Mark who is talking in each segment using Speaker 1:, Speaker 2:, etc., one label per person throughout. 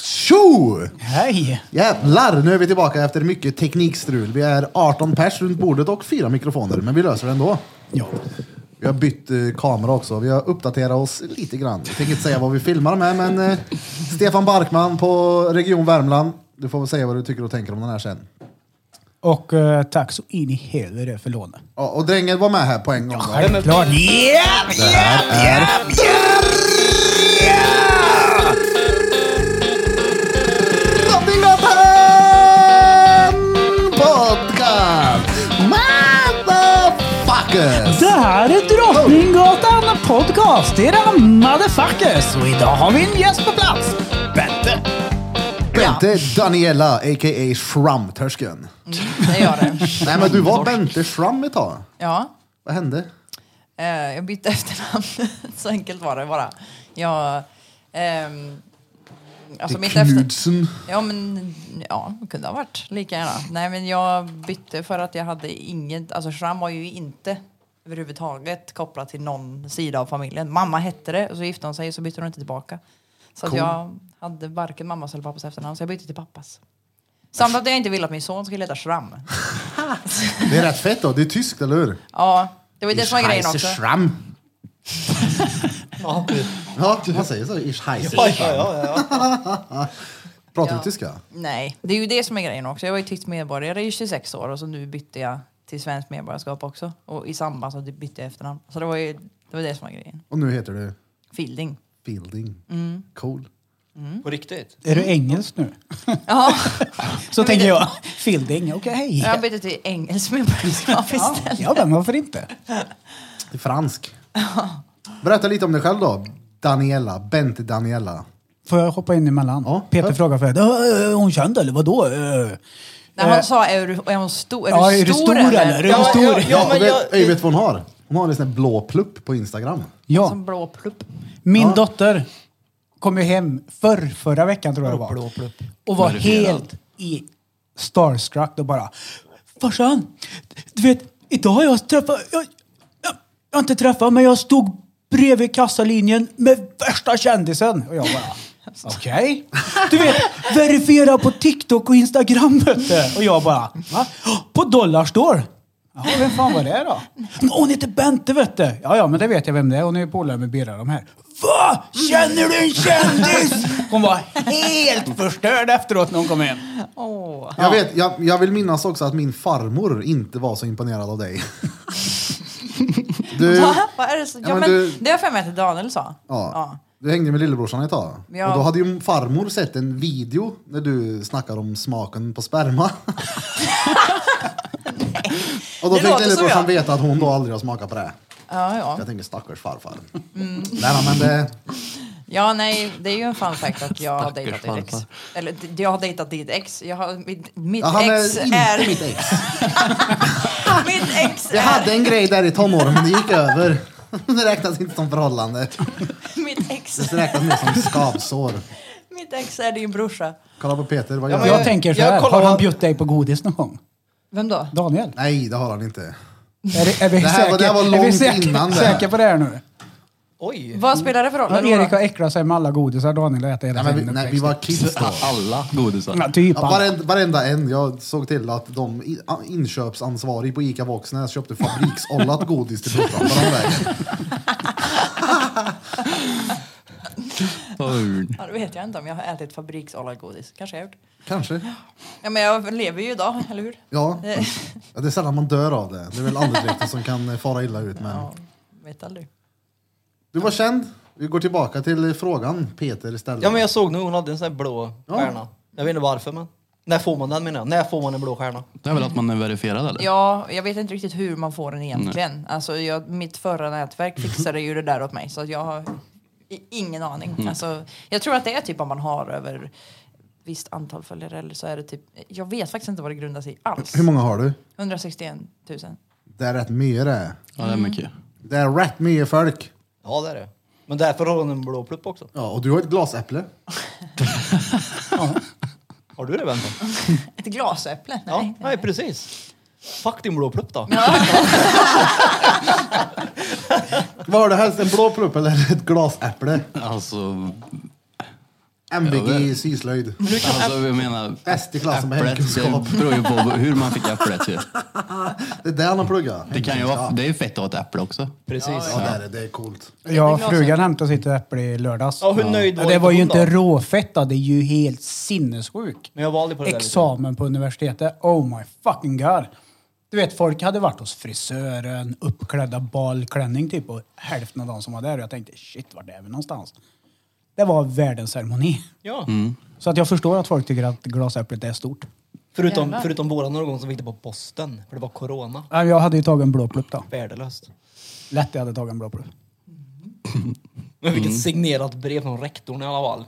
Speaker 1: Tjo!
Speaker 2: Hej!
Speaker 1: Jävlar, nu är vi tillbaka efter mycket teknikstrul. Vi är 18 pers runt bordet och fyra mikrofoner, men vi löser det ändå.
Speaker 2: Ja.
Speaker 1: Vi har bytt eh, kamera också. Vi har uppdaterat oss lite grann. Jag tänker inte säga vad vi filmar med, men eh, Stefan Barkman på Region Värmland. Du får väl säga vad du tycker och tänker om den här sen.
Speaker 2: Och eh, tack så in i helvete för lånet.
Speaker 1: Ja, och drängen var med här på en gång. Då.
Speaker 2: Självklart! Yeah! Yeah! Yeah!
Speaker 1: Drottninggatan Podcast! Motherfuckers!
Speaker 2: Det här är Drottninggatan Podcast, era motherfuckers! Och idag har vi en gäst på plats! Bente!
Speaker 1: Bente Daniela, a.k.a. Schramtörsken.
Speaker 3: Det gör det.
Speaker 1: Nej men du var Bente Schramm ett tag.
Speaker 3: Ja.
Speaker 1: Vad hände?
Speaker 3: Eh, jag bytte efternamn. Så enkelt var det bara. Jag... ehm, alltså mitt efter...
Speaker 1: Knudsen.
Speaker 3: Ja, men... Ja, det kunde ha varit lika gärna. Nej, men jag bytte för att jag hade inget... Alltså, Shram var ju inte överhuvudtaget kopplat till någon sida av familjen. Mamma hette det, och så gifte hon sig så bytte hon inte tillbaka. Så att
Speaker 1: Cool.
Speaker 3: jag hade varken mammas eller pappas efternamn, så jag bytte till pappas. Samt att jag inte ville att min son skulle heta Shram.
Speaker 1: Det är rätt fett då, det är tyskt eller hur?
Speaker 3: Ja, det var ju det som var grejen
Speaker 1: Heise
Speaker 3: också.
Speaker 1: Schramm.
Speaker 4: Ja,
Speaker 1: Ja, man säger så. Ich heise
Speaker 4: ja,
Speaker 1: Schramm.
Speaker 4: ja, ja.
Speaker 1: Pratar
Speaker 3: Ja.
Speaker 1: du tyska?
Speaker 3: Nej, det är ju det som är grejen också. Jag var ju tysk medborgare i 26 år och så nu bytte jag till svenskt medborgarskap också. Och i samband så bytte jag efternamn. Så det var ju det, var det som var grejen.
Speaker 1: Och nu heter du
Speaker 3: Fielding.
Speaker 1: Fielding.
Speaker 3: Mm.
Speaker 1: Cool.
Speaker 4: På riktigt?
Speaker 2: Är du engelsk nu?
Speaker 3: Ja,
Speaker 2: Så tänker jag. Fielding, okej.
Speaker 3: jag bytte till engelskt medborgarskap istället.
Speaker 2: Ja, men varför inte?
Speaker 1: Det är fransk. Berätta lite om dig själv då. Daniela, Bente Daniela.
Speaker 2: Får jag hoppa in emellan?
Speaker 1: Ja.
Speaker 2: Peter frågar för "Äh, är hon känd eller vadå? Eh,
Speaker 3: När han sa är du, är hon stor, är
Speaker 2: Ja,
Speaker 3: du
Speaker 2: är du
Speaker 3: stor,
Speaker 2: stor eller? Är du
Speaker 3: Ja,
Speaker 2: stor?
Speaker 4: ja, ja,
Speaker 1: Ja,
Speaker 4: men
Speaker 1: vet,
Speaker 4: jag,
Speaker 1: jag... vet vad hon har? Hon har en sån här blå plupp på Instagram.
Speaker 2: Ja.
Speaker 3: Som blå plupp.
Speaker 2: Min dotter kom ju hem förr, förra veckan tror jag det var.
Speaker 4: Blå plupp.
Speaker 2: Och var
Speaker 4: Verifierad.
Speaker 2: helt i starstruck och bara Farsan, du vet, idag har jag träffat, jag, jag, jag har inte träffat, men jag stod bredvid kassalinjen med värsta kändisen. Och jag bara, okej? Du vet, verifiera på TikTok och Instagram vet du. Och jag bara, va? På Dollarstore. Ja, vem fan var det då? Hon heter Bente vet du. Ja, ja, men det vet jag vem det är. Hon är ju polare med Birra de här. Va? Känner du en kändis? Hon var helt förstörd efteråt när hon kom hem.
Speaker 3: Åh.
Speaker 1: Jag, vet, jag, jag vill minnas också att min farmor inte var så imponerad av dig. Du,
Speaker 3: Va? Vad är det så? Ja,
Speaker 1: men
Speaker 3: men
Speaker 1: du-
Speaker 3: Det har jag för mig att Daniel sa.
Speaker 1: ja, du hängde med lillebrorsan ett tag.
Speaker 3: Ja.
Speaker 1: Och då hade ju farmor sett en video när du snackar om smaken på sperma. och då
Speaker 3: Det
Speaker 1: fick
Speaker 3: låter som
Speaker 1: lillebrorsan
Speaker 3: jag.
Speaker 1: veta att hon då aldrig har smakat på det.
Speaker 3: Ja, ja.
Speaker 1: Jag tänkte stackars farfar.
Speaker 3: Mm.
Speaker 1: Nej, men det,
Speaker 3: Ja, nej, det är ju en fun fact att jag har dejtat ditt ex. Eller d- jag har dejtat ditt ex. Jag har, mitt mitt
Speaker 1: ja, han
Speaker 3: ex
Speaker 1: är inte
Speaker 3: är...
Speaker 1: mitt ex.
Speaker 3: mitt ex
Speaker 1: Jag
Speaker 3: är...
Speaker 1: hade en grej där i tonåren men det gick över. Det räknas inte som förhållande.
Speaker 3: Mitt ex,
Speaker 1: Det räknas mer som skavsår.
Speaker 3: mitt ex är din brorsa.
Speaker 1: Kolla på Peter, vad
Speaker 4: Ja,
Speaker 1: gör
Speaker 4: men
Speaker 1: han?
Speaker 2: Jag tänker så
Speaker 4: jag
Speaker 2: här, har
Speaker 4: kollar-
Speaker 2: han bjudit dig på godis någon gång?
Speaker 3: Vem då?
Speaker 2: Daniel?
Speaker 1: Nej, det har han inte.
Speaker 2: Är, det- är vi
Speaker 1: Det här var-
Speaker 2: säkra-
Speaker 1: det här var
Speaker 2: är vi
Speaker 1: långt
Speaker 2: säkra-
Speaker 1: innan det här.
Speaker 2: säkra på det här nu?
Speaker 4: Oj!
Speaker 3: Vad spelar det för roll?
Speaker 2: Ja,
Speaker 3: eller
Speaker 2: Erik
Speaker 3: vadå?
Speaker 2: har äcklat sig med alla godisar Daniel har ätit hela
Speaker 1: Nej, men vi,
Speaker 2: sin
Speaker 1: nej, vi
Speaker 2: uppväxt.
Speaker 1: var kids då.
Speaker 5: Alla godisar.
Speaker 2: Ja, typ
Speaker 1: Ja,
Speaker 2: han.
Speaker 1: varenda, varenda en. Jag såg till att de i- a- inköpsansvarig på ICA Våxnäs köpte fabriksållat godis till brorsan på den vägen.
Speaker 5: Hörn.
Speaker 3: Ja, det vet jag inte om jag har ätit fabriksollad godis. Kanske jag har gjort.
Speaker 1: Kanske.
Speaker 3: Ja, men jag lever ju idag, eller hur?
Speaker 1: Ja.
Speaker 3: Eh,
Speaker 1: ja, det är sällan man dör av det. Det är väl andedräkten som kan eh, fara illa ut. Men...
Speaker 3: ja, vet aldrig.
Speaker 1: Du var känd. Vi går tillbaka till eh, frågan Peter ställde.
Speaker 4: Ja, men jag såg nog hon hade en sån här blå
Speaker 1: Ja.
Speaker 4: stjärna. Jag vet inte varför, men... När får man den menar jag? När får man en blå stjärna?
Speaker 5: Det är väl att man är verifierad eller?
Speaker 3: Ja, jag vet inte riktigt hur man får den egentligen. Alltså, jag, mitt förra nätverk fixade ju det där åt mig så att jag har i- ingen aning. Alltså, jag tror att det är typ om man har över visst antal följare eller så är det typ, jag vet faktiskt inte vad det grundar sig i alls.
Speaker 1: Hur många har du?
Speaker 3: 161 000.
Speaker 1: Det är rätt mycket det.
Speaker 5: Ja, det är mycket.
Speaker 1: Det är rätt mycket folk.
Speaker 4: Ja, det är det. Men därför har hon en blå plupp också.
Speaker 1: Ja, och du har ett glasäpple.
Speaker 4: Har du det, Bente?
Speaker 3: Ett glasäpple?
Speaker 4: Ja,
Speaker 3: Nej.
Speaker 4: nej, precis. Fuck din blå plupp då.
Speaker 1: Vad har du helst? En blå plupp eller ett glasäpple?
Speaker 5: Alltså,
Speaker 1: MVG i syslöjd.
Speaker 5: Alltså, jag menar,
Speaker 1: Bäst i klassen med
Speaker 5: äpplet,
Speaker 1: hemkunskap.
Speaker 5: det beror ju på hur man fick äpplet ju.
Speaker 1: Det är där han har pluggat.
Speaker 5: Det kan ju vara, det är ju fett att ha ett äpple också.
Speaker 4: Precis.
Speaker 1: Ja, det är det. Det är coolt.
Speaker 2: Ja, frugan hämtade sitt äpple i lördags.
Speaker 4: Ja, hur nöjd var
Speaker 2: Ja, det
Speaker 4: inte
Speaker 2: var ju
Speaker 4: hon
Speaker 2: inte
Speaker 4: då?
Speaker 2: råfett då. Det är ju helt sinnessjuk.
Speaker 4: Men jag var aldrig på det där. liksom.
Speaker 2: Examen på universitetet. Oh my fucking god. Du vet, folk hade varit hos frisören, uppklädda balklänning typ och hälften av de som var där. Och jag tänkte shit, vart är vi någonstans? Det var världens ceremoni.
Speaker 4: Ja.
Speaker 2: Så att jag förstår att folk tycker att glasäpplet är stort.
Speaker 4: Förutom,
Speaker 3: Jävlar.
Speaker 4: förutom våran årgång som fick det på posten. För det var corona.
Speaker 2: Ja, Jag hade ju tagit en blå plupp då.
Speaker 4: Värdelöst.
Speaker 2: Lätt jag hade tagit en blå plupp.
Speaker 4: Men vilket signerat brev från rektorn i alla fall.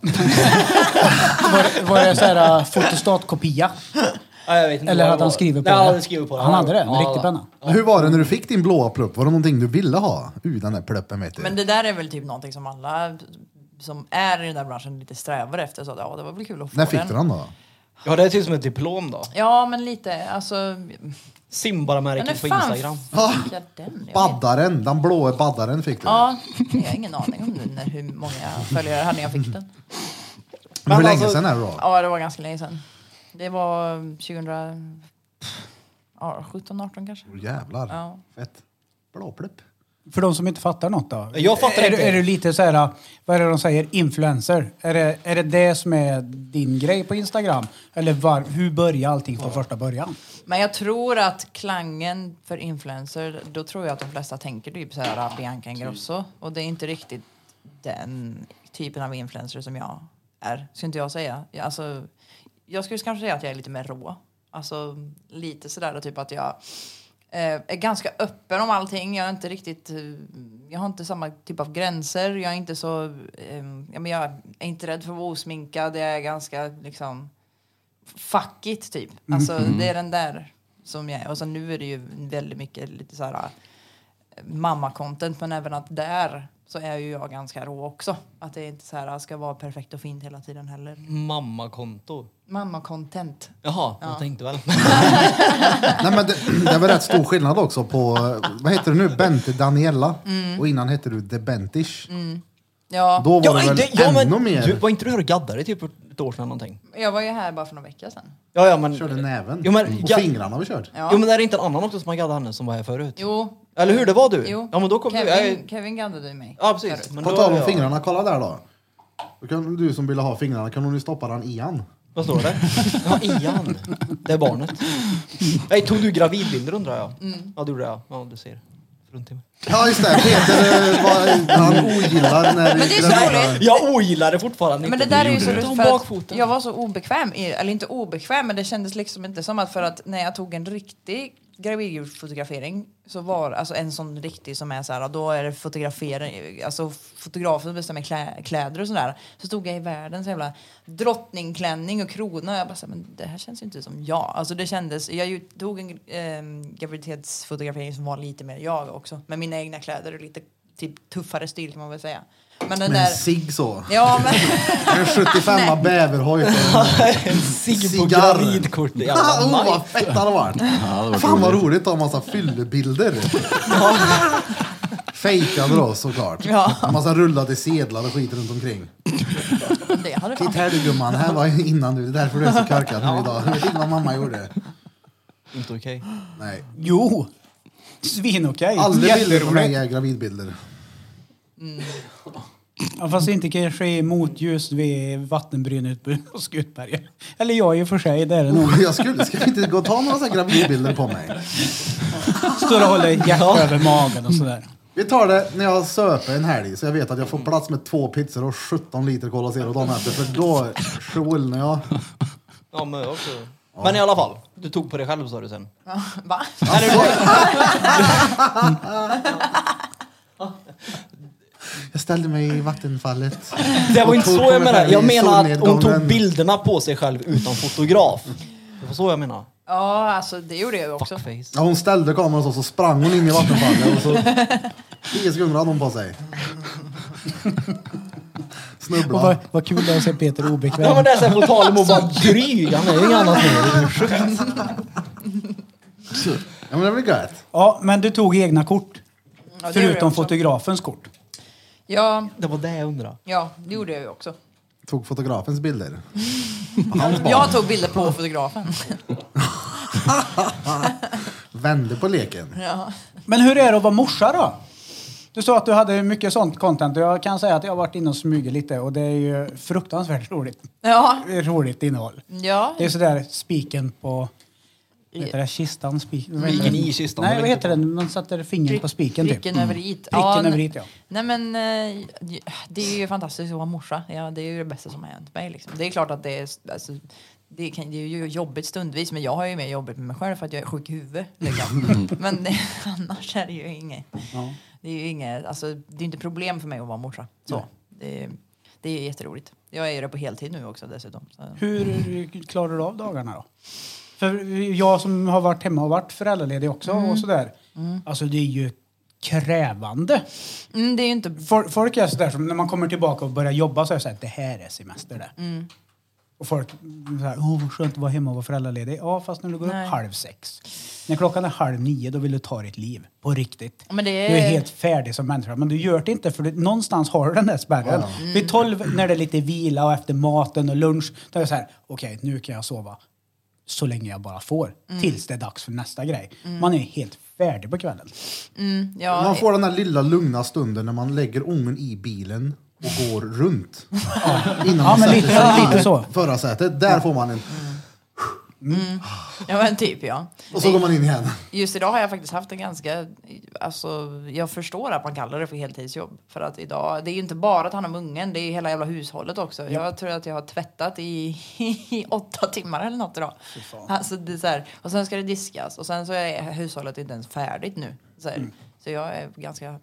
Speaker 2: Var, var det så här äh, fotostatkopia?
Speaker 4: Ja, jag vet inte
Speaker 2: Eller
Speaker 4: vad det
Speaker 2: hade han
Speaker 4: var.
Speaker 2: skrivit på
Speaker 4: Nej,
Speaker 2: det?
Speaker 4: Han hade skrivit på det.
Speaker 2: Han hade det? En
Speaker 4: Ja,
Speaker 2: riktig
Speaker 4: ja.
Speaker 2: penna?
Speaker 1: Men Hur var det när du fick din blåa plupp? Var det någonting du ville ha? Uh, den där pluppen vet du.
Speaker 3: Men det där är väl typ någonting som alla som är i den där branschen lite strävar efter. Så att, ja, det var väl kul att få
Speaker 1: när fick
Speaker 3: den.
Speaker 1: du den då?
Speaker 4: Ja, det är typ som ett diplom då.
Speaker 3: Ja, men lite. Alltså, men hur
Speaker 4: Simbaramärket på
Speaker 3: fan
Speaker 4: Instagram.
Speaker 3: fick jag den? Jag vet.
Speaker 1: Baddaren, den blåa baddaren fick du.
Speaker 3: Ja, jag har ingen aning om nu när, hur många följare jag hade när jag fick den.
Speaker 1: Men hur
Speaker 4: Men
Speaker 1: länge
Speaker 4: alltså-
Speaker 1: sedan är det då?
Speaker 3: Ja, det var ganska länge sedan. Det var 2017, 18 kanske.
Speaker 1: Åh, Jävlar.
Speaker 3: Ja.
Speaker 1: Fett. Blå plupp.
Speaker 2: För de som inte fattar något då?
Speaker 4: Jag fattar
Speaker 2: är, du-
Speaker 4: inte.
Speaker 2: Är du lite så här, vad är det de säger, influencer? Är det, är det det som är din grej på Instagram? Eller var, hur börjar allting från första början?
Speaker 3: Men jag tror att klangen för influencer, då tror jag att de flesta tänker typ så här Bianca Ingrosso. Och det är inte riktigt den typen av influencer som jag är, skulle inte jag säga. Jag, alltså, jag skulle kanske säga att jag är lite mer rå. Alltså lite sådär typ att jag eh, är ganska öppen om allting. Jag är inte riktigt, eh, jag har inte samma typ av gränser. Jag är inte så, eh, ja, men jag är inte rädd för att vara osminkad. Jag är ganska liksom fuck it typ.
Speaker 4: Mm,
Speaker 3: Alltså det är den där som jag är. Och sen nu är det ju väldigt mycket lite så här eh, mamma-content men även att där så är ju jag ganska rå också. Att det inte så här eh, ska vara perfekt och fint hela tiden heller.
Speaker 4: Mammakonto.
Speaker 3: Mamma-content.
Speaker 4: Jaha, jag tänkte väl.
Speaker 1: Nej, men det, det var rätt stor skillnad också på, eh, vad heter du nu, Bente Daniella? Och innan hette du The Bentish.
Speaker 3: Ja,
Speaker 1: Då var
Speaker 4: Mm. Ja,
Speaker 1: det väl
Speaker 4: inte- ja, men
Speaker 1: ännu mer.
Speaker 4: Du, var inte du här och gaddade typ för ett år sedan eller någonting?
Speaker 3: jag var ju här bara för några veckor sedan.
Speaker 4: Ja, ja, men...
Speaker 1: Körde näven.
Speaker 4: Jo, men-
Speaker 1: och
Speaker 4: ja.
Speaker 1: fingrarna har vi kört.
Speaker 3: Ja.
Speaker 4: Jo, men är det inte en annan också som har gaddat henne som var här förut?
Speaker 3: Jo,
Speaker 4: Eller hur? Det var du?
Speaker 3: jo.
Speaker 4: Ja, men då kom
Speaker 3: Kevin,
Speaker 4: du. Jag,
Speaker 3: Kevin gaddade ju mig.
Speaker 4: ja, precis. Men
Speaker 1: På
Speaker 4: då-
Speaker 1: tal om
Speaker 4: ja.
Speaker 1: fingrarna, kolla där då. Då kan du som ville ha fingrarna, kan hon ju stoppa den i han?
Speaker 4: Vad står det? Ja, Ian. Det är barnet. Nej, tog du gravidbilder undrar jag?
Speaker 3: Mm.
Speaker 4: Ja, det gjorde jag. Ja, du ser. Fruntimmer.
Speaker 1: Ja just det, Peter eh, var, han ogillar när
Speaker 3: Men det är så roligt.
Speaker 4: Jag ogillar det fortfarande
Speaker 3: Men
Speaker 4: inte.
Speaker 3: det där är ju så
Speaker 4: Du tog
Speaker 3: roligt för att
Speaker 4: bakfoten.
Speaker 3: jag var så obekväm, i, eller inte obekväm men det kändes liksom inte som att för att när jag tog en riktig gravidfotografering så var alltså en sån riktig som är så här, då är det fotografering, alltså fotografen bestämmer klä, kläder och sådär. Så stod jag i världens jävla drottningklänning och krona och jag bara så här, men det här känns ju inte som jag. Alltså det kändes, jag ju- tog en eh, graviditetsfotografering som var lite mer jag också med mina egna kläder och lite typ tuffare stil kan man väl säga. Men den
Speaker 1: Med en
Speaker 3: där...
Speaker 1: cigg så.
Speaker 3: Ja men...
Speaker 1: En 75a bäverhoj.
Speaker 4: En cigg på
Speaker 1: Cigarr.
Speaker 4: gravidkort.
Speaker 1: Haha,
Speaker 4: Jävla
Speaker 1: oh,
Speaker 4: nice.
Speaker 1: vad fett det hade varit.
Speaker 5: hade varit
Speaker 1: Fan vad
Speaker 5: roligt.
Speaker 1: roligt att ha en massa fyllebilder. Fejkade då såklart.
Speaker 3: Ja.
Speaker 1: En massa rullade sedlar och skit runt omkring.
Speaker 3: Det hade
Speaker 1: Titta här du gumman, här var ju innan du. Det är därför du är så korkad nu idag. Jag vet inte vad mamma gjorde.
Speaker 4: Inte okej.
Speaker 1: Nej.
Speaker 2: Jo! Svinokej!
Speaker 1: Aldrig bilder på mig
Speaker 2: Jätteroligt.
Speaker 1: är gravidbilder.
Speaker 2: Ja, fast inte kanske i motljus vid vattenbrynet på Skutberget. Eller jag i och för sig, det är det nog.
Speaker 1: Jag skulle, ska vi inte gå och ta några så här gravidbilder på mig?
Speaker 2: Står och håller ett hjärta över magen och sådär.
Speaker 1: Vi tar det när jag söper en helg så jag vet att jag får plats med två pizzor och 17 liter Cola Zero dagen efter för då svullnar jag.
Speaker 4: Ja, men också. Men i alla fall, du tog på dig själv sa du sen.
Speaker 3: Va?
Speaker 1: Alltså, Jag ställde mig i vattenfallet.
Speaker 4: Det var inte
Speaker 1: Och
Speaker 4: så
Speaker 1: tog-
Speaker 4: jag
Speaker 1: kom
Speaker 4: menade.
Speaker 1: fram
Speaker 4: Jag
Speaker 1: i
Speaker 4: menar att hon tog
Speaker 1: solnedgången.
Speaker 4: bilderna på sig själv utan fotograf. Det var så jag menade.
Speaker 3: Ja, alltså det gjorde jag ju också.
Speaker 4: Fuckface.
Speaker 1: Ja, hon ställde kameran så, så sprang hon in i vattenfallet och så... Tio sekunder hade hon på sig.
Speaker 2: Och vad,
Speaker 1: Snubbla.
Speaker 2: vad kul det är att se Peter obekväm.
Speaker 4: Ja men det är såhär på tal om att vara dryg. Han är ju inget annat nu.
Speaker 1: Ja men det blir gött.
Speaker 2: Ja, men du tog egna kort.
Speaker 3: Ja, det gjorde jag
Speaker 2: Förutom
Speaker 3: också.
Speaker 2: fotografens kort.
Speaker 3: Ja,
Speaker 4: Det var det jag undrade.
Speaker 3: ja, det gjorde jag ju också.
Speaker 1: tog fotografens bilder. Hans barn
Speaker 3: Jag tog bilder på fotografen.
Speaker 1: vände på leken.
Speaker 2: Men hur är det att vara morsa då? Du sa att du hade mycket sånt content och jag kan säga att jag har varit inne och smugit lite och det är ju fruktansvärt roligt.
Speaker 3: Ja,
Speaker 2: Roligt innehåll.
Speaker 3: ja.
Speaker 2: Det är sådär spiken på... Vad heter det? Kistan? Spik, vad heter
Speaker 4: Spiken
Speaker 2: den?
Speaker 4: i kistan,
Speaker 2: Nej,
Speaker 4: eller
Speaker 2: vad heter
Speaker 4: inte.
Speaker 2: den? Man sätter fingret på spiken typ.
Speaker 3: Pricken över i.
Speaker 2: Pricken över i, ja.
Speaker 3: Nej men eh, det är ju fantastiskt att vara morsa. Ja, det är ju det bästa som har hänt mig. Liksom. Det är klart att det är, alltså, det, kan, det är ju jobbigt stundvis men jag har ju mer jobbigt med mig själv för att jag är sjuk i huvudet. Liksom. Men det, annars är det ju inget. Det är ju inget, alltså, det är inte problem för mig att vara morsa. Så. Det, det är jätteroligt. Jag är ju det på heltid nu också dessutom. Så.
Speaker 2: Hur klarar du av dagarna då? För jag som har varit hemma och varit föräldraledig också och sådär. Alltså det är ju krävande.
Speaker 3: Mm, det är ju inte
Speaker 2: Fol- Folk är sådär som när man kommer tillbaka och börjar jobba så är det såhär, det här är semester det.
Speaker 3: Mm.
Speaker 2: Och folk såhär, åh vad skönt att vara hemma och vara föräldraledig. Ja fast när du går
Speaker 3: Nej.
Speaker 2: upp halv sex. När klockan är halv nio då vill du ta ditt liv. På riktigt.
Speaker 3: Men det är-
Speaker 2: Du är helt färdig som människa. Men du gör det inte för du, någonstans har du den där spärren.
Speaker 3: Mm.
Speaker 2: Vid tolv när det är lite vila och efter maten och lunch. Då är det såhär, okej nu kan jag sova. Så länge jag bara får.
Speaker 3: Mm.
Speaker 2: Tills det är dags för nästa grej. Man är helt färdig på kvällen.
Speaker 3: Ja,
Speaker 1: Man får den där lilla lugna stunden när man lägger ungen i bilen och går runt. Innan
Speaker 2: Ja, men
Speaker 1: sätter
Speaker 2: lite-
Speaker 1: sig i
Speaker 2: lite så.
Speaker 1: Förarsätet, där får man en.
Speaker 3: ja men typ ja.
Speaker 1: Och så går man in igen.
Speaker 3: Just idag har jag faktiskt haft en ganska, alltså jag förstår att man kallar det för heltidsjobb. För att idag, det är ju inte bara att han om ungen, det är ju hela jävla hushållet också. Jag tror att jag har tvättat i, i åtta timmar eller något idag. Alltså det är så här, och sen ska det diskas och sen så är hushållet inte ens färdigt nu. Så, här.
Speaker 1: Mm.
Speaker 3: så jag är ganska,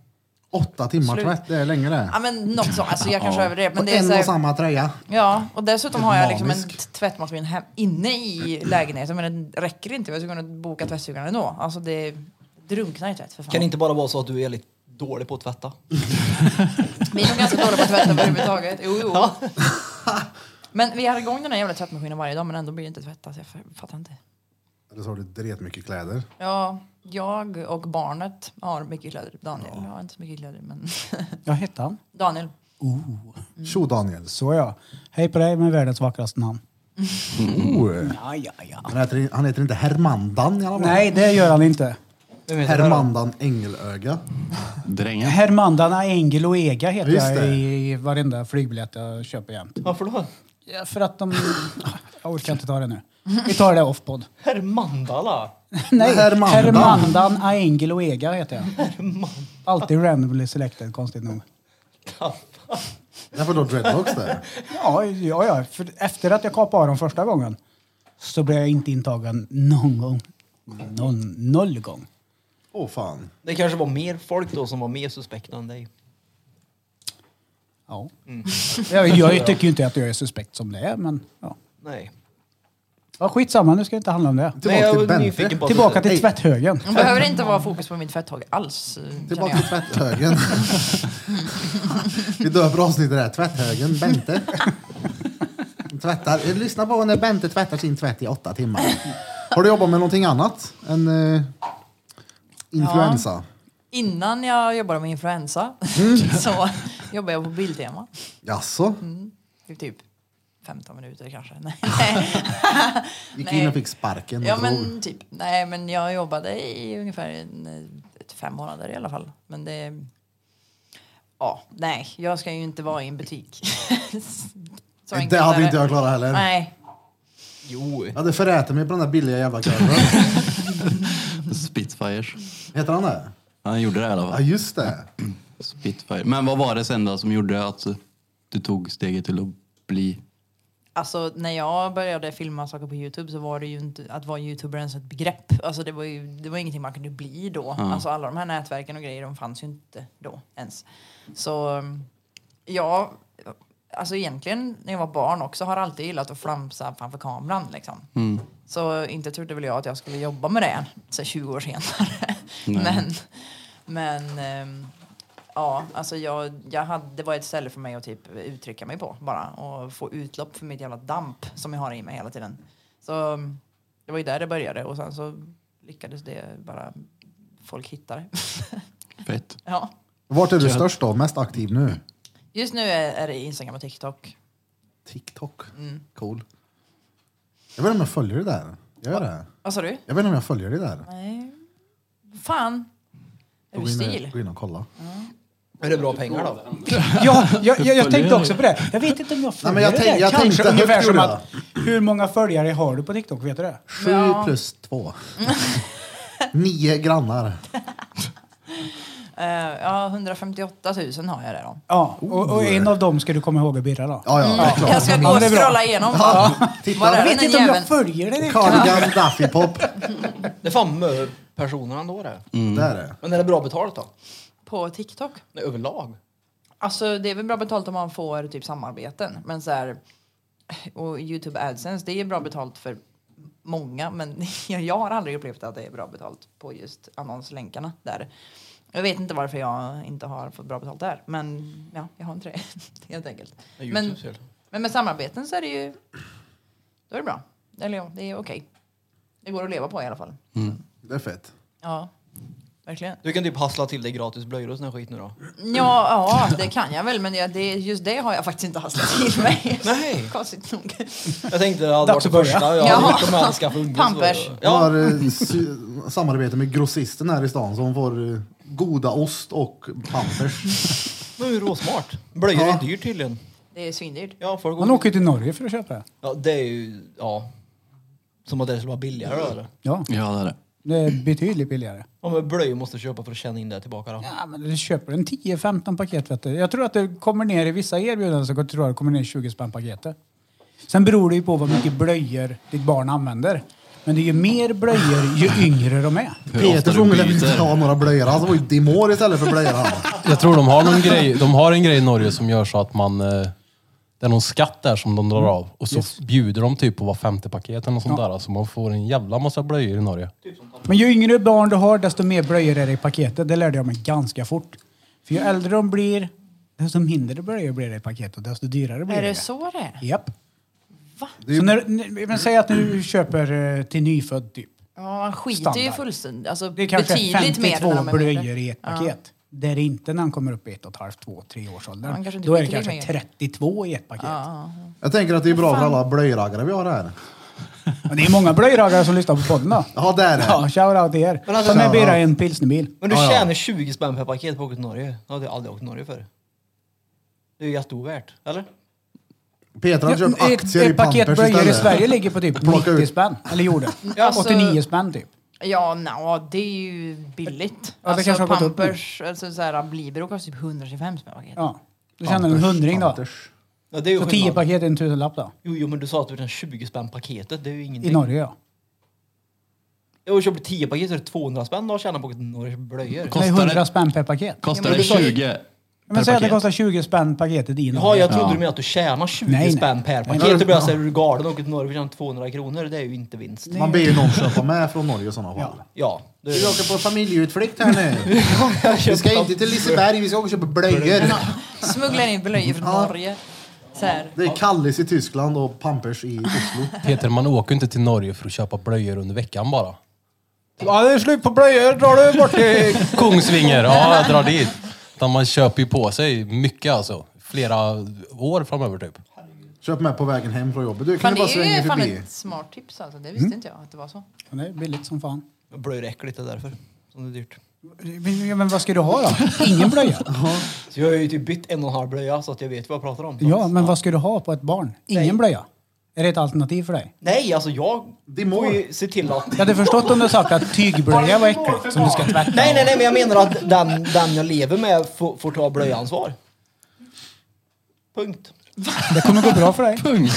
Speaker 1: Åtta timmar
Speaker 3: Slut.
Speaker 1: tvätt, det är länge det.
Speaker 3: ja men något så, alltså jag kanske
Speaker 5: Ja.
Speaker 3: överdrev.
Speaker 1: På
Speaker 3: Men det är
Speaker 1: en
Speaker 3: så
Speaker 1: och
Speaker 3: här,
Speaker 1: samma tröja.
Speaker 3: Ja, och dessutom har jag liksom en
Speaker 1: manisk.
Speaker 3: t- tvättmaskin hem, inne i lägenheten men det räcker inte. Jag skulle kunna boka tvättstugan ändå. Alltså det drunknar i tvätt för fan.
Speaker 4: Kan det inte bara vara så att du är lite dålig på att tvätta?
Speaker 3: Vi är nog ganska dåliga på att tvätta överhuvudtaget. Jo, jo. Men vi har igång den här jävla tvättmaskinen varje dag men ändå blir det inte tvättat. Jag f- fattar inte.
Speaker 1: Eller så har du dret mycket kläder.
Speaker 3: Ja, jag och barnet har mycket kläder. Daniel har inte så mycket kläder men...
Speaker 2: Jag hette han.
Speaker 3: Daniel.
Speaker 1: Tjo Daniel.
Speaker 2: Så ja. Hej på dig med världens vackraste namn.
Speaker 1: Oh.
Speaker 2: Ja, ja, ja.
Speaker 1: Han, heter, han heter inte Hermandan i alla fall.
Speaker 2: Nej, det gör han inte.
Speaker 4: Vem heter det här då?
Speaker 1: Hermandan Ängelöga.
Speaker 5: Drängen.
Speaker 2: Hermandana Engel och Ega heter
Speaker 1: Just
Speaker 2: jag
Speaker 1: det.
Speaker 2: i varenda flygbiljett jag köper jämt.
Speaker 4: Varför då?
Speaker 2: Ja, för att de... Jag orkar inte ta det nu. Vi tar det off-podd.
Speaker 4: Herr Mandala!
Speaker 2: Nej,
Speaker 1: Hermandan.
Speaker 2: Hermandan Engel och Ega heter jag. Alltid randomly selected, konstigt nog.
Speaker 1: Därför då dreadlocks där.
Speaker 2: Ja, ja, ja. För efter att jag kapade av dem första gången så blev jag inte intagen någon gång. Någon, noll gång.
Speaker 1: Åh fan.
Speaker 4: Det kanske var mer folk då som var mer suspekta än dig.
Speaker 2: Ja. Jag, jag tycker ju inte att jag är suspekt som det är, men ja.
Speaker 4: Nej.
Speaker 2: ja skitsamma, nu ska det inte handla om det.
Speaker 1: Tillbaka
Speaker 4: Nej, jag
Speaker 1: till
Speaker 4: var
Speaker 1: Bente.
Speaker 4: nyfiken på-
Speaker 2: Tillbaka till
Speaker 1: Hej.
Speaker 2: tvätthögen.
Speaker 3: Man behöver inte vara fokus på mitt tvätthåg alls. känner
Speaker 1: Tillbaka
Speaker 3: jag.
Speaker 1: till tvätthögen. Vi döper avsnittet där. Tvätthögen, Bente. Tvättar. Lyssna på när Bente tvättar sin tvätt i åtta timmar. Har du jobbat med någonting annat än eh, influensa?
Speaker 3: Innan jag jobbade med influensa så jobbade jag på Biltema.
Speaker 1: Jaså?
Speaker 3: i Typ 15 minuter kanske. Nej.
Speaker 1: Gick
Speaker 3: Nej.
Speaker 1: in och fick sparken och
Speaker 3: Ja
Speaker 1: drog.
Speaker 3: men typ. Nej men jag jobbade i ungefär en, eh, ett fem månader i alla fall. Men det... Ja, nej. Jag ska ju inte vara i en butik. Så enkelt
Speaker 1: Det
Speaker 3: är
Speaker 1: hade inte jag klarat heller.
Speaker 3: Nej.
Speaker 4: Jo.
Speaker 1: Jag hade förätit mig på den där billiga jävla korven.
Speaker 5: Spitfires.
Speaker 1: Heter han det?
Speaker 5: Han gjorde det i alla
Speaker 1: Ja,
Speaker 5: fall.
Speaker 1: just det.
Speaker 5: Spitfire. Men vad var det sen då som gjorde att du tog steget till att bli...
Speaker 3: Alltså när jag började filma saker på Youtube så var det ju inte att vara youtuber ens ett begrepp. Alltså det var ju det var ingenting man kunde bli då. Alltså alla de här nätverken och grejer de fanns ju inte då ens. Så ja, alltså egentligen när jag var barn också har jag alltid gillat att flamsa framför kameran liksom. Så inte trodde väl jag att jag skulle jobba med det så 20 år senare. men men ehm, Ja, alltså jag, jag hade, det var ett ställe för mig att typ uttrycka mig på bara och få utlopp för mitt jävla damp som jag har i mig hela tiden. Så mm, det var ju där det började och sen så lyckades det bara folk hitta det.
Speaker 5: Fett.
Speaker 3: ja.
Speaker 1: Vart är du störst då? Mest aktiv nu?
Speaker 3: Just nu är, är det Instagram och TikTok.
Speaker 1: TikTok.
Speaker 3: Mm.
Speaker 1: Cool. Jag vet inte om jag följer det där. Jag gör det.
Speaker 3: Vad sa du?
Speaker 1: Jag vet inte om jag följer det där.
Speaker 3: Nej. Fan. Är
Speaker 1: Gå
Speaker 3: du
Speaker 1: in och-
Speaker 3: stil?
Speaker 1: Gå in och kolla.
Speaker 4: Är det bra pengar då?
Speaker 2: Ja, jag, jag, jag tänkte också på det. Jag vet inte om jag följer
Speaker 1: men jag tänk-
Speaker 2: det.
Speaker 1: jag tänkte
Speaker 2: Kanske
Speaker 1: högt,
Speaker 2: ungefär som
Speaker 1: gjorde
Speaker 2: att, hur många följare har du på TikTok? Vet du det?
Speaker 1: Sju
Speaker 3: Ja.
Speaker 1: plus två. Nio grannar.
Speaker 3: Eh, ja, 158 000 har jag där då.
Speaker 2: Ja, och, och en av dem ska du komma ihåg att birra då.
Speaker 1: Ja, ja, det är klart.
Speaker 3: Jag ska gå
Speaker 2: Ja,
Speaker 3: och
Speaker 2: det är bra.
Speaker 3: scrolla igenom. Var
Speaker 1: Titta.
Speaker 3: är
Speaker 2: Jag vet
Speaker 3: den
Speaker 2: inte om
Speaker 3: jäveln?
Speaker 2: jag följer det.
Speaker 1: Cardigan Daffy Pop.
Speaker 4: Det är fan mö- personer ändå det.
Speaker 5: Mm.
Speaker 1: Det är det.
Speaker 4: Men är det bra betalt då?
Speaker 3: På TikTok?
Speaker 4: Nej, överlag?
Speaker 3: Alltså det är väl bra betalt om man får typ samarbeten. Men så här, och Youtube AdSense, det är bra betalt för många. Men jag, jag har aldrig upplevt att det är bra betalt på just annonslänkarna där. Jag vet inte varför jag inte har fått bra betalt där. Men ja, jag har inte det helt enkelt.
Speaker 4: Nej,
Speaker 3: Men,
Speaker 4: YouTube ser-
Speaker 3: men med samarbeten så är det ju, då är det bra. Eller ja, det är okej. Det går att leva på i alla fall.
Speaker 1: Det är fett.
Speaker 3: Ja, verkligen.
Speaker 4: Du kan typ hassla till dig gratis blöjor och sån här skit nu då.
Speaker 3: Ja, ja, det kan jag väl, men jag, det, just det har jag faktiskt inte hasslat till mig.
Speaker 4: Nej.
Speaker 3: Konstigt nog.
Speaker 4: Jag tänkte det hade
Speaker 2: Dags
Speaker 4: varit det
Speaker 2: att börja.
Speaker 4: första jag
Speaker 3: Jaha.
Speaker 4: hade gjort om jag hade skaffat unge.
Speaker 3: Pampers.
Speaker 4: Så-
Speaker 1: Jag
Speaker 4: Ja,
Speaker 1: har eh, sy- samarbete med grossisten här i stan så hon får eh, goda ost och pampers.
Speaker 4: men det är ju råsmart. Blöjor
Speaker 1: Ja.
Speaker 4: är dyrt tydligen.
Speaker 3: Det är svindyrt.
Speaker 4: Ja, folk
Speaker 2: Han åker ju till Norge för att köpa det.
Speaker 4: Ja, det är ju... Ja. Som att det skulle vara billigare
Speaker 2: Mm.
Speaker 4: då eller?
Speaker 2: Ja,
Speaker 5: Ja, det är det.
Speaker 2: det är betydligt billigare.
Speaker 4: Ja, men blöjor måste du köpa för att känna in det tillbaka då.
Speaker 2: Ja, men du köper en 10-15 paket vet du. Jag tror att det kommer ner i vissa erbjudanden så tror jag det kommer ner 20 spänn paketet. Sen beror det ju på vad mycket blöjor ditt barn använder. Men det är ju mer blöjor ju yngre de är.
Speaker 5: Hur ofta
Speaker 1: Peter
Speaker 5: du
Speaker 1: från ville
Speaker 5: byter.
Speaker 1: inte ha några blöjor. Han var ju Dimor istället för blöjor. han.
Speaker 6: Jag tror de har någon grej, de har en grej i Norge som gör så att man... eh, Det är någon skatt där som de drar av och så bjuder de typ på var femte paket eller något sånt där. Så man får en jävla massa blöjor i Norge.
Speaker 2: Men ju yngre barn du har desto mer blöjor är det i paketet. Det lärde jag mig ganska fort. För ju äldre de blir desto mindre blöjor blir det i paketet och desto dyrare blir
Speaker 3: Är
Speaker 2: det.
Speaker 3: det så det är?
Speaker 2: Japp.
Speaker 1: Det är ju-
Speaker 2: Så när, när, men säg att du köper eh, till nyfödd typ.
Speaker 3: Ja, man skiter ju
Speaker 2: Standard.
Speaker 3: fullständigt. Alltså,
Speaker 2: Det är kanske
Speaker 3: betydligt mer
Speaker 2: 52
Speaker 3: när de är mindre.
Speaker 2: blöjor i ett
Speaker 3: Ja.
Speaker 2: paket. Det är det inte när han kommer upp i ett och ett halvt, två, tre års ålder.
Speaker 3: Han kanske inte
Speaker 2: Då är det
Speaker 3: skiter
Speaker 2: kanske
Speaker 3: lika mycket.
Speaker 2: 32 i ett paket.
Speaker 3: Ja,
Speaker 1: Jag tänker att det är bra för alla blöjraggare vi har här.
Speaker 2: Men det är många blöjraggare som lyssnar på podden då.
Speaker 1: Ja, det är det.
Speaker 2: Ja, shoutout till er.
Speaker 4: Men alltså-
Speaker 2: Ta med
Speaker 1: Shoutout.
Speaker 2: bira i en pilsnerbil.
Speaker 4: Men du
Speaker 1: Ja, ja.
Speaker 4: tjänar 20 spänn per paket på att åka till Norge. Det hade jag aldrig åkt till Norge för. Det är ju jätteovärt, eller?
Speaker 1: Peter har köpt
Speaker 2: Ett,
Speaker 1: alltså, aktier i
Speaker 2: ett paket
Speaker 1: pampers
Speaker 2: blöjor i
Speaker 1: istället.
Speaker 2: Sverige ligger på typ
Speaker 1: Plocka
Speaker 2: 90
Speaker 1: ut.
Speaker 2: spänn. Eller gjorde.
Speaker 3: Alltså-
Speaker 2: 89 spänn typ.
Speaker 3: ja. ja nå, det är ju billigt. Alltså,
Speaker 2: det kanske har gått upp nu.
Speaker 3: Pampers, alltså så här, Blibero kostar typ 125 spänn paket.
Speaker 2: Ja. Du tjänar en hundring då.
Speaker 4: Ja, det är ju
Speaker 2: Så 10
Speaker 4: skillnad.
Speaker 2: paket är en tusenlapp då.
Speaker 4: Jo, jo, men du sa att du tjänar 20 spänn paketet. Det är ju
Speaker 2: I
Speaker 4: ingenting.
Speaker 2: Norge ja.
Speaker 4: Jag köper 10 paket så är det 200 spänn då att tjäna på att åka till Norge för blöjor.
Speaker 2: Det är
Speaker 5: Kostar
Speaker 2: 100
Speaker 5: det-
Speaker 2: spänn per paket.
Speaker 5: Kostar
Speaker 3: Ja, men du
Speaker 5: det
Speaker 3: sa ju-
Speaker 5: 20
Speaker 2: Men
Speaker 5: per
Speaker 2: säg att det
Speaker 5: paket?
Speaker 2: kostar 20 spänn paketet i
Speaker 4: Jaha,
Speaker 2: Norge.
Speaker 4: jag trodde
Speaker 5: Ja.
Speaker 4: du menade att du tjänar 20
Speaker 2: Nej, nej.
Speaker 4: spänn per paket. Då blir jag såhär, är du galen och åker till Norge för att tjäna 200 kronor? Det är ju inte vinst.
Speaker 1: Man ber ju någon köpa med från Norge i sådana fall.
Speaker 4: Ja. Det
Speaker 1: Vi åker på familjeutflykt här nu.
Speaker 4: är...
Speaker 1: Vi ska inte till Liseberg, vi ska åka och köpa blöjor.
Speaker 3: Smugglar in blöjor från
Speaker 1: Ja.
Speaker 3: Norge. Så här.
Speaker 1: Det är Kallis i Tyskland och Pampers i Oslo.
Speaker 6: Peter, man åker inte till Norge för att köpa blöjor under veckan bara. Ja, det är slut på blöjor. Drar du bort till Kungsvinger? Ja, jag drar dit. Utan man köper ju på sig mycket alltså. Flera år framöver typ.
Speaker 1: Köp med på vägen hem från jobbet. Du kan
Speaker 3: Fan,
Speaker 1: ju
Speaker 3: det
Speaker 1: bara svänga
Speaker 3: är ju fan
Speaker 1: förbi.
Speaker 3: ett smart tips alltså.
Speaker 2: Mm.
Speaker 3: Det visste inte jag att det var så.
Speaker 2: Det är billigt som fan.
Speaker 4: Blöjor är äckligt, det är därför. Som det är dyrt.
Speaker 2: Men, ja, men vad ska du ha då? Ingen blöja?
Speaker 4: Så jag har ju typ bytt en och en halv blöja så att jag vet vad jag pratar om.
Speaker 2: Ja, men vad ska du ha på ett barn? Ingen
Speaker 4: Nej.
Speaker 2: blöja? Är det ett alternativ för dig?
Speaker 4: Nej, alltså jag
Speaker 1: Din
Speaker 4: får
Speaker 1: mor.
Speaker 4: ju se till att...
Speaker 2: Jag hade förstått om du sagt att tygblöja var äckligt som du ska tvätta.
Speaker 4: Nej, nej, nej, men jag menar att den, den jag lever med får, får ta blöjansvar. Punkt.
Speaker 2: Det kommer gå bra för dig.
Speaker 5: Punkt.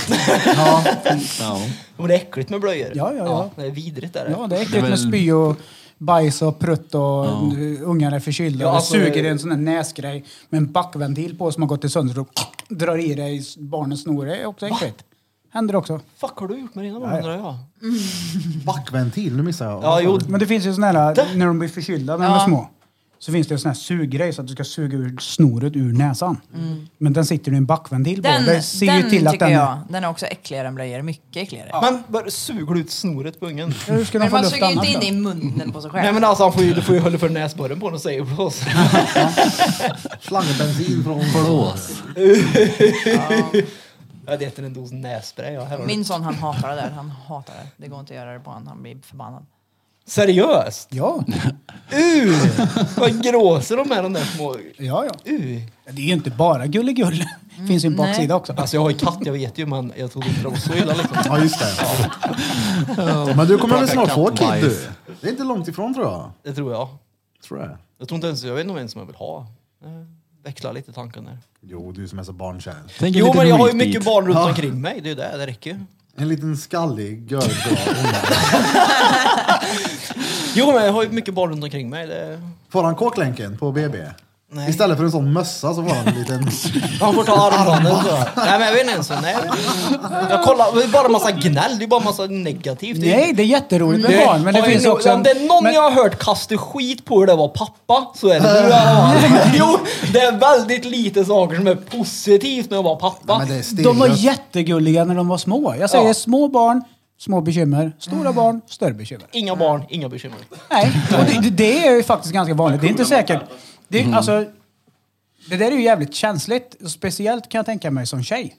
Speaker 1: Ja.
Speaker 5: Ja.
Speaker 4: Men det är äckligt med blöjor.
Speaker 2: Ja, ja, ja.
Speaker 4: det är vidrigt är det.
Speaker 2: Ja, det är
Speaker 5: Det är
Speaker 2: äckligt
Speaker 5: väl-
Speaker 2: med spy och bajs och prutt och eh, ungar är förkylda.
Speaker 4: Ja,
Speaker 2: och
Speaker 4: alltså-
Speaker 2: du suger i en sån där näsgrej med en backventil på som har gått till sönder och drar i dig barnens snor. Det är också äckligt. Händer också.
Speaker 4: Fuck har du gjort med dina barn undrar jag.
Speaker 1: Backventil, nu missar jag.
Speaker 4: Ja, jo.
Speaker 2: Men det finns ju såna här,
Speaker 4: Det-
Speaker 2: när de blir förkylda när de är
Speaker 3: Ja.
Speaker 2: små, så finns det en sån här suggrej så att du ska suga ur snoret ur näsan. Men den sitter i en backventil på.
Speaker 3: Mm. Den,
Speaker 2: Det ser
Speaker 3: den
Speaker 2: ju till att
Speaker 3: tycker
Speaker 2: den...
Speaker 3: jag, den är också äckligare än blöjor. Mycket äckligare.
Speaker 4: Men bara suger du ut snoret på ungen?
Speaker 2: Hur ska de
Speaker 3: Men
Speaker 2: få
Speaker 3: man
Speaker 2: luft
Speaker 3: suger ju
Speaker 2: annars
Speaker 3: inte in
Speaker 2: då?
Speaker 3: det i munnen på sig själv.
Speaker 4: Nej men alltså han får ju, du får ju hålla för näsborren på honom och säga blås.
Speaker 1: Slangbensin från...
Speaker 5: Blås.
Speaker 4: Jag hade gett en dos nässpray. Ja, här har du.
Speaker 3: Min son han hatar det där. Han hatar det. Det går inte att göra det på honom. Han blir förbannad.
Speaker 4: Seriöst?
Speaker 2: Ja,
Speaker 4: Uh! Vad gråser de med de där små...
Speaker 2: ja, ja.
Speaker 4: Uh!
Speaker 2: Det är ju inte bara gulligull. Det finns ju en
Speaker 3: Mm, nej.
Speaker 2: baksida också.
Speaker 4: Alltså jag har ju katt, jag vet ju men jag trodde inte de var så illa liksom.
Speaker 1: Ja, just det. Men du kommer väl snart få kid
Speaker 5: Kattbajs.
Speaker 1: du? Det är inte långt ifrån tror jag.
Speaker 4: Det tror jag.
Speaker 1: Tror jag.
Speaker 4: Jag tror inte ens, jag vet inte ens om jag vill ha. Eh, Växla lite tanken där.
Speaker 1: Jo, du som är så barnkär.
Speaker 5: Tänk en
Speaker 4: Jo
Speaker 5: liten
Speaker 4: men jag har ju
Speaker 5: skitbit.
Speaker 4: mycket barn runt omkring mig, det är ju det, det räcker ju.
Speaker 1: En liten skallig görglad.
Speaker 4: Jo men jag har ju mycket barn runt omkring mig. Det...
Speaker 1: Får han kåklänken på BB?
Speaker 4: Nej.
Speaker 1: Istället för en sån mössa så får han en liten...
Speaker 4: Han får ta armbandet så. Nej men jag vet inte ens. Nej, jag, vet inte. jag kollar, det är bara massa gnäll, det är bara massa negativt. Det är-
Speaker 2: Nej, det är jätteroligt med barn, men det
Speaker 4: Har
Speaker 2: finns
Speaker 4: jag,
Speaker 2: också...
Speaker 4: Om det är någon
Speaker 2: men-
Speaker 4: jag har hört kasta skit på hur det var pappa, så är det du. Johan. Jo, det är väldigt lite saker som är positivt när jag var pappa.
Speaker 1: Men det är stilgött.
Speaker 2: De var jättegulliga när de var små. Jag säger
Speaker 4: Ja.
Speaker 2: små barn, små bekymmer. Stora
Speaker 3: Mm.
Speaker 2: barn, större bekymmer.
Speaker 4: Inga barn, inga bekymmer.
Speaker 2: Nej, och det, det- det är ju faktiskt ganska vanligt. Det är inte säkert. Det,
Speaker 1: Mm.
Speaker 2: alltså, det där är ju jävligt känsligt. Och Speciellt kan jag tänka mig som tjej.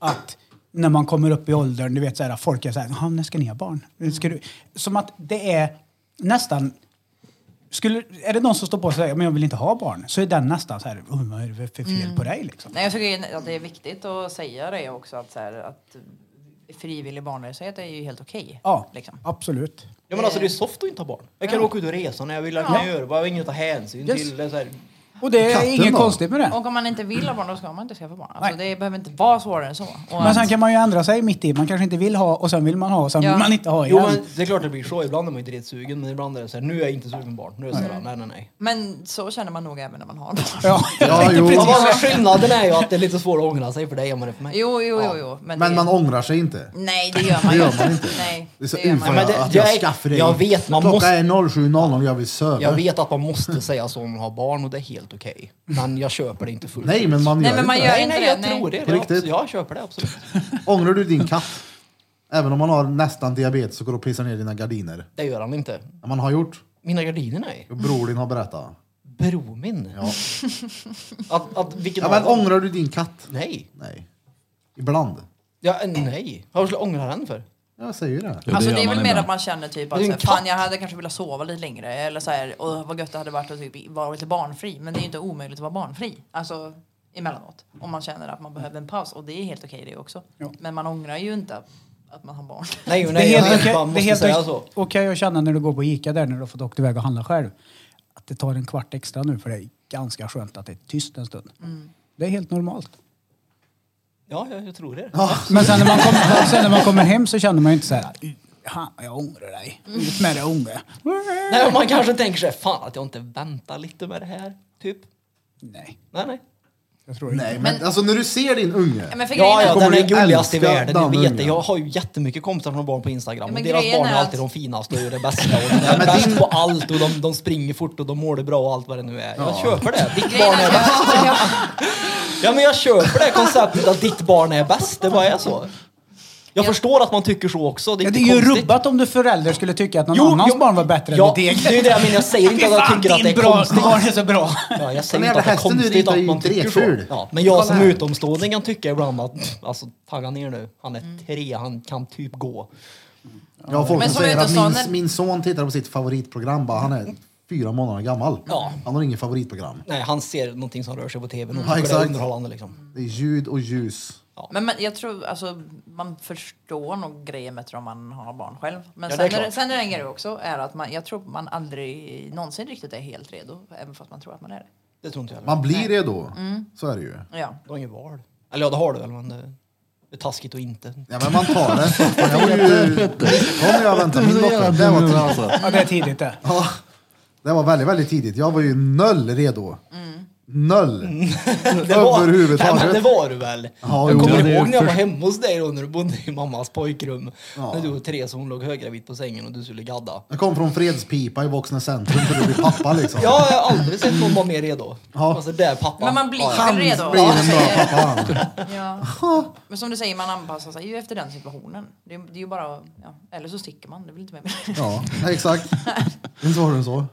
Speaker 2: Att när man kommer upp i åldern, du vet såhär, folk är såhär, "Jaha, när ska ni ha barn? Nu Ska du? Som att det är nästan... Skulle, är det någon som står på och säger men jag vill inte ha barn, så är den nästan så här, "Oh, vad är det för fel
Speaker 3: Mm.
Speaker 2: på dig liksom?
Speaker 3: Nej, jag tycker att det är viktigt att säga det också. Att, så här, att frivillig barnlöshet är ju helt okej.
Speaker 2: Ja,
Speaker 3: liksom.
Speaker 2: absolut.
Speaker 4: Ja, men alltså, det är soft att inte ha barn. Jag kan åka ut och resa när jag vill. Jag kan göra vad jag inget att ta hänsyn
Speaker 2: Yes.
Speaker 4: till. Det är så här.
Speaker 2: Och det är
Speaker 1: Katten
Speaker 2: inget
Speaker 1: då?
Speaker 2: konstigt med det.
Speaker 3: Och om man inte vill ha barn, då ska man inte skaffa barn. Alltså,
Speaker 2: Nej.
Speaker 3: det behöver inte vara svårare än så. Och
Speaker 2: Men
Speaker 3: att-
Speaker 2: sen kan man ju ändra sig mitt i. Man kanske inte vill ha och sen vill man ha och sen
Speaker 3: Ja.
Speaker 2: vill man inte ha igen.
Speaker 4: Jo, men det är klart det blir så. Ibland är man ju dretsugen, men ibland är det så här, nu är jag inte sugen på barn. Nu är det så här,
Speaker 2: Mm.
Speaker 4: nej, nej, nej.
Speaker 3: men så känner man nog även när man har barn.
Speaker 2: Ja, jag
Speaker 1: Ja,
Speaker 2: tänkte
Speaker 1: jo.
Speaker 4: Ja,
Speaker 2: precis.
Speaker 4: bara skillnaden är ju att det är lite svårt att ångra sig för dig än vad det är för mig.
Speaker 3: Jo, jo, jo. jo. Men,
Speaker 1: Men
Speaker 3: det,
Speaker 1: man ångrar sig inte.
Speaker 3: Nej, det gör man ju
Speaker 1: gör man inte.
Speaker 3: Nej,
Speaker 1: Det är så
Speaker 3: det gör man
Speaker 1: ufo
Speaker 3: inte.
Speaker 4: Men det-
Speaker 1: att jag,
Speaker 4: jag-
Speaker 1: skaffar dig.
Speaker 4: jag vet, man
Speaker 1: Klockan
Speaker 4: måste-
Speaker 1: är 07.00 och jag vill söva.
Speaker 4: Jag vet att man måste säga så om man har barn och det är helt okej. Men jag köper det inte fullt
Speaker 1: Nej,
Speaker 4: ut.
Speaker 1: men man gör
Speaker 3: Nej, men
Speaker 1: inte
Speaker 3: man
Speaker 1: det.
Speaker 3: gör-
Speaker 4: Nej,
Speaker 3: inte
Speaker 4: nej,
Speaker 3: det,
Speaker 4: jag
Speaker 3: nej.
Speaker 4: tror det.
Speaker 1: På riktigt?
Speaker 4: Jag, jag köper det absolut.
Speaker 1: Ångrar du din katt? Även om man har nästan diabetes så går du och pissar ner dina gardiner.
Speaker 4: Det gör han inte.
Speaker 1: Ja, Man har gjort.
Speaker 4: Mina gardiner, nej.
Speaker 1: Bror din har berättat.
Speaker 4: Bro min.
Speaker 1: Ja.
Speaker 4: Att, att, vilken
Speaker 1: Ja, men
Speaker 4: av dem?
Speaker 1: ångrar du din katt?
Speaker 4: Nej.
Speaker 1: Nej. Ibland.
Speaker 4: Ja, eh, nej. Varför skulle jag ångra den för?
Speaker 1: Jag säger ju det.
Speaker 5: Jo,
Speaker 3: Alltså det,
Speaker 5: gör
Speaker 3: är väl
Speaker 5: man
Speaker 3: mer
Speaker 5: ibland.
Speaker 3: att man känner typ
Speaker 4: Det
Speaker 3: att
Speaker 4: är
Speaker 3: så
Speaker 4: en
Speaker 3: här, fan
Speaker 4: katt.
Speaker 3: jag hade kanske velat sova lite längre eller så här, och vad gött det hade varit att typ vara lite barnfri. Men det är ju inte omöjligt att vara barnfri. Alltså emellanåt. Om man känner att man behöver en paus och det är helt okej det också. Men man ångrar ju inte att- att man har barn.
Speaker 4: Nej, nej.
Speaker 2: Det är
Speaker 4: jag
Speaker 2: helt
Speaker 4: tycker
Speaker 2: okej
Speaker 4: man
Speaker 2: det är
Speaker 4: måste
Speaker 2: helt
Speaker 4: säga
Speaker 2: okej
Speaker 4: så.
Speaker 2: okej att känna när du går på Ica där när du har fått åka iväg och handla själv. Att det tar en kvart extra nu för det är ganska skönt att det är tyst en stund. Det är helt normalt.
Speaker 4: Ja, jag, jag tror det.
Speaker 2: Men sen när, man kom, sen när man kommer hem så känner man ju inte så här. Han, jag ångrar dig. Ut med dig unge.
Speaker 4: Nej, man kanske tänker sig, fan att jag inte väntar lite med det här. Typ.
Speaker 2: Nej,
Speaker 4: Nej, nej.
Speaker 2: jag tror inte.
Speaker 1: Nej, men, alltså när du ser din unge.
Speaker 3: Men för
Speaker 4: Ja,
Speaker 3: grejen är-
Speaker 4: ja,
Speaker 1: kommer
Speaker 4: den
Speaker 1: du
Speaker 4: är gulligast i
Speaker 1: älska
Speaker 4: världen.
Speaker 1: den
Speaker 4: Jag vet det.
Speaker 1: ungen.
Speaker 4: Jag har ju jättemycket kompisar från barn på Instagram.
Speaker 3: Ja,
Speaker 4: och
Speaker 3: men
Speaker 4: deras
Speaker 3: grejen
Speaker 4: barn
Speaker 3: är
Speaker 4: är
Speaker 3: att-
Speaker 4: alltid de finaste och gör det bästa. Och de är
Speaker 1: men
Speaker 4: bäst
Speaker 1: din-
Speaker 4: på allt och de, de springer fort och de mår det bra och allt vad det nu är. Jag köper det. Ditt
Speaker 3: grejen
Speaker 4: barn
Speaker 3: är
Speaker 4: är
Speaker 3: att
Speaker 4: bäst.
Speaker 3: jag- jag-
Speaker 4: Ja, men jag köper det konceptet att ditt barn är bäst. Det bara är så. Jag förstår att man tycker så också. Det är,
Speaker 2: Ja,
Speaker 4: inte
Speaker 2: det är ju
Speaker 4: konstigt.
Speaker 2: rubbat om du förälder skulle tycka att någon
Speaker 4: Jo,
Speaker 2: annans
Speaker 4: jo.
Speaker 2: barn var bättre
Speaker 4: Ja,
Speaker 2: än ditt eget.
Speaker 4: det är det jag menar. Jag säger inte att jag
Speaker 2: Fy fan,
Speaker 4: tycker att det är
Speaker 2: din bra
Speaker 4: konstigt.
Speaker 2: barn är så bra.
Speaker 4: Ja, jag
Speaker 1: Den
Speaker 4: säger
Speaker 1: jävla
Speaker 4: inte att det är
Speaker 1: hästen du
Speaker 4: konstigt
Speaker 1: ritar
Speaker 4: att
Speaker 1: ju
Speaker 4: man tycker så.
Speaker 1: dretful.
Speaker 4: Ja, men jag
Speaker 1: Kolla
Speaker 4: som
Speaker 1: här.
Speaker 4: utomstående kan tycka ibland att, alltså tagga ner nu. Han
Speaker 3: Mm.
Speaker 4: är tre, han kan typ gå.
Speaker 1: Jag har folk
Speaker 3: Men
Speaker 1: som
Speaker 3: så är
Speaker 1: säger
Speaker 3: det
Speaker 1: att
Speaker 3: så
Speaker 1: min,
Speaker 3: när-
Speaker 1: min son tittar på sitt favoritprogram. Bara, han är fyra månader gammal.
Speaker 4: Ja.
Speaker 1: Han har inget favoritprogram.
Speaker 4: Nej, han ser någonting som rör sig på tv och
Speaker 1: Ja,
Speaker 4: tycker det är
Speaker 1: exakt.
Speaker 4: underhållande liksom.
Speaker 1: Det är ljud och ljus.
Speaker 3: Men, men jag tror alltså, man förstår nog grejer bättre om man har barn själv. Men
Speaker 4: Ja, det
Speaker 3: sen,
Speaker 4: är
Speaker 3: är det,
Speaker 4: klart.
Speaker 3: sen är det en grej också, är att man, jag tror man aldrig någonsin riktigt är helt redo, även fast man tror att man är det.
Speaker 4: Det tror inte jag.
Speaker 1: Man blir redo. Så är det ju.
Speaker 3: Ja.
Speaker 4: Du har inget val. Eller ja, det har du väl, men det det är taskigt och inte.
Speaker 1: Ja, men man tar det. Fan, Jag var ju 19 när jag väntade min dotter. Det var, tidigt.
Speaker 2: Ja, det är tidigt det.
Speaker 1: Ja, det var väldigt, väldigt tidigt. Jag var ju noll redo. Noll.
Speaker 4: Det var,
Speaker 1: Överhuvudtaget.
Speaker 4: Nej, men det var du väl?
Speaker 1: Ja,
Speaker 4: jag
Speaker 1: jo.
Speaker 4: kommer
Speaker 5: Ja, det är
Speaker 4: ihåg när jag var
Speaker 5: först-
Speaker 4: hemma hos dig då, när du bodde i mammas pojkrum.
Speaker 1: Ja.
Speaker 4: När du och Therese hon låg höggravid på sängen och du skulle gadda.
Speaker 1: Jag kom från fredspipa i Voxnäs centrum för att bli pappa liksom.
Speaker 4: Ja, jag har aldrig sett någon vara mer redo.
Speaker 1: Ja.
Speaker 4: Alltså, där pappa.
Speaker 3: Men man blir
Speaker 4: Ja,
Speaker 1: Han
Speaker 3: väl redo?
Speaker 1: blir
Speaker 3: Ja,
Speaker 1: en bra pappa han.
Speaker 3: Ja. Men som du säger, man anpassar sig ju efter den situationen. Det är, det är ju bara, ja. Eller så sticker man, det blir inte mer med
Speaker 1: Ja, nej, exakt. Inte svårare än så.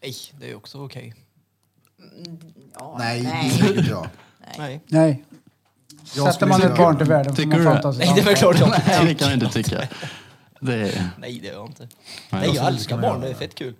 Speaker 4: Nej, det är också okej.
Speaker 3: ja,
Speaker 1: Nej, det är säkert jag.
Speaker 4: Nej.
Speaker 2: Nej.
Speaker 1: Jag
Speaker 2: Sätter
Speaker 1: skulle
Speaker 2: man
Speaker 1: säga-
Speaker 2: ett barn till världen får
Speaker 5: Tycker
Speaker 2: man
Speaker 5: du
Speaker 2: fan
Speaker 5: det?
Speaker 2: ta sitt
Speaker 4: Nej, det är väl
Speaker 2: ansvar.
Speaker 4: klart jag
Speaker 5: Nej,
Speaker 4: inte
Speaker 5: det kan jag inte tycka. Det är,
Speaker 4: Nej, det är jag inte.
Speaker 5: Nej,
Speaker 4: Nej,
Speaker 5: jag
Speaker 4: jag
Speaker 1: skulle
Speaker 4: älskar
Speaker 1: kunna
Speaker 4: barn.
Speaker 1: göra
Speaker 4: Det är
Speaker 1: det.
Speaker 4: fett kul.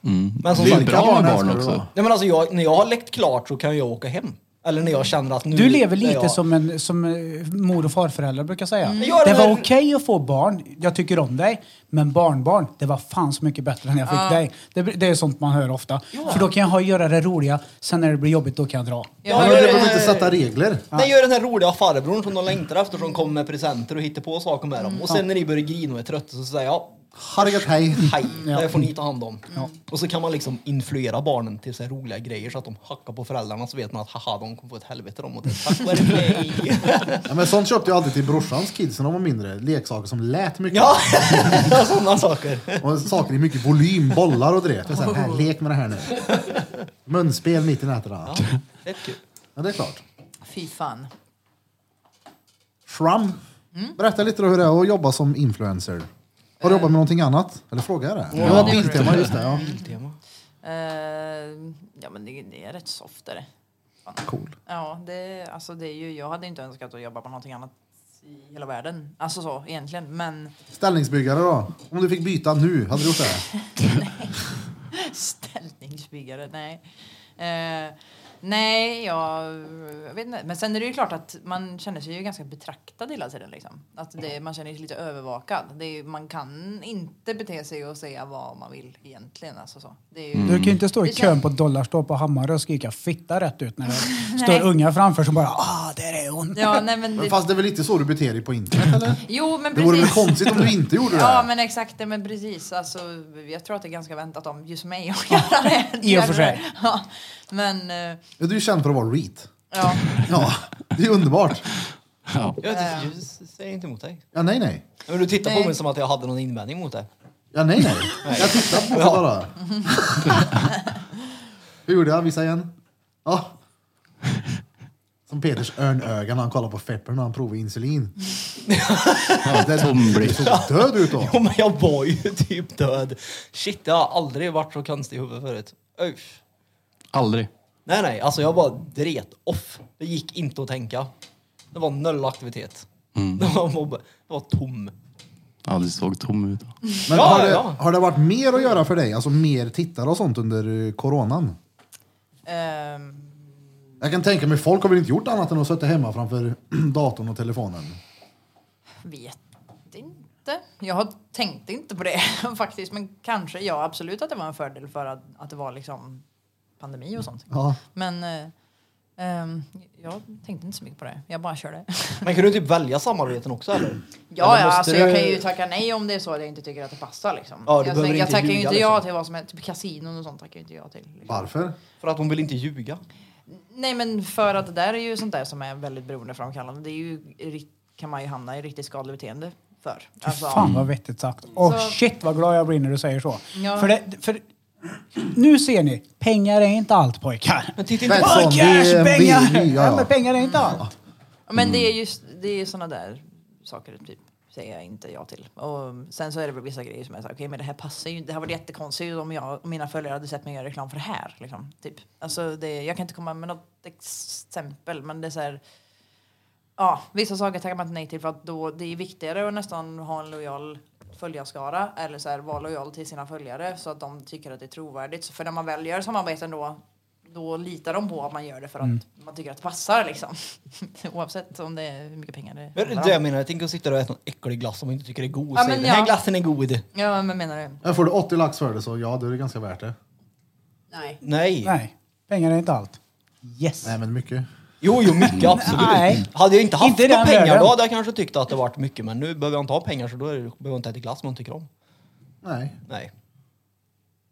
Speaker 5: men
Speaker 4: Men som
Speaker 5: det är
Speaker 4: sagt,
Speaker 5: bra
Speaker 1: barn
Speaker 5: med
Speaker 1: älskar
Speaker 5: barn
Speaker 1: du då?
Speaker 5: också.
Speaker 4: Nej, men alltså jag, när jag har läckt klart så kan jag åka hem. Eller när jag känner att nu...
Speaker 2: Du lever
Speaker 4: när
Speaker 2: lite
Speaker 4: jag,
Speaker 2: som, en, som eh, mor och farföräldrar brukar säga.
Speaker 3: Mm.
Speaker 4: Ja,
Speaker 2: Det
Speaker 4: det
Speaker 2: var
Speaker 4: där-
Speaker 2: okej att få barn, jag tycker om dig. Men barnbarn, det var fan så mycket bättre än jag fick dig. Det, det är sånt man hör ofta. För då kan jag ha, göra det roliga, sen när det blir jobbigt då kan jag dra.
Speaker 4: Ja,
Speaker 1: Men
Speaker 4: jag
Speaker 1: då
Speaker 4: gör
Speaker 1: behöver man
Speaker 4: den
Speaker 1: inte
Speaker 4: här-
Speaker 1: sätta regler.
Speaker 4: Nej, jag är den här roliga farbrorn som de längtar efter som kommer med presenter och hittar på saker med dem. Och sen när ni börjar grina och är trötta så säger jag
Speaker 1: Harriet, hej.
Speaker 4: hej, det får ni ta hand om. Och så kan man liksom influera barnen till så här roliga grejer så att de hackar på föräldrarna så vet man att haha, de kommer få ett helvete de och det är tack vare mig.
Speaker 1: Ja, men sånt köpte jag alltid till brorsans kids när de var mindre. Leksaker som lät mycket.
Speaker 4: ja, sådana saker.
Speaker 1: Och saker i mycket volym, bollar och det. Jag så här, här, lek med det här nu. Munspel mitt i nätterna. Ja.
Speaker 4: Det är kul.
Speaker 1: det är klart.
Speaker 3: Fy fan.
Speaker 1: Shrum. Berätta lite då hur det är att jobba som influencer. Har du jobbat med någonting annat? Eller frågar jag det? Ja,
Speaker 3: det gjorde
Speaker 1: Biltema, just det. Ja.
Speaker 4: Tema.
Speaker 3: Eh, ja men det, det är rätt soft är det.
Speaker 1: Cool.
Speaker 3: Ja, det, alltså det är ju, jag hade inte önskat att jobba på någonting annat i hela världen. Alltså så egentligen. Men
Speaker 1: Ställningsbyggare då? Om du fick byta nu, hade du gjort det?
Speaker 3: ställningsbyggare, nej. Eh, nej, jag, jag vet inte. Men sen är det ju klart att man känner sig ju ganska betraktad hela tiden. Liksom. Att det, man känner sig lite övervakad. Det är, ju- man kan inte bete sig och säga vad man vill egentligen. Alltså så. Det är ju,
Speaker 2: Du kan ju inte stå i
Speaker 3: Det känns-
Speaker 2: kön på Dollarstore på Hammarö och skrika fitta rätt ut när det står
Speaker 3: Nej.
Speaker 2: unga framför som bara ah, där är hon.
Speaker 3: Ja, nej, men
Speaker 1: Men
Speaker 3: det,
Speaker 1: Fast det är väl lite så du beter dig på internet eller?
Speaker 3: jo, men
Speaker 1: Det vore väl
Speaker 3: precis.
Speaker 1: konstigt om du inte gjorde det?
Speaker 3: Ja men exakt, det, men precis. Alltså, jag tror att det är ganska väntat om just mig att göra det.
Speaker 2: I och för sig.
Speaker 3: Ja, men eh,
Speaker 1: Ja, Du är känd för att vara reet.
Speaker 3: ja.
Speaker 1: Ja, det är underbart.
Speaker 5: Ja.
Speaker 4: Jag vet inte, jag säger inte emot dig.
Speaker 1: Ja, nej, nej.
Speaker 4: Men du tittar på
Speaker 3: Nej.
Speaker 4: mig som att jag hade någon invändning mot det.
Speaker 1: Ja, nej, nej. Jag tittar på det bara. Hur gjorde jag? Visa igen. Ja. Som Peters örnöga när han kollar på Fepper när han provar insulin.
Speaker 5: Ja, tom blick.
Speaker 1: Du såg död ut då.
Speaker 4: Ja, men jag var ju typ död. Shit, jag har aldrig varit så konstig i huvudet förut. Usch.
Speaker 5: Aldrig.
Speaker 4: Nej, nej, alltså jag bara dret off. Det gick inte att tänka. Det var noll aktivitet. Det, var mobbe. det var tom.
Speaker 5: Aldrig såg tom ut.
Speaker 1: Men
Speaker 4: Ja,
Speaker 1: har, det,
Speaker 4: ja.
Speaker 1: har det varit mer att göra för dig? Alltså mer tittare och sånt under eh, coronan?
Speaker 3: Ehm,
Speaker 1: Jag kan tänka mig, folk har väl inte gjort annat än att sitta hemma framför datorn och telefonen?
Speaker 3: Vet inte. Jag har tänkt inte på det faktiskt. Men kanske, ja absolut att det var en fördel för att, att det var liksom pandemi och sånt.
Speaker 1: Ja.
Speaker 3: Men eh, ehm, jag tänkte inte så mycket på det. Jag bara körde.
Speaker 4: Men kunde du typ välja samarbeten också eller?
Speaker 3: Ja,
Speaker 4: Eller
Speaker 3: ja
Speaker 4: måste
Speaker 3: alltså, jag
Speaker 4: du-
Speaker 3: kan ju tacka nej om det är så att jag inte tycker att det passar. Liksom.
Speaker 4: Ja, du
Speaker 3: jag
Speaker 4: behöver
Speaker 3: tänker- jag
Speaker 4: inte
Speaker 3: tackar ju
Speaker 4: ljuga,
Speaker 3: inte ja
Speaker 4: liksom.
Speaker 3: till vad som helst. Typ kasinon och sånt tackar jag inte ja till. Liksom.
Speaker 1: Varför?
Speaker 4: För att hon vill inte ljuga.
Speaker 3: Nej, men för att det där är ju sånt där som är väldigt beroendeframkallande. Det är ju, ri- kan man ju hamna i riktigt skadligt beteende för. Alltså,
Speaker 2: Fan vad vettigt sagt. Och
Speaker 3: Så-
Speaker 2: shit vad glad jag blir när du säger så.
Speaker 3: Ja.
Speaker 2: För, det, för nu ser ni, pengar är inte allt pojkar.
Speaker 4: Men titta inte
Speaker 1: Men-
Speaker 4: på...
Speaker 1: Svensson,
Speaker 2: Oh,
Speaker 1: det är
Speaker 2: cash,
Speaker 1: en
Speaker 2: pengar!
Speaker 1: bild, ja, ja.
Speaker 2: Ja, men pengar är inte allt.
Speaker 3: Ja, Men det är just det är såna där saker typ säger jag inte ja till. Och sen så är det väl vissa grejer som är så här, okej men det här passar ju inte. Det här var jättekonstigt om jag och mina följare hade sett mig göra reklam för det här. Liksom, typ. alltså det, jag kan inte komma med något exempel men det är så här, ja vissa saker tackar man inte nej till för att då det är viktigare att nästan ha en lojal följarskara eller så här, vara lojal till sina följare så att de tycker att det är trovärdigt. Så för när man väl gör samarbeten då då litar de på att man gör det för att man tycker att det passar liksom. Oavsett om det är hur mycket pengar det
Speaker 4: Men Det är det jag menar, jag tänker sitta där och äta någon äcklig glass som man inte tycker är god. och
Speaker 3: Ja,
Speaker 4: säger,
Speaker 3: men
Speaker 4: Den här
Speaker 3: ja.
Speaker 4: glassen är god.
Speaker 3: Ja, men menar du?
Speaker 1: Men Får du 80 lax för det så ja, då är det ganska värt det.
Speaker 3: Nej.
Speaker 4: Nej.
Speaker 2: Nej, pengar är inte allt. Yes.
Speaker 1: Nej, men mycket.
Speaker 4: Jo, jo, mycket absolut.
Speaker 2: Mm. Nej.
Speaker 4: Hade jag inte haft
Speaker 2: Inte i
Speaker 4: några
Speaker 2: den
Speaker 4: pengar
Speaker 2: världen.
Speaker 4: då hade jag kanske tyckt att det varit mycket. Men nu behöver jag inte ha pengar så då är det- behöver jag inte äta glass som man tycker om.
Speaker 1: Nej.
Speaker 4: Nej.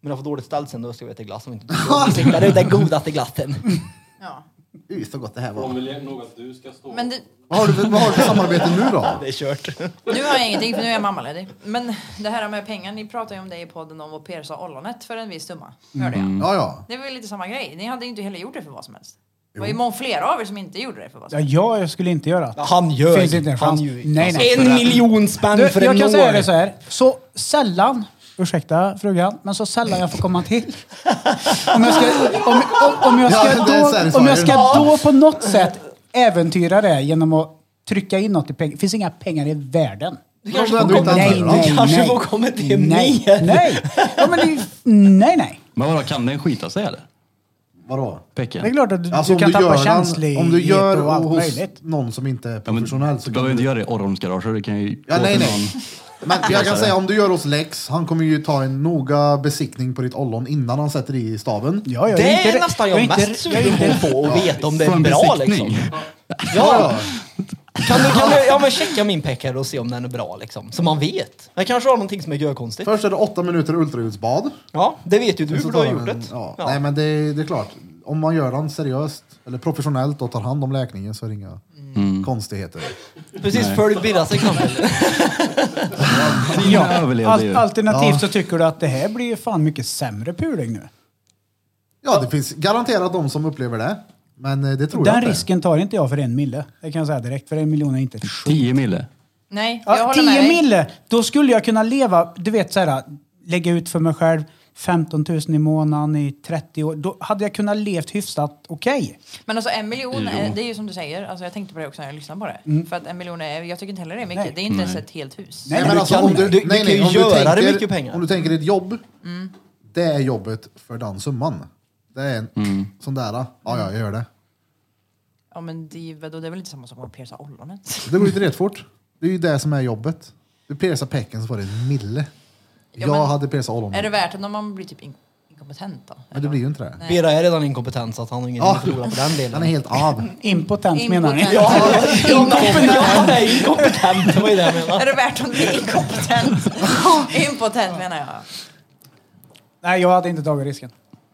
Speaker 4: Men jag får dåligt ställt sen då ska jag äta glass som inte tycker om. Det är den godaste glassen.
Speaker 3: Ja.
Speaker 1: Uy, så gott det här var.
Speaker 6: vill något du ska stå
Speaker 3: Men det,
Speaker 1: Vad har du för, vad har du för samarbete nu då?
Speaker 4: Det är kört.
Speaker 3: nu har jag ingenting för nu är jag mammaledig. Men det här med pengar, ni pratade ju om det i podden om att pierca ollonet för en viss summa. Hörde jag.
Speaker 1: Ja, ja.
Speaker 3: Det var ju lite samma grej. Ni hade ju inte heller gjort det för vad som helst. Det var ju många flera av er som inte gjorde det för vad som
Speaker 2: Ja, jag skulle inte göra det.
Speaker 4: Han ljög.
Speaker 2: Finns inte en
Speaker 4: Han
Speaker 2: chans.
Speaker 4: ljög.
Speaker 2: Nej, nej.
Speaker 4: En miljon spänn
Speaker 2: Du,
Speaker 4: för
Speaker 2: jag
Speaker 4: en
Speaker 2: kan
Speaker 4: nål.
Speaker 2: säga det så här. Så sällan, ursäkta frugan, men så sällan jag får komma till. Om jag ska, om, om, om jag
Speaker 1: Ja,
Speaker 2: ska,
Speaker 1: det är så här,
Speaker 2: då, om jag ska
Speaker 1: sorry.
Speaker 2: då på något sätt äventyra det genom att trycka in något i pengar. Det finns inga pengar i världen.
Speaker 4: Du
Speaker 1: kanske
Speaker 4: kanske
Speaker 1: får
Speaker 4: får
Speaker 1: Du
Speaker 4: komma
Speaker 1: komma inte
Speaker 2: Nej,
Speaker 1: till-
Speaker 4: till,
Speaker 1: använder dem.
Speaker 2: nej, nej. nej,
Speaker 4: mer.
Speaker 2: Nej, ja, men det, är ju- nej, nej.
Speaker 5: Men vadå, kan den skita sig eller?
Speaker 1: Vadå?
Speaker 5: Pecken?
Speaker 2: Det är klart att du,
Speaker 1: Alltså,
Speaker 2: du kan
Speaker 1: om
Speaker 2: tappa
Speaker 1: gör
Speaker 2: känslighet
Speaker 1: Om du gör
Speaker 2: och allt
Speaker 1: hos
Speaker 2: möjligt.
Speaker 1: någon som inte är
Speaker 5: Ja, men
Speaker 1: professionell
Speaker 5: du
Speaker 1: så kan
Speaker 5: behöver
Speaker 1: du...
Speaker 5: inte göra det i Orholms garage. Du kan ju
Speaker 1: Ja,
Speaker 5: gå
Speaker 1: nej,
Speaker 5: till
Speaker 1: nej.
Speaker 5: någon-
Speaker 1: Men jag kan säga om du gör hos Lex, han kommer ju ta en noga besiktning på ditt ollon innan han sätter i staven.
Speaker 2: Ja, jag
Speaker 4: Det är,
Speaker 2: inte-
Speaker 4: nästan jag,
Speaker 2: är inte-
Speaker 4: mest
Speaker 2: jag är inte-
Speaker 4: sugen på att veta om det
Speaker 5: Få
Speaker 4: är
Speaker 5: en
Speaker 4: bra
Speaker 5: besiktning.
Speaker 4: liksom. Ja, kan du, kan du ja, men checka min peck här och se om den är bra liksom. Så man vet. Jag kanske har någonting som är görkonstigt.
Speaker 1: Först är det åtta minuter ultraljudsbad.
Speaker 4: Ja, det vet ju du
Speaker 1: Sen
Speaker 4: för
Speaker 1: så
Speaker 4: du har
Speaker 1: tar
Speaker 4: gjort
Speaker 1: han en-
Speaker 4: det.
Speaker 1: Ja.
Speaker 4: Ja.
Speaker 1: Nej men det, det är klart, om man gör den seriöst eller professionellt och tar hand om läkningen så är det inga konstigheter.
Speaker 4: Precis, följ Birras exempel.
Speaker 5: Dina överlevde ju.
Speaker 2: Al- alternativt
Speaker 1: Ja.
Speaker 2: så tycker du att det här blir ju fan mycket sämre puling nu.
Speaker 1: Ja, det finns garanterat de som upplever det. Men eh, det tror jag
Speaker 2: Den
Speaker 1: inte.
Speaker 2: risken tar inte jag för en mille. Det kan jag säga direkt. För en miljon är inte ett skit.
Speaker 5: 10 mille.
Speaker 3: Nej, jag
Speaker 2: Ja,
Speaker 3: håller med
Speaker 2: 10
Speaker 3: dig.
Speaker 2: mille! Då skulle jag kunna leva, du vet så här, lägga ut för mig själv 15 000 i månaden i 30 år. Då hade jag kunnat levt hyfsat okej.
Speaker 3: Men alltså en miljon, eh, det är ju som du säger. Alltså jag tänkte på det också när jag lyssnade på det. För att en miljon, är, jag tycker inte heller det är mycket.
Speaker 2: Mm. Nej.
Speaker 3: Det är inte ens ett helt hus.
Speaker 1: Nej,
Speaker 2: Nej, men
Speaker 1: men
Speaker 2: du
Speaker 1: alltså,
Speaker 4: kan-
Speaker 1: om du,
Speaker 4: du- du
Speaker 1: nej,
Speaker 4: kan
Speaker 1: nej,
Speaker 4: ju
Speaker 1: om du
Speaker 4: göra det
Speaker 1: tänker-
Speaker 4: mycket pengar. Mm.
Speaker 1: Om du tänker ett jobb, det är jobbet för den summan. Det är en sån där, ja ja, jag gör det.
Speaker 3: Ja men det, vadå, det är väl inte samma som att pierca
Speaker 4: Mm.
Speaker 3: ollonet?
Speaker 1: Det går ju inte rätt fort. Det är ju det som är jobbet. Du piercar pecken så får du en mille.
Speaker 3: Ja,
Speaker 1: jag
Speaker 3: men-
Speaker 1: hade piercat
Speaker 3: Är det
Speaker 1: ollonet,
Speaker 3: värt det om man blir typ in- inkompetent då?
Speaker 1: men det blir ju inte det.
Speaker 4: Birra är redan inkompetent så att han har ingen
Speaker 1: Ja.
Speaker 4: att förlora på den
Speaker 1: Han
Speaker 4: delen.
Speaker 1: är helt av.
Speaker 2: Impotent menar ni?
Speaker 3: Impotent.
Speaker 2: Ja.
Speaker 4: Inkompetent! Han är inkompetent, det var ju det jag menade.
Speaker 3: Är det värt om det är inkompetent? Impotent menar jag.
Speaker 2: Nej, jag hade inte tagit risken.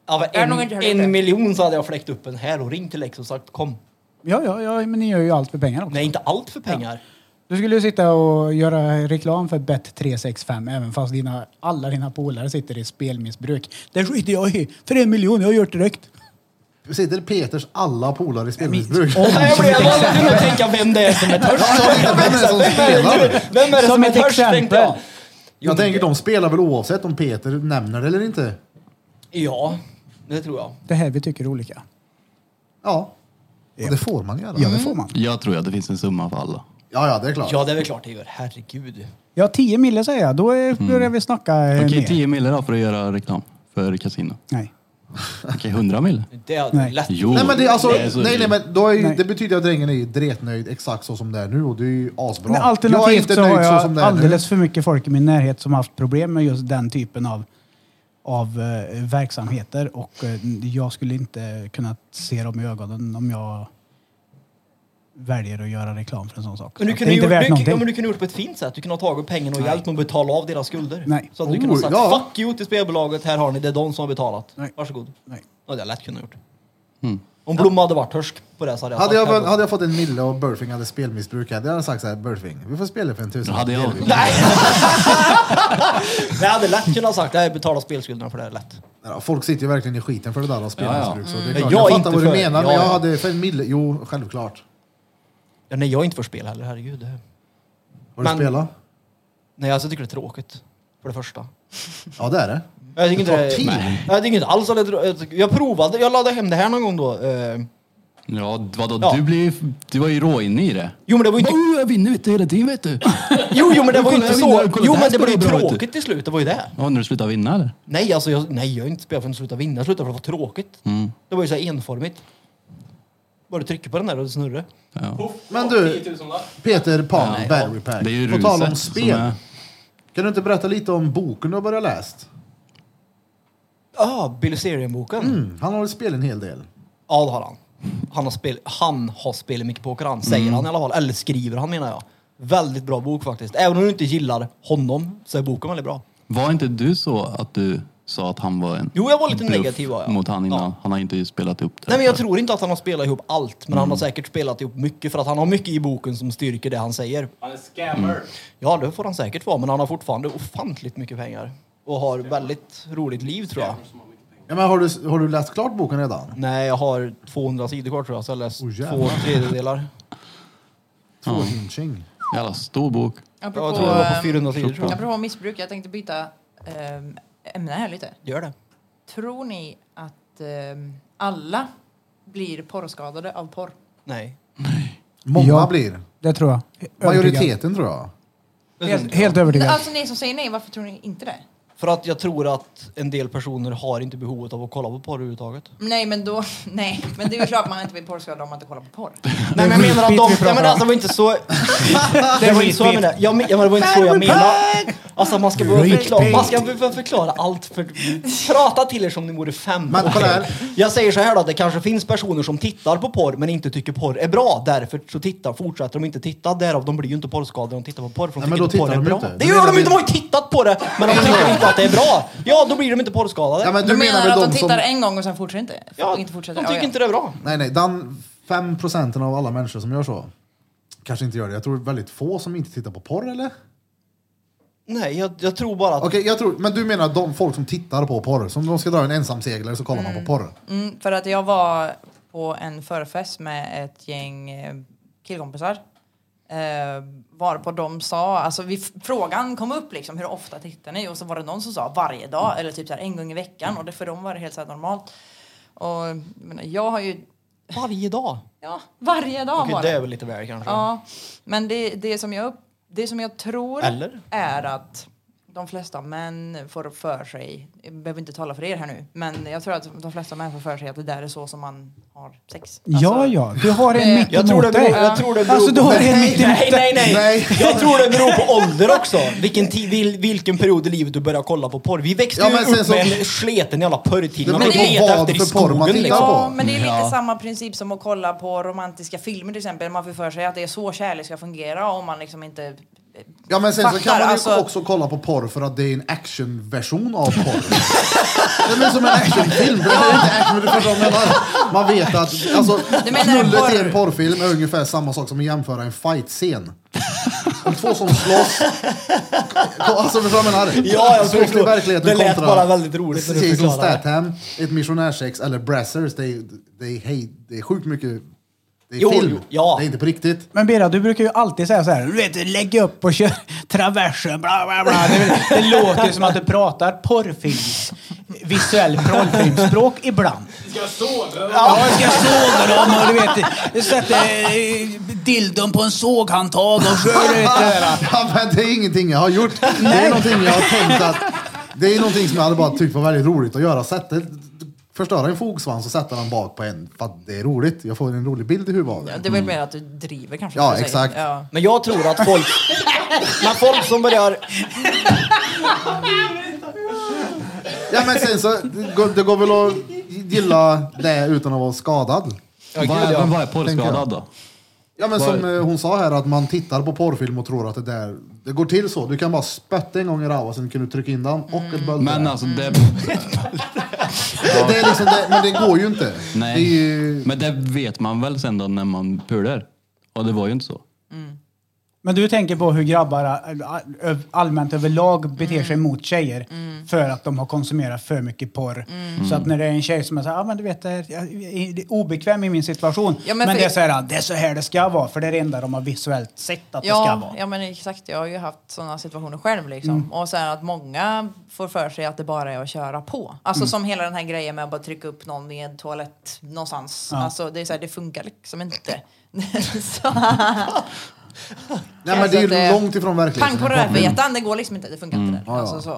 Speaker 4: Ja, men
Speaker 3: Jag har nog inte
Speaker 4: en,
Speaker 3: hört det.
Speaker 4: en miljon så hade jag fläkt upp en här och ringt till Lex och sagt kom.
Speaker 2: Ja, ja, ja, men ni gör ju allt för pengar också.
Speaker 4: Nej, inte allt för pengar.
Speaker 2: Du skulle ju sitta och göra reklam för Bet365 även fast dina, alla dina polare sitter i spelmissbruk. Det skiter jag i. För en miljon, jag har gjort direkt.
Speaker 1: Sitter Peters alla polare i spelmissbruk?
Speaker 4: Nej, jag blev aldrig tvungen att tänka vem det är som är törst.
Speaker 1: Ja, jag vet inte vem som spelar.
Speaker 4: Vem är det som,
Speaker 2: Som
Speaker 4: är
Speaker 2: ett
Speaker 4: törst tänkte jag.
Speaker 2: exempel.
Speaker 1: Jag tänker de spelar väl oavsett om Peter nämner det eller inte.
Speaker 4: Ja, det tror jag.
Speaker 2: Det här vi tycker olika. Mm.
Speaker 1: Ja. Och det får man göra.
Speaker 2: Ja, det får man.
Speaker 5: Jag tror att det finns en summa för alla.
Speaker 1: Ja, ja, det är klart.
Speaker 4: Ja, det är väl klart det gör. Herregud.
Speaker 2: Ja, 10 mille säger jag. Då är- börjar vi snacka eh,
Speaker 5: Okej,
Speaker 2: mer.
Speaker 5: 10 mille då för att göra reklam för kasino.
Speaker 2: Nej.
Speaker 5: Okej, 100 mille.
Speaker 4: Det är
Speaker 2: Nej.
Speaker 4: lätt.
Speaker 5: Jo.
Speaker 1: Nej men det, är alltså,
Speaker 5: Det är så-
Speaker 1: nej, nej, men då är ju,
Speaker 2: Nej.
Speaker 1: det betyder att drängen är ju dretnöjd exakt så som det är nu och det är ju asbra.
Speaker 2: Men
Speaker 1: jag är
Speaker 2: alternativt
Speaker 1: inte
Speaker 2: så har
Speaker 1: nöjd så
Speaker 2: jag
Speaker 1: som det är
Speaker 2: alldeles för mycket folk i min närhet som haft problem med just den typen av, av eh, verksamheter och eh, jag skulle inte kunna se dem i ögonen om jag väljer att göra reklam för en sån sak.
Speaker 4: Men du
Speaker 2: Att
Speaker 4: kunde
Speaker 2: det är
Speaker 4: ju
Speaker 2: inte värt
Speaker 4: gjort, du, ja,
Speaker 2: någonting.
Speaker 4: men du kunde gjort på ett fint sätt. Du kunde ha tagit pengarna och hjälpt dem att betala av deras skulder.
Speaker 2: Nej.
Speaker 4: Så att du kunde ha
Speaker 1: Oh,
Speaker 4: sagt
Speaker 1: ja.
Speaker 4: fuck you till spelbolaget, här har ni, det är de som har betalat.
Speaker 2: Nej.
Speaker 4: Varsågod.
Speaker 2: Nej.
Speaker 4: Ja, det är lätt kunnat gjort. Om Blom hade varit törsk på det så hade
Speaker 1: nu.
Speaker 4: jag
Speaker 1: Hmm. Hade
Speaker 4: sagt,
Speaker 1: jag,
Speaker 4: "Herregud."
Speaker 1: hade jag fått en mille och Burfing hade spelmissbruk hade jag sagt så här, Burfing, vi får spela för en tusen.
Speaker 5: Då hade jag...
Speaker 4: Nej! jag hade lätt kunnat sagt att jag betalar spelskulderna för det här lätt.
Speaker 1: Ja, Folk sitter ju verkligen i skiten för det där av spelmissbruk. Så det är
Speaker 4: Men
Speaker 1: klart,
Speaker 4: jag
Speaker 1: jag,
Speaker 4: är
Speaker 1: fattar
Speaker 4: inte
Speaker 1: vad du
Speaker 4: för-
Speaker 1: menar,
Speaker 4: Ja,
Speaker 1: men jag
Speaker 4: ja.
Speaker 1: hade för en mille, jo självklart.
Speaker 4: Ja, nej, jag är inte för spel heller, herregud. Det...
Speaker 1: Har du
Speaker 4: Men-
Speaker 1: spelat?
Speaker 4: Nej, alltså, jag tycker det är tråkigt. För det första.
Speaker 1: Ja det är det.
Speaker 4: Jag tycker inte
Speaker 1: tar
Speaker 4: det
Speaker 1: tid.
Speaker 4: Nej. Jag tycker inte alls att det är tråkigt. Jag provade, jag laddade hem det här någon gång då. eh,
Speaker 5: Ja, vadå?
Speaker 4: Ja.
Speaker 5: Du, blev, ju- du var ju råinne i det.
Speaker 4: Jo men det var ju inte,
Speaker 5: Oh, jag vinner vet du, hela tiden vet du.
Speaker 4: jo, jo, men det var ju
Speaker 5: Kolla,
Speaker 4: inte
Speaker 5: jag vinner,
Speaker 4: så.
Speaker 5: kolla,
Speaker 4: Jo
Speaker 5: det
Speaker 4: men
Speaker 5: här
Speaker 4: det blev ju
Speaker 5: spelar bra, typ. vet du.
Speaker 4: tråkigt till slut, det var ju det.
Speaker 5: Ja, när du slutar vinna eller?
Speaker 4: Nej, alltså jag, nej, jag har inte spelat för att sluta vinna. Jag slutade för att det var tråkigt.
Speaker 5: Mm.
Speaker 4: Det var ju så här enformigt. Bara trycka på den där och snurra.
Speaker 5: Ja.
Speaker 1: Men du, Peter Pan, Battery Pack.
Speaker 5: Det är ju
Speaker 1: På tal om
Speaker 5: ruset
Speaker 1: spel,
Speaker 5: som är-
Speaker 1: kan du inte berätta lite om boken du har börjat läst?
Speaker 4: Ah, Billy Serien-boken.
Speaker 1: Mm, han har väl spelat en hel del?
Speaker 4: Ja, det har han. Han har, spel, han har spelat mycket poker han,
Speaker 5: Mm.
Speaker 4: säger han i alla fall. Eller skriver han menar jag. Väldigt bra bok faktiskt. Även om du inte gillar honom så är boken väldigt bra.
Speaker 5: Var inte du så att du sa att han var en
Speaker 4: Jo, jag var lite
Speaker 5: bluff
Speaker 4: negativ, var jag.
Speaker 5: mot han innan?
Speaker 4: Ja.
Speaker 5: Han har inte spelat upp
Speaker 2: Typ.
Speaker 5: det.
Speaker 4: Nej, men jag tror inte att han har spelat ihop allt, men han
Speaker 2: Mm.
Speaker 4: har säkert spelat ihop mycket för att han har mycket i boken som styrker det han säger. Mm.
Speaker 7: Han är scammer.
Speaker 4: Ja, det får han säkert vara, men han har fortfarande ofantligt mycket pengar och har väldigt roligt liv tror jag.
Speaker 1: Ja, men har, du, har du läst klart boken redan?
Speaker 4: Nej, jag har 200 sidor kvar tror jag, så jag har läst
Speaker 1: Oh, jävlar.
Speaker 4: två tredjedelar.
Speaker 1: Två inching.
Speaker 5: Jävla stor bok.
Speaker 4: Jag
Speaker 3: Apropå,
Speaker 4: tror jag var
Speaker 2: eh,
Speaker 4: på
Speaker 3: jag
Speaker 4: 400 sidor tror jag.
Speaker 3: apropå missbruk, jag tänkte byta ehm, ämne här lite.
Speaker 4: Gör det.
Speaker 3: Tror ni att ehm, alla blir porrskadade av porr?
Speaker 4: Nej.
Speaker 1: Många
Speaker 2: Ja.
Speaker 1: blir.
Speaker 2: Det tror jag. Övertygad.
Speaker 1: Majoriteten tror jag.
Speaker 2: Helt, helt övertygad.
Speaker 3: Alltså ni som säger nej, varför tror ni inte det?
Speaker 4: För att jag tror att en del personer har inte behovet av att kolla på porr överhuvudtaget.
Speaker 3: Nej men då, nej. Men det är ju klart man inte blir porrskadad om man inte kollar på porr.
Speaker 4: Nej men jag menar att
Speaker 2: skit vi pratar
Speaker 4: de... Nej men
Speaker 2: om.
Speaker 4: alltså det var inte så... det var inte så jag menade. Jag, men- jag, menar, det var inte så jag menade. Alltså man ska behöva
Speaker 2: Repeat.
Speaker 4: förklara, man ska behöva förklara allt för... Prata till er som ni vore fem
Speaker 1: Men kolla här.
Speaker 4: Jag säger så här då, att det kanske finns personer som tittar på porr men inte tycker porr är bra. Därför så tittar, fortsätter de inte titta. Därav de blir ju inte porrskadade om de tittar på porr för de
Speaker 1: Nej, men då
Speaker 4: tycker inte porr
Speaker 1: tittar de
Speaker 4: är bra.
Speaker 1: inte.
Speaker 4: Det
Speaker 1: Då
Speaker 4: gör
Speaker 1: menar
Speaker 4: de
Speaker 1: vi-
Speaker 4: inte, de har ju tittat på det men de tycker inte att det är bra. Ja, då blir de inte porrskadade.
Speaker 1: Ja, men
Speaker 3: Du
Speaker 1: du
Speaker 3: menar,
Speaker 1: menar väl
Speaker 3: att de
Speaker 1: de som...
Speaker 3: tittar en gång och sen fortsätter inte?
Speaker 4: ja,
Speaker 3: inte fortsätter.
Speaker 4: de tycker
Speaker 3: Ja, ja.
Speaker 4: inte det är bra.
Speaker 1: Nej, nej. Den 5 procenten av alla människor som gör så kanske inte gör det. Jag tror väldigt få som inte tittar på porr, eller?
Speaker 4: Nej, jag, jag tror bara att...
Speaker 1: Okej, jag tror... Men du menar de folk som tittar på porr? Som de ska dra en ensamseglare så kollar man på porr.
Speaker 3: Mm, för att jag var på en förfest med ett gäng eh, killkompisar. Eh, varpå de sa, alltså vi, frågan kom upp liksom hur ofta tittar ni? Och så var det någon som sa varje dag
Speaker 4: Mm.
Speaker 3: eller typ så här en gång i veckan och det, för dem var det helt så här normalt. Och jag, menar, jag har ju,
Speaker 4: Varje dag?
Speaker 3: ja varje dag
Speaker 4: Okej,
Speaker 3: var
Speaker 4: det är väl lite väl kanske.
Speaker 3: Ja, men det, det, som jag, upp- det som jag tror
Speaker 4: Eller?
Speaker 3: är att de flesta män får för sig, jag behöver inte tala för er här nu, men jag tror att de flesta män får för sig att det där är så som man har sex. Alltså,
Speaker 2: Ja, ja. Du har en mitt
Speaker 4: Jag tror, det
Speaker 2: emot
Speaker 4: beror,
Speaker 2: dig.
Speaker 4: jag tror det beror
Speaker 2: Alltså du
Speaker 4: på...
Speaker 2: har en mitt emot
Speaker 4: Nej, nej, nej,
Speaker 1: Nej.
Speaker 4: Jag tror det beror på ålder också. Vilken, tid, vil, vilken period i livet du börjar kolla på porr. Vi växte
Speaker 1: Ja,
Speaker 4: ju
Speaker 1: men sen
Speaker 4: upp med
Speaker 1: så-
Speaker 4: en sleten jävla porrtidning.
Speaker 1: Det
Speaker 4: Man
Speaker 3: beror på
Speaker 4: letade
Speaker 1: vad
Speaker 4: efter i
Speaker 1: för porr man
Speaker 4: skogen,
Speaker 1: tittar
Speaker 4: liksom.
Speaker 1: på.
Speaker 3: Ja, men det är lite
Speaker 5: Ja.
Speaker 3: samma princip som att kolla på romantiska filmer till exempel. Man får för sig att det är så kärlek ska fungera om man liksom inte...
Speaker 1: Ja, men sen så
Speaker 3: Fattar,
Speaker 1: kan man ju
Speaker 3: alltså-
Speaker 1: också kolla på porr för att det är en actionversion av porr. det är som en actionfilm. Det är inte action, men du förstår vad jag menar. Man vet att alltså,
Speaker 3: Du menar en
Speaker 1: knullet i
Speaker 3: porr-
Speaker 1: en porrfilm är ungefär samma sak som att jämföra en fight-scen. Om två som slåss. Alltså förstår du vad jag menar?
Speaker 4: Ja, jag
Speaker 1: Speglar
Speaker 4: förstår.
Speaker 1: verkligheten
Speaker 4: Det lät
Speaker 1: kontra-
Speaker 4: bara väldigt roligt när du
Speaker 1: Jason
Speaker 4: förklarade det.
Speaker 1: Statham, ett missionärsex eller Brassers. Det är, det är, hej, det är sjukt mycket... Det är
Speaker 4: Jo,
Speaker 1: film.
Speaker 4: jo, ja.
Speaker 1: Det är inte på riktigt.
Speaker 2: Men Bera, du brukar ju alltid säga så här, du vet, lägg upp och kör traversen, bla bla bla. Det, det låter ju som att du pratar porrfilms, visuell porrfilmsspråk ibland. Ska såga dem? Ja, ska såga dem och du vet, du sätter eh, dildon på en såghandtag och kör ut det där.
Speaker 1: Ja, men det är ingenting jag har gjort. Det är någonting jag har tänkt att... Det är någonting som jag hade bara tyckt var väldigt roligt att göra. Sätta, förstöra en fogsvans och sätta den bak på en. För att det är roligt. Jag får en rolig bild i huvudet av det.
Speaker 3: Det är väl mer att du driver kanske?
Speaker 1: Ja,
Speaker 3: så att säga.
Speaker 1: exakt.
Speaker 3: Ja.
Speaker 4: Men jag tror att folk... Men folk som börjar...
Speaker 1: Ja, men sen så, det går, det går väl att gilla det utan att vara skadad.
Speaker 5: Vad är, men vad är
Speaker 1: tänker
Speaker 5: porrskadad
Speaker 1: jag.
Speaker 5: då?
Speaker 1: Ja, men som eh, hon sa här, att man tittar på porrfilm och tror att det där... Det går till så. Du kan bara spötta en gång i rau och sen kan du trycka in den och ett böld.
Speaker 5: Men alltså, det,
Speaker 1: det, det är liksom det, men det går ju inte.
Speaker 5: nej.
Speaker 1: Det är ju,
Speaker 5: men det vet man väl sen då när man pular? Och det var ju inte så.
Speaker 2: Men du tänker på hur grabbar all- allmänt överlag beter
Speaker 4: Mm.
Speaker 2: sig mot tjejer för att de har konsumerat för mycket porr.
Speaker 4: Mm.
Speaker 2: Så att när det är en tjej som är så här, ah, men du vet, det är, jag är obekväm i min situation.
Speaker 3: Ja, men
Speaker 2: men
Speaker 3: för-
Speaker 2: det, är så här, "Ah, det är så här det ska vara, för det är det enda de har visuellt sett att det ska
Speaker 3: Ja,
Speaker 2: vara.
Speaker 3: ja, men exakt. Jag har ju haft sådana situationer själv. Liksom.
Speaker 1: Mm.
Speaker 3: Och sen att många får för sig att det bara är att köra på. Alltså
Speaker 1: Mm.
Speaker 3: som hela den här grejen med att bara trycka upp någon i en toalett någonstans. Alltså det är så här, det funkar liksom inte. så,
Speaker 1: nej, men det är ju
Speaker 3: Alltså, det-
Speaker 1: långt ifrån verkligheten.
Speaker 3: pang på rödbetan, det går liksom inte. Det
Speaker 1: Mm.
Speaker 3: funkar inte där. Alltså, så.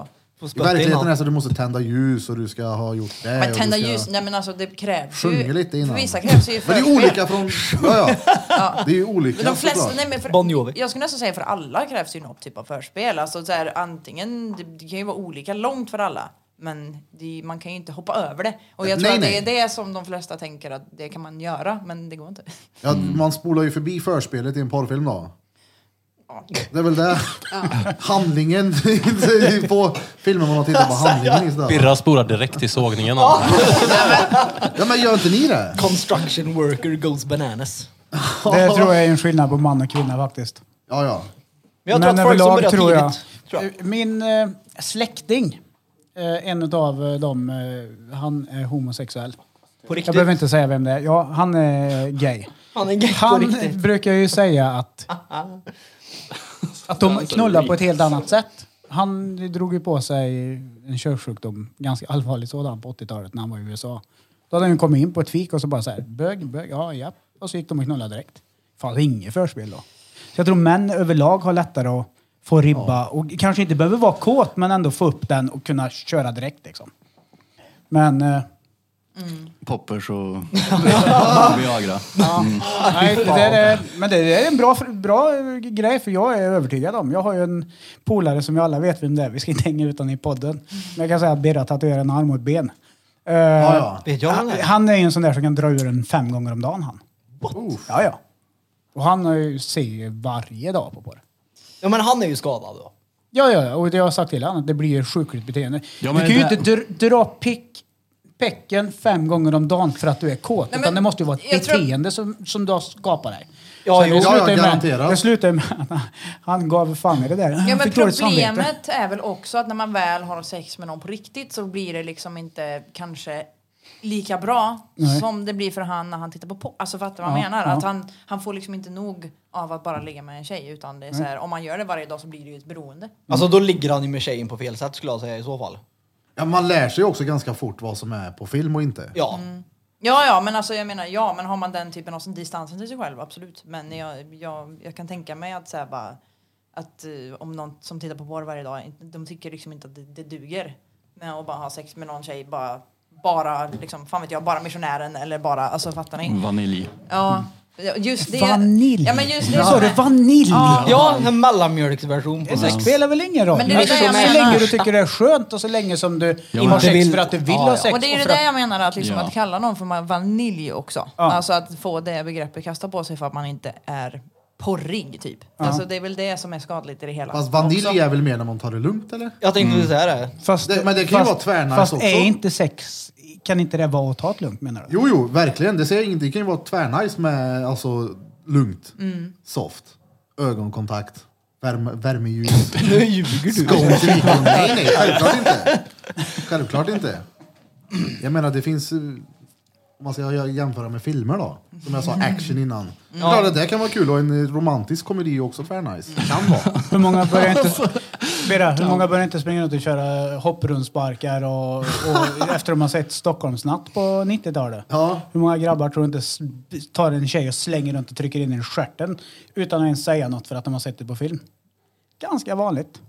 Speaker 1: I verkligheten är det så du måste tända ljus och du ska ha gjort det.
Speaker 3: Men tända
Speaker 1: och du ska
Speaker 3: ljus, nej men alltså det krävs ju.
Speaker 1: Sjunga lite innan.
Speaker 3: För vissa krävs ju
Speaker 1: Men det är
Speaker 3: förspel.
Speaker 1: olika från... Ja, ja. Det är ju olika
Speaker 3: Men de flesta,
Speaker 1: såklart.
Speaker 3: nej men för,
Speaker 4: Bon Jovi.
Speaker 3: Jag skulle nästan säga för alla krävs ju något typ av förspel. Alltså så här, antingen, det, det kan ju vara olika långt för alla. Men det, man kan ju inte hoppa över det. Och jag tror
Speaker 1: Nej,
Speaker 3: att
Speaker 1: nej.
Speaker 3: det är det som de flesta tänker att det kan man göra, men det går inte.
Speaker 1: Ja, man spolar ju förbi förspelet i en porrfilm då.
Speaker 3: Ja.
Speaker 1: Det är väl det. Handlingen. på filmen man har tittat på handlingen istället.
Speaker 6: Birra spolar direkt till sågningen.
Speaker 1: Ja, men gör inte ni det?
Speaker 4: Construction worker goes bananas.
Speaker 2: Det tror jag är en skillnad på man och kvinna faktiskt.
Speaker 1: Ja, ja.
Speaker 4: Men jag tror att folk som börjar
Speaker 2: tror jag-
Speaker 4: tidigt... Tror jag.
Speaker 2: Min eh, släkting, eh, en av dem, eh, han är homosexuell.
Speaker 4: På
Speaker 2: Jag
Speaker 4: riktigt.
Speaker 2: behöver inte säga vem det är. Ja, han är gay.
Speaker 4: Han är gay på
Speaker 2: Han
Speaker 4: riktigt.
Speaker 2: brukar ju säga att, att de knullar på ett helt annat sätt. Han drog ju på sig en körsjukdom, ganska allvarlig sådan, på 80-talet när han var i USA. Då hade han ju kommit in på ett fik och så bara så här, bög, bög, ja, ja. Och så gick de och knullade direkt. Fanns inget förspel då. Så jag tror män överlag har lättare att få ribba och kanske inte behöver vara kåt men ändå få upp den och kunna köra direkt liksom. Men... Eh,
Speaker 5: Poppers och Viagra.
Speaker 2: Nej, det där är, men det där är en bra, bra eh, grej för jag är övertygad om. Jag har ju en polare som ju alla vet vem det är. Vi ska inte hänga ut honom i podden. Men jag kan säga att Birra tatuerar en arm och ett ben. Eh,
Speaker 1: Ja,
Speaker 4: Vet jag
Speaker 2: han,
Speaker 4: det?
Speaker 2: han är ju en sån där som kan dra ur en fem gånger om dagen han.
Speaker 1: Oof.
Speaker 2: Ja, ja. Och han har ju- ser ju varje dag på det.
Speaker 4: Ja men han är ju skadad då.
Speaker 2: Ja, ja, ja. och det har jag sagt till honom. Det blir ju sjukligt beteende.
Speaker 5: Ja,
Speaker 2: du
Speaker 5: men
Speaker 2: kan ju
Speaker 5: det-
Speaker 2: inte dr- dra pick, pecken fem gånger om dagen för att du är kåt.
Speaker 3: Nej, men
Speaker 2: utan det måste ju vara ett
Speaker 3: jag tror-
Speaker 2: beteende som, som du har skapat dig.
Speaker 4: Ja,
Speaker 2: Sen
Speaker 4: jo.
Speaker 2: det slutar
Speaker 1: Ja, ja,
Speaker 2: ju med-
Speaker 1: garanterat.
Speaker 2: Det slutar ju med att han gav fan i det där.
Speaker 3: Ja,
Speaker 2: Han
Speaker 3: men
Speaker 2: fick dåligt samvete.
Speaker 3: problemet är väl också att när man väl har sex med någon på riktigt så blir det liksom inte kanske lika bra
Speaker 2: Nej.
Speaker 3: som det blir för han när han tittar på på. Alltså fattar vad
Speaker 2: Ja,
Speaker 3: man menar?
Speaker 2: ja.
Speaker 3: Att han, han får liksom inte nog av att bara ligga med en tjej utan det är så här, om man gör det varje dag så blir det ju ett beroende.
Speaker 4: Alltså då ligger han ju med tjejen på fel sätt skulle jag säga i så fall.
Speaker 1: ja, man lär sig också ganska fort vad som är på film och inte.
Speaker 4: Ja.
Speaker 2: Mm.
Speaker 3: Ja, ja, men alltså jag menar, ja, men har man den typen av sån distansen till sig själv, absolut. Men jag, jag, jag kan tänka mig att säga bara att eh, om någon som tittar på porr varje dag, inte- de tycker liksom inte att det, det duger med att bara ha sex med någon tjej, bara, bara liksom, fan vet jag, bara missionären eller bara, alltså fattar ni?
Speaker 5: Vanilj.
Speaker 3: Ja, just det.
Speaker 2: Mm. Vanilj.
Speaker 3: Ja, men just det.
Speaker 2: Sa du vanilj?
Speaker 3: Ja.
Speaker 4: Ja, en mellanmjölksversion på
Speaker 2: Det
Speaker 4: sex.
Speaker 2: spelar väl ingen roll?
Speaker 3: Men det är det
Speaker 2: Alltså,
Speaker 3: jag
Speaker 2: så
Speaker 3: menar.
Speaker 2: länge du tycker det är skönt och så länge som du har
Speaker 5: men-
Speaker 2: sex
Speaker 4: vill-
Speaker 2: för att du vill
Speaker 4: Ja,
Speaker 2: ha
Speaker 4: ja.
Speaker 2: sex.
Speaker 3: Och det är
Speaker 2: och
Speaker 3: ju
Speaker 2: för
Speaker 3: det
Speaker 2: att-
Speaker 3: jag menar, att, liksom
Speaker 5: Ja.
Speaker 3: att kalla någon för man- vanilj också.
Speaker 2: Ja.
Speaker 3: Alltså att få det begreppet kastat på sig för att man inte är porrig typ. Alltså det är väl det som är skadligt i det hela.
Speaker 1: Fast vanilj
Speaker 3: också.
Speaker 1: är väl mer när man tar det lugnt eller?
Speaker 4: Jag tänkte mm. säga det.
Speaker 2: Fast,
Speaker 1: Det- men det kan ju
Speaker 2: fast-
Speaker 1: vara tvärnice
Speaker 2: Fast
Speaker 1: också.
Speaker 2: är inte sex, kan inte det vara att ta ett lugnt menar du?
Speaker 1: Jo, jo, verkligen. Det, ser jag inte. det kan ju vara tvärnice med alltså, lugnt, soft, ögonkontakt, värme, värmeljus.
Speaker 4: Nu ljuger du.
Speaker 1: Scones i mikron. Nej, nej, självklart inte. Självklart inte. Jag menar, det finns... eh, Om man ska jämföra med filmer då. Som jag sa, action innan. Mm. Ja, det där kan vara kul och en eh, romantisk komedi är också tvärnice. Kan vara.
Speaker 2: Hur många börjar
Speaker 4: Alltså.
Speaker 2: inte, Bera, hur många börjar inte springa runt och köra hopprundsparkar och, och efter de har sett Stockholmsnatt på 90-talet?
Speaker 1: Ja.
Speaker 2: Hur många grabbar tror du inte s- tar en tjej och slänger runt och trycker in i stjärten utan att ens säga något för att de har sett det på film? Ganska vanligt.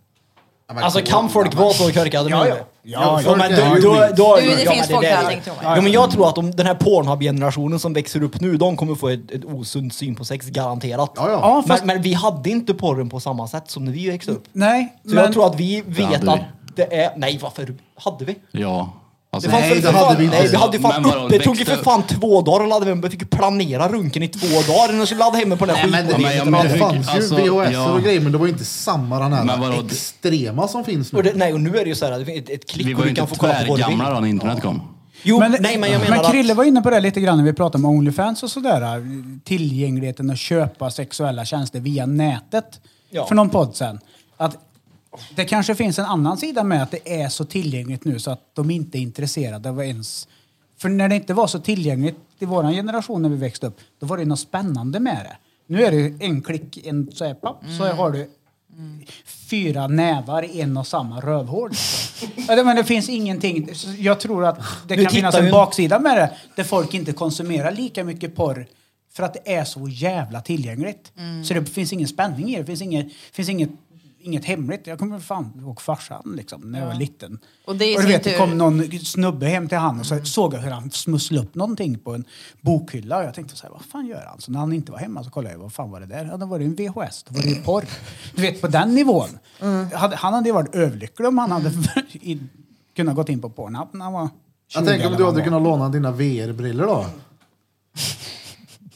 Speaker 1: Ja, men-
Speaker 4: Alltså kan folk vara så korkade? menar du?
Speaker 1: Ja,
Speaker 4: Ja,
Speaker 1: folk
Speaker 4: men
Speaker 1: är
Speaker 4: då,
Speaker 1: ju
Speaker 4: då,
Speaker 1: skit.
Speaker 4: då,
Speaker 3: Du, det
Speaker 4: ja,
Speaker 3: finns
Speaker 4: men
Speaker 3: folk
Speaker 4: där-
Speaker 3: där, tänkte jag.
Speaker 4: Ja, men jag tror att om den här Pornhub-generationen som växer upp nu, de kommer få ett, ett osunt syn på sex, garanterat.
Speaker 1: Ja, ja.
Speaker 2: Ja, fast,
Speaker 4: men, men vi hade inte porren på samma sätt som när vi växte upp.
Speaker 2: nej,
Speaker 4: Så jag tror att vi vet
Speaker 5: hade vi.
Speaker 4: att det är... Nej, varför hade vi?
Speaker 5: Ja. Alltså,
Speaker 4: fanns
Speaker 1: Nej,
Speaker 4: väl
Speaker 1: det
Speaker 4: för
Speaker 1: hade
Speaker 4: fan-
Speaker 1: vi inte.
Speaker 4: Nej, vi hade ju fan
Speaker 5: Men vadå,
Speaker 4: upp, det tog ju
Speaker 5: växte
Speaker 4: för fan två dagar att ladda hem. Vi fick ju planera runken i två dagar innan vi skulle ladda hem den på den här
Speaker 1: Nej, men det,
Speaker 5: Ja,
Speaker 4: skiten.
Speaker 5: men jag
Speaker 1: men,
Speaker 5: menar,
Speaker 1: det
Speaker 5: hur-
Speaker 1: fanns ju
Speaker 5: alltså,
Speaker 1: VHS
Speaker 5: ja.
Speaker 1: och grejer, men det var ju inte samma den här
Speaker 5: Men vadå, det-
Speaker 1: extrema som finns
Speaker 4: Och
Speaker 1: nu.
Speaker 4: det, nej, och nu är det ju så här, det finns ett, ett
Speaker 5: vi
Speaker 4: klick
Speaker 5: var
Speaker 4: och
Speaker 5: ju
Speaker 4: du
Speaker 5: inte
Speaker 4: kan få kolla på vad du vill.
Speaker 5: tvärgamla då när internet kom.
Speaker 4: Jo, nej men jag menar
Speaker 2: men
Speaker 4: att...
Speaker 2: Krille var inne på det lite grann när vi pratade om Onlyfans och sådär. Tillgängligheten att köpa sexuella tjänster via nätet.
Speaker 4: Ja.
Speaker 2: För någon podd sen. Att det kanske finns en annan sida med att det är så tillgängligt nu så att de inte är intresserade av ens... För när det inte var så tillgängligt i vår generation när vi växte upp, då var det något spännande med det. Nu är det en klick, en så här, papp, så har du fyra nävar i en och samma rövhål. ja, det- men det finns ingenting. Så Jag tror att det
Speaker 4: Nu
Speaker 2: kan finnas
Speaker 4: tittar
Speaker 2: en
Speaker 4: ju-
Speaker 2: baksida med det där folk inte konsumerar lika mycket porr för att det är så jävla tillgängligt.
Speaker 3: Mm.
Speaker 2: Så det finns ingen spänning i det. Det finns inget, finns inget, inget hemligt. Jag kommer fan ihåg farsan liksom, när jag var liten.
Speaker 3: Och det i
Speaker 2: du
Speaker 3: sin
Speaker 2: vet, det
Speaker 3: tur-
Speaker 2: kom någon snubbe hem till han och så såg jag hur han smusslade upp någonting på en bokhylla. Och jag tänkte så här, vad fan gör han? Så när han inte var hemma så kollade jag, vad fan var det där? Ja, då var det en VHS, då var det ju porr. Du vet, på den nivån.
Speaker 3: Mm.
Speaker 2: Hade- Han hade ju varit överlycklig om han hade i, kunnat gått in på Pornhub när han var 20
Speaker 1: Jag tänker om du
Speaker 2: eller vad
Speaker 1: hade
Speaker 2: han var.
Speaker 1: kunnat låna dina VR-briller då.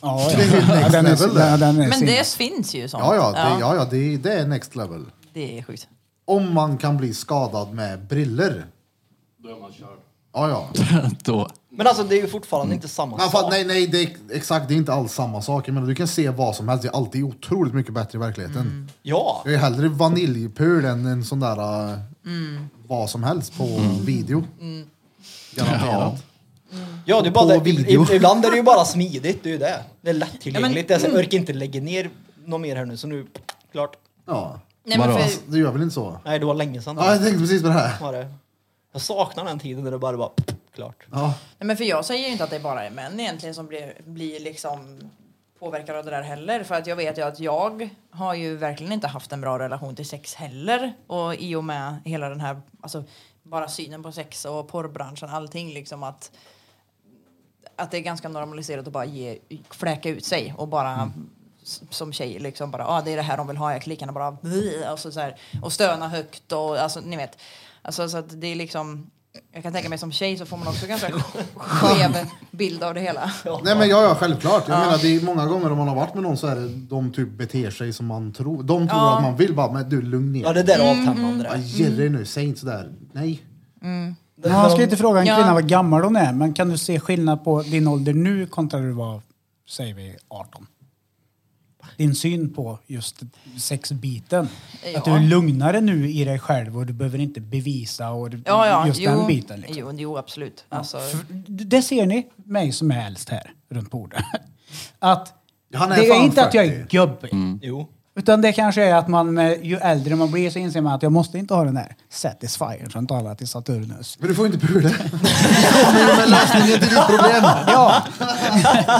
Speaker 2: Ja,
Speaker 1: Det är ju
Speaker 2: ja. ja,
Speaker 1: next level
Speaker 2: den är,
Speaker 1: det.
Speaker 2: ja, den är
Speaker 3: Men
Speaker 2: sin-
Speaker 3: det finns ju sånt.
Speaker 1: Ja, ja, det, ja, ja, det, det är next level.
Speaker 3: Det är sjukt.
Speaker 1: Om man kan bli skadad med briller. Då är man körd. Ja, ja.
Speaker 5: då.
Speaker 4: Men alltså det är ju fortfarande inte samma
Speaker 1: Mm. Men fan,
Speaker 4: sak.
Speaker 1: nej, nej, det är, exakt. Det är inte alls samma sak. Men du kan se vad som helst. Det är alltid otroligt mycket bättre i verkligheten.
Speaker 4: Ja.
Speaker 1: Jag är hellre vaniljpul än en sån där äh, vad som helst på video. Garanterat.
Speaker 4: ja, det är bara
Speaker 1: På
Speaker 4: det, i-
Speaker 1: video.
Speaker 4: i- ibland är det ju bara smidigt, det är ju det. Det är lättillgängligt. Ja, Mm. jag orkar inte lägga ner något mer här nu, så nu... Klart.
Speaker 1: Ja.
Speaker 3: Nej, men
Speaker 5: Vadå?
Speaker 3: för,
Speaker 1: Du gör väl inte så?
Speaker 4: Nej, det var länge sedan.
Speaker 1: Ja, jag tänkte precis på det här.
Speaker 4: Var det. Jag saknar den tiden när det bara var klart.
Speaker 1: Ja.
Speaker 3: nej, men för jag säger ju inte att det bara är män egentligen som blir, blir liksom påverkad av det där heller. För att jag vet ju att jag har ju verkligen inte haft en bra relation till sex heller. Och i och med hela den här, alltså bara synen på sex och porrbranschen, allting liksom att att det är ganska normaliserat att bara ge, fläka ut sig och bara s- som tjej liksom bara, ah, det är det här de vill ha, jag klickar bara "Bleh", och, så, så här, och stöna högt och alltså ni vet. Alltså så att det är liksom, jag kan tänka mig som tjej så får man också ganska skev bild av det hela.
Speaker 1: Nej men ja, ja självklart. Jag menar, det är många gånger om man har varit med någon så är det, de typ beter sig som man tror. De tror
Speaker 3: Ja.
Speaker 1: att man vill bara, men du lugn ner
Speaker 4: Ja, det där är avtändande.
Speaker 1: Ja,
Speaker 4: det.
Speaker 1: Ge dig nu, säg inte sådär. Nej.
Speaker 4: Det-
Speaker 2: Man ska inte fråga en
Speaker 3: Ja.
Speaker 2: kvinna vad gammal hon är, men kan du se skillnad på din ålder nu kontra när du var, säger vi, 18? Din syn på just sexbiten.
Speaker 3: Ja.
Speaker 2: Att du är lugnare nu i dig själv och du behöver inte bevisa och du,
Speaker 3: Ja, ja,
Speaker 2: just
Speaker 3: jo,
Speaker 2: den biten. Liksom.
Speaker 3: jo, jo, absolut. Alltså,
Speaker 2: För Det ser ni, mig som är äldst här runt bordet. Att
Speaker 1: Han är
Speaker 2: det
Speaker 1: fan
Speaker 2: är inte att jag är
Speaker 1: 40.
Speaker 2: gubbig.
Speaker 1: Mm.
Speaker 4: Jo.
Speaker 2: Utan det kanske är att man, eh, ju äldre man blir så inser man att jag måste inte ha den där Satisfyer som talar till Saturnus.
Speaker 1: Men du får inte pula. Du kommer ju med lösningen till ditt problem. Ja.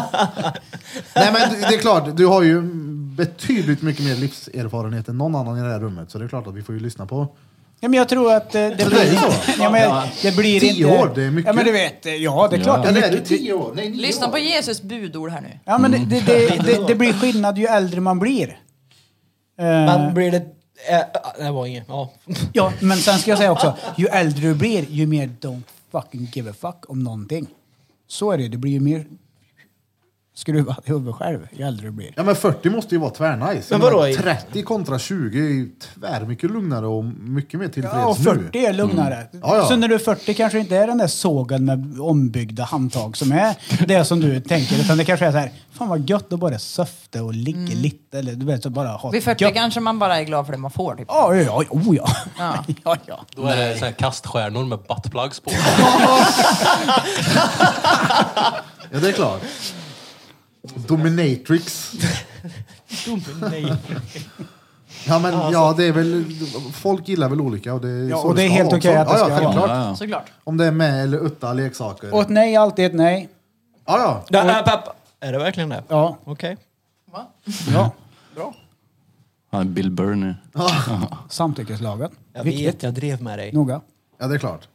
Speaker 1: Nej men du- det är klart, du har ju betydligt mycket mer livserfarenhet än någon annan i det här rummet. Så det är klart att vi får ju lyssna på.
Speaker 2: Ja, men jag tror att eh, det
Speaker 1: Så
Speaker 2: blir...
Speaker 1: det är så?
Speaker 2: Ja, men, det blir
Speaker 1: Tio
Speaker 2: inte,
Speaker 1: år, det är mycket.
Speaker 2: Ja, men du vet. eh, Ja, det är klart.
Speaker 1: Ja,
Speaker 2: det
Speaker 1: det
Speaker 2: är
Speaker 1: är du
Speaker 2: mycket.
Speaker 1: tio år. Nej, nio
Speaker 3: lyssna
Speaker 1: år.
Speaker 3: på Jesus budord här nu.
Speaker 2: Ja, men det, det, det,
Speaker 1: Mm.
Speaker 2: det, det blir skillnad ju äldre man blir. Eh,
Speaker 4: Men blir det... Äh, det var inget. Ja.
Speaker 2: ja, men sen ska jag säga också, ju äldre du blir, ju mer don't fucking give a fuck om någonting. Så är det, det blir ju mer skruvad i huvudet själv ju äldre du blir.
Speaker 1: Ja men 40 måste ju vara tvärnice.
Speaker 4: Men
Speaker 1: Jag
Speaker 4: vadå?
Speaker 1: menar, 30 kontra 20 är ju tvärmycket lugnare och mycket mer tillfreds
Speaker 2: Ja, och
Speaker 1: nu. Mm.
Speaker 2: 40 är lugnare.
Speaker 1: Ja, ja.
Speaker 2: Så när du är 40 kanske det inte är den där sågen med ombyggda handtag som är det som du tänker. Utan det kanske är så här, fan vad gött att bara söfta och ligga lite. Eller du vet, så bara ha
Speaker 3: Vid 40
Speaker 2: gött.
Speaker 3: kanske man bara är glad för det man får. Typ.
Speaker 2: Ja, ja, ja, oh, ja.
Speaker 3: Ja.
Speaker 2: ja, ja.
Speaker 6: Då är det så här kaststjärnor med buttplugs på.
Speaker 1: Ja det är klart. Dominatrix. Ja men ja, det är väl, folk gillar väl olika och det är
Speaker 2: alltså. Ja,
Speaker 1: så
Speaker 2: och det är
Speaker 1: ska
Speaker 2: helt
Speaker 1: vara
Speaker 2: okej
Speaker 1: också.
Speaker 2: att det
Speaker 1: ja,
Speaker 2: ska
Speaker 1: ja,
Speaker 2: vara.
Speaker 1: självklart.
Speaker 5: Ja, ja.
Speaker 3: Såklart.
Speaker 1: Om det är med eller utan leksaker.
Speaker 2: Och ett nej är alltid ett nej.
Speaker 1: Ja, ja.
Speaker 4: Nej, äh, pepp. Är det verkligen det?
Speaker 2: Ja.
Speaker 4: Okej.
Speaker 3: Va?
Speaker 2: ja.
Speaker 5: Han är Bill Burr nu.
Speaker 2: Samtyckeslagen.
Speaker 4: Jag
Speaker 2: Viktigt.
Speaker 4: vet, jag drev med dig.
Speaker 2: Noga.
Speaker 1: ja, det är klart.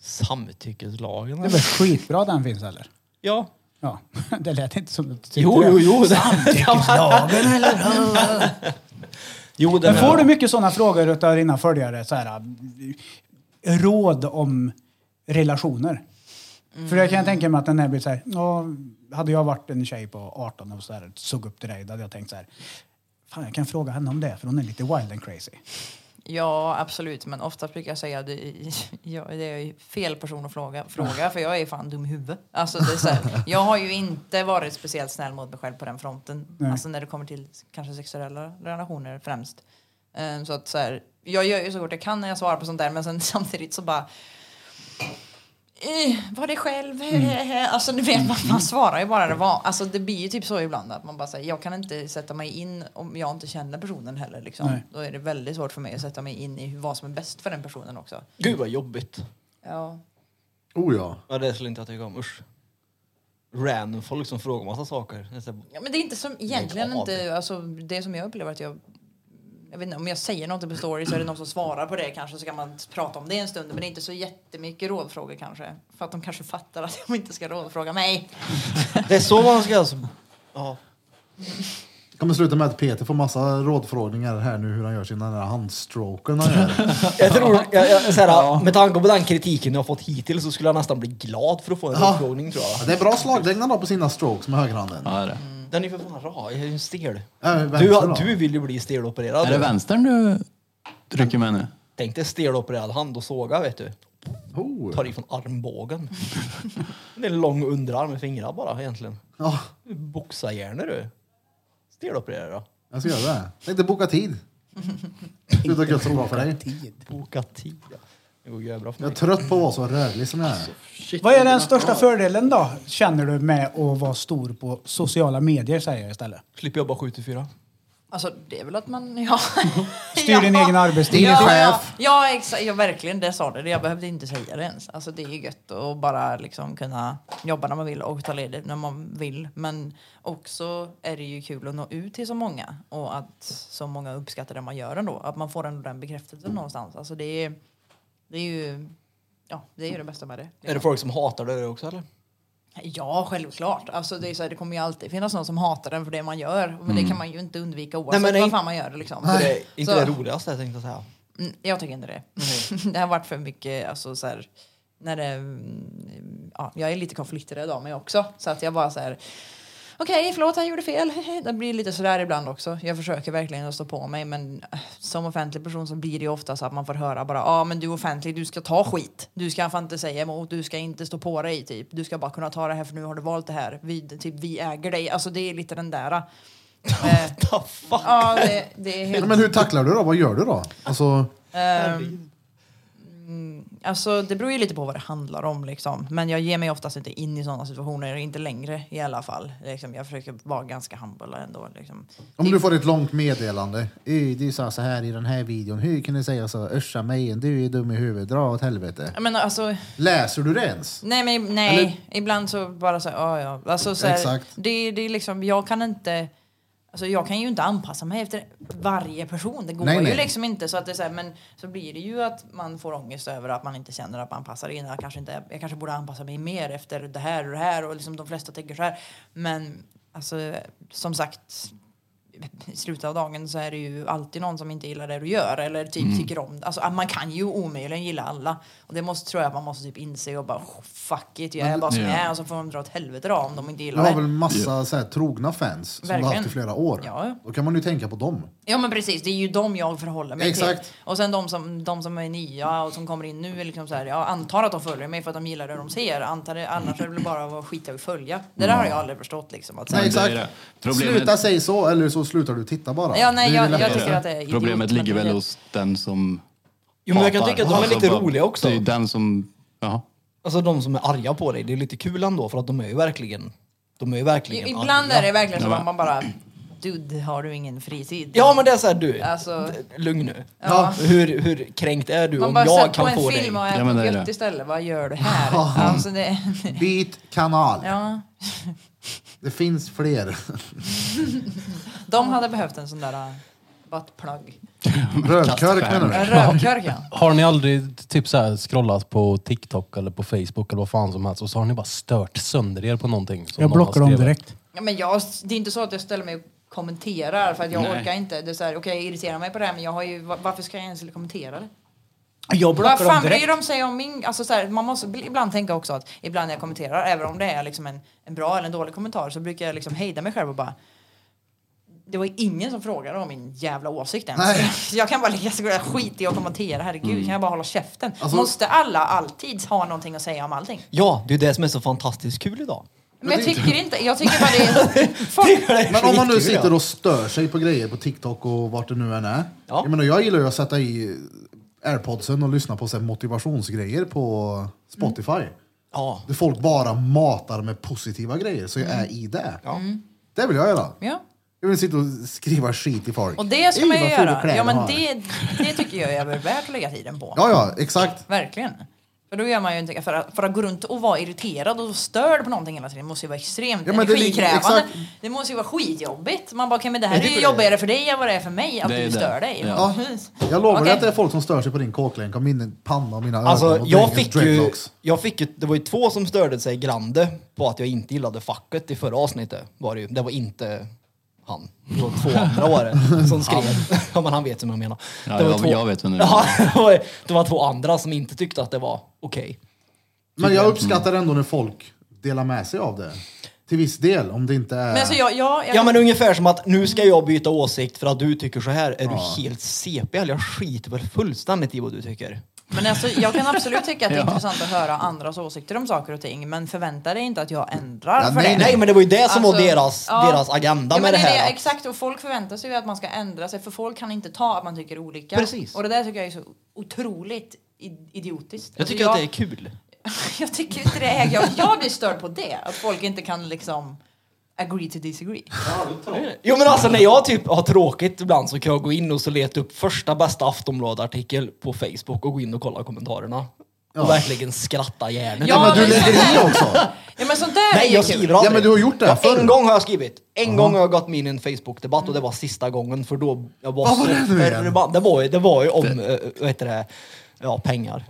Speaker 4: Samtyckeslagen?
Speaker 2: Det är väl skitbra den finns eller?
Speaker 4: Ja.
Speaker 2: Ja. Det lät inte som att
Speaker 4: Jo, jo, jo.
Speaker 2: Samtyckeslagen eller?
Speaker 4: jo den
Speaker 2: Men får
Speaker 4: är-
Speaker 2: du mycket sådana frågor utav dina följare? Så här, råd om relationer? För jag kan tänka mig att den här blir så här, ja, hade jag varit en tjej på 18 och så här, såg upp till dig, då hade jag tänkt så här, fan jag kan fråga henne om det, för hon är lite wild and crazy.
Speaker 3: Ja, absolut. Men oftast brukar jag säga att det- ja, det är ju fel person att fråga, fråga för jag är fan dum i huvudet. Alltså, det är så här, jag har ju inte varit speciellt snäll mot mig själv på den fronten.
Speaker 2: Nej.
Speaker 3: Alltså när det kommer till kanske sexuella relationer främst. Ehm, så att så här, jag gör ju så gott jag kan när jag svarar på sånt där men sen samtidigt så bara Eh, var det själv? Alltså ni vet, man, man svarar ju bara det var. Alltså det blir ju typ så ibland att man bara säger jag kan inte sätta mig in om jag inte känner personen heller liksom.
Speaker 2: Nej.
Speaker 3: Då är det väldigt svårt för mig att sätta mig in i hur- vad som är bäst för den personen också.
Speaker 4: Gud vad jobbigt.
Speaker 3: Ja.
Speaker 1: Oh ja.
Speaker 4: Ja, det skulle inte jag tycka om. Usch. Random folk som frågar massa saker. Det är så här,
Speaker 3: ja men det är inte som, egentligen
Speaker 4: Lägg av.
Speaker 3: inte, alltså det som jag upplever att jag jag vet inte, om jag säger något på story så är det någon som svarar på det kanske så kan man prata om det en stund men det är inte så jättemycket rådfrågor kanske. För att de kanske fattar att de inte ska rådfråga mig.
Speaker 4: Det är så man ska alltså... Ja.
Speaker 1: Det kommer sluta med att Peter får massa rådfrågningar här nu hur han gör sina där handstroken han gör.
Speaker 4: Jag tror, jag, jag, så här, med tanke på den kritiken jag har fått hittills så skulle jag nästan bli glad för att få en
Speaker 1: Ja.
Speaker 4: rådfrågning tror jag.
Speaker 1: Ja, det är bra slaglängd han har på sina strokes med högerhanden.
Speaker 5: Ja, det är det.
Speaker 4: Mm. Den är ju för fan rar, jag är ju en stel.
Speaker 1: Ja, men
Speaker 4: Du,
Speaker 1: vänster då?
Speaker 4: du vill ju bli stelopererad.
Speaker 5: Är det vänstern du trycker med nu?
Speaker 4: Tänk dig stelopererad hand och såga vet du.
Speaker 1: Oh.
Speaker 4: Tar ifrån armbågen. det är en lång underarm med fingrar bara egentligen.
Speaker 1: Ja,
Speaker 4: Du boxar gärna du. Stelopererad.
Speaker 1: jag ska göra det. Tänkte boka tid. Sluta gött så bra för dig.
Speaker 4: Boka tid. ja. Det går ju bra för
Speaker 1: Jag är
Speaker 4: mig.
Speaker 1: trött på att vara så rövlig som jag är.
Speaker 2: Vad är den största fördelen då, känner du, med att vara stor på sociala medier, säger jag istället?
Speaker 4: Slipper jobba 7 till 4.
Speaker 3: Alltså det är väl att man... Ja.
Speaker 2: Styr din egen arbetstid.
Speaker 1: Din är
Speaker 3: ja,
Speaker 1: chef.
Speaker 3: Ja, ja, exa- ja, verkligen. Det sa du. Jag behövde inte säga det ens. Alltså det är gött att bara liksom kunna jobba när man vill och ta ledigt när man vill. Men också är det ju kul att nå ut till så många och att så många uppskattar det man gör ändå. Att man får ändå den bekräftelsen någonstans. Alltså det är, det är ju... Ja, det är ju det bästa med det.
Speaker 4: Är det folk som hatar det också eller?
Speaker 3: Ja, självklart. Alltså, det, är så här, det kommer ju alltid finnas någon som hatar den för det man gör. Men
Speaker 2: Mm.
Speaker 3: det kan man ju inte undvika oavsett
Speaker 4: men det är
Speaker 3: vad
Speaker 4: in-
Speaker 3: fan man gör. Liksom.
Speaker 4: För Det är inte
Speaker 3: Så-
Speaker 4: det roligaste jag tänkte säga.
Speaker 3: Mm, Jag tycker inte det.
Speaker 4: Mm.
Speaker 3: det har varit för mycket, alltså så här, när det, mm, ja, jag är lite konflikträdd av mig också. Så att jag bara så här, okej förlåt jag gjorde fel. Det blir lite sådär ibland också. Jag försöker verkligen att stå på mig men eh, som offentlig person så blir det ju ofta så att man får höra bara, ja ah, men du är offentlig, du ska ta skit. Du ska fan inte säga emot, du ska inte stå på dig typ. Du ska bara kunna ta det här för nu har du valt det här. Vi, typ, vi äger dig. Alltså det är lite den där. eh,
Speaker 4: What the fuck?
Speaker 3: Ja, det, det är helt...
Speaker 1: Ja, men hur tacklar du då? Vad gör du då? Alltså,
Speaker 3: Alltså, det beror ju lite på vad det handlar om. Liksom. Men jag ger mig oftast inte in i sådana situationer, inte längre i alla fall. Liksom, jag försöker vara ganska humble ändå. Liksom.
Speaker 1: om du får ett långt meddelande. "Ey, Du sa så här i den här videon. Hur kan du säga så? Örsa mig igen. Du är dum i huvudet. Dra åt helvete.
Speaker 3: Jag menar, alltså,
Speaker 1: Läser du det ens?
Speaker 3: nej, men, nej. ibland så bara så här, ja, ja. Alltså, så här,
Speaker 1: Exakt.
Speaker 3: Det, det är liksom, jag kan inte... Alltså, jag kan ju inte anpassa mig efter varje person. Det går
Speaker 1: Nej,
Speaker 3: ju
Speaker 1: nej.
Speaker 3: liksom inte. Så att det är så här, men så blir det ju att man får ångest över att man inte känner att man passar in. Jag kanske, inte, jag kanske borde anpassa mig mer efter det här och det här. Och liksom de flesta tänker så här. Men alltså, som sagt, i slutet av dagen så är det ju alltid någon som inte gillar det du gör eller typ tycker om det. Alltså, att man kan ju omöjligen gilla alla. Och det måste, tror jag att man måste typ inse och bara oh, fuck it, jag är bara som
Speaker 5: Ja.
Speaker 3: jag är och så får de dra åt helvete då om de inte
Speaker 1: Du
Speaker 3: gillar
Speaker 1: har
Speaker 3: det.
Speaker 1: väl massa så här, trogna fans som du har haft i
Speaker 3: Verkligen.
Speaker 1: flera år?
Speaker 3: Ja.
Speaker 1: Då kan man ju tänka på dem.
Speaker 3: Ja men precis, det är ju dem jag förhåller mig
Speaker 1: Exakt.
Speaker 3: till. Och sen de som, de som är nya och som kommer in nu, är liksom så här, jag antar att de följer mig för att de gillar det de ser. Antar det, annars är det väl bara att skita i att följa. Det där har jag aldrig förstått liksom. Att, så här,
Speaker 1: Nej,
Speaker 5: det är
Speaker 1: exakt.
Speaker 5: det. Problemet-
Speaker 1: Sluta säga så eller så slutar du titta bara.
Speaker 3: ja, nej,
Speaker 1: Det är
Speaker 3: jag,
Speaker 1: väl
Speaker 3: jag
Speaker 1: lättare.
Speaker 3: tycker att det är idiot,
Speaker 5: Problemet ligger
Speaker 3: men
Speaker 5: väl
Speaker 3: det-
Speaker 5: hos den som
Speaker 4: Jo, men jag kan
Speaker 5: hatar.
Speaker 4: tycka att de är lite
Speaker 5: bara-
Speaker 4: roliga också.
Speaker 5: Det är ju den som... Ja.
Speaker 4: Alltså de som är arga på dig, det är lite kul ändå för att de är ju verkligen, de är ju verkligen
Speaker 3: Ibland
Speaker 4: arga.
Speaker 3: är det verkligen som
Speaker 5: Ja,
Speaker 3: att
Speaker 5: men-
Speaker 3: man bara, dude har du ingen fritid?
Speaker 4: Ja men det är såhär du,
Speaker 3: Alltså-
Speaker 4: d- lugn nu.
Speaker 3: Ja.
Speaker 4: Hur, hur kränkt är du
Speaker 3: man
Speaker 4: om
Speaker 3: bara
Speaker 4: jag
Speaker 3: sätter på
Speaker 4: kan få
Speaker 3: en
Speaker 4: dig?
Speaker 3: film och
Speaker 5: Ja, men det
Speaker 3: äter
Speaker 5: är
Speaker 3: gött
Speaker 5: det.
Speaker 3: istället, vad gör du här? alltså det,
Speaker 1: Byt kanal.
Speaker 3: ja.
Speaker 1: Det finns fler.
Speaker 3: De hade behövt en sån där äh, buttplug.
Speaker 1: Rövkörk menar du?
Speaker 3: En rövkörk ja.
Speaker 6: Har ni aldrig typ så här scrollat på TikTok eller på Facebook eller vad fan som helst och så har ni bara stört sönder er på någonting? Som
Speaker 2: Jag
Speaker 6: någon har
Speaker 2: blockar dem
Speaker 6: skrivit?
Speaker 2: direkt.
Speaker 3: Ja, Men jag, det är inte så att jag ställer mig och kommenterar för att jag orkar inte. Det är så här, okej jag irriterar mig på det här men jag har ju, va- varför ska jag ens kommentera det?
Speaker 2: Jag
Speaker 3: Vad
Speaker 2: blockar dem
Speaker 3: fan bryr
Speaker 2: direkt.
Speaker 3: de sig om min... Alltså så här, man måste bli- ibland tänka också att ibland när jag kommenterar, även om det är liksom en, en bra eller en dålig kommentar, så brukar jag liksom hejda mig själv och bara... Det var ju ingen som frågade om min jävla åsikt ens.
Speaker 1: Nej.
Speaker 3: Jag kan bara ligga så jag skit i att kommentera, herregud, kan jag bara hålla käften?
Speaker 1: Alltså-
Speaker 3: måste alla alltid ha någonting att säga om allting?
Speaker 4: Ja, det är ju det som är så fantastiskt kul idag.
Speaker 3: Men jag tycker inte, jag tycker bara det är...
Speaker 4: Det är
Speaker 1: Men om man nu
Speaker 4: skitkul idag.
Speaker 1: sitter och stör sig på grejer på TikTok och vart det nu än är.
Speaker 4: Ja.
Speaker 1: Jag, menar, jag gillar ju att sätta i airpodsen och lyssna på så här, motivationsgrejer på Spotify.
Speaker 4: Mm. Ja.
Speaker 1: Där folk bara matar med positiva grejer, så jag
Speaker 4: Mm.
Speaker 1: är i det. Det vill jag göra.
Speaker 3: Mm. Ja.
Speaker 1: Jag vill sitta och skriva skit i folk.
Speaker 3: Och det ska
Speaker 1: Ey,
Speaker 3: man ju
Speaker 1: vad fula
Speaker 3: göra.
Speaker 1: kläder
Speaker 3: Ja,
Speaker 1: du
Speaker 3: men
Speaker 1: har.
Speaker 3: det, det tycker jag är väl värt att lägga tiden på.
Speaker 1: ja, ja, exakt.
Speaker 3: Verkligen. För då gör man ju inte, för att, för att gå runt och vara irriterad och störd på någonting hela tiden måste ju vara extremt
Speaker 1: Ja, men det är li-
Speaker 3: energikrävande. Det,
Speaker 1: exakt.
Speaker 3: måste ju vara skitjobbigt. Man bara, okay, men det här är ju
Speaker 1: tycker det.
Speaker 3: jobbigare för dig än vad det är för mig att
Speaker 5: Det är
Speaker 3: du
Speaker 5: det.
Speaker 3: stör dig.
Speaker 5: Ja.
Speaker 1: Ja, jag lovar dig
Speaker 3: Okej.
Speaker 1: att det är folk som stör sig på din kåklänk och min panna och mina ögon
Speaker 4: Alltså
Speaker 1: och
Speaker 4: jag
Speaker 1: Bengals
Speaker 4: fick, ju,
Speaker 1: dreadlocks.
Speaker 4: jag fick ju, det var ju två som störde sig grande på att jag inte gillade facket i förra avsnittet. Var det, ju. det var inte han. Det var två andra var det som skrev. ja men han vet vem jag menar.
Speaker 5: Ja,
Speaker 4: det var
Speaker 5: jag- jag vet vem du
Speaker 4: ja, det var- det var två andra som inte tyckte att det var okej. typ
Speaker 1: Men jag uppskattar ändå när folk delar med sig av det. Till viss del, om det inte är...
Speaker 3: Men alltså, jag, jag, jag,
Speaker 4: Ja men ungefär som att nu ska jag byta åsikt för att du tycker så här. Är du helt CP eller? Jag skiter väl fullständigt i vad du tycker.
Speaker 3: men alltså, jag kan absolut tycka att det är intressant att höra andras åsikter om saker och ting men förvänta dig inte att jag ändrar
Speaker 1: Ja,
Speaker 3: för
Speaker 1: nej,
Speaker 3: det.
Speaker 4: Nej men det var ju det som var
Speaker 3: Alltså,
Speaker 4: deras,
Speaker 3: ja.
Speaker 4: deras agenda
Speaker 3: Ja, men
Speaker 4: med det
Speaker 3: är
Speaker 4: här.
Speaker 3: Det,
Speaker 4: att-
Speaker 3: exakt, och folk förväntar sig ju att man ska ändra sig för folk kan inte ta att man tycker olika.
Speaker 4: Precis.
Speaker 3: Och det där tycker jag är så otroligt i- idiotiskt.
Speaker 4: jag tycker
Speaker 3: Alltså,
Speaker 4: att det är kul.
Speaker 3: jag tycker inte det är... Jag, jag blir störd på det, att folk inte kan liksom agree to disagree.
Speaker 4: Jo men alltså när jag typ har tråkigt ibland så kan jag gå in och så leta upp första bästa Aftonbladet-artikel på Facebook och gå in och kolla kommentarerna. Och verkligen skratta hjärnet.
Speaker 1: Ja, men du
Speaker 3: men-
Speaker 1: lägger in också.
Speaker 3: Ja men sånt där
Speaker 4: Nej
Speaker 3: är ju
Speaker 4: jag
Speaker 3: kul.
Speaker 4: skriver aldrig.
Speaker 1: Ja, men du har gjort det
Speaker 4: ja,
Speaker 1: förr.
Speaker 4: En gång har jag skrivit. En gång har jag gått mig in i en Facebook-debatt och det var sista gången för då jag var
Speaker 1: Vad var
Speaker 4: så
Speaker 1: det nu igen?
Speaker 4: förbannad. Det var ju, det var ju om, eh, vad heter det, ja pengar.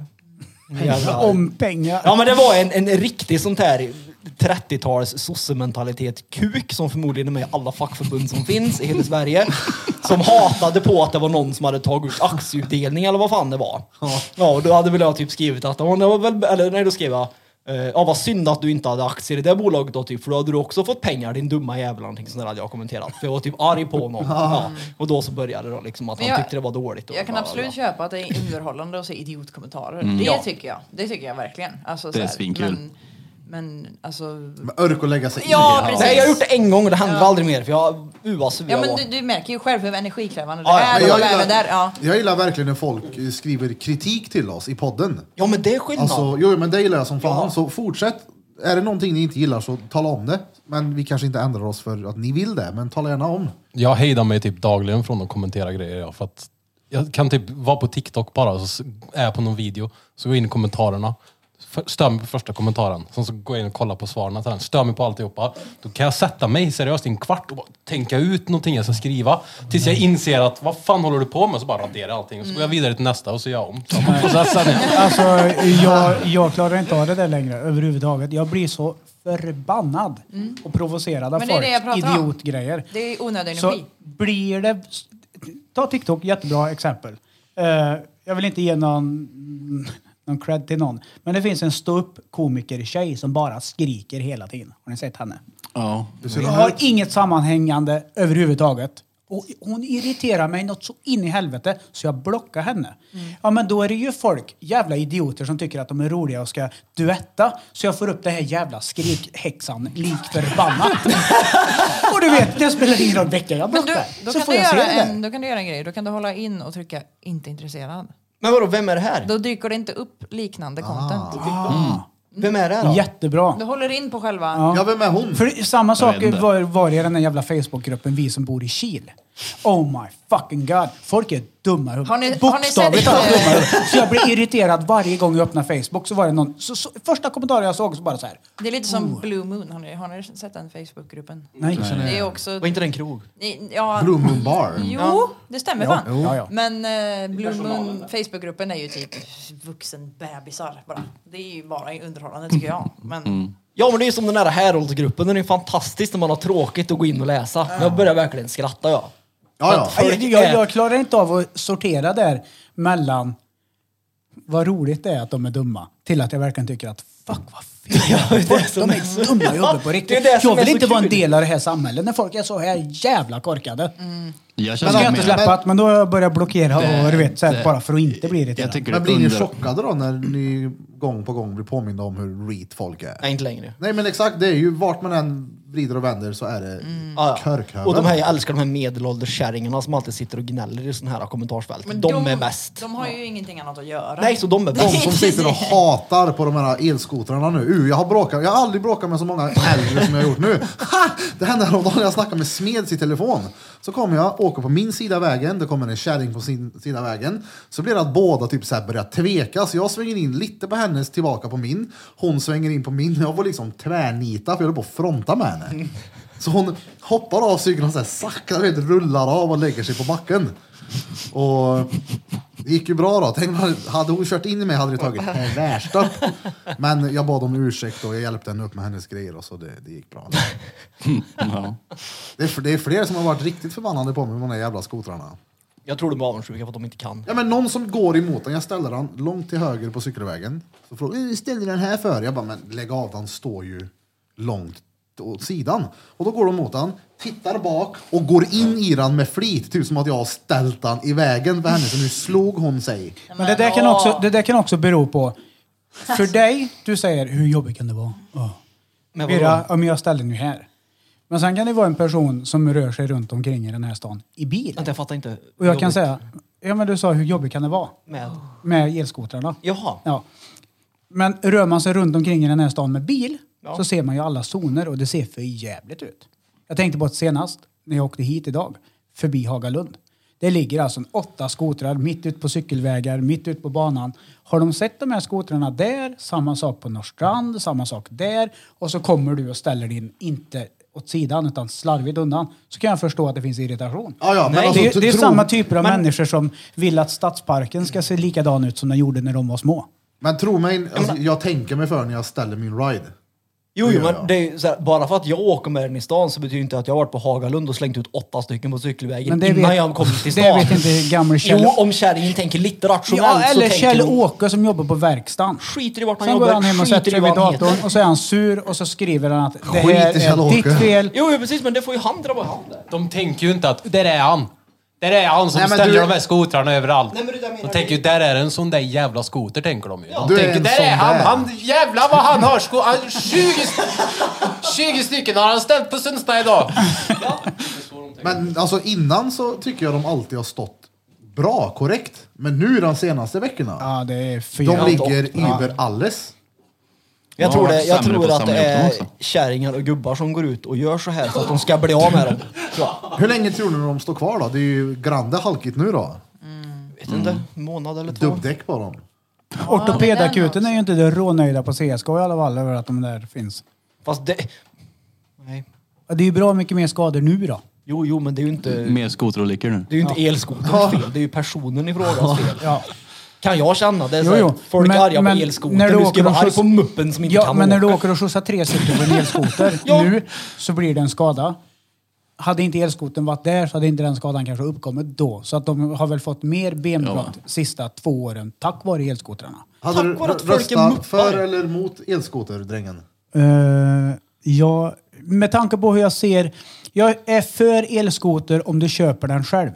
Speaker 4: Jävla-
Speaker 2: Om pengar.
Speaker 4: Ja men det var en, en riktig sånt här 30-tals sossementalitet kuk som förmodligen är med i alla fackförbund som finns i hela Sverige. Som hatade på att det var någon som hade tagit ut aktieutdelning eller vad fan det var. Ja, och då hade väl jag typ skrivit att, "Ja, det var väl, eller nej då skrev jag eh, Ja vad synd att du inte hade aktier i det bolaget då typ, för då hade du också fått pengar din dumma jävel eller någonting sånt där hade jag kommenterat. För jag var typ arg på honom. Ja, och då så började det då liksom att
Speaker 3: Men
Speaker 4: han
Speaker 3: jag-
Speaker 4: tyckte det var dåligt. och
Speaker 3: Jag kan
Speaker 4: bla, bla,
Speaker 3: absolut
Speaker 4: bla.
Speaker 3: köpa att det är underhållande att se idiotkommentarer. Det
Speaker 4: Mm. Ja.
Speaker 3: tycker jag. Det tycker jag verkligen. Alltså,
Speaker 5: Det är
Speaker 3: så här,
Speaker 5: svinkul.
Speaker 3: Men, men alltså...
Speaker 1: Men örk att lägga sig
Speaker 3: Ja,
Speaker 1: i.
Speaker 3: precis.
Speaker 4: Nej jag har gjort det en gång och det hände aldrig mer för jag uasur
Speaker 3: Ja
Speaker 4: jag
Speaker 3: men
Speaker 4: var.
Speaker 3: du, du märker ju själv hur energikrävande det
Speaker 4: Ja, ja,
Speaker 3: är.
Speaker 1: Men jag,
Speaker 3: och även där,
Speaker 1: gillar,
Speaker 3: ja.
Speaker 1: jag gillar verkligen när folk eh, skriver kritik till oss i podden.
Speaker 4: Ja men det är skillnad.
Speaker 1: Alltså, jo, men det gillar jag som fan.
Speaker 4: Ja.
Speaker 1: Så fortsätt. Är det någonting ni inte gillar så tala om det. Men vi kanske inte ändrar oss för att ni vill det, men tala gärna om.
Speaker 6: Jag hejdar mig typ dagligen från att kommentera grejer. Ja, för att jag kan typ vara på TikTok bara, så s- är jag på någon video, så går jag in i kommentarerna. F- Stör mig på första kommentaren, sen så går jag in och kollar på svaren till den. Stör mig på alltihopa. Då kan jag sätta mig seriöst i en kvart och bara tänka ut någonting jag ska skriva. Tills jag inser att vad fan håller du på med? Så bara raderar jag allting och så går jag
Speaker 2: Mm.
Speaker 6: vidare till nästa och så gör jag om. samma process sen igen.
Speaker 2: Alltså, jag, jag klarar inte av det där längre överhuvudtaget. Jag blir så förbannad och provocerad av
Speaker 3: Men det är det jag
Speaker 2: folk.
Speaker 3: pratar om.
Speaker 2: Idiotgrejer.
Speaker 3: Det är onödig
Speaker 2: Så
Speaker 3: energi.
Speaker 2: blir det... Ta TikTok, jättebra exempel. Eh, jag vill inte ge någon, någon cred till någon. Men det finns en ståuppkomiker-tjej som bara skriker hela tiden. Har ni sett henne?
Speaker 5: Ja.
Speaker 1: Hur ser
Speaker 2: Jag
Speaker 1: den
Speaker 2: har
Speaker 1: ut?
Speaker 2: inget sammanhängande överhuvudtaget. Och hon irriterar mig något så in i helvete så jag blockar henne.
Speaker 3: Mm.
Speaker 2: Ja men då är det ju folk, jävla idioter som tycker att de är roliga och ska duetta. Så jag får upp det här jävla skrikhäxan lik förbannat. och du vet, det spelar ingen roll vecka jag
Speaker 3: Men du,
Speaker 2: blockar.
Speaker 3: då,
Speaker 2: så
Speaker 3: kan
Speaker 2: får
Speaker 3: du
Speaker 2: jag se
Speaker 3: göra
Speaker 2: det där.
Speaker 3: en, då kan du göra en grej. Då kan du hålla in och trycka inte intresserad.
Speaker 4: Men vadå, vem är det här?
Speaker 3: Då dyker det inte upp
Speaker 2: Ah.
Speaker 3: liknande content.
Speaker 4: Vem är det här då?
Speaker 2: Jättebra.
Speaker 3: Du håller in på själva...
Speaker 1: Ja, vem är hon?
Speaker 2: För det- samma sak
Speaker 5: vet inte.
Speaker 2: var, var det i den där jävla Facebookgruppen Vi som bor i Kil. Oh my fucking god. Folk är dumma i huvudet.
Speaker 3: Har ni- har ni
Speaker 2: Bokstavligt
Speaker 3: sett-
Speaker 2: talat dumma i huvudet. Så jag blir irriterad varje gång jag öppnar Facebook. Så var det någon, så, så, första kommentaren jag såg så bara så här.
Speaker 3: Det är lite som Blue Moon. Har ni, har ni sett den Facebookgruppen?
Speaker 2: Oh. Nej.
Speaker 3: Det är också...
Speaker 4: Var inte den krog?
Speaker 3: ni- Ja,
Speaker 1: Blue Moon Bar.
Speaker 3: Jo, det stämmer
Speaker 2: Ja,
Speaker 3: fan.
Speaker 2: ja, ja.
Speaker 3: Men eh, Blue Moon Facebookgruppen är ju typ vuxenbebisar bara. Det är ju bara underhållande tycker jag. Men
Speaker 4: Ja men det är ju som den här Heralds-gruppen, den är ju fantastisk när man har tråkigt att gå in och läsa. Jag börjar verkligen skratta jag.
Speaker 1: Ja, ja.
Speaker 2: Jag, jag, jag klarar inte av att sortera där mellan vad roligt det är att de är dumma till att jag verkligen tycker att fuck vad fel.
Speaker 4: Ja, det är
Speaker 2: Folk,
Speaker 4: som
Speaker 2: de
Speaker 4: är
Speaker 2: är
Speaker 4: så-
Speaker 2: dumma i huvudet på
Speaker 4: Ja,
Speaker 2: riktigt.
Speaker 4: det är det som
Speaker 2: Jag
Speaker 4: är
Speaker 2: vill
Speaker 4: så
Speaker 2: inte vara en
Speaker 4: kul.
Speaker 2: del av det här samhället när folk är så här jävla korkade.
Speaker 3: Mm.
Speaker 5: Jag
Speaker 2: Jag ska
Speaker 5: känner
Speaker 2: inte
Speaker 5: med.
Speaker 2: släppa att, men då har jag börjat blockera och du vet, så här,
Speaker 5: det-
Speaker 2: bara för att inte bli irriterad.
Speaker 5: Jag tycker
Speaker 1: Men
Speaker 5: det
Speaker 1: blir ni
Speaker 5: under...
Speaker 1: chockade då när ni gång på gång blir påminda om hur reet folk är?
Speaker 4: Nej inte längre.
Speaker 1: Nej, men exakt. Det är ju vart man än vrider och vänder så är det
Speaker 4: Ja, ja.
Speaker 1: körkhövel.
Speaker 4: Och de här, jag älskar de här medelålderskärringarna som alltid sitter och gnäller i sådana här kommentarsfält.
Speaker 3: Men
Speaker 4: de, är bäst.
Speaker 3: De har ju ingenting annat att göra.
Speaker 4: Nej, så de är
Speaker 1: De
Speaker 4: bäst.
Speaker 1: som sitter och hatar på de här elskotrarna nu. Uh, jag, har bråkat, jag har aldrig bråkat med så många äldre som jag har gjort nu. Ha! Det hände häromdagen när jag snackade med Smeds i telefon. Så kommer jag, åker på min sida av vägen, det kommer en kärring på sin sida av vägen. Så blir det att båda typ så här börjar tveka, så jag svänger in lite på hennes, tillbaka på min. Hon svänger in på min, jag får liksom tvärnita för jag höll på att fronta med henne. Så hon hoppar av cykeln och så här sakta du vet, rullar av och lägger sig på backen. Och det gick ju bra då. Tänk, om hon- hade hon kört in i mig hade det tagit perverst upp. Men jag bad om ursäkt och jag hjälpte henne upp med hennes grejer och så det, det gick bra.
Speaker 5: Ja.
Speaker 1: Det är, f- det är fler som har varit riktigt förbannade på mig med de där jävla skotrarna.
Speaker 4: Jag tror de är avundsjuka för att de inte kan.
Speaker 1: Ja men någon som går emot den. Jag ställer den långt till höger på cykelvägen. Så frågar jag, ställer ni den här för? Jag bara, men lägg av, den står ju långt åt sidan. Och då går de mot den, tittar bak och går in i den med flit. Typ som att jag har ställt den i vägen för henne. Så nu slog hon sig.
Speaker 2: Men det där, kan också, det där kan också bero på... För dig, du säger hur jobbigt kan det vara? Ja.
Speaker 4: Men vadå?
Speaker 2: Mira, om jag ställer nu här. Men sen kan det vara en person som rör sig runt omkring i den här stan i bil.
Speaker 4: Vänta, jag fattar inte.
Speaker 2: Och jag kan
Speaker 4: Jobbigt
Speaker 2: säga, ja men du sa hur jobbigt kan det vara?
Speaker 4: Med.
Speaker 2: Med elskotrarna.
Speaker 4: Jaha.
Speaker 2: Ja. Men rör man sig runt omkring i den här stan med bil
Speaker 4: Ja.
Speaker 2: så ser man ju alla zoner och det ser för jävligt ut. Jag tänkte på det senast när jag åkte hit idag, förbi Hagalund. Det ligger alltså en åtta skotrar mitt ut på cykelvägar, mitt ut på banan. Har de sett de här skotrarna där, samma sak på Norrstrand, samma sak där och så kommer du och ställer din, inte åt sidan utan slarvigt undan, så kan jag förstå att det finns irritation.
Speaker 1: Ja, ja, men
Speaker 2: Nej,
Speaker 1: alltså,
Speaker 2: det, är- det är
Speaker 1: tro-
Speaker 2: samma typer av människor som vill att stadsparken ska se likadan ut som den gjorde när de var små.
Speaker 1: Men tro mig, alltså, jag tänker mig för när jag ställer min ride.
Speaker 4: Jo,
Speaker 1: Det
Speaker 4: jo
Speaker 1: gör jag.
Speaker 4: men det är ju så här, bara för att jag åker med den i stan så betyder ju inte att jag har varit på Hagalund och slängt ut åtta stycken på
Speaker 2: Men
Speaker 4: cykelvägen
Speaker 2: det
Speaker 4: innan
Speaker 2: vet-
Speaker 4: jag kom till stan.
Speaker 2: det vet inte gamle Kjell.
Speaker 4: Jo, om kärringen tänker lite rationellt
Speaker 2: Ja, eller
Speaker 4: så tänker hon,
Speaker 2: Kjell-Åke som jobbar på verkstaden.
Speaker 4: skiter i vart han
Speaker 2: Sen går
Speaker 4: jobbar,
Speaker 2: han hem och
Speaker 4: skiter
Speaker 2: sätter
Speaker 4: i
Speaker 2: sig
Speaker 4: vad
Speaker 2: vid
Speaker 4: han
Speaker 2: datorn
Speaker 4: heter.
Speaker 2: och så är han sur och så skriver han att det
Speaker 1: Skit i
Speaker 2: här är
Speaker 1: Kjell-Åke.
Speaker 2: ditt fel.
Speaker 4: Jo, jo, precis, men det får ju han dra på hand där.
Speaker 6: De tänker ju inte att där är han. Där är han som
Speaker 1: Nej, men
Speaker 6: ställer
Speaker 1: du-
Speaker 6: de här skotrarna överallt.
Speaker 4: Nej, men det där menar
Speaker 6: de
Speaker 4: jag.
Speaker 6: tänker ju, där är en sån där jävla skoter, tänker de ju. De
Speaker 1: Du är
Speaker 6: tänker,
Speaker 1: en
Speaker 6: där
Speaker 1: sån
Speaker 6: är han.
Speaker 1: där."
Speaker 6: han! Jävlar vad han har sko... Han, 20, st- 20 stycken har han ställt på Sundsta idag.
Speaker 1: Men alltså innan så tycker jag de alltid har stått bra, korrekt. Men nu de senaste veckorna,
Speaker 2: Ja, det är för
Speaker 1: de
Speaker 2: jävligt.
Speaker 1: ligger över alles.
Speaker 4: Jag
Speaker 5: Ja,
Speaker 4: tror, det,
Speaker 5: varit
Speaker 4: jag
Speaker 5: sämre på
Speaker 4: tror
Speaker 5: att
Speaker 4: att det
Speaker 5: samla ihop
Speaker 4: är
Speaker 5: dem också.
Speaker 4: kärringar och gubbar som går ut och gör så här så att de ska bli av med dem. Tror jag.
Speaker 1: Hur länge tror ni de står kvar då? Det är ju grande halkigt nu då.
Speaker 4: Vet inte,
Speaker 5: Mm.
Speaker 4: en månad eller två.
Speaker 1: Dubbdäck på dem.
Speaker 2: Ortopedakuten är ju inte det rånöjda på CSGO i alla fall över att de där finns.
Speaker 4: Fast det... Nej.
Speaker 2: Ja, Det är ju bra mycket mer skador nu då.
Speaker 4: Jo, jo, men det är ju inte...
Speaker 5: Mer skoterolyckor nu.
Speaker 4: Det är ju inte elskoterns fel, det är ju personen i frågas fel.
Speaker 2: Ja.
Speaker 4: Kan jag känna. Det är så
Speaker 2: Jo,
Speaker 4: här,
Speaker 2: jo.
Speaker 4: folk
Speaker 2: Men-
Speaker 4: är arga på
Speaker 2: men
Speaker 4: elskoter.
Speaker 2: när du
Speaker 4: Du ska
Speaker 2: åker
Speaker 4: vara
Speaker 2: och
Speaker 4: arg
Speaker 2: skjuts-
Speaker 4: på muppen som inte
Speaker 2: Ja,
Speaker 4: kan
Speaker 2: men när
Speaker 4: åka.
Speaker 2: du åker och skjutsar tre cyklar på en elskoter
Speaker 4: Ja.
Speaker 2: nu så blir det en skada. Hade inte elskotern varit där så hade inte den skadan kanske uppkommit då. Så att de har väl fått mer benbrott sista två åren tack vare elskotrarna.
Speaker 1: Hade du
Speaker 4: Tack vare att folk är muppar.
Speaker 1: röstat för eller mot elskoterdrängen?
Speaker 2: Eh, ja, med tanke på hur jag ser... Jag är för elskoter om du köper den själv.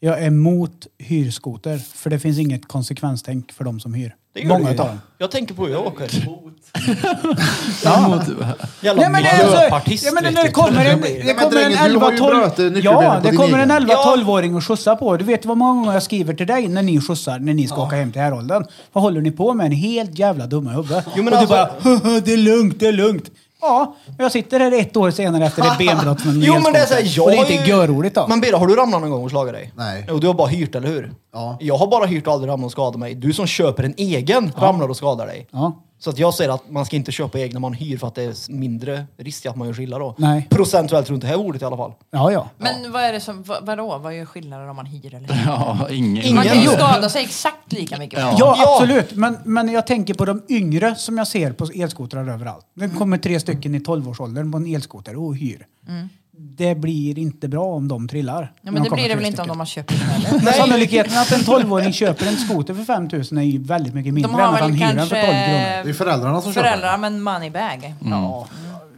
Speaker 2: Jag är emot hyrskoter, för det finns inget konsekvenstänk för de som hyr.
Speaker 4: Det gör
Speaker 2: Många
Speaker 4: du
Speaker 2: av
Speaker 4: ju.
Speaker 2: dem.
Speaker 4: Jag tänker på hur jag åker.
Speaker 5: Ja.
Speaker 4: Jävla
Speaker 2: Nej, men det är alltså,
Speaker 4: miljöpartist.
Speaker 2: ja, men
Speaker 4: vet
Speaker 2: när det
Speaker 4: du.
Speaker 2: kommer en,
Speaker 1: Nej,
Speaker 2: det
Speaker 1: men
Speaker 2: kommer en
Speaker 1: drängen, du har ju
Speaker 2: 11-12
Speaker 1: bröt, eh, nyckelbenet
Speaker 2: ja,
Speaker 1: på
Speaker 2: det
Speaker 1: din
Speaker 2: kommer en
Speaker 1: egen.
Speaker 2: 11-12-åring och skjutsar på. Du vet vad många gånger jag skriver till dig när ni skjutsar, när ni ska åka hem till här åldern. Vad håller ni på med? En helt jävla dumma hubbe.
Speaker 4: Jo, men
Speaker 2: och
Speaker 4: alltså-
Speaker 2: du bara, "Haha, det är lugnt, det är lugnt. Ja, men jag sitter här ett år senare efter det benbrott från
Speaker 4: Jo men det är såhär, jag
Speaker 2: Och det är
Speaker 4: har
Speaker 2: inte
Speaker 4: ju-
Speaker 2: görroligt då.
Speaker 4: Men Birra, har du ramlat någon gång och slagit dig?
Speaker 1: Nej.
Speaker 4: Jo, du har bara hyrt, eller hur?
Speaker 1: Ja.
Speaker 4: Jag har bara hyrt och aldrig ramlat och skadat mig. Du som köper en egen ramlar och skadar dig.
Speaker 2: Ja.
Speaker 4: Så att jag säger att man ska inte köpa egna man hyr för att det är mindre risk att man gör skillnad då.
Speaker 2: Nej.
Speaker 4: Procentuellt runt det här ordet i alla fall.
Speaker 2: Ja, ja.
Speaker 3: Men vad är det som, vad, vadå, vad är skillnaden om man hyr eller hyr?
Speaker 5: Ja, ingen.
Speaker 4: Ingen.
Speaker 3: Man kan ju
Speaker 4: Jo.
Speaker 3: skada sig exakt lika mycket.
Speaker 5: Ja.
Speaker 2: Ja,
Speaker 4: Ja.
Speaker 2: absolut. Men, men jag tänker på de yngre som jag ser på elskotrar överallt. Det
Speaker 3: Mm.
Speaker 2: kommer tre stycken i 12-årsåldern på en elskoter och hyr. Det blir inte bra om de trillar.
Speaker 3: Mm. Ja,
Speaker 2: när
Speaker 3: men
Speaker 2: de
Speaker 3: det
Speaker 2: kommer
Speaker 3: blir det
Speaker 2: tre
Speaker 3: väl inte om
Speaker 2: stycken.
Speaker 3: de har köpt den heller?
Speaker 2: Men Sannolikheten att en 12-åring köper en skoter för 5 000 är ju väldigt mycket mindre
Speaker 3: De
Speaker 2: än
Speaker 3: har
Speaker 2: att han
Speaker 3: väl
Speaker 2: hyr den för 12 kronor.
Speaker 1: Det är
Speaker 3: kanske
Speaker 1: ju föräldrarna som köper.
Speaker 3: föräldrar med en moneybag.
Speaker 2: Ja.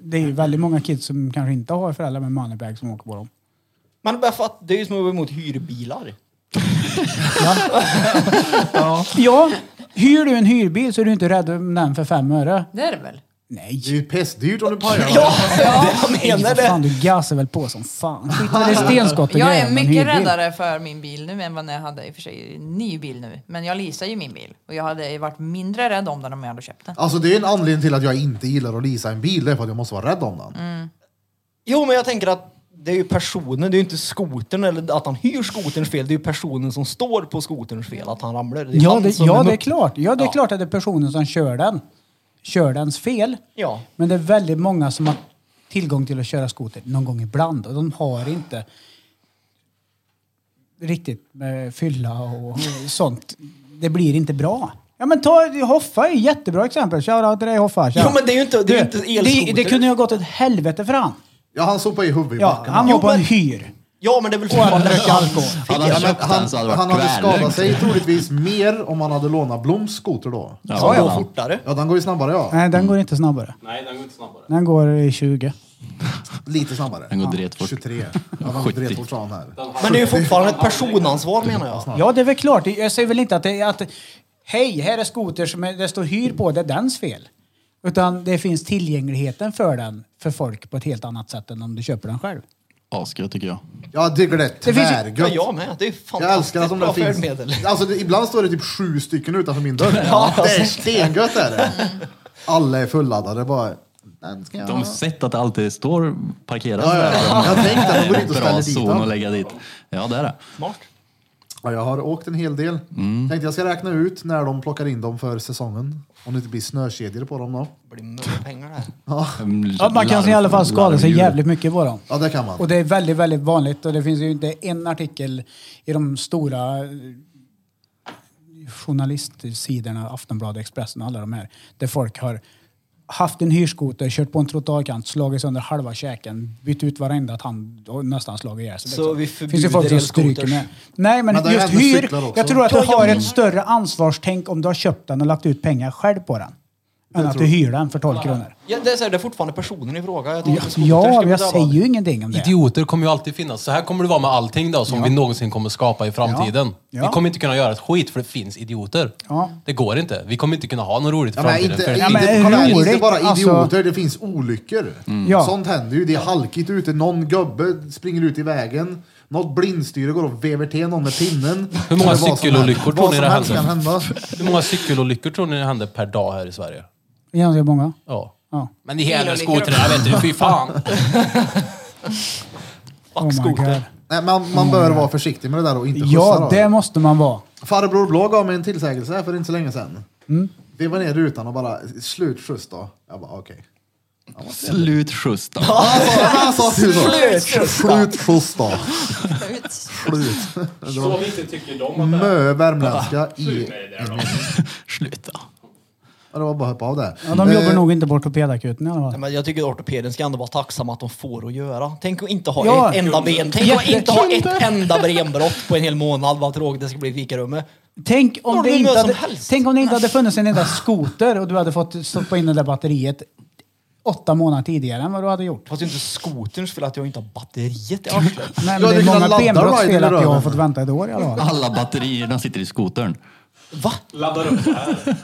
Speaker 2: Det är ju väldigt många kids som kanske inte har föräldrar med moneybag som åker på dem.
Speaker 4: Men bara för att det är ju som att vara emot hyrbilar.
Speaker 2: Ja, hyr du en hyrbil så är du inte rädd om den för 5 öre.
Speaker 3: Det är det väl?
Speaker 2: Nej.
Speaker 1: Det är ju pissdyrt om du pajar
Speaker 4: Ja,
Speaker 1: dem.
Speaker 4: ja. det jag menar
Speaker 2: Vad
Speaker 4: det.
Speaker 2: fan, du gasar väl på som fan. Skit i det stenskott och
Speaker 3: Jag
Speaker 2: grejer,
Speaker 3: är
Speaker 2: men
Speaker 3: mycket
Speaker 2: hyrbil.
Speaker 3: räddare för min bil nu än vad jag hade i och för sig ny bil nu. Men jag leasar ju min bil och jag hade ju varit mindre rädd om den om jag hade köpt den.
Speaker 1: Alltså det är en anledning till att jag inte gillar att leasa en bil, det är för att jag måste vara rädd om den.
Speaker 4: Mm. Jo, men jag tänker att det är ju personen, det är ju inte skotern eller att han hyr skoterns fel. Det är ju personen som står på skoterns fel att han ramlar. Det är
Speaker 2: Ja,
Speaker 4: han
Speaker 2: det,
Speaker 4: som
Speaker 2: ja, det är
Speaker 4: mupp.
Speaker 2: klart. Ja, det är
Speaker 4: Ja.
Speaker 2: klart att det är personen som kör den. Kör dens fel.
Speaker 4: Ja.
Speaker 2: Men det är väldigt många som har tillgång till att köra skoter någon gång ibland och de har inte riktigt med fylla och sånt. Det blir inte bra. Ja men ta Hoffa är ett jättebra exempel. Shoutout till dig Hoffa. Tja.
Speaker 4: Jo, men det är ju inte- det är ju inte
Speaker 2: Du,
Speaker 4: elskoter.
Speaker 2: Det, det kunde ju ha gått ett helvete för han.
Speaker 1: Ja, han sopade i huvudet i
Speaker 2: Ja,
Speaker 1: backen.
Speaker 2: han var
Speaker 4: Jo,
Speaker 2: på en
Speaker 4: men-
Speaker 2: hyr.
Speaker 4: Ja, men det är väl
Speaker 2: Och han drack
Speaker 4: hans-
Speaker 2: alkohol.
Speaker 5: Hade han köpt den så hade det
Speaker 1: han
Speaker 5: varit
Speaker 1: hade skadat
Speaker 5: tvärlugnt.
Speaker 1: sig troligtvis mer om han hade lånat Bloms skoter då.
Speaker 5: Ja,
Speaker 4: Som går
Speaker 5: ja.
Speaker 4: fortare.
Speaker 1: Ja, den går ju snabbare ja.
Speaker 2: Nej, den går inte snabbare.
Speaker 6: Nej, den går inte snabbare.
Speaker 2: Den går i 20.
Speaker 1: Lite snabbare.
Speaker 5: Den går dretfort.
Speaker 1: 23. Ja, den går
Speaker 5: 70.
Speaker 1: dretfort sa han här.
Speaker 4: Men det är ju fortfarande ett personansvar menar jag.
Speaker 2: Ja, det är väl klart. Jag säger väl inte att det är att hej, här är skoter som är- det står hyr på, det är dens fel. Utan det finns tillgängligheten för den för folk på ett helt annat sätt än om du köper den själv.
Speaker 5: Asgött tycker jag.
Speaker 1: Jag tycker det är
Speaker 2: finns ju-
Speaker 4: Ja,
Speaker 1: tvärgött.
Speaker 4: jag med. Det är fantastiskt
Speaker 1: Jag älskar att de där
Speaker 4: bra
Speaker 1: finns.
Speaker 4: färdmedel.
Speaker 1: Alltså, det, ibland står det typ sju stycken utanför min dörr. Ja, det är stengött är det. Alla är fulladdade bara. Den ska jag...
Speaker 5: De har sett att det alltid står parkerat
Speaker 1: Ja, ja, ja. Jag tänkte att de går dit och
Speaker 5: Bra
Speaker 1: ställer dit
Speaker 5: zon att
Speaker 1: dem.
Speaker 5: lägga dit. Ja, det är det.
Speaker 4: Smart.
Speaker 1: Ja, jag har åkt en hel del.
Speaker 5: Mm.
Speaker 1: Tänkte jag ska räkna ut när de plockar in dem för säsongen. Om det inte blir snökedjor på dem då.
Speaker 4: Det blir mycket pengar där.
Speaker 2: Ja, man kan i alla fall skada sig jävligt mycket på dem.
Speaker 1: Ja, det kan man.
Speaker 2: Och det är väldigt, väldigt vanligt och det finns ju inte en artikel i de stora eh, journalistsidorna, Aftonbladet, Expressen och alla de här, där folk har haft en hyrskoter, kört på en trottoarkant, slagit sönder halva käken, bytt ut varenda tand och nästan slagit ihjäl sig.
Speaker 4: Så
Speaker 2: liksom.
Speaker 4: vi
Speaker 2: finns ju folk
Speaker 4: förbjuder
Speaker 2: som stryker
Speaker 4: elskoters.
Speaker 2: med. Nej, men,
Speaker 1: Men det har ju
Speaker 2: just
Speaker 1: hänt med
Speaker 2: hyr.
Speaker 1: cyklar också.
Speaker 2: Jag tror att du har ett större ansvarstänk om du har köpt den och lagt ut pengar själv på den. Än att du hyr den för 12 kronor.
Speaker 4: Ja, det, är så här, det är fortfarande personen i fråga. Jag tror
Speaker 2: Ja,
Speaker 4: att skotern ska
Speaker 2: ja
Speaker 4: bli
Speaker 2: jag
Speaker 4: drabbad.
Speaker 2: säger ju ingenting om det.
Speaker 6: Idioter kommer ju alltid finnas. Så här kommer det vara med allting då som vi någonsin kommer skapa i framtiden.
Speaker 2: Ja. Ja.
Speaker 6: Vi kommer inte kunna göra ett skit för det finns idioter.
Speaker 2: Ja.
Speaker 6: Det går inte. Vi kommer inte kunna ha något roligt i
Speaker 1: Ja, men
Speaker 6: framtiden.
Speaker 1: inte,
Speaker 6: för-
Speaker 2: Ja,
Speaker 1: inte,
Speaker 2: men
Speaker 1: kolla, här,
Speaker 2: roligt,
Speaker 1: inte bara
Speaker 2: alltså. Mm.
Speaker 1: idioter, det finns olyckor.
Speaker 2: Ja.
Speaker 1: Sånt händer ju. Det är halkigt ute, någon gubbe springer ut i vägen. Något blindstyre går och väver till någon med pinnen.
Speaker 6: Hur
Speaker 1: Eller
Speaker 6: många
Speaker 1: vad som
Speaker 6: cykelolyckor
Speaker 1: helst.
Speaker 6: tror ni det
Speaker 1: Vad som helst
Speaker 6: händer?
Speaker 1: kan hända.
Speaker 6: Hur många cykelolyckor tror ni det händer per dag här i Sverige?
Speaker 2: Ganska många.
Speaker 6: Ja.
Speaker 2: Ja.
Speaker 6: Men de här skotrarna vet du, fy fan.
Speaker 2: Oh my God.
Speaker 1: Nej, man,
Speaker 6: Mm.
Speaker 1: man bör vara försiktig med det där och inte skjutsa.
Speaker 2: Ja,
Speaker 1: då.
Speaker 2: det måste man vara.
Speaker 1: Farbror Blå gav mig en tillsägelse för inte så länge sedan.
Speaker 2: Mm.
Speaker 1: Vi var ner i rutan och bara, slut skjuts då. Jag bara, okej.
Speaker 5: Slut skjuts då.
Speaker 1: Han sa till så.
Speaker 3: Slut
Speaker 1: Slut skjuts då.
Speaker 3: Ut.
Speaker 1: Slut.
Speaker 7: Så mycket tycker de att det är.
Speaker 1: Mö värmländska i...
Speaker 7: Nej, det är de.
Speaker 5: Sluta.
Speaker 1: Ja, Det var bara att hoppa av det.
Speaker 2: Ja, de jobbar
Speaker 1: Eh,
Speaker 2: nog inte på ortopedakuten i alla
Speaker 4: Nej,
Speaker 2: fall.
Speaker 4: men jag tycker att ortopeden ska ändå vara tacksam att de får att göra. Tänk att inte ha
Speaker 2: Ja.
Speaker 4: ett enda ben. Tänk att
Speaker 2: Jätte-
Speaker 4: inte ha ett enda benbrott på en hel månad. Vad tråkigt det ska bli i fikarummet.
Speaker 2: Tänk
Speaker 4: Då
Speaker 2: om,
Speaker 4: har
Speaker 2: det
Speaker 4: du
Speaker 2: inte
Speaker 4: hur som
Speaker 2: hade,
Speaker 4: helst.
Speaker 2: tänk om det inte hade funnits en enda skoter och du hade fått stoppa in det där batteriet åtta månader tidigare än vad du hade gjort.
Speaker 4: Fast det är inte skoterns fel att jag inte har batteriet i arslet.
Speaker 2: Nej,
Speaker 1: Du
Speaker 2: men det
Speaker 1: hade
Speaker 2: är
Speaker 1: kunnat
Speaker 2: många
Speaker 1: ladda
Speaker 2: benbrotts
Speaker 1: riden
Speaker 2: fel
Speaker 1: i
Speaker 2: att jag har
Speaker 1: röven.
Speaker 2: fått vänta ett år i alla fall.
Speaker 5: Alla batterierna sitter i skotern.
Speaker 4: Va?
Speaker 7: Laddar upp det här.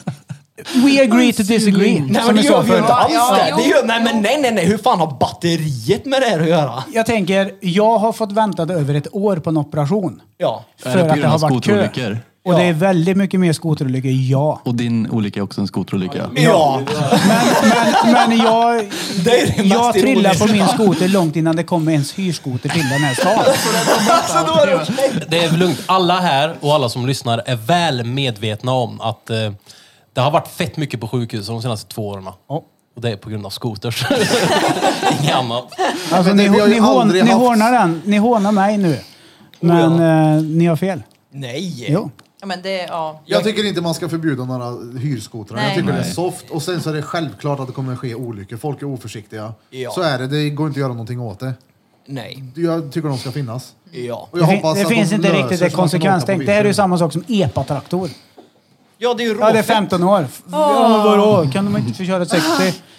Speaker 2: We agree to disagree.
Speaker 4: Nej
Speaker 2: som
Speaker 4: men det
Speaker 2: vi sa
Speaker 4: gör vi ju
Speaker 2: förut.
Speaker 4: inte alls
Speaker 3: Ja,
Speaker 4: det.
Speaker 3: jo,
Speaker 4: det gör, nej men nej nej nej, hur fan har batteriet med det här att göra?
Speaker 2: Jag tänker, jag har fått vänta över ett år på en operation.
Speaker 4: Ja.
Speaker 5: Är det
Speaker 2: För
Speaker 5: på
Speaker 2: att det
Speaker 5: grund av
Speaker 2: har varit kö.
Speaker 5: skoterolyckor?
Speaker 2: Och det är
Speaker 4: Ja.
Speaker 2: väldigt mycket mer skoterolyckor, ja.
Speaker 5: Och din olycka är också en skoterolycka?
Speaker 4: Ja.
Speaker 2: Men, men jag,
Speaker 4: Det är det
Speaker 2: jag
Speaker 4: mest
Speaker 2: trillade på
Speaker 4: ironiska.
Speaker 2: min skoter långt innan det kom ens hyrskoter till den här stan.
Speaker 4: Alltså då är det okej.
Speaker 6: Det är lugnt. Alla här och alla som lyssnar är väl medvetna om att eh, det har varit fett mycket på sjukhus de senaste två åren.
Speaker 2: Ja.
Speaker 6: Och det är på grund av skoters. Inget annat.
Speaker 2: Alltså,
Speaker 1: Men
Speaker 2: ni,
Speaker 1: det- vi har ju
Speaker 2: ni, hån,
Speaker 1: aldrig
Speaker 2: ni
Speaker 1: haft- Oh,
Speaker 2: hånar den. Ni hånar mig nu. Men eh, ni har fel.
Speaker 4: Nej.
Speaker 2: Jo.
Speaker 3: Ja, men det, ja.
Speaker 1: Jag tycker inte man ska förbjuda några hyrskotrar. Jag
Speaker 3: Nej.
Speaker 1: tycker det är
Speaker 5: Nej.
Speaker 1: soft. Och sen så är det självklart att det kommer ske olyckor. Folk är oförsiktiga.
Speaker 4: Ja.
Speaker 1: Så är det. Det går inte att göra någonting åt det.
Speaker 4: Nej.
Speaker 1: Jag tycker de ska finnas.
Speaker 4: Ja.
Speaker 1: Och
Speaker 2: Det,
Speaker 1: jag
Speaker 2: fin,
Speaker 1: hoppas
Speaker 2: det
Speaker 1: att
Speaker 2: finns
Speaker 1: de
Speaker 2: inte
Speaker 1: löser
Speaker 2: riktigt
Speaker 1: så
Speaker 2: det
Speaker 1: att man kan åka
Speaker 2: konsekvenstänk.
Speaker 1: på
Speaker 2: Det här är ju
Speaker 1: vintern.
Speaker 2: samma sak som epatraktor.
Speaker 4: Ja det är ju
Speaker 2: Ja, det är
Speaker 4: råfett.
Speaker 2: 15 år. Ja, men vadå? Kan de inte få köra 60?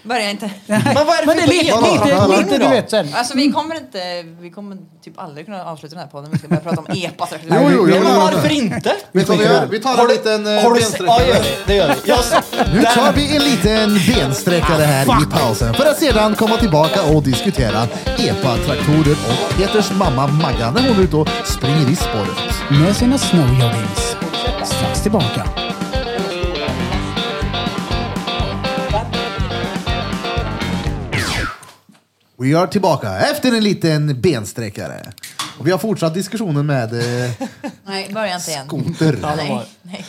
Speaker 3: Börja inte.
Speaker 4: Men vad är det
Speaker 2: Men det är
Speaker 4: för
Speaker 2: lite,
Speaker 4: fel?
Speaker 2: lite,
Speaker 1: Vadå?
Speaker 2: lite du vet så här.
Speaker 3: Alltså vi kommer inte, vi kommer typ aldrig kunna avsluta den här podden. Vi ska börja prata om epatraktorer.
Speaker 1: Jo, jo,
Speaker 4: Nej,
Speaker 1: jag vill
Speaker 4: men
Speaker 1: ha
Speaker 4: varför
Speaker 1: det.
Speaker 4: inte?
Speaker 1: Vet du vad vi gör? Vi tar en liten eh,
Speaker 4: har du, se- ja, gör
Speaker 1: bensträckare.
Speaker 4: det, det gör vi. Jag,
Speaker 1: Nu tar
Speaker 4: där,
Speaker 1: vi en liten bensträckare här i pausen för att sedan komma tillbaka och diskutera EPA-traktorer och Peters mamma Magda när hon är ute och springer i spåret.
Speaker 2: Med sina snowjoggings. Strax tillbaka.
Speaker 1: Vi är tillbaka efter en liten bensträckare. Och vi har fortsatt diskussionen med eh,
Speaker 3: Nej, börja inte igen.
Speaker 1: skoter.
Speaker 3: Nej, nej.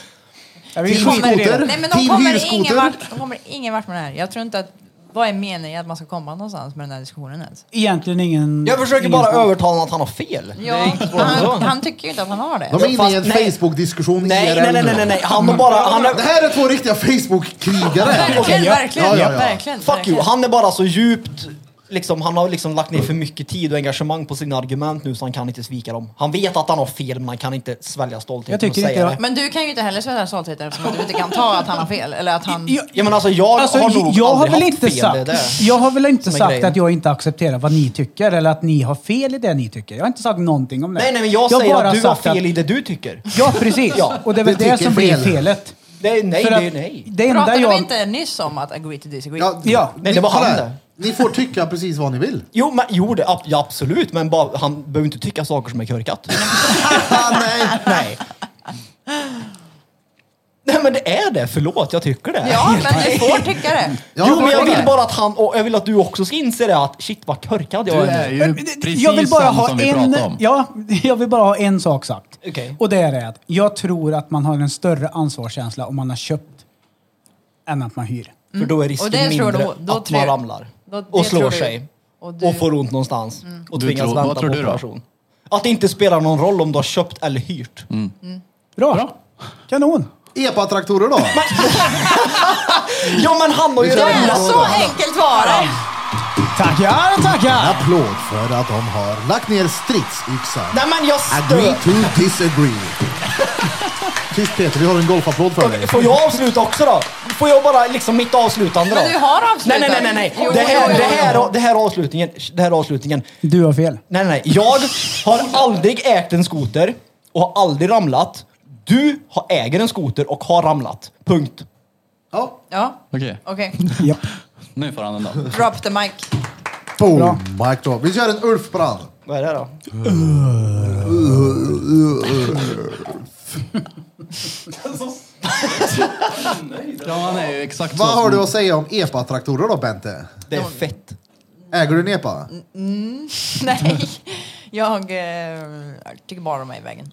Speaker 2: Ja, vi
Speaker 1: Till
Speaker 2: skiter i det.
Speaker 1: skoter.
Speaker 3: Nej men de
Speaker 1: Team
Speaker 3: kommer,
Speaker 1: hyrskoter.
Speaker 3: ingen vart, de kommer ingen vart med det här. Jag tror inte att, vad är meningen att man ska komma någonstans med den här diskussionen ens?
Speaker 2: Egentligen ingen...
Speaker 4: jag försöker
Speaker 2: ingen
Speaker 4: bara
Speaker 2: smak.
Speaker 4: övertala honom att han har fel. Det är
Speaker 3: Ja,
Speaker 4: inte svårare än så.
Speaker 3: han, han tycker ju inte att han har det.
Speaker 1: De är inne i en
Speaker 4: Fast nej.
Speaker 1: Facebook-diskussion
Speaker 4: Nej,
Speaker 1: IRL
Speaker 4: nej,
Speaker 1: nu.
Speaker 4: nej, nej, nej, nej. Han är bara... Han
Speaker 1: Det
Speaker 4: är,
Speaker 1: här är två riktiga Facebook-krigare.
Speaker 3: Verkligen, verkligen,
Speaker 1: Ja, ja, ja.
Speaker 3: verkligen.
Speaker 4: fuck you.
Speaker 3: verkligen.
Speaker 4: Han är bara så djupt... Liksom, han har liksom lagt ner för mycket tid och engagemang på sina argument nu så han kan inte svika dem. Han vet att han har fel men han kan inte svälja
Speaker 2: Jag
Speaker 4: stoltheten
Speaker 2: tycker
Speaker 4: och säga
Speaker 2: inte
Speaker 4: det.
Speaker 2: jag-
Speaker 3: Men du kan ju inte heller svälja stoltheten eftersom att du inte kan ta att han har fel. Eller att han...
Speaker 2: Jag-
Speaker 4: Ja, men alltså, jag
Speaker 2: Alltså,
Speaker 4: har nog
Speaker 2: jag har
Speaker 4: aldrig
Speaker 2: väl
Speaker 4: haft
Speaker 2: inte
Speaker 4: fel.
Speaker 2: sagt,
Speaker 4: Det är det.
Speaker 2: jag har väl inte
Speaker 4: som är
Speaker 2: sagt
Speaker 4: grejen.
Speaker 2: att jag inte accepterar vad ni tycker eller att ni har fel i det ni tycker. Jag har inte sagt någonting om det.
Speaker 4: Nej, nej, men jag,
Speaker 2: har
Speaker 4: säger
Speaker 2: bara
Speaker 4: att du har
Speaker 2: sagt att-
Speaker 4: fel i det du tycker.
Speaker 2: Ja, precis.
Speaker 4: Ja.
Speaker 2: Och det är väl
Speaker 1: Du
Speaker 2: det
Speaker 1: tycker
Speaker 2: som blir
Speaker 1: fel.
Speaker 2: felet.
Speaker 4: Det är, nej,
Speaker 2: För
Speaker 4: det
Speaker 2: att
Speaker 4: är nej.
Speaker 2: Det enda
Speaker 3: Pratade
Speaker 2: jag...
Speaker 3: vi inte nyss om att agree to disagree?
Speaker 2: Ja.
Speaker 4: Nej, det var
Speaker 1: kolla
Speaker 4: han
Speaker 1: här.
Speaker 4: det.
Speaker 1: Ni får tycka precis vad ni vill.
Speaker 4: Jo, men, jo det, ab- ja, absolut, men bara, han behöver inte tycka saker som är korkat.
Speaker 1: Ah, nej.
Speaker 4: Nej. Nej men det är det, förlåt, jag tycker det.
Speaker 3: Ja, men du får tycka det.
Speaker 1: Ja,
Speaker 4: jo, men jag
Speaker 1: det.
Speaker 4: vill bara att han, och jag vill att du också ska inse det att shit vad körkad jag
Speaker 5: Du
Speaker 4: är.
Speaker 5: är
Speaker 4: nu.
Speaker 5: ju precis jag vill bara som vi
Speaker 2: en,
Speaker 5: pratade om.
Speaker 2: ja, jag vill bara ha en sak sagt.
Speaker 4: Okej.
Speaker 2: Och det är det att jag tror att man har en större ansvarskänsla om man har köpt än att man hyr.
Speaker 4: För då är risken
Speaker 3: Mm. Och det tror
Speaker 4: mindre
Speaker 3: då- då
Speaker 4: att
Speaker 3: tror
Speaker 4: man
Speaker 3: jag-
Speaker 4: ramlar.
Speaker 3: då- det
Speaker 4: och slår
Speaker 3: tror du.
Speaker 4: sig.
Speaker 3: Och
Speaker 4: Och,
Speaker 3: du- Mm.
Speaker 4: får ont någonstans. Och
Speaker 5: Du
Speaker 4: tvingas
Speaker 5: tror- vad
Speaker 4: vänta
Speaker 5: tror
Speaker 4: på
Speaker 5: du då?
Speaker 4: operation. Att det inte spelar någon roll om du har köpt eller hyrt.
Speaker 5: Mm.
Speaker 2: Bra! Kanon!
Speaker 1: Epa-traktorer då?
Speaker 4: Ja men han har ju
Speaker 3: Ja,
Speaker 4: ramlat.
Speaker 3: så enkelt var det!
Speaker 2: Tackar, tackar!
Speaker 1: Applåd för att de har lagt ner stridsyxan.
Speaker 4: Nej men jag
Speaker 1: Agree
Speaker 4: stör.
Speaker 1: to disagree. Tyst Peter, vi har en golfapplåd för dig.
Speaker 4: Får jag avsluta också då? Får jag bara liksom mitt avslutande då?
Speaker 3: Men du har avslutat.
Speaker 4: Nej nej nej nej. nej.
Speaker 3: Jo,
Speaker 4: det, här,
Speaker 3: jo, jo,
Speaker 4: det,
Speaker 3: jo.
Speaker 4: här, det här avslutningen, det här avslutningen.
Speaker 2: Du har fel.
Speaker 4: Nej, nej, nej. Jag har aldrig ägt en skoter och har aldrig ramlat. Du har- äger en skoter och har ramlat. Punkt.
Speaker 1: Ja.
Speaker 3: Ja,
Speaker 5: Okej,
Speaker 3: okej.
Speaker 2: Japp.
Speaker 5: nu får han den då.
Speaker 3: Drop the mic.
Speaker 1: Boom, mic drop. Vi kör en Ulf Brand.
Speaker 4: Vad är det då?
Speaker 5: Ja, han är ju exakt
Speaker 1: Vad
Speaker 5: så
Speaker 1: har
Speaker 5: som-
Speaker 1: du att säga om epa-traktorer då Bente?
Speaker 4: Det är fett.
Speaker 1: Äger du en epa?
Speaker 3: Nej, jag eh, tycker bara om mig i vägen.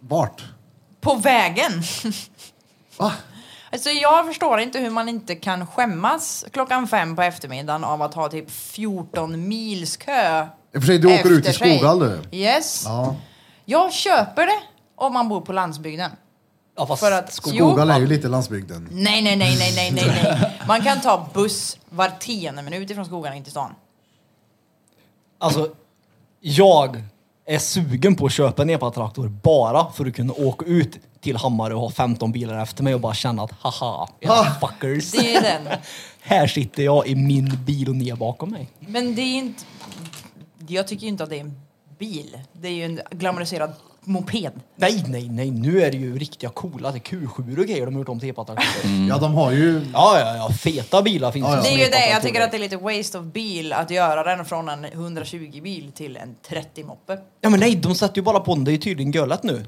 Speaker 1: Vart?
Speaker 3: På vägen!
Speaker 1: Va?
Speaker 3: Alltså jag förstår inte hur man inte kan skämmas klockan fem på eftermiddagen av att ha typ 14 mils kö.
Speaker 1: I och för sig, du åker
Speaker 3: efter
Speaker 1: ut i
Speaker 3: sig.
Speaker 1: Skoghall, du.
Speaker 3: Yes.
Speaker 1: Ja.
Speaker 3: Jag köper det om man bor på landsbygden.
Speaker 4: Ja, fast
Speaker 3: För att,
Speaker 1: Skoghall är ju lite
Speaker 4: Mm.
Speaker 1: landsbygden.
Speaker 3: Nej, nej, nej, nej, nej, nej, nej. Man kan ta buss var tionde minut ifrån skogarna in till stan.
Speaker 4: Alltså, jag är sugen på att köpa en epa-traktor bara för att kunna åka ut till Hammarö och ha 15 bilar efter mig och bara känna att haha, era fuckers.
Speaker 3: Det är den.
Speaker 4: Här sitter jag i min bil och ni är bakom mig.
Speaker 3: Men det är inte... Jag tycker ju inte att det är en bil. Det är ju en glamoriserad moped.
Speaker 4: Nej, nej, nej, nu är det ju riktiga coola det är Q7 och grejer de har gjort om till epa-traktorer.
Speaker 5: Mm.
Speaker 1: Ja, de har ju...
Speaker 4: Ja, ja, ja, feta bilar finns
Speaker 1: Ja, ja.
Speaker 3: Det
Speaker 4: som
Speaker 3: är ju det, jag
Speaker 4: epatraktorer.
Speaker 3: tycker att det är lite waste of bil att göra den från en 120-bil till en 30-moppe.
Speaker 4: Ja, men nej, de satte ju bara på den, det är ju tydligen gölet nu.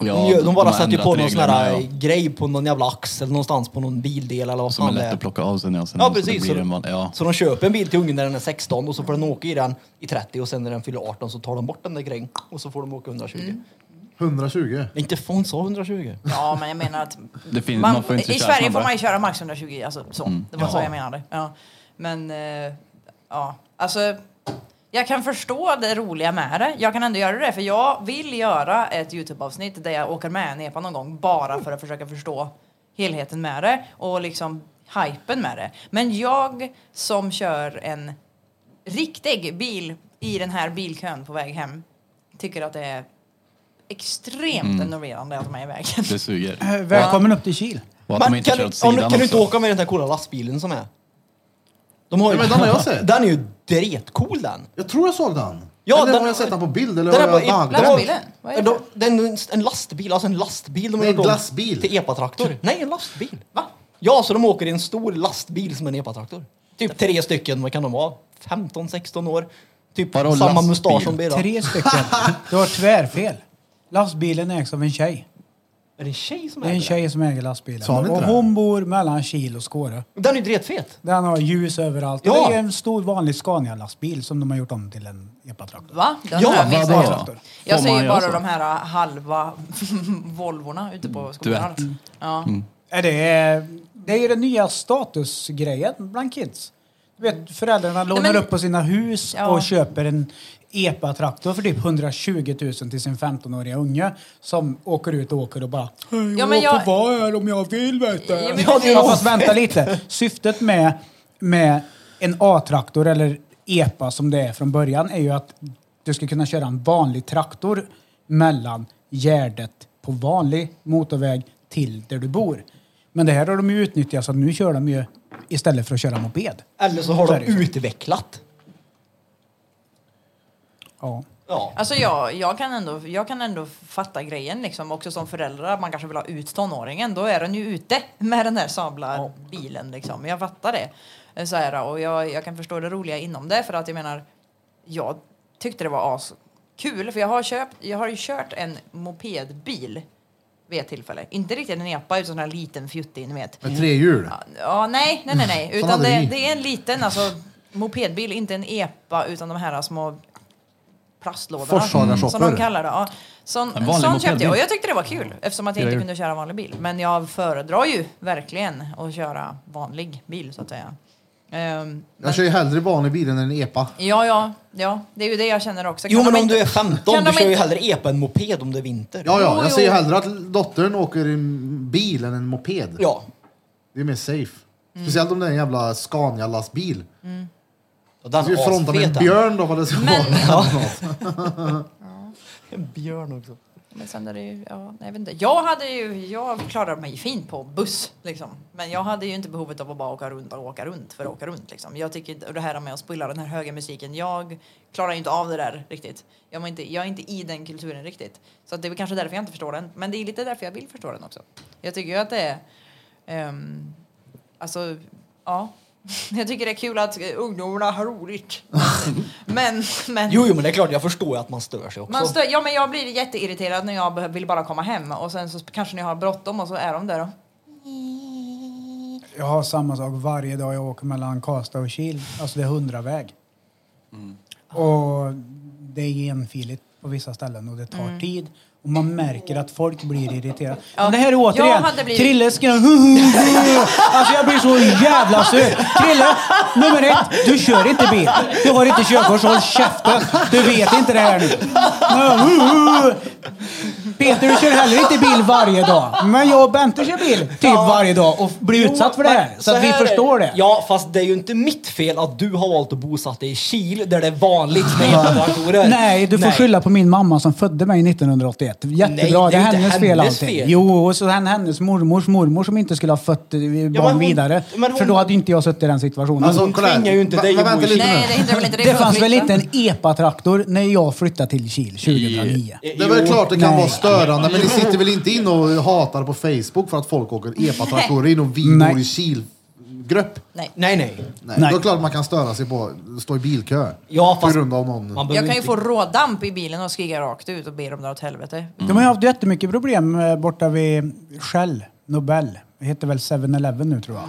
Speaker 5: Ja,
Speaker 4: de, gör- de bara
Speaker 5: har
Speaker 4: satte ju
Speaker 5: ändrat
Speaker 4: på någon sån här
Speaker 5: reglerna, ja.
Speaker 4: grej på någon jävla axel någonstans på någon bildel eller vad
Speaker 5: Som är
Speaker 4: fan det
Speaker 5: lätt
Speaker 4: är.
Speaker 5: att plocka av sig när jag sen
Speaker 4: Ja,
Speaker 5: så det
Speaker 4: precis.
Speaker 5: blir
Speaker 4: Så,
Speaker 5: en van- ja.
Speaker 4: så de köper en bil till ungen när den är 16 och så får den åka i den i 30 och sen när den fyller 18 så tar de bort den där grejen och så får de åka 120.
Speaker 3: Mm.
Speaker 1: 120.
Speaker 4: Inte fan sa 120.
Speaker 3: Ja, men jag menar att
Speaker 5: Det finns, man,
Speaker 3: man,
Speaker 5: får inte
Speaker 3: i
Speaker 5: köra Mm,
Speaker 3: Sverige får
Speaker 5: snabbare.
Speaker 3: man ju köra max 120. Alltså, så. Det var så
Speaker 4: Jaha.
Speaker 3: jag menade. Ja. Men eh, ja, alltså jag kan förstå det roliga med det. Jag kan ändå göra det för jag vill göra ett Youtube-avsnitt där jag åker med en epa någon gång bara för att försöka förstå helheten med det och liksom hypen med det. Men jag som kör en riktig bil i den här bilkön på väg hem tycker att det är extremt
Speaker 5: Mm.
Speaker 3: enerverande att de är i vägen.
Speaker 5: Det suger.
Speaker 2: Eh, Välkommen upp till Kil.
Speaker 5: Och att de
Speaker 4: Äh, Men
Speaker 5: inte
Speaker 4: kan,
Speaker 5: kör
Speaker 4: du,
Speaker 5: åt
Speaker 4: om, du-
Speaker 5: sidan
Speaker 4: kan du inte
Speaker 5: också.
Speaker 4: åka med den där coola lastbilen som är? De har ju,
Speaker 1: Ja, men den har jag sett.
Speaker 4: Den är ju dretcool den.
Speaker 1: Jag tror jag såg den.
Speaker 4: Ja,
Speaker 1: eller
Speaker 4: den-
Speaker 1: har jag sett den på bild eller
Speaker 4: Den
Speaker 1: har
Speaker 4: är
Speaker 1: jag daglig?
Speaker 4: bara- den var-
Speaker 3: Lastbilen? Vad är det?
Speaker 4: de- den är en- en lastbil, alltså en lastbil. De har
Speaker 1: Nej,
Speaker 4: gjort om
Speaker 1: glassbil.
Speaker 4: Till epatraktor. Nej, en lastbil.
Speaker 3: Va?
Speaker 4: Ja, så de åker i en stor lastbil som en epatraktor. Typ tre stycken, vad kan de vara? 15-16 år. Typ
Speaker 5: Vadå
Speaker 4: samma
Speaker 5: lastbil?
Speaker 4: mustasch som Birra.
Speaker 2: Tre stycken. Du har tvärfel. Lastbilen ägs av en tjej.
Speaker 4: Är det en tjej som
Speaker 2: Det är en
Speaker 4: äger den?
Speaker 2: tjej som äger lastbilen.
Speaker 1: Sa vi inte
Speaker 2: och
Speaker 1: det?
Speaker 2: hon bor mellan Kil och Skåre.
Speaker 4: Den är ju dretfet.
Speaker 2: Den har ljus överallt.
Speaker 4: Ja.
Speaker 2: Det är en stor vanlig Scania-lastbil som de har gjort om till en epatraktor.
Speaker 3: Va? Den
Speaker 4: Ja,
Speaker 3: har jag missat.
Speaker 5: vadå?
Speaker 3: helt.
Speaker 5: Får
Speaker 3: Jag ser
Speaker 5: man
Speaker 3: ju
Speaker 5: göra
Speaker 3: bara
Speaker 5: så?
Speaker 3: de här äh, halva Volvorna ute på skolan.
Speaker 5: Duett.
Speaker 3: Ja.
Speaker 2: Är det, det är ju den nya statusgrejen bland kids. Du vet, föräldrarna lånar
Speaker 3: men-
Speaker 2: upp på sina hus
Speaker 3: Ja.
Speaker 2: och köper en epatraktor för typ 120 000 till sin 15-åriga unge som åker ut och åker och bara
Speaker 3: Ja,
Speaker 2: jag,
Speaker 3: men jag-
Speaker 2: får vara här om jag vill vet du.
Speaker 3: Ja,
Speaker 2: Ja,
Speaker 3: men precis.
Speaker 2: fast vänta lite. Syftet med, med en A-traktor eller epa som det är från början är ju att du ska kunna köra en vanlig traktor mellan Gärdet på vanlig motorväg till där du bor. Men det här har de ju utnyttjat så att nu kör de ju istället för att köra moped.
Speaker 4: Eller så har
Speaker 2: Så
Speaker 4: de
Speaker 2: är det ju.
Speaker 4: utvecklat.
Speaker 2: Ja.
Speaker 4: Ja.
Speaker 3: Alltså jag, jag, kan ändå, jag kan ändå fatta grejen liksom. också som föräldrar. Man kanske vill ha ut tonåringen. Då är den ju ute med den där sabla bilen. Liksom. Jag fattar det. Eh, Så här, och jag, jag kan förstå det roliga inom det. För att jag menar, jag tyckte det var askul. För jag har, köpt, jag har ju kört en mopedbil vid ett tillfälle. Inte riktigt en epa, utan en liten fjuttig, ni vet.
Speaker 1: Med tre hjul.
Speaker 3: Ja, nej, nej, nej, nej. Utan
Speaker 1: hade
Speaker 3: det,
Speaker 1: vi.
Speaker 3: det är en liten alltså, mopedbil, inte en epa, utan de här små plastlådorna. Mm.
Speaker 1: Forshaga-shoppor.
Speaker 3: Som de kallar det. Ja. Sån,
Speaker 5: En vanlig
Speaker 3: sån köpte
Speaker 5: mopedbil.
Speaker 3: jag och jag tyckte det var kul eftersom att jag inte kunde köra vanlig bil. Men jag föredrar ju verkligen att köra vanlig bil så att säga. Ehm, men,
Speaker 1: Jag kör ju hellre vanlig bil än en epa.
Speaker 3: ja, ja, ja, det är ju det jag känner också.
Speaker 4: Jo
Speaker 3: Kan
Speaker 4: men
Speaker 3: de
Speaker 4: om
Speaker 3: inte-
Speaker 4: du är 15,
Speaker 3: kan
Speaker 4: du
Speaker 3: de
Speaker 4: kör ju
Speaker 3: inte-
Speaker 4: hellre epa än moped om det är vinter.
Speaker 1: Ja,
Speaker 3: Jo,
Speaker 1: ja, jag
Speaker 3: jo.
Speaker 1: ser ju hellre att dottern åker i en bil än en moped.
Speaker 4: Ja. Mm.
Speaker 1: Det är mer safe. Speciellt om det är en jävla Scania-lastbil.
Speaker 4: Och
Speaker 1: Du
Speaker 4: Den
Speaker 1: ska ju fronta med en
Speaker 4: asfeta.
Speaker 1: björn då vad det ska
Speaker 3: Men-
Speaker 1: vara.
Speaker 4: En björn också.
Speaker 3: Men sen är det ju, ja, nej, jag vet inte. Jag hade ju, jag klarade mig fint på buss liksom. Men jag hade ju inte behovet av att bara åka runt och åka runt för att åka runt liksom. Jag tycker, inte- och det här med att spilla den här höga musiken, jag klarar ju inte av det där riktigt. Jag, var inte, jag är inte i den kulturen riktigt. Så att det är väl kanske därför jag inte förstår den. Men det är lite därför jag vill förstå den också. Jag tycker ju att det är, ehm, alltså, ja. Jag tycker det är kul att eh, ungdomarna har roligt. Men, men.
Speaker 4: Jo, jo men det är klart jag förstår ju att man stör sig också.
Speaker 3: Man stör, ja, men jag blir jätteirriterad när jag be- vill bara komma hem och sen så kanske ni har bråttom och så är de där då.
Speaker 2: Jag har samma sak varje dag jag åker mellan Karlstad och Kil. Alltså det är hundraväg.
Speaker 3: Mm.
Speaker 2: Och det är enfiligt på vissa ställen och det tar
Speaker 3: Mm.
Speaker 2: tid. Och man märker att folk blir irriterade. Men det här är
Speaker 3: Jag
Speaker 2: återigen,
Speaker 3: hade blivit-
Speaker 2: Krille ska... Alltså jag blir så jävla sur. Krille, nummer ett, du kör inte bil. Du har inte körkort så håll käften. Du vet inte det här nu. Peter, du kör heller inte bil varje dag. Men jag och Bente kör bil typ varje dag och blir utsatt för det här.
Speaker 4: men
Speaker 2: Så att vi
Speaker 4: här är-
Speaker 2: förstår det.
Speaker 4: Ja, fast det är ju inte mitt fel att du har valt att bosätta dig i Kil där det är vanligt med epatraktorer.
Speaker 2: Nej, du får skylla på min mamma som födde mig 1981.
Speaker 4: Nej, det
Speaker 2: Jättebra,
Speaker 4: är
Speaker 2: det är
Speaker 4: inte
Speaker 2: hennes fel
Speaker 4: hennes
Speaker 2: allting.
Speaker 4: fel.
Speaker 2: Jo, och så hen- hennes mormors mormor som inte skulle ha fött eh, barn
Speaker 4: hon-
Speaker 2: vidare.
Speaker 4: men hon-
Speaker 2: För då hade ju inte jag suttit i den situationen.
Speaker 1: Alltså,
Speaker 4: hon
Speaker 1: kolla här.
Speaker 4: tvingar ju inte
Speaker 1: Va-
Speaker 4: dig
Speaker 1: va-
Speaker 4: att bo
Speaker 1: Vänta
Speaker 4: i
Speaker 1: lite
Speaker 3: Nej,
Speaker 1: nu.
Speaker 3: det hindrar väl inte
Speaker 2: det fanns
Speaker 3: för att
Speaker 2: väl inte
Speaker 3: flytta.
Speaker 2: en epatraktor när jag flyttade till Kil 2009?
Speaker 1: Det är väl klart det kan
Speaker 2: Nej.
Speaker 1: vara störande, men ni sitter väl inte in och hatar på Facebook för att folk åker epa-traktorer in och vi
Speaker 2: Nej.
Speaker 1: bor i Kil-grupp?
Speaker 3: Nej.
Speaker 4: Nej, nej.
Speaker 1: Nej.
Speaker 2: Nej.
Speaker 1: Då är det klart man kan störa sig på att stå i bilkö.
Speaker 4: Ja,
Speaker 1: på
Speaker 4: fast-
Speaker 1: grund av någon.
Speaker 4: Man
Speaker 3: Jag
Speaker 4: behöver
Speaker 3: kan ju
Speaker 4: inte-
Speaker 3: få
Speaker 1: Mm.
Speaker 3: rådamp i bilen och skrika rakt ut och be dem dra åt helvete.
Speaker 2: De har ju haft jättemycket problem eh, borta vid Shell, Nobel. Det heter väl 7-Eleven nu tror jag.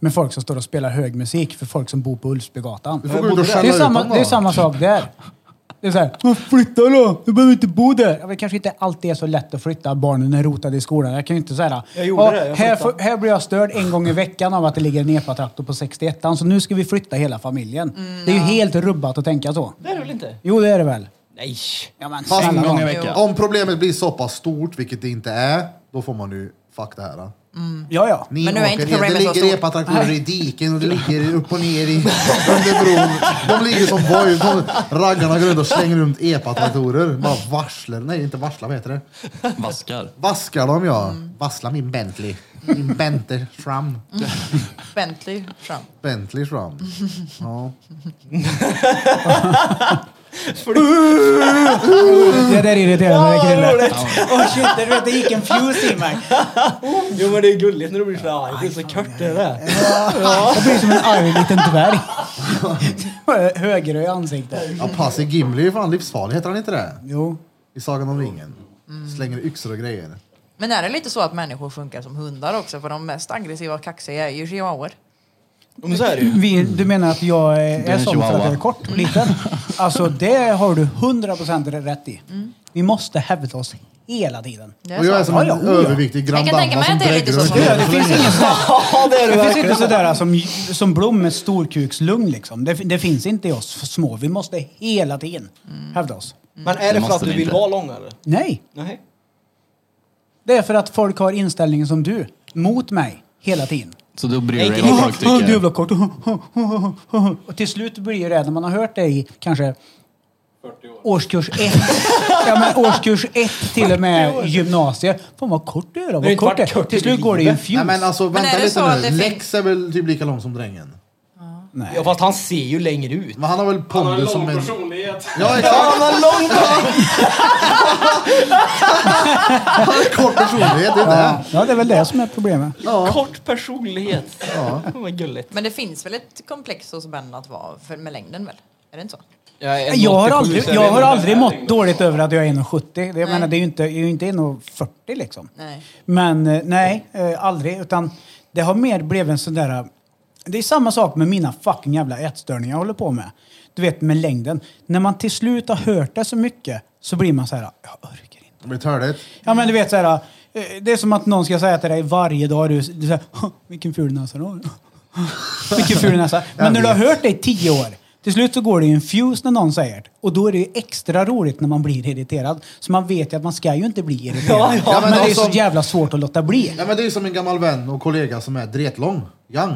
Speaker 2: Med folk som står och spelar hög musik för folk som bor på Ulvsbygatan.
Speaker 1: Du får gå ut och
Speaker 4: Det är
Speaker 1: skälla
Speaker 2: Det är,
Speaker 1: ut
Speaker 2: samma,
Speaker 1: dem då.
Speaker 2: det är samma sak där. Det är så här, "Men flytta då! Du behöver inte bo där. Ja, men kanske inte alltid är så lätt att flytta. Barnen är rotade i skolan. Jag kan ju inte säga
Speaker 4: Jag gjorde det, jag
Speaker 2: här,
Speaker 4: flyttade."
Speaker 2: får- här blir jag störd en gång i veckan av att det ligger en epatraktor på 61 så nu ska vi flytta hela familjen. det är ju helt rubbat att tänka så.
Speaker 4: Det är det väl inte?
Speaker 2: Jo, det är det väl.
Speaker 4: Nej.
Speaker 2: Ja, men,
Speaker 1: Fast
Speaker 2: snälla
Speaker 5: En gång i
Speaker 2: nån.
Speaker 5: veckan.
Speaker 1: Om problemet blir så pass stort, vilket det inte är, då får man ju fuck det här. då.
Speaker 2: ja, ja.
Speaker 1: Ni
Speaker 3: Men nu är
Speaker 1: åker
Speaker 3: inte
Speaker 1: ner.
Speaker 3: problemet så
Speaker 1: Det ligger
Speaker 3: stort.
Speaker 1: epatraktorer i diken och det ligger upp och ner i, under bron. De ligger som boy. De raggarna går runt och slänger runt epatraktorer. Bara varslar. Nej, inte varslar, vad heter det?
Speaker 5: Vaskar.
Speaker 1: Vaskar de ja. Vassla min Bentley. Min Bentley fram.
Speaker 3: Bentley fram.
Speaker 1: Bentley fram. Ja.
Speaker 2: Det där irriterar mig, Krille.
Speaker 4: roligt.
Speaker 2: Åh shit, du vet, det gick en fuse i mig.
Speaker 4: Jo men det är gulligt när du blir så här. Det är så kört det där.
Speaker 2: Jag blir som en arg liten dvärg. Högröd i ansiktet.
Speaker 1: ja, Pasi Gimli är ju fan livsfarlig, heter han inte det?
Speaker 2: Jo.
Speaker 1: I Sagan om ringen. Slänger yxor och grejer.
Speaker 3: Men är det lite så att människor funkar som hundar också? För de mest aggressiva och kaxiga är ju chihuahuor.
Speaker 4: Jo, Men så är det ju.
Speaker 2: Vi, du menar att jag är,
Speaker 5: är
Speaker 2: är
Speaker 5: en
Speaker 2: sån för att jag är
Speaker 5: chihuahua.
Speaker 2: kort och liten? Alltså det har du 100% rätt i. Vi måste hävda oss hela tiden.
Speaker 3: Det
Speaker 1: Och jag är
Speaker 3: så.
Speaker 1: som en
Speaker 2: Ja, ja, ja.
Speaker 1: överviktig Grand
Speaker 3: oh Jag kan tänka
Speaker 1: Dama
Speaker 3: mig
Speaker 1: som drägger
Speaker 3: att det är lite så
Speaker 1: runt
Speaker 3: som-
Speaker 1: hela
Speaker 2: Det finns
Speaker 1: tiden.
Speaker 2: inget sånt.
Speaker 4: Ja det är det
Speaker 2: Det finns
Speaker 4: verkligen.
Speaker 2: inte sådär alltså, som, som Blom med storkuk slung liksom. Det, det finns inte i oss små. Vi måste hela tiden hävda oss.
Speaker 4: Men är det
Speaker 5: Det
Speaker 4: för att
Speaker 5: måste
Speaker 4: du
Speaker 5: vi
Speaker 4: vill
Speaker 5: inte.
Speaker 4: vara lång eller?
Speaker 2: Nej,
Speaker 4: Nej.
Speaker 2: det är för att folk har inställningen som du. Mot mig. Hela tiden.
Speaker 5: Så då bryr
Speaker 4: Nej,
Speaker 5: du dig
Speaker 4: det-
Speaker 5: vad folk
Speaker 2: Ah, du
Speaker 5: tycker.
Speaker 2: jävla kort. Och till slut blir ju det, när man har hört det i kanske
Speaker 7: 40 år.
Speaker 2: årskurs ett, ja, men årskurs ett till och med gymnasiet. Fan vad kort du är då.
Speaker 4: Det är
Speaker 2: Vad
Speaker 4: inte
Speaker 2: kort det
Speaker 4: bara
Speaker 2: är.
Speaker 4: kort i
Speaker 2: Till slut går det ju en
Speaker 4: livet.
Speaker 2: fjus.
Speaker 1: Nej men alltså
Speaker 3: Men är
Speaker 1: vänta
Speaker 3: det så
Speaker 1: lite
Speaker 3: att
Speaker 1: nu.
Speaker 3: det fin-
Speaker 1: Lex är väl typ lika lång som drängen?
Speaker 4: Ja fast han ser ju längre ut.
Speaker 1: Men han har väl
Speaker 7: Han har en
Speaker 1: pondus
Speaker 7: lång
Speaker 1: som en...
Speaker 7: personlighet.
Speaker 1: Ja exakt!
Speaker 4: har lång
Speaker 1: Han har en kort personlighet, det är det.
Speaker 2: Ja. ja, det är väl det som är problemet.
Speaker 4: Kort personlighet. Ja. Vad gulligt.
Speaker 3: Men det finns väl ett komplex hos män att vara för, med längden väl? Är det inte så?
Speaker 4: Jag, är
Speaker 2: Jag har
Speaker 4: 1,87,
Speaker 2: aldrig,
Speaker 4: så jag
Speaker 2: jag
Speaker 4: vet
Speaker 2: har
Speaker 4: inte.
Speaker 2: aldrig mått dåligt över att jag är 1,70. Det, jag menar, det är ju inte, jag är ju inte 1,40 liksom.
Speaker 3: Nej.
Speaker 2: Men eh, nej, eh, aldrig. Utan det har mer blivit en sån där... eh, Det är samma sak med mina fucking jävla ätstörningar jag håller på med. Du vet, med längden. När man till slut har hört det så mycket så blir man så här, jag orkar inte.
Speaker 1: Det blir törligt.
Speaker 2: Ja men du vet så här, eh, det är som att någon ska säga till dig varje dag, du, du säger vilken ful näsa du har. Vilken ful näsa. Men när du har hört det i tio år, till slut så går det ju en fuse när någon säger det. Och då är det ju extra roligt när man blir irriterad. Så man vet ju att man ska ju inte bli irriterad.
Speaker 4: Ja, ja,
Speaker 2: men,
Speaker 1: men
Speaker 2: det är
Speaker 1: alltså-
Speaker 2: så jävla svårt att låta bli.
Speaker 1: Nej, men det är ju som en gammal vän och kollega som är dretlång, Young.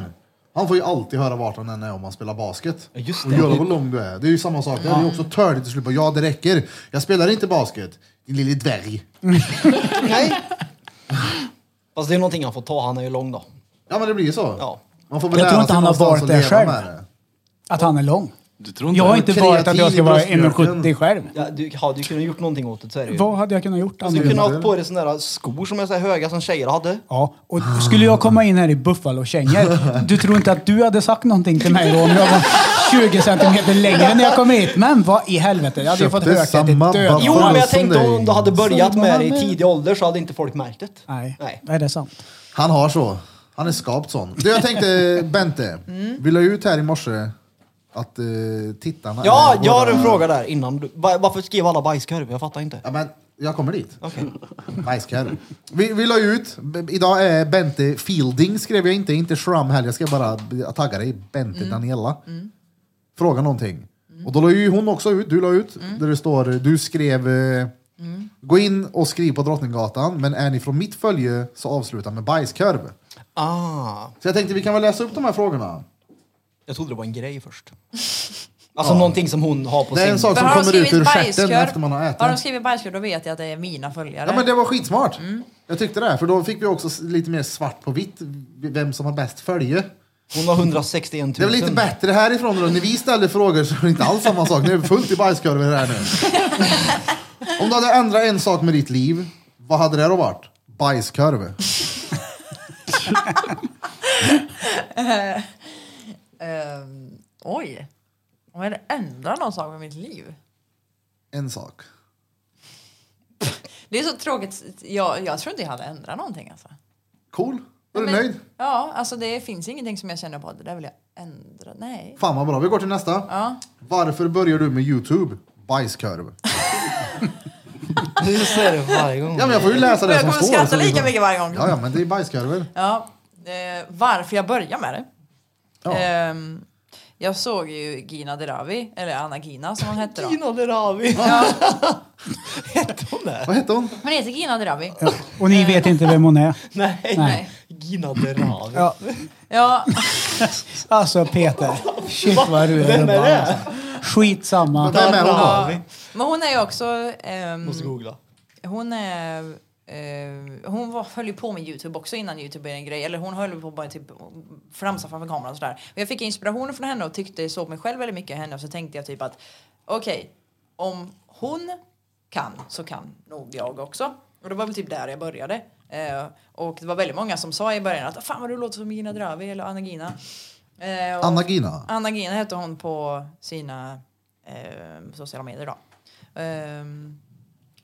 Speaker 1: Han får ju alltid höra vart han än är om han spelar basket.
Speaker 4: Ja, just
Speaker 1: Och
Speaker 4: det.
Speaker 1: göra vad lång du är. Det är ju samma sak. där. Det är ju också törligt till slut. bara, Ja, det räcker. Jag spelar inte basket. Din lille dvärg.
Speaker 4: Nej. Fast det är någonting han får ta, han är ju lång då.
Speaker 1: Ja, men det blir ju så.
Speaker 4: Ja.
Speaker 1: Man får väl
Speaker 2: Jag
Speaker 1: lära
Speaker 2: tror inte
Speaker 1: sig
Speaker 2: han har
Speaker 1: någonstans
Speaker 2: varit
Speaker 1: att
Speaker 2: där
Speaker 1: leva
Speaker 2: själv.
Speaker 1: med det.
Speaker 2: Att han är lång.
Speaker 5: Du tror inte
Speaker 2: Jag har
Speaker 5: det?
Speaker 2: inte
Speaker 1: kreativ
Speaker 2: varit att jag ska
Speaker 1: i
Speaker 2: vara
Speaker 1: bröstmjölken.
Speaker 2: 1,70 själv.
Speaker 4: Ja, du hade ju kunnat gjort någonting åt det, så är det ju.
Speaker 2: Vad hade jag kunnat gjort
Speaker 4: Du kunde
Speaker 2: annorlunda?
Speaker 4: ha haft på dig såna där skor som är så här höga som tjejer hade.
Speaker 2: Ja, och skulle jag komma in här i Buffalo-kängor, du tror inte att du hade sagt någonting till mig då om jag var 20 centimeter längre när jag kom hit? Men vad i helvete, jag hade ju fått
Speaker 1: Köpte
Speaker 2: höka till
Speaker 1: samma
Speaker 2: död.
Speaker 4: Jo,
Speaker 1: Fan,
Speaker 4: men jag
Speaker 1: som
Speaker 4: tänkte
Speaker 1: dig.
Speaker 4: om du hade börjat
Speaker 2: Som
Speaker 4: med
Speaker 2: man
Speaker 4: det i
Speaker 2: är.
Speaker 4: tidig ålder så hade inte folk märkt det.
Speaker 2: Nej,
Speaker 4: Nej.
Speaker 2: är det sant?
Speaker 1: Han har så. Han är skapt sån. Du, jag tänkte, Bente.
Speaker 2: Mm.
Speaker 1: Vi la ju ut här i morse att eh, tittarna...
Speaker 4: Ja,
Speaker 1: är
Speaker 4: jag har
Speaker 1: våra-
Speaker 4: en fråga där innan. Du, va- varför skrev alla bajskorv? Jag fattar inte.
Speaker 1: Ja, men jag kommer dit.
Speaker 4: Okej.
Speaker 1: Bajskorv. Vi, vi la ju ut, B- idag är Bente Fielding skrev jag inte, inte Shram heller. Jag ska bara b- tagga dig, Bente Daniela. Fråga någonting. Och då la ju hon också ut, du la ut, där det står, du skrev eh, Gå in och skriv på Drottninggatan, men är ni från mitt följe så avsluta med bajskorv.
Speaker 4: Ah,
Speaker 1: Så jag tänkte vi kan väl läsa upp de här frågorna.
Speaker 4: jag trodde det var en grej först. Alltså någonting som hon har på
Speaker 1: Det är en
Speaker 4: sin...
Speaker 1: sak som
Speaker 3: Men har de
Speaker 1: kommer ut ur
Speaker 3: skrivit
Speaker 1: stjärten
Speaker 3: bajskorv-
Speaker 1: efter man har ätit.
Speaker 3: Har de skrivit bajskorv då vet jag att det är mina följare.
Speaker 1: Ja men det var skitsmart. Jag tyckte det, för då fick vi också s- lite mer svart på vitt vem som har bäst följe.
Speaker 4: Hon har 161 000.
Speaker 1: Det är väl lite bättre härifrån då. När vi ställer frågor så är det inte alls samma sak. Nu är det fullt i bajskorvar här nu. Om du hade ändrat en sak med ditt liv, vad hade det då varit? Bajskorv.
Speaker 3: Ehm, oj. Om jag hade ändrat någon sak med mitt liv.
Speaker 1: En sak.
Speaker 3: Det är så tråkigt. Jag, jag tror inte jag hade ändrat någonting alltså.
Speaker 1: Cool. Är du
Speaker 3: Men-
Speaker 1: nöjd?
Speaker 3: Ja, alltså det finns ingenting som jag känner på. Det där vill jag ändra. Nej.
Speaker 1: Fan vad bra. Vi går till nästa.
Speaker 3: Ja.
Speaker 1: Varför börjar du med Youtube? Bajskorv.
Speaker 4: Du ser det varje gång.
Speaker 1: Ja men jag får ju läsa Alltså,
Speaker 3: Men
Speaker 1: det
Speaker 3: jag
Speaker 1: som
Speaker 3: kommer
Speaker 1: står.
Speaker 3: skratta
Speaker 1: så det är
Speaker 3: lika
Speaker 1: så-
Speaker 3: mycket varje gång.
Speaker 1: Ja, ja men det är bajskorvar.
Speaker 3: Ja, eh, varför jag börjar med det.
Speaker 1: Ja.
Speaker 3: Ehm, jag såg ju Gina Dirawi, eller Anna Gina som hon hette då.
Speaker 4: Tina Derawi. Hette hon det?
Speaker 1: Vad hette hon?
Speaker 3: Hon heter Gina Dirawi.
Speaker 2: Och ni vet inte vem hon är?
Speaker 4: Nej.
Speaker 3: Nej.
Speaker 4: Gina Derawi.
Speaker 2: Ja.
Speaker 3: Ja,
Speaker 2: Alltså Peter, shit vad du är
Speaker 4: Vem är
Speaker 2: urban,
Speaker 4: det?
Speaker 2: alltså. Skitsamma.
Speaker 1: Vem är hon då?
Speaker 4: Derawi.
Speaker 3: men hon är ju också... ehm,
Speaker 4: Mm. Måste googla.
Speaker 3: hon är... eh, hon var, höll ju på med Youtube också innan Youtube blev en grej. Eller hon höll på med typ flamsa framför kameran och sådär. Och jag fick inspiration från henne och tyckte, såg mig själv väldigt mycket i henne. Och så tänkte jag typ att okej, om hon kan så kan nog jag också. Och det var väl typ där jag började. Eh, och det var väldigt många som sa i början att "Ah, fan vad du låter som Gina Dravi eller Anna Gina. Eh, och-
Speaker 1: Anna Gina.
Speaker 3: Anna Gina hette hon på sina eh, sociala medier då. Ehm,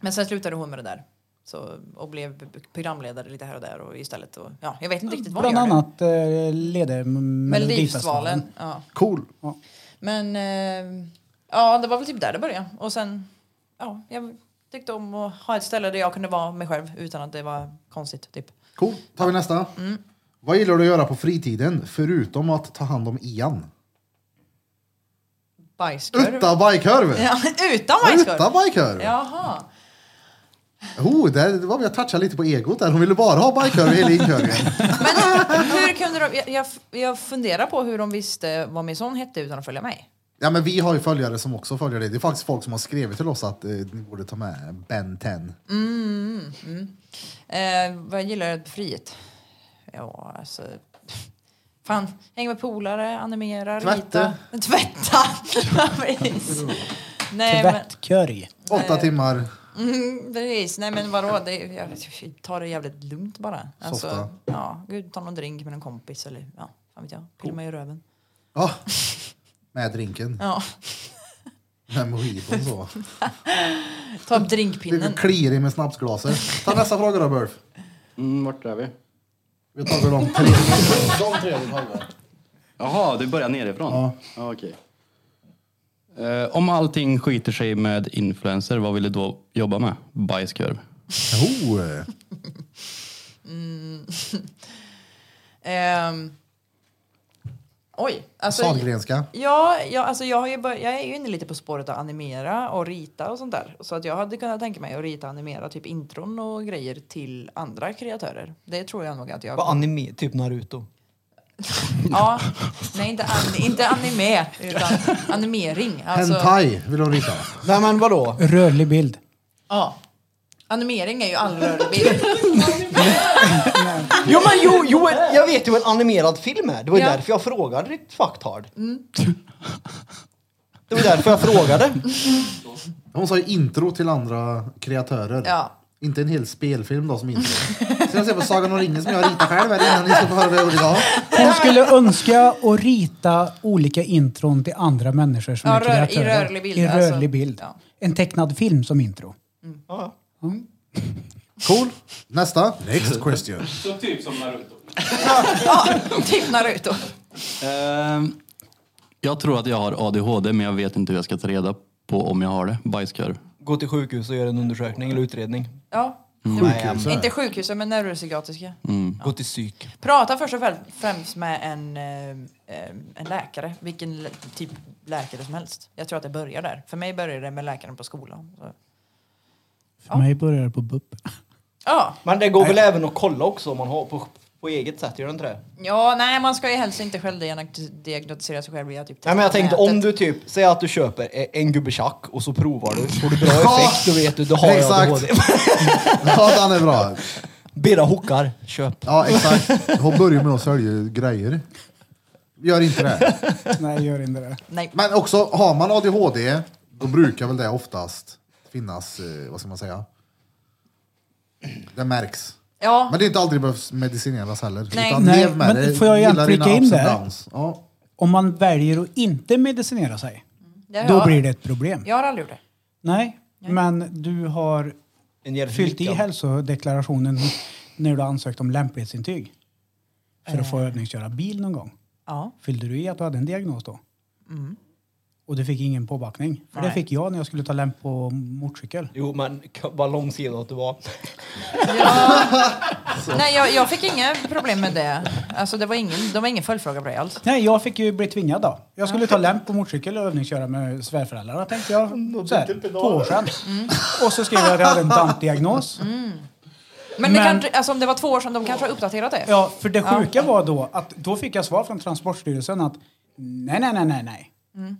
Speaker 3: men sen slutade hon med det där. Så, och blev b- programledare lite här och där och istället. Och, ja, jag vet inte riktigt vad hon
Speaker 2: Bland
Speaker 3: gör nu.
Speaker 2: annat eh, leder
Speaker 3: Men
Speaker 2: Melodifestivalen.
Speaker 3: livsvalen. Ja.
Speaker 1: Cool.
Speaker 3: Men eh, ja, det var väl typ där det började. Och sen, ja, jag tyckte om att ha ett ställe där jag kunde vara mig själv utan att det var konstigt. Typ.
Speaker 1: Cool. Tar vi nästa.
Speaker 3: Mm.
Speaker 1: Vad gillar du att göra på fritiden förutom att ta hand om Ian?
Speaker 3: Bajskorv.
Speaker 1: Utta bajkorv!
Speaker 3: Ja, utan
Speaker 1: Utta
Speaker 3: bajskorv?
Speaker 1: bajkorv!
Speaker 3: Jaha.
Speaker 1: Oh, där var vi jag touchade lite på egot där. Hon ville bara ha bajkorv i hela inkorgen.
Speaker 3: Men hur kunde de... Jag, jag, jag funderar på hur de visste vad min son hette utan att följa mig.
Speaker 1: Ja, men vi har ju följare som också följer dig. Det är faktiskt folk som har skrivit till oss att eh, ni borde ta med Ben 10.
Speaker 3: Eh, vad jag gillar på frihet? Ja, alltså... Fan, häng med polare, animera,
Speaker 1: Tvätta.
Speaker 3: rita. Tvätta! Ja, precis. Nej, men,
Speaker 2: Tvättkörj.
Speaker 1: Åtta timmar.
Speaker 3: mm, precis. Nej, men vadå? Det, är- jag, ta det jävligt lugnt bara. Alltså,
Speaker 1: Softa.
Speaker 3: ja, gud, ta någon drink med en kompis eller ja, fan vet jag. Pilla mig i röven.
Speaker 1: Ja. Med drinken.
Speaker 3: Ja.
Speaker 1: med mojiton så.
Speaker 3: Ta upp
Speaker 1: Det
Speaker 3: drinkpinnen.
Speaker 1: kliar i med snapsglaset. Ta nästa fråga då, Burf.
Speaker 5: Mm, vart är vi?
Speaker 1: Vi tar de tre. De tre vi tar.
Speaker 5: Jaha, du börjar nerifrån?
Speaker 1: Ja.
Speaker 5: ja okej. Eh, om allting skiter sig med influencer, vad vill du då jobba med? Bajskorv.
Speaker 1: Oh,
Speaker 3: Ehm, oj. Alltså,
Speaker 1: Sahlgrenska.
Speaker 3: Ja, jag, alltså jag, har ju bör- jag är ju inne lite på spåret att animera och rita och sånt där. Så att jag hade kunnat tänka mig att rita och animera typ intron och grejer till andra kreatörer. Det tror jag nog att jag...
Speaker 4: Vad anime, typ Naruto.
Speaker 3: Ja, nej inte, an, inte anime, utan animering. Alltså,
Speaker 1: Hentai vill hon rita.
Speaker 4: Nej men vadå?
Speaker 2: Rörlig bild.
Speaker 3: ja. Animering är ju all rörlig bild.
Speaker 4: Jo men jo, jo, en- jag vet ju vad en animerad film är. Det var ju
Speaker 3: Ja.
Speaker 4: därför jag frågade ditt fucktard. Det var därför jag frågade.
Speaker 1: Hon sa ju intro till andra kreatörer.
Speaker 3: Ja.
Speaker 1: Inte en hel spelfilm då som intro. Så jag ser på Sagan om ringen som jag ritar själv här innan ni ska få höra vad jag gjorde idag.
Speaker 2: Hon skulle önska och rita olika intron till andra människor som
Speaker 3: Ja,
Speaker 2: är
Speaker 3: rör- i
Speaker 2: kreatörer.
Speaker 3: rörlig bild,
Speaker 2: I
Speaker 3: alltså.
Speaker 2: rörlig bild.
Speaker 3: Ja.
Speaker 2: En tecknad film som intro.
Speaker 4: Ja.
Speaker 1: Cool. Nästa. Next question.
Speaker 7: Så typ som Naruto.
Speaker 3: ja, typ Naruto.
Speaker 5: Ehm, jag tror att jag har ADHD, men jag vet inte hur jag ska ta reda på om jag har det. Bajskorv.
Speaker 4: Gå till sjukhus och gör en undersökning eller utredning.
Speaker 3: Ja.
Speaker 1: Sjukhus.
Speaker 3: Inte sjukhuset, men neuropsykiatriska.
Speaker 4: Gå till psyk.
Speaker 3: Prata först och främ- främst med en, eh, eh, en läkare, vilken lä- typ läkare som helst. Jag tror att det börjar där. För mig började det med läkaren på skolan. Så.
Speaker 2: För mig börjar det på BUP.
Speaker 3: Ja.
Speaker 4: Men det går väl även att kolla också om man har på, på eget sätt, gör det inte det?
Speaker 3: ja, nej man ska ju helst inte självdiagnostisera sig själv via typ
Speaker 4: Nej men jag tänkte om
Speaker 3: nätet.
Speaker 4: du typ, säg att du köper e- en gubbe tjack och så provar du, får du bra effekt då vet du, då har jag
Speaker 1: Exakt.
Speaker 4: ADHD.
Speaker 1: Ja, den är bra.
Speaker 4: Birra hockar, köp.
Speaker 1: Ja, exakt. Hon börjar med att sälja grejer. Gör inte det.
Speaker 2: Nej, gör inte det.
Speaker 3: Nej.
Speaker 1: Men också, har man ADHD, då brukar väl det oftast finnas, eh, vad ska man säga? Det märks.
Speaker 3: Ja,
Speaker 1: Men det är inte alltid det behövs medicineras heller.
Speaker 3: Nej.
Speaker 1: utan
Speaker 2: Nej,
Speaker 1: lev med
Speaker 2: men
Speaker 1: det.
Speaker 2: får jag igen
Speaker 1: Gilla dina
Speaker 2: flika in
Speaker 1: ups and
Speaker 2: där?
Speaker 1: downs. Ja.
Speaker 2: Om man väljer att inte medicinera sig,
Speaker 3: det har
Speaker 2: då
Speaker 3: jag-
Speaker 2: blir det ett problem.
Speaker 3: Jag har aldrig gjort det.
Speaker 2: Nej, men du har
Speaker 4: En jävla
Speaker 2: fyllt i
Speaker 4: lyckad.
Speaker 2: hälsodeklarationen när du ansökt om lämplighetsintyg för att få övningsköra bil någon gång.
Speaker 3: Eh. Ja. Mm.
Speaker 2: Fyllde du i att du hade en diagnos då? Och du fick ingen påbackning? För det
Speaker 3: Nej.
Speaker 2: fick jag när jag skulle ta lämp på motorcykel.
Speaker 4: Jo men k- vad långsidig att du var.
Speaker 3: Nej, jag, jag fick inga problem med det. Alltså, det var ingen, det var ingen följdfråga på det alls.
Speaker 2: Nej, jag fick ju bli tvingad då. Jag skulle ta lämp på motorcykel och övningsköra med svärföräldrarna tänkte jag.
Speaker 3: Mm.
Speaker 2: Så här, två år sedan. Och så skrev jag att jag hade en
Speaker 3: Mm.
Speaker 2: DAMP-diagnos.
Speaker 3: Men, det
Speaker 2: Men-
Speaker 3: kanske- alltså, om det var två år sedan, de kanske har uppdaterat det.
Speaker 2: Ja, för det sjuka var då att då fick jag svar från Transportstyrelsen att nej, nej, nej, nej, nej.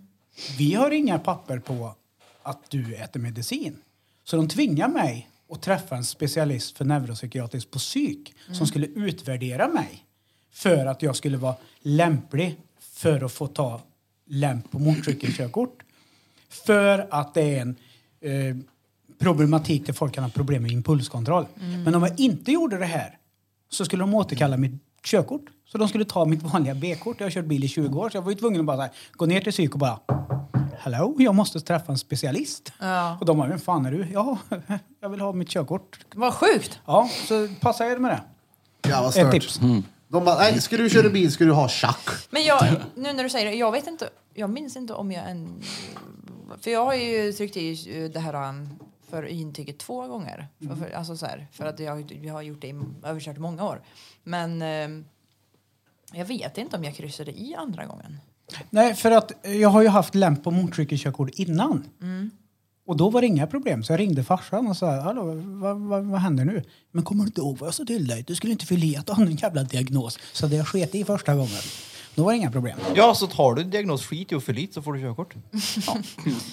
Speaker 2: Vi har inga papper på att du äter medicin. Så de tvingar mig att träffa en specialist för neuropsykiatrisk på psyk som skulle utvärdera mig för att jag skulle vara lämplig för att få ta lämp på motorcykelkörkort. För att det är en eh, problematik där folk kan ha problem med impulskontroll. Men om jag inte gjorde det här så skulle de återkalla mitt körkort. Så de skulle ta mitt vanliga B-kort. Jag har kört bil i 20 år så jag var ju tvungen att bara så här, gå ner till psyk och bara Hello, jag måste träffa en specialist.
Speaker 3: Ja.
Speaker 2: Och de bara, vem fan är du? Ja, jag vill ha mitt körkort.
Speaker 3: Vad sjukt!
Speaker 2: Ja, så passa er med det.
Speaker 1: Ja, vad
Speaker 2: Ett
Speaker 1: stört.
Speaker 2: tips.
Speaker 1: De bara, nej, ska du köra bil ska du ha tjack.
Speaker 3: Men jag, nu när du säger det, jag vet inte, jag minns inte om jag än... För jag har ju tryckt i eh, det här um, för intyget två gånger. För, för, alltså så här, för att jag, jag har gjort det i, överkört i många år. Men ehm, jag vet inte om jag kryssade i andra gången.
Speaker 2: Nej, för att jag har ju haft lämp på motorcykelkörkort innan. Och då var det inga problem. Så jag ringde farsan och sa, hallå, vad, vad, vad händer nu? Men kommer du inte ihåg vad jag sa till dig? Du skulle inte fylla i att du hade en jävla diagnos. Så det jag sket i första gången. Då var det inga problem.
Speaker 4: Ja så tar du diagnos skit i och för lite så får du körkort.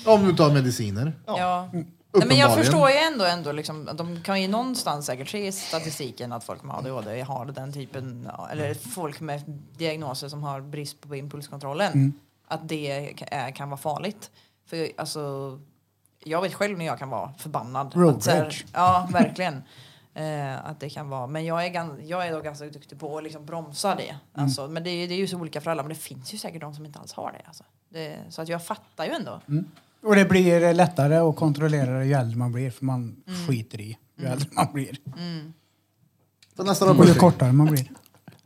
Speaker 1: Om du tar mediciner.
Speaker 3: Ja.
Speaker 2: Mm,
Speaker 3: Nej, men jag
Speaker 1: Uppenbarligen.
Speaker 3: förstår ju ändå, ändå liksom, att de kan ju någonstans säkert se i statistiken att folk med ADHD har den typen, ja,
Speaker 2: Mm.
Speaker 3: eller folk med diagnoser som har brist på impulskontrollen,
Speaker 2: Mm.
Speaker 3: att det k- är, kan vara farligt. För jag- alltså, jag vet själv när jag kan vara förbannad.
Speaker 2: Road
Speaker 3: Att så här-
Speaker 2: rage.
Speaker 3: Ja, verkligen. Eh, att det kan vara. Men jag är, gan, jag är då ganska duktig på att liksom bromsa det.
Speaker 2: Mm.
Speaker 3: Alltså, men det, är- det är ju så olika för alla, men det finns ju säkert de som inte alls har det. Alltså. det så att jag fattar ju ändå.
Speaker 2: Och det blir lättare att kontrollera ju äldre man blir för man skiter i ju äldre man blir.
Speaker 1: Så nästa
Speaker 2: Och ju
Speaker 1: rödbörsring.
Speaker 2: kortare man blir.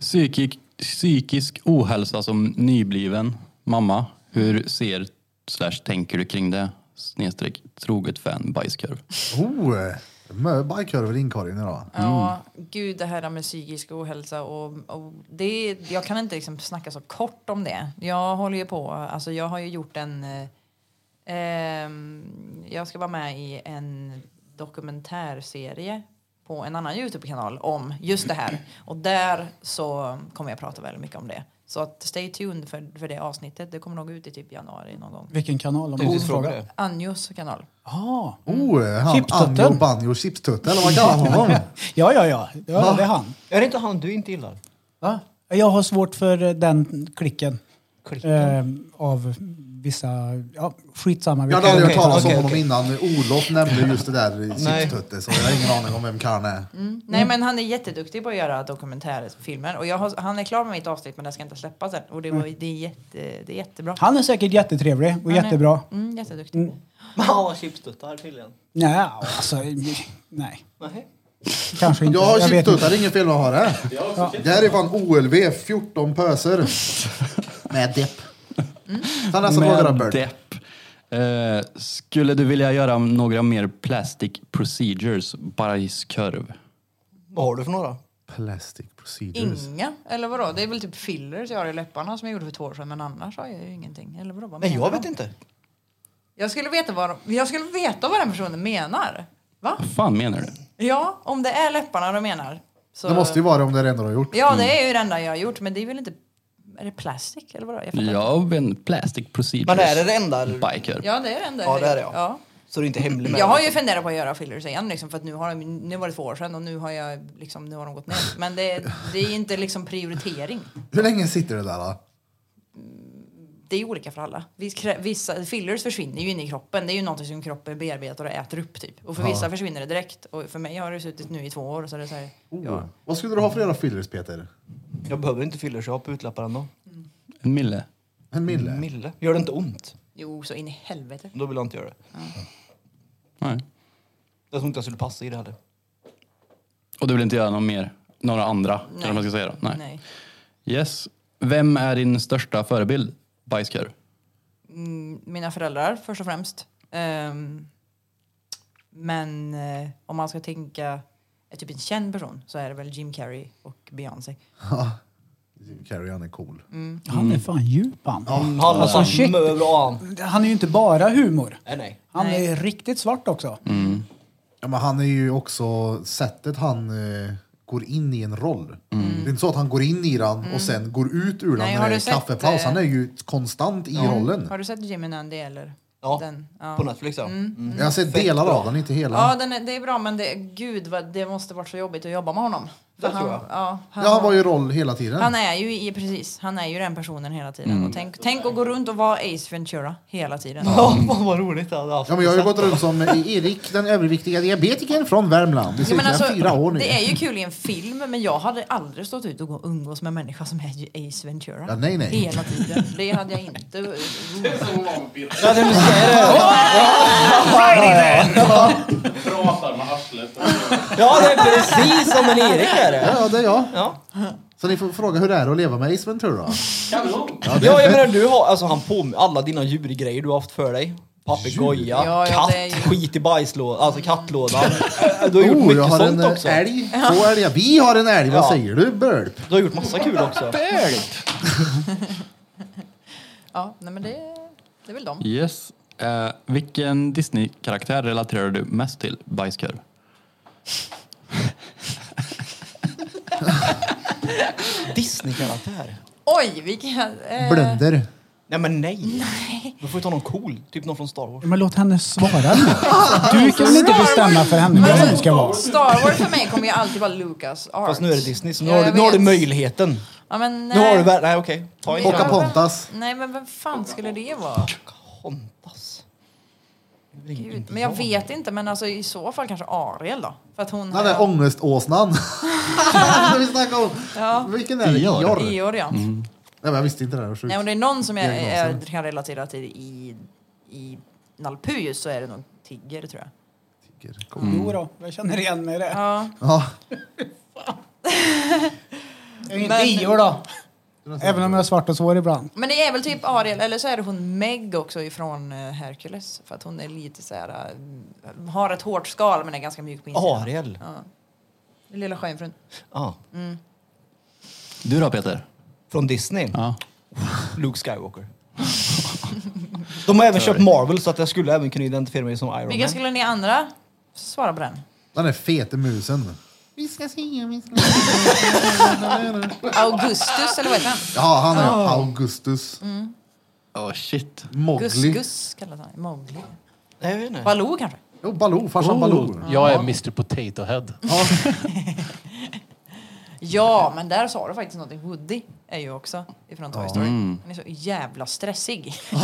Speaker 5: Psykisk, psykisk ohälsa som nybliven mamma. Hur ser slash tänker du kring det? Snedstreck troget fan bajskorv.
Speaker 1: Oh, eh, mö bajkör över inkorgen idag.
Speaker 3: Ja, gud det här med psykisk ohälsa och, och det, jag kan inte liksom snacka så kort om det. Jag håller ju på, alltså jag har ju gjort en, eh, ehm, jag ska vara med i en dokumentärserie på en annan Youtube-kanal om just det här. Och där så kommer jag prata väldigt mycket om det. Så att stay tuned för, för det avsnittet. Det kommer nog ut i typ januari någon gång.
Speaker 2: Vilken kanal? Om
Speaker 4: Typiskt fråga det.
Speaker 3: Anjos kanal.
Speaker 2: Ah.
Speaker 1: Oh, eh, han
Speaker 2: Chipstutten.
Speaker 1: Anjo Banjo Chipstutte eller vad kallar man honom?
Speaker 2: Ja, ja, ja. ja
Speaker 1: Va?
Speaker 2: det är han.
Speaker 4: Är det inte han du inte gillar?
Speaker 2: Va? Jag har svårt för eh, den klicken.
Speaker 4: Klicken?
Speaker 2: Eh, av vissa... Ja, skitsamma.
Speaker 1: Jag
Speaker 2: vilka-
Speaker 1: hade aldrig hört
Speaker 4: okej,
Speaker 1: talas om
Speaker 4: okej,
Speaker 1: honom
Speaker 4: okej.
Speaker 1: innan. Olof nämnde just det där i Chipstutte så jag har ingen aning om vem karln är.
Speaker 3: Nej men han är jätteduktig på att göra dokumentärfilmer och jag har, han är klar med mitt avsnitt men det ska inte släppas än och det, var, det, är, jätte, det är jättebra.
Speaker 2: Han är säkert jättetrevlig och
Speaker 3: Han är-
Speaker 2: jättebra.
Speaker 3: Mm, jätteduktig.
Speaker 4: Men han var chipstuttar tydligen.
Speaker 2: Nej, alltså... Nej.
Speaker 4: Nej.
Speaker 2: Kanske inte.
Speaker 1: Jag har
Speaker 2: vet
Speaker 1: chipstuttar,
Speaker 2: inte.
Speaker 1: det är inget fel med att ha det. Det här är fan OLV, 14 pöser. Med depp. Sen nästa fråga då, Bert.
Speaker 5: depp. Eh, skulle du vilja göra några mer plastic procedures bajskorv?
Speaker 4: Vad har du för några?
Speaker 1: Plastic procedures.
Speaker 3: Inga, eller vadå? Det är väl typ fillers jag har i läpparna som jag gjorde för två år sedan men annars har jag ju ingenting. Eller vadå? Vad
Speaker 4: Men
Speaker 3: menar
Speaker 4: jag
Speaker 3: de?
Speaker 4: vet inte.
Speaker 3: Jag skulle veta vad, de, jag skulle veta vad den personen menar. Va?
Speaker 5: Vad fan menar du?
Speaker 3: Ja, om det är läpparna de menar. Så...
Speaker 1: Det måste ju vara det om det är det enda du har gjort.
Speaker 3: Ja, det är ju det enda jag har gjort men det är väl inte... Är det plastic eller vadå? Jag fattar inte.
Speaker 5: Ja, en plastic procedures.
Speaker 4: Men är det det enda? eller?
Speaker 5: Bajkorv.
Speaker 3: ja, det är det enda
Speaker 4: Ja,
Speaker 3: jag har
Speaker 4: det är det,
Speaker 3: gjort.
Speaker 4: ja.
Speaker 3: ja.
Speaker 4: Så du är inte hemlig med
Speaker 3: Jag har
Speaker 4: det?
Speaker 3: ju funderat på att göra fillers igen liksom, för att nu, har de, nu var det två år sedan och nu har, jag, liksom, nu har de gått ner. Men det, det är inte liksom prioritering.
Speaker 1: Hur länge sitter det där då?
Speaker 3: Det är olika för alla. Vis- krä- Vissa, fillers försvinner ju in i kroppen. Det är ju någonting som kroppen bearbetar och äter upp typ. Och för vissa försvinner det direkt. Och för mig har det suttit nu i två år. Så det är så här, ja.
Speaker 1: Mm. Vad skulle du ha för era fillers Peter?
Speaker 4: Jag behöver inte fylla så jag har på utläppar ändå.
Speaker 5: En mille.
Speaker 1: En mille?
Speaker 3: Mm.
Speaker 4: Mille. Gör det inte ont?
Speaker 3: Jo, så in i helvete.
Speaker 4: Då vill jag inte göra det.
Speaker 5: Nej.
Speaker 4: Jag tror inte jag skulle passa i det heller.
Speaker 5: Och du vill inte göra någon mer? Några andra? Kanske man ska säga då? Nej.
Speaker 3: Nej.
Speaker 5: Yes. Vem är din största förebild? Bajskorv.
Speaker 3: Mina föräldrar först och främst. Ehm, men eh, om man ska tänka eh, typ en känd person så är det väl Jim Carrey och Beyoncé.
Speaker 1: Jim Carrey, han är cool.
Speaker 2: Han är fan djup han.
Speaker 4: Mm, han
Speaker 2: Alltså,
Speaker 4: alltså,
Speaker 2: shit.
Speaker 4: möbler och han.
Speaker 2: Han är ju inte bara humor.
Speaker 4: Nej, nej.
Speaker 2: Han
Speaker 3: Nej.
Speaker 2: är riktigt svart också.
Speaker 1: Ja, men han är ju också, sättet han eh, går in i en roll. Det är inte så att han går in i den och sen går ut ur den
Speaker 3: Mm. Nej,
Speaker 1: när
Speaker 3: har
Speaker 1: det är
Speaker 3: du sett,
Speaker 1: kaffepaus.
Speaker 3: eh,
Speaker 1: Han är ju konstant i rollen.
Speaker 3: Har du sett Jim and Andy eller?
Speaker 4: Ja,
Speaker 3: Den, ja.
Speaker 4: på Netflix ja. Mm.
Speaker 1: Jag har sett delar av den, inte hela.
Speaker 3: Ja, den är, det är bra men det, gud vad det måste varit så jobbigt att jobba med honom.
Speaker 4: Det
Speaker 3: För han,
Speaker 4: tror jag.
Speaker 3: Ja, han,
Speaker 1: Ja, han var ju i roll hela tiden.
Speaker 3: han är ju i, precis, han är ju den personen hela tiden.
Speaker 1: Mm.
Speaker 3: Och tänk, tänk att gå runt och vara Ace Ventura hela tiden.
Speaker 4: Ja, fan, vad roligt det hade haft.
Speaker 1: Ja, men jag har ju gått runt som eh, Erik, den överviktiga diabetikern från Värmland i
Speaker 3: Ja,
Speaker 1: cirka
Speaker 3: men alltså,
Speaker 1: fyra år nu.
Speaker 3: det är ju kul i en film men jag hade aldrig stått ut och gå- umgås med en människa som är ju Ace Ventura.
Speaker 1: Ja, nej, nej.
Speaker 3: Hela tiden. Det hade jag inte.
Speaker 4: Ja, det vill säga det.
Speaker 7: Pratar med arslet.
Speaker 4: Ja, det är precis som en Erik är det.
Speaker 1: Ja, det är jag.
Speaker 4: Ja.
Speaker 1: Så ni får fråga hur det är att leva med Ace Ventura.
Speaker 7: Kanon!
Speaker 4: Ja, jag menar du har, alltså han påminner, alla dina djurgrejer du har haft för dig. Papegoja,
Speaker 3: Ja, ja,
Speaker 4: katt,
Speaker 3: det är ju-
Speaker 4: skit i bajslådan, alltså kattlådan. Du har gjort
Speaker 1: Oh, jag
Speaker 4: mycket
Speaker 1: har en
Speaker 4: sånt
Speaker 1: eh,
Speaker 4: också.
Speaker 1: älg, två älgar. Vi har en älg, vad
Speaker 4: Ja.
Speaker 1: säger du Burp?
Speaker 4: Du har gjort massa kul också.
Speaker 3: Ja, nej, men det, det är väl dem.
Speaker 5: Yes. Eh, vilken Disney-karaktär relaterar du mest till? Bajskorv.
Speaker 4: Disney-karaktär.
Speaker 3: Oj, vilka... Eh,
Speaker 1: Blunder.
Speaker 4: Nej men nej. Då får vi ta någon cool, typ någon från Star Wars.
Speaker 2: Men låt henne svara nu. Du kan väl inte bestämma för henne vad hon ska vara?
Speaker 3: Star Wars för mig kommer ju alltid vara Lucas Arts.
Speaker 4: Fast nu är det Disney, så nu,
Speaker 3: Ja,
Speaker 4: har, du,
Speaker 3: jag
Speaker 4: nu har du
Speaker 3: vet.
Speaker 4: möjligheten.
Speaker 3: Ja, men,
Speaker 4: Nu har
Speaker 3: nej.
Speaker 4: du väl, nej okej. Ta inte
Speaker 1: Åka
Speaker 4: den.
Speaker 1: Pontas.
Speaker 3: Nej, men vem fan skulle det vara?
Speaker 4: Pocahontas. Det är ingen
Speaker 3: Gud, men jag vet inte, men alltså, i så fall kanske Ariel då? För att hon...
Speaker 1: Den där ångeståsnan. Som vi snackade om. Vilken är det?
Speaker 5: Ior.
Speaker 1: Ior. Nej,
Speaker 3: Eeyore, ja.
Speaker 1: men jag visste inte det. Här.
Speaker 3: Nej, om det är någon som jag,
Speaker 1: Diagnosen.
Speaker 3: jag kan relatera till i, i nalpujus så är det nog en tiger tror jag.
Speaker 1: Tycker.
Speaker 2: Jo då, jag känner igen mig i det.
Speaker 3: Ja.
Speaker 1: Ja.
Speaker 2: Jag är inte
Speaker 3: Men-
Speaker 2: ior då. Även om jag har svarta sår ibland.
Speaker 3: Men det är väl typ Ariel, eller så är det hon Meg också ifrån eh, Hercules. För att hon är lite så här, eh, har ett hårt skal men är ganska mjuk på insidan.
Speaker 4: Ariel.
Speaker 3: Ja. Den lilla sjöjungfrun.
Speaker 4: Ja.
Speaker 5: Du då Peter?
Speaker 4: Från Disney.
Speaker 5: Ja.
Speaker 4: Luke Skywalker. De har även köpt Marvel så att jag skulle även kunna identifiera mig som Iron
Speaker 3: Vilken
Speaker 4: Man.
Speaker 3: skulle ni andra svara på den?
Speaker 1: Den där fete musen. Vi ska se, vi ska
Speaker 3: Augustus eller vad heter han?
Speaker 1: Ja, Mm. han är Augustus.
Speaker 5: Åh shit.
Speaker 1: Mowgli.
Speaker 3: Gus-Gus kallas han. Mowgli.
Speaker 4: Nej, jag vet inte.
Speaker 3: Baloo kanske?
Speaker 1: Jo, Baloo.
Speaker 4: Oh.
Speaker 1: Farsan Baloo.
Speaker 6: Jag är Mr Potato Head.
Speaker 3: Ja, men där sa du faktiskt någonting. Woody är ju också ifrån Toy Story. Han är så jävla stressig.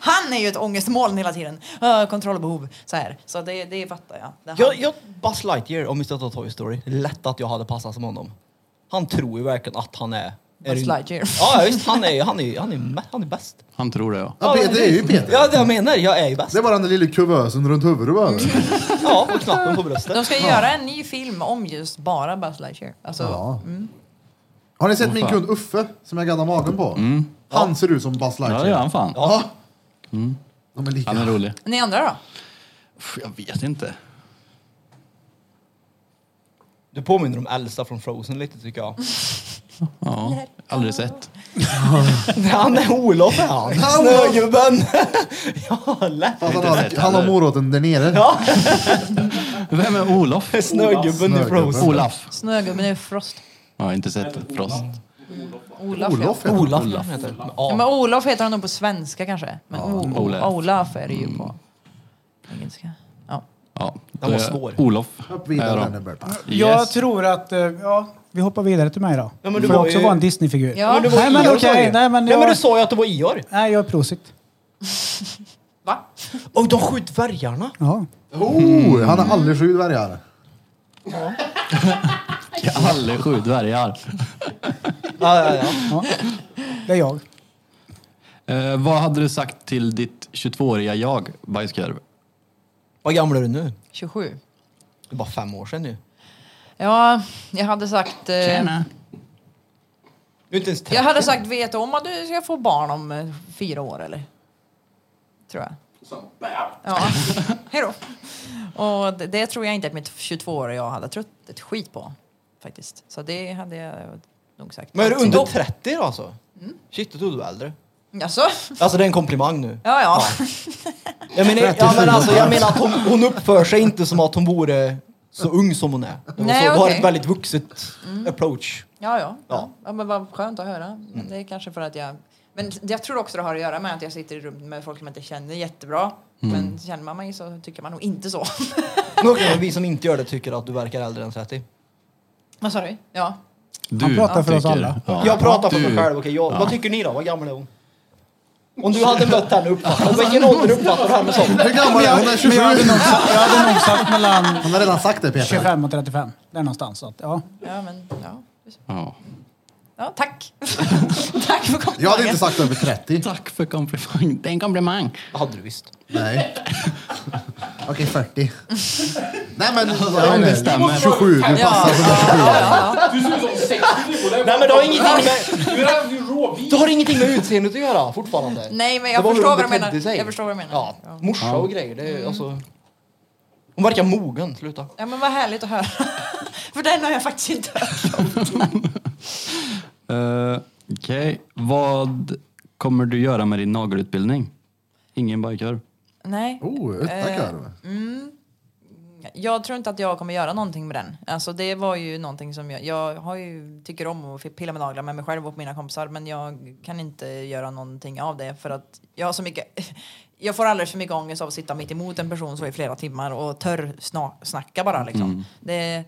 Speaker 3: han är ju ett ångestmoln hela tiden. Uh, kontrollbehov. Så här. Så det, det fattar jag. Det är han.
Speaker 4: Jag, jag Buzz Lightyear om vi ska ta Toy Story. Lätt att jag hade passat som honom. Han tror ju verkligen att han är... är
Speaker 3: Buzz
Speaker 4: ju-
Speaker 3: Lightyear.
Speaker 4: Ja visst, han är, han är, han är, mä- han är bäst.
Speaker 5: Han tror det ja.
Speaker 1: Ja, Peter är ju Peter.
Speaker 4: Ja, det jag menar. Jag är ju bäst.
Speaker 1: Det är bara den där lilla kuvösen runt huvudet bara.
Speaker 4: Ja, och knappen på bröstet.
Speaker 3: De ska göra en ny film om just bara Buzz Lightyear. Alltså,
Speaker 1: Ja. Har ni sett min
Speaker 4: Oh,
Speaker 5: fan.
Speaker 1: kund Uffe som jag gaddar magen på?
Speaker 4: Mm.
Speaker 1: Han ser ut som Buzz
Speaker 5: Ja det gör
Speaker 1: Lightyear.
Speaker 5: han fan.
Speaker 1: Ja. De är lika.
Speaker 5: Han är rolig.
Speaker 3: Ni andra då?
Speaker 5: Pff, Jag vet inte.
Speaker 4: Du påminner om Elsa från Frozen lite tycker jag.
Speaker 5: Ja, aldrig sett.
Speaker 4: Han är Olof är han.
Speaker 1: Han-
Speaker 4: Snögubben. Ja, lätt.
Speaker 1: Fast han,
Speaker 5: Inte
Speaker 1: har,
Speaker 5: sett
Speaker 1: han har
Speaker 5: heller.
Speaker 1: moroten där nere.
Speaker 4: Ja,
Speaker 5: Vem är Olof?
Speaker 4: snögubben i Frozen.
Speaker 5: Olaf.
Speaker 3: Snögubben är Frost.
Speaker 5: Ja, inte sett Frost.
Speaker 3: Olof, ja.
Speaker 1: Olof heter han.
Speaker 4: Olaf heter han.
Speaker 3: Ja,
Speaker 4: Ja.
Speaker 3: men Olof heter han nog på svenska kanske. Men O-
Speaker 5: Olaf.
Speaker 3: Olaf är det ju på engelska. Ja.
Speaker 5: Ja,
Speaker 4: Den var
Speaker 5: det-
Speaker 4: svår.
Speaker 5: Olof.
Speaker 1: Upp vidare
Speaker 5: Ja,
Speaker 1: med den där Bert.
Speaker 2: Jag
Speaker 5: Yes.
Speaker 2: tror att, eh, ja, vi hoppar vidare till mig då.
Speaker 4: Ja, men du
Speaker 2: Får jag
Speaker 4: var
Speaker 2: också
Speaker 4: ju-
Speaker 2: vara en Disney-figur?
Speaker 3: Ja. Men du var
Speaker 2: nej, men
Speaker 4: Ior,
Speaker 2: okej,
Speaker 4: sa du.
Speaker 2: nej men
Speaker 4: Nej men du
Speaker 2: jag...
Speaker 4: sa ju att det var Ior.
Speaker 2: Nej, jag är prosit.
Speaker 3: Va?
Speaker 4: Och de sju dvärgarna.
Speaker 2: Ja.
Speaker 1: Oh, han har aldrig sju dvärgar.
Speaker 5: Alla sju dvärgar.
Speaker 4: Ja, ja, ja.
Speaker 2: ja. Det är jag.
Speaker 5: Eh, vad hade du sagt till ditt 22-åriga jag, bajskorv?
Speaker 4: Vad gammal är du nu?
Speaker 3: 27.
Speaker 4: Det är bara fem år sedan nu.
Speaker 3: Ja, jag hade sagt... eh,
Speaker 4: Du är inte ens
Speaker 3: Jag
Speaker 4: 30.
Speaker 3: hade sagt, vet du om att du ska få barn om eh, fyra år eller? Tror jag.
Speaker 7: Så, bam!
Speaker 3: Ja, hejdå. Och det, det tror jag inte att mitt 22-åriga jag hade trott ett skit på. Faktiskt. Så det hade jag nog sagt.
Speaker 4: Men är du under
Speaker 3: Då-
Speaker 4: 30 då alltså? Shit, då trodde du var äldre.
Speaker 3: Jaså?
Speaker 4: Alltså det är en komplimang nu.
Speaker 3: Ja, ja.
Speaker 4: Jag menar, ja, men alltså, jag menar att hon, hon uppför sig inte som att hon vore så ung som hon är. Det var
Speaker 3: Nej,
Speaker 4: så, Du har
Speaker 3: okej.
Speaker 4: ett väldigt vuxet approach.
Speaker 3: Ja, ja. ja.
Speaker 4: Ja. Mm.
Speaker 3: men vad skönt att höra. Men det är kanske för att jag... Men jag tror också det har att göra med att jag sitter i rum med folk som jag inte känner jättebra.
Speaker 4: Mm.
Speaker 3: Men känner man mig så tycker man nog inte så.
Speaker 4: Men okej, vi som inte gör det tycker att du verkar äldre än 30.
Speaker 3: Vad sa du? Ja.
Speaker 5: Du
Speaker 2: Han pratar för oss
Speaker 5: tycker-
Speaker 2: alla.
Speaker 5: Ja.
Speaker 4: Jag pratar för
Speaker 5: Du-
Speaker 4: mig själv. Okej, jag, Vad tycker ni då? Vad gammal är hon? Om du hade mött henne och uppfattat vilken ålder uppfattar du henne som?
Speaker 1: Hur gammal är han? Hon är 27.
Speaker 2: Men jag hade nog sagt, jag hade nog sagt mellan
Speaker 1: Han har redan sagt det Peter.
Speaker 2: 25 och 35. Där någonstans. Så att, ja.
Speaker 3: Ja, men ja.
Speaker 5: Ja.
Speaker 3: ja tack. tack för komplimangen.
Speaker 1: Jag hade inte sagt över 30.
Speaker 5: Tack för komplimang. Det är en komplimang.
Speaker 4: hade du visst.
Speaker 1: Nej. Okej, 40. Nej men,
Speaker 5: det
Speaker 1: nej, nej.
Speaker 5: stämmer.
Speaker 1: 27, du passar som en 27
Speaker 7: Du ser ut som 60 på det.
Speaker 4: Nej men det har ingenting med,
Speaker 7: Du är ju råvit.
Speaker 4: det har ingenting med utseendet att göra fortfarande.
Speaker 3: Nej, men jag
Speaker 4: Det var
Speaker 3: förstår
Speaker 4: hur hon
Speaker 3: vad du menar.
Speaker 4: betedde sig.
Speaker 3: Jag förstår vad du menar.
Speaker 4: Ja,
Speaker 3: Ja. Mm.
Speaker 4: morsa och grejer. Det är, alltså, hon verkar mogen. Sluta.
Speaker 3: Ja, men vad härligt att höra. för den har jag faktiskt inte hört.
Speaker 5: Eh, Okej, vad kommer du göra med din nagelutbildning? Ingen bajkorv.
Speaker 3: Nej.
Speaker 1: Oh, uttackar.
Speaker 3: Jag tror inte att jag kommer göra någonting med den. Alltså det var ju någonting som jag, jag har ju, tycker om att f- pilla med naglar med mig själv och mina kompisar men jag kan inte göra någonting av det för att jag har så mycket jag får alldeles för mycket ångest av att sitta mitt emot en person så i flera timmar och törr sna- snacka bara liksom. Det,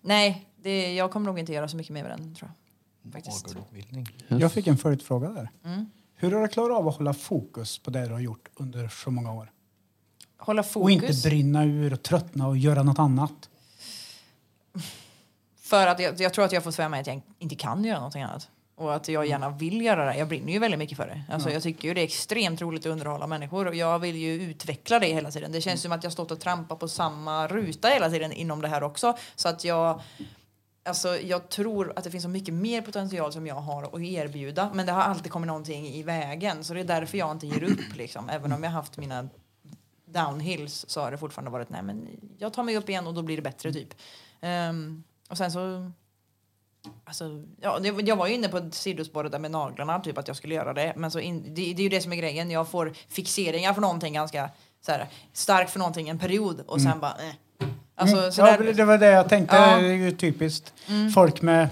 Speaker 3: nej, det, jag kommer nog inte göra så mycket mer med den tror jag. Faktiskt.
Speaker 4: Nagelutbildning.
Speaker 2: Jag fick en följdfråga där.
Speaker 3: Mm.
Speaker 2: Hur har du klarat av att hålla fokus på det du har gjort under så många år?
Speaker 3: Hålla
Speaker 2: Och inte
Speaker 3: fokus.
Speaker 2: brinna ur och tröttna och göra något annat?
Speaker 3: För att jag, jag tror att jag får svämma i att jag inte kan göra någonting annat. Och att jag gärna vill göra det. Jag brinner ju väldigt mycket för det. Alltså, Jag tycker ju det är extremt roligt att underhålla människor och jag vill ju utveckla det hela tiden. Det känns som att jag stått och trampat på samma ruta hela tiden inom det här också. Så att jag, alltså, jag tror att det finns så mycket mer potential som jag har att erbjuda. Men det har alltid kommit någonting i vägen. Så det är därför jag inte ger upp. Liksom. Även om jag haft mina downhills så har det fortfarande varit nej men jag tar mig upp igen och då blir det bättre typ. Ehm, och sen så Alltså, ja, det- jag var ju inne på ett sidospår där med naglarna, typ att jag skulle göra det. Men så in, det, det är ju det som är grejen. Jag får fixeringar för någonting ganska så här, starkt för någonting en period och sen bara eh. Alltså,
Speaker 2: Mm.
Speaker 3: så där,
Speaker 2: ja, det var det jag tänkte.
Speaker 3: Ja. Mm.
Speaker 2: Det är ju typiskt folk med,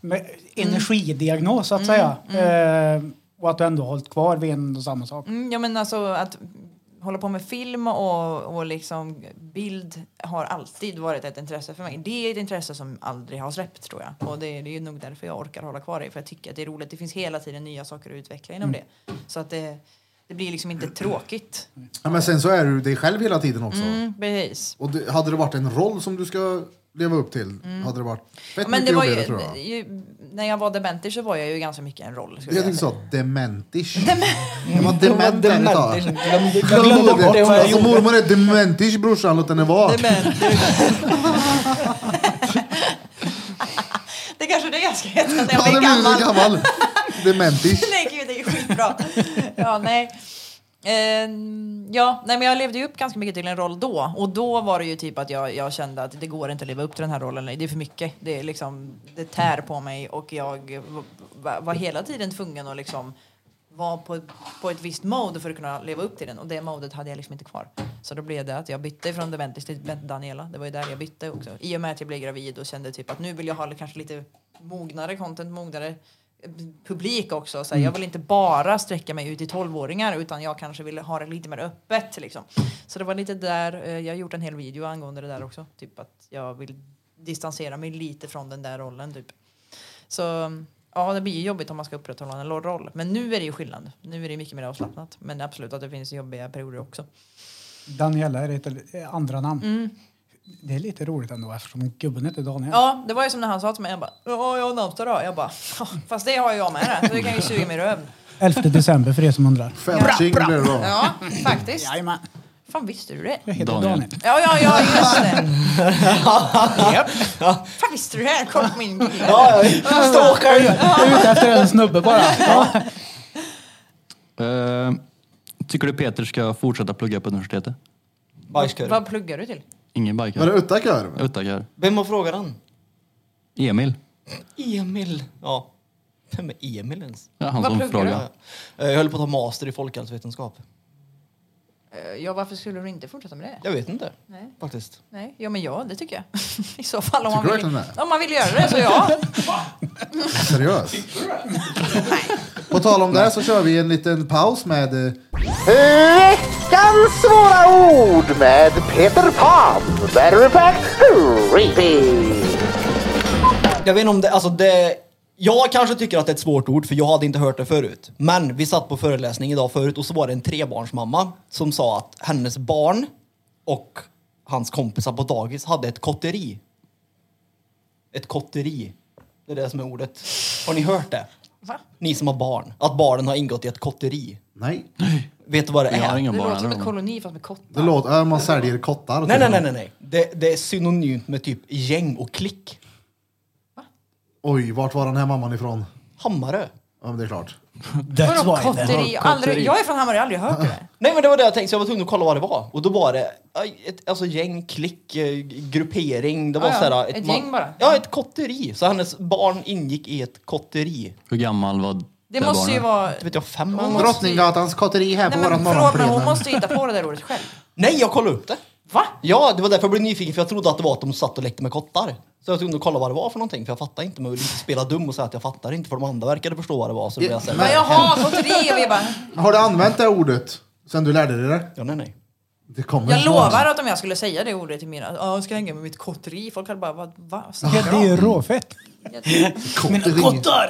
Speaker 2: med energidiagnos, så att
Speaker 3: Mm.
Speaker 2: säga. Eh, och att du ändå hållit kvar vid en och samma sak.
Speaker 3: Mm, ja men alltså att hålla på med film och, och liksom bild har alltid varit ett intresse för mig. Det är ett intresse som aldrig har släppt tror jag. Och det, det är ju nog därför jag orkar hålla kvar det. För jag tycker att det är roligt. Det finns hela tiden nya saker att utveckla inom
Speaker 1: Mm.
Speaker 3: det. Så att det, det blir liksom inte tråkigt.
Speaker 1: Ja, men sen så är du dig själv hela tiden också.
Speaker 3: Mm, precis.
Speaker 1: Och det, hade det varit en roll som du ska leva upp till hade det varit fett
Speaker 3: Ja, men
Speaker 1: mycket
Speaker 3: det var
Speaker 1: jobbigare
Speaker 3: ju,
Speaker 1: tror jag.
Speaker 3: ju, när jag var dementer så var jag ju ganska mycket en roll. skulle
Speaker 1: Jag
Speaker 3: jag
Speaker 1: tänkte
Speaker 3: säga.
Speaker 1: så, dementish. Jag var dement där ett tag.
Speaker 4: Dementish. Glömde, jag
Speaker 1: Jag
Speaker 4: glömde bort det vad jag
Speaker 1: Alltså
Speaker 4: gjorde.
Speaker 1: mormor är dementish brorsan, låt henne vara.
Speaker 3: Dementer. det är kanske det jag ska heta när jag
Speaker 1: Ja, det
Speaker 3: blir
Speaker 1: blir
Speaker 3: gammal.
Speaker 1: så gammal. Dementish.
Speaker 3: nej gud, det är ju skitbra. Ja, nej. Ehm, ja, nej, men jag levde ju upp ganska mycket till en roll då. Och då var det ju typ att jag, jag kände att det går inte att leva upp till den här rollen. Det är för mycket. Det, är liksom, det tär på mig och jag var, var hela tiden tvungen att liksom vara på, på ett visst mode för att kunna leva upp till den. Och det modet hade jag liksom inte kvar. Så då blev det att jag bytte från Deventis till Daniela. Det var ju där jag bytte också. I och med att jag blev gravid och kände typ att nu vill jag ha kanske lite mognare content, mognare publik också. Så här, Jag vill inte bara sträcka mig ut till 12-åringar utan jag kanske vill ha det lite mer öppet. Liksom. Så det var lite där, eh, jag har gjort en hel video angående det där också. Typ att jag vill distansera mig lite från den där rollen. Typ. Så ja, det blir ju jobbigt om man ska upprätthålla en roll. Men nu är det ju skillnad. Nu är det mycket mer avslappnat. Men absolut att det finns jobbiga perioder också. Mm.
Speaker 2: Daniela är ett eh, andra namn. Det är lite roligt ändå eftersom gubben heter Daniel.
Speaker 3: Ja, det var ju som när han sa till mig, jag bara ja, jag har namnsdag idag. Jag bara "Ja, fast det har ju jag med det. Så det kan ju suga mig i röven.
Speaker 2: 11 december för er som undrar.
Speaker 1: Femtjing blir det då.
Speaker 3: Ja, faktiskt.
Speaker 2: Jajamän.
Speaker 3: Fan visste du det?
Speaker 2: Jag heter
Speaker 5: Daniel.
Speaker 2: Daniel.
Speaker 3: Ja, ja, ja, just det. Fan visste du det? här? Kolla på min bild.
Speaker 4: Ja, ja, stalkar ju.
Speaker 2: Jag är ute efter en snubbe bara. Ja.
Speaker 5: Eh, tycker du Peter ska fortsätta plugga på universitetet?
Speaker 4: Bajskorv.
Speaker 3: Vad pluggar du till?
Speaker 5: Ingen
Speaker 1: Var det
Speaker 5: bikare?
Speaker 1: Utta-korv?
Speaker 5: Jag tackar.
Speaker 4: Vem har frågat den?
Speaker 5: Emil?
Speaker 4: Emil. Ja. Vem är Emil ens?
Speaker 5: Ja, han
Speaker 3: Vad
Speaker 5: som
Speaker 3: pluggar
Speaker 5: frågade.
Speaker 4: Ja. Eh, Jag höll på att ta master i folkhälsovetenskap.
Speaker 3: Eh, Ja, varför skulle du inte fortsätta med det?
Speaker 4: Jag vet inte.
Speaker 3: Nej.
Speaker 4: Faktiskt.
Speaker 3: Nej, ja men ja, det tycker jag. I så fall om
Speaker 1: Tycker
Speaker 3: man,
Speaker 1: du
Speaker 3: vill,
Speaker 1: verkligen det?
Speaker 3: om man vill göra det så ja.
Speaker 1: Seriöst? På tal om det så kör vi en liten paus med eh,
Speaker 8: Veckans svåra ord med Peter Pan. Matter of fact, creepy.
Speaker 4: Jag vet inte om det, alltså det... Jag kanske tycker att det är ett svårt ord för jag hade inte hört det förut. Men vi satt på föreläsning idag förut och så var det en trebarnsmamma som sa att hennes barn och hans kompisar på dagis hade ett kotteri. Ett kotteri. Det är det som är ordet. Har ni hört det?
Speaker 3: Va?
Speaker 4: Ni som har barn. Att barnen har ingått i ett kotteri.
Speaker 1: Nej,
Speaker 4: Vet du vad det
Speaker 5: Jag har
Speaker 4: är?
Speaker 5: inga
Speaker 3: Det låter
Speaker 5: barn
Speaker 3: som
Speaker 5: eller
Speaker 3: en
Speaker 5: någon.
Speaker 3: koloni fast med
Speaker 1: det
Speaker 3: kottar.
Speaker 1: låter... Äh, man säljer kottar.
Speaker 4: Nej, nej, nej, nej, nej. Det, det är synonymt med typ gäng och klick.
Speaker 1: Oj, vart var den här mamman ifrån?
Speaker 4: Hammarö.
Speaker 1: Ja, men det är klart.
Speaker 2: That's
Speaker 3: Vadå
Speaker 2: why. then.
Speaker 3: kotteri? Jag har Aldrig, jag är från Hammarö, jag har aldrig hört det.
Speaker 4: Nej men det var det jag tänkte, så jag var tvungen att kolla vad det var. Och då var det aj, ett, alltså gäng, klick, eh, gruppering. Det var
Speaker 3: Ah, Ja, ja.
Speaker 4: såhär,
Speaker 3: Ett
Speaker 4: ma-
Speaker 3: gäng bara.
Speaker 4: Ja, ett kotteri. Så hennes barn ingick i ett kotteri.
Speaker 5: Hur gammal var det,
Speaker 3: Det måste ju
Speaker 5: barnet?
Speaker 3: vara...
Speaker 4: Vet jag, fem
Speaker 3: Hon
Speaker 4: eller något?
Speaker 3: måste-
Speaker 1: Drottninggatans kotteri här på
Speaker 3: Nej
Speaker 1: våran
Speaker 3: men förlåt men hon
Speaker 1: morgonplenum.
Speaker 3: måste ju hitta på det där ordet själv.
Speaker 4: Nej, jag kollade upp det.
Speaker 3: Va?
Speaker 4: Ja, det var därför jag blev nyfiken, för jag trodde att det var att de satt och lekte med kottar. Så jag var tvungen att kolla vad det var för någonting, för jag fattade inte. Men jag ville inte spela dum och säga att jag fattar inte, för de andra verkade förstå vad det var. Så då blev jag så
Speaker 3: Men
Speaker 4: här,
Speaker 3: jaha, kotteri och vi bara...
Speaker 1: Har du använt det ordet sen du lärde dig det?
Speaker 4: ja, nej, nej.
Speaker 1: Det kommer
Speaker 3: Jag
Speaker 1: snart.
Speaker 3: lovar att om jag skulle säga det ordet till mina... Ja, jag ska hänga med mitt kotteri. Folk hade bara... Vad? Va?
Speaker 2: Ja, det är ju råfett.
Speaker 1: Kotteri.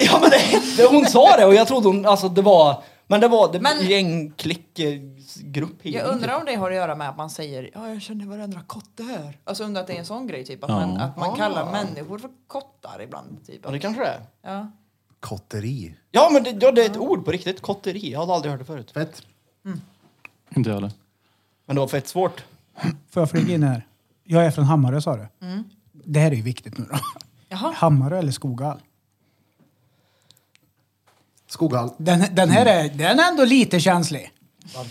Speaker 4: Ja, men det, det, hon sa det och jag trodde hon, alltså det var, men det var det,
Speaker 3: Men-
Speaker 4: gäng, klick, eh, grupp.
Speaker 3: Jag undrar om det har att göra med att man säger ja, jag känner varenda kotte här. Alltså undrar att det är en sån grej typ. Att man, att man kallar människor för kottar ibland. Typ.
Speaker 4: Ja, det kanske det är.
Speaker 3: Ja.
Speaker 1: Kotteri.
Speaker 4: Ja, men det, ja, det är ett ord på riktigt. Kotteri. Jag hade aldrig hört det förut.
Speaker 1: Fett.
Speaker 5: Inte jag heller.
Speaker 4: Men det var fett svårt.
Speaker 2: Får jag flyga in här? Jag är från Hammarö sa du.
Speaker 3: Mm.
Speaker 2: Det här är ju viktigt nu då.
Speaker 3: Jaha.
Speaker 2: Hammarö eller Skoghall?
Speaker 1: Skoghall.
Speaker 2: Den, den här är, den är ändå lite känslig.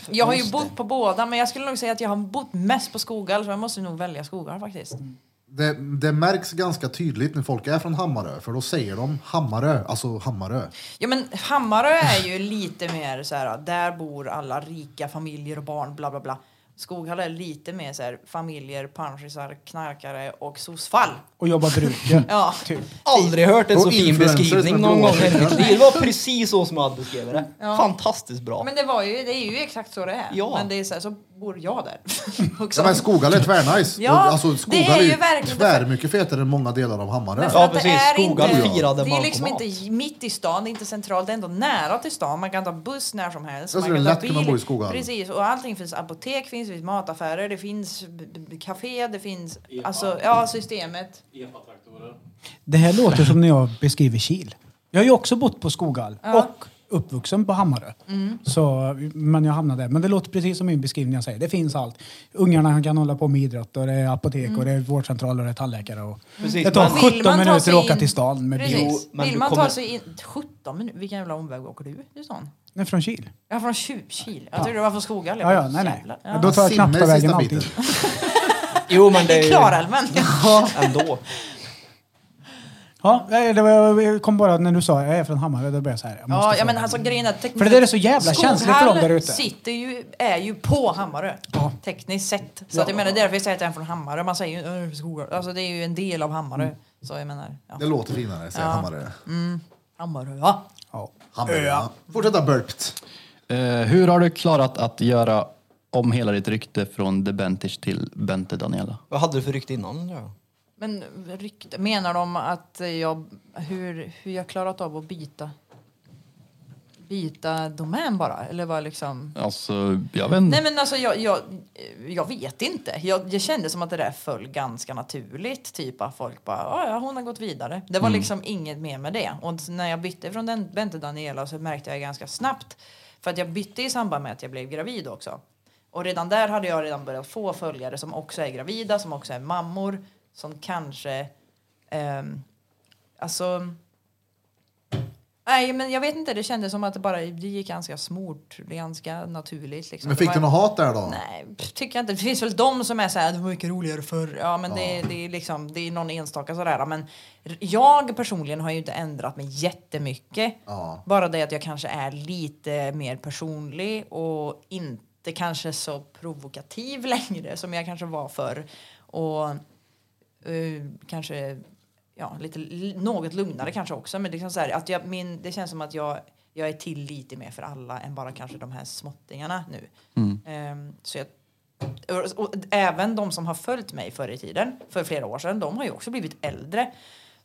Speaker 3: Jag har ju bott på båda, men jag skulle nog säga att jag har bott mest på Skoghall, så jag måste nog välja Skoghall faktiskt.
Speaker 1: Det, det märks ganska tydligt när folk är från Hammarö, för då säger de Hammarö, alltså Hammarö.
Speaker 3: Ja men Hammarö är ju lite mer så här, där bor alla rika familjer och barn, bla bla bla. Skoghall är lite mer så här, familjer, panschisar, knarkare och sosfall.
Speaker 2: Och jobba bruken.
Speaker 3: Ja.
Speaker 4: Aldrig hört en
Speaker 1: Och
Speaker 4: så fin
Speaker 1: influencers
Speaker 4: beskrivning
Speaker 1: med
Speaker 4: någon gång i
Speaker 1: blåa
Speaker 4: mitt liv. Det var precis så som jag hade beskrivit det.
Speaker 3: Ja.
Speaker 4: Fantastiskt bra.
Speaker 3: Men det, var ju, det är ju exakt så det är.
Speaker 4: Ja.
Speaker 3: Men det är så, här, så bor jag där också.
Speaker 1: Ja, men Skoghall är tvärnice.
Speaker 3: Ja,
Speaker 1: Och, alltså,
Speaker 3: det
Speaker 1: Skoghall
Speaker 3: är
Speaker 1: är
Speaker 3: ju
Speaker 1: ju
Speaker 3: verkligen-
Speaker 1: tvär mycket fetare än många delar av Hammarö.
Speaker 3: Men för
Speaker 4: Ja,
Speaker 3: att det
Speaker 4: precis.
Speaker 3: är
Speaker 4: Skogar
Speaker 3: inte-
Speaker 4: firade
Speaker 3: Det är liksom
Speaker 4: bankomat.
Speaker 3: inte mitt i stan, det är inte centralt, det är ändå nära till stan. Man kan ta buss när som helst.
Speaker 1: Jag tror
Speaker 3: man
Speaker 1: det är
Speaker 3: ta
Speaker 1: lätt att kunna bo i Skogar.
Speaker 3: Precis, och allting finns. Apotek finns, det finns mataffärer, det finns b- b- café, det finns... Alltså, ja, systemet.
Speaker 7: Epa-traktorer.
Speaker 2: Det här låter som när jag beskriver Kil. Jag har ju också bott på Skoghall
Speaker 3: Ja.
Speaker 2: och uppvuxen på Hammarö.
Speaker 4: Mm.
Speaker 2: Så, men jag hamnade där. Men det låter precis som min beskrivning jag säger. Det finns allt. Ungarna kan hålla på med idrott och det är apotek och det
Speaker 4: Mm.
Speaker 2: är vårdcentral och det är tandläkare. Och
Speaker 4: Precis,
Speaker 2: det tar
Speaker 4: men-
Speaker 2: 17
Speaker 3: Vill man ta
Speaker 2: minuter
Speaker 3: sig
Speaker 2: att åka
Speaker 3: in-
Speaker 2: till stan med bil.
Speaker 3: Precis.
Speaker 4: Jo, men
Speaker 3: Vill
Speaker 4: du
Speaker 3: man
Speaker 4: kommer-
Speaker 3: ta sig in... 17 minuter? Vilken jävla omväg åker du till stan?
Speaker 2: Nej, från Kil.
Speaker 3: Jag är från Tjuvkil. Jag trodde du var från Skoghall. Jag
Speaker 2: Ja, ja,
Speaker 3: bara,
Speaker 2: nej, nej.
Speaker 3: jävlar.
Speaker 2: Ja, då tar jag
Speaker 1: Simmer är
Speaker 2: Knappstavägen
Speaker 1: sista
Speaker 2: alltid.
Speaker 1: biten.
Speaker 4: Jo, men det är ju...
Speaker 3: Klarälven.
Speaker 4: Ändå.
Speaker 2: Ja, nej, det var, jag kom bara när du sa jag är från Hammarö, då blev jag så här. jag måste
Speaker 3: Ja, ja
Speaker 2: fråga.
Speaker 3: men alltså grejen är att tekniskt
Speaker 2: För det där är så jävla känsligt för dem där ute.
Speaker 3: sitter ju, är ju på Hammarö. Tekniskt sett. Så att jag menar, det är därför jag säger att jag är från Hammarö. Man säger ju "Öh, skogar. Alltså det är ju en del av Hammarö.
Speaker 2: Mm.
Speaker 3: Så jag menar, ja.
Speaker 1: Det låter finare, säger Hammarö.
Speaker 3: Hammarö, ja.
Speaker 2: Ja.
Speaker 1: Hammarö. Fortsätta burpt.
Speaker 5: Eh, hur har du klarat att göra om hela ditt rykte från The Benters till Bente Daniela?
Speaker 4: Vad hade du för rykte innan? undrar jag?
Speaker 3: Men rykte, menar de att jag, hur, hur jag klarat av att byta? Byta domän bara? Eller var liksom...
Speaker 5: Alltså, jag vet
Speaker 1: Mm.
Speaker 5: inte.
Speaker 3: Nej men alltså jag, jag, jag vet inte. Jag, jag kände som att det där föll ganska naturligt. Typ att folk bara, "Ah, ja hon har gått vidare. Det
Speaker 1: Mm.
Speaker 3: var liksom inget mer med det. Och när jag bytte från den Bente Daniela så märkte jag ganska snabbt. För att jag bytte i samband med att jag blev gravid också. Och redan där hade jag redan börjat få följare som också är gravida, som också är mammor. Som kanske, ehm, alltså Nej, men jag vet inte. Det kändes som att det bara det gick ganska smort, ganska naturligt. Liksom.
Speaker 1: Men
Speaker 3: Det
Speaker 1: fick
Speaker 3: var-
Speaker 1: du något hat där då?
Speaker 3: Nej, pff, tycker jag inte. Det finns väl de som är så här, det var mycket roligare förr. Ja, men Det, det är liksom, det är någon enstaka sådär. Men r- jag personligen har ju inte ändrat mig jättemycket.
Speaker 1: Ja.
Speaker 3: Bara det att jag kanske är lite mer personlig och inte kanske så provokativ längre som jag kanske var förr. Och eh, kanske ja, lite, l- något lugnare kanske också. Men liksom så här, att jag, min, det känns som att jag, jag är till lite mer för alla än bara kanske de här småttingarna nu. Ehm, så jag, och, och även de som har följt mig förr i tiden, för flera år sedan, de har ju också blivit äldre.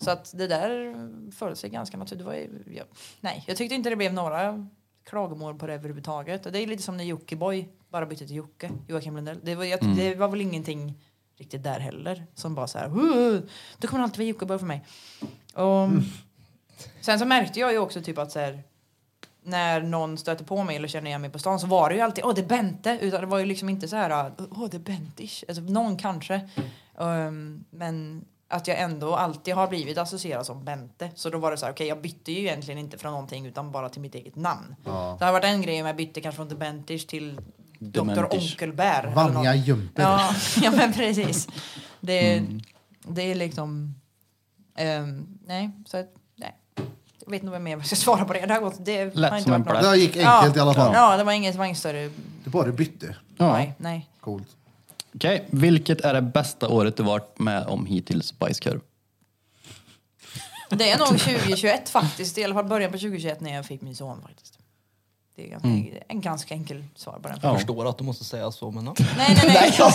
Speaker 3: Så att det där föll sig ganska naturligt. Det var ju, jag, nej, jag tyckte inte det blev några klagomål på det överhuvudtaget. Och det är lite som när Jockiboi bara bytte till Jocke, Joakim Lundell. Det var, jag, det var väl ingenting riktigt där heller som bara så här, "Huh, det kommer alltid vara Jockiboi för mig. Och, Sen så märkte jag ju också typ att så här, när någon stöter på mig eller känner igen mig på stan så var det ju alltid åh det är Bente. Utan det var ju liksom inte så här åh det är Bentish. Alltså någon kanske. Ehm, men att jag ändå alltid har blivit associerad som Bente. Så då var det så här okej jag bytte ju egentligen inte från någonting utan bara till mitt eget namn. Det har varit en grej om jag bytte kanske från The Bentish till Dr.
Speaker 5: Dementish.
Speaker 3: Onkelbär. eller
Speaker 1: Vanja
Speaker 3: något.
Speaker 1: Jumper.
Speaker 3: Ja, ja men precis. Det, det är liksom... ehm, nej, så att, nej. Jag vet nog vad mer jag ska svara på det. Det har gått... Det har
Speaker 5: Lätt
Speaker 3: inte
Speaker 5: som en
Speaker 3: varit något-
Speaker 5: plätt.
Speaker 1: Det gick enkelt i alla fall.
Speaker 3: Ja, det var inget, det var inget större...
Speaker 1: Du bara bytte.
Speaker 5: Ja.
Speaker 3: Nej, nej.
Speaker 1: Coolt.
Speaker 5: Okej, vilket är det bästa året du varit med om hittills, Spice Curve?
Speaker 3: Det är nog 2021 faktiskt. I alla fall början på 2021 när jag fick min son faktiskt. Det är ganska, en ganska enkel svar på den.
Speaker 5: Ja.
Speaker 4: Förstår att du måste säga så, men... ja.
Speaker 3: Nej, nej, nej.
Speaker 4: Jag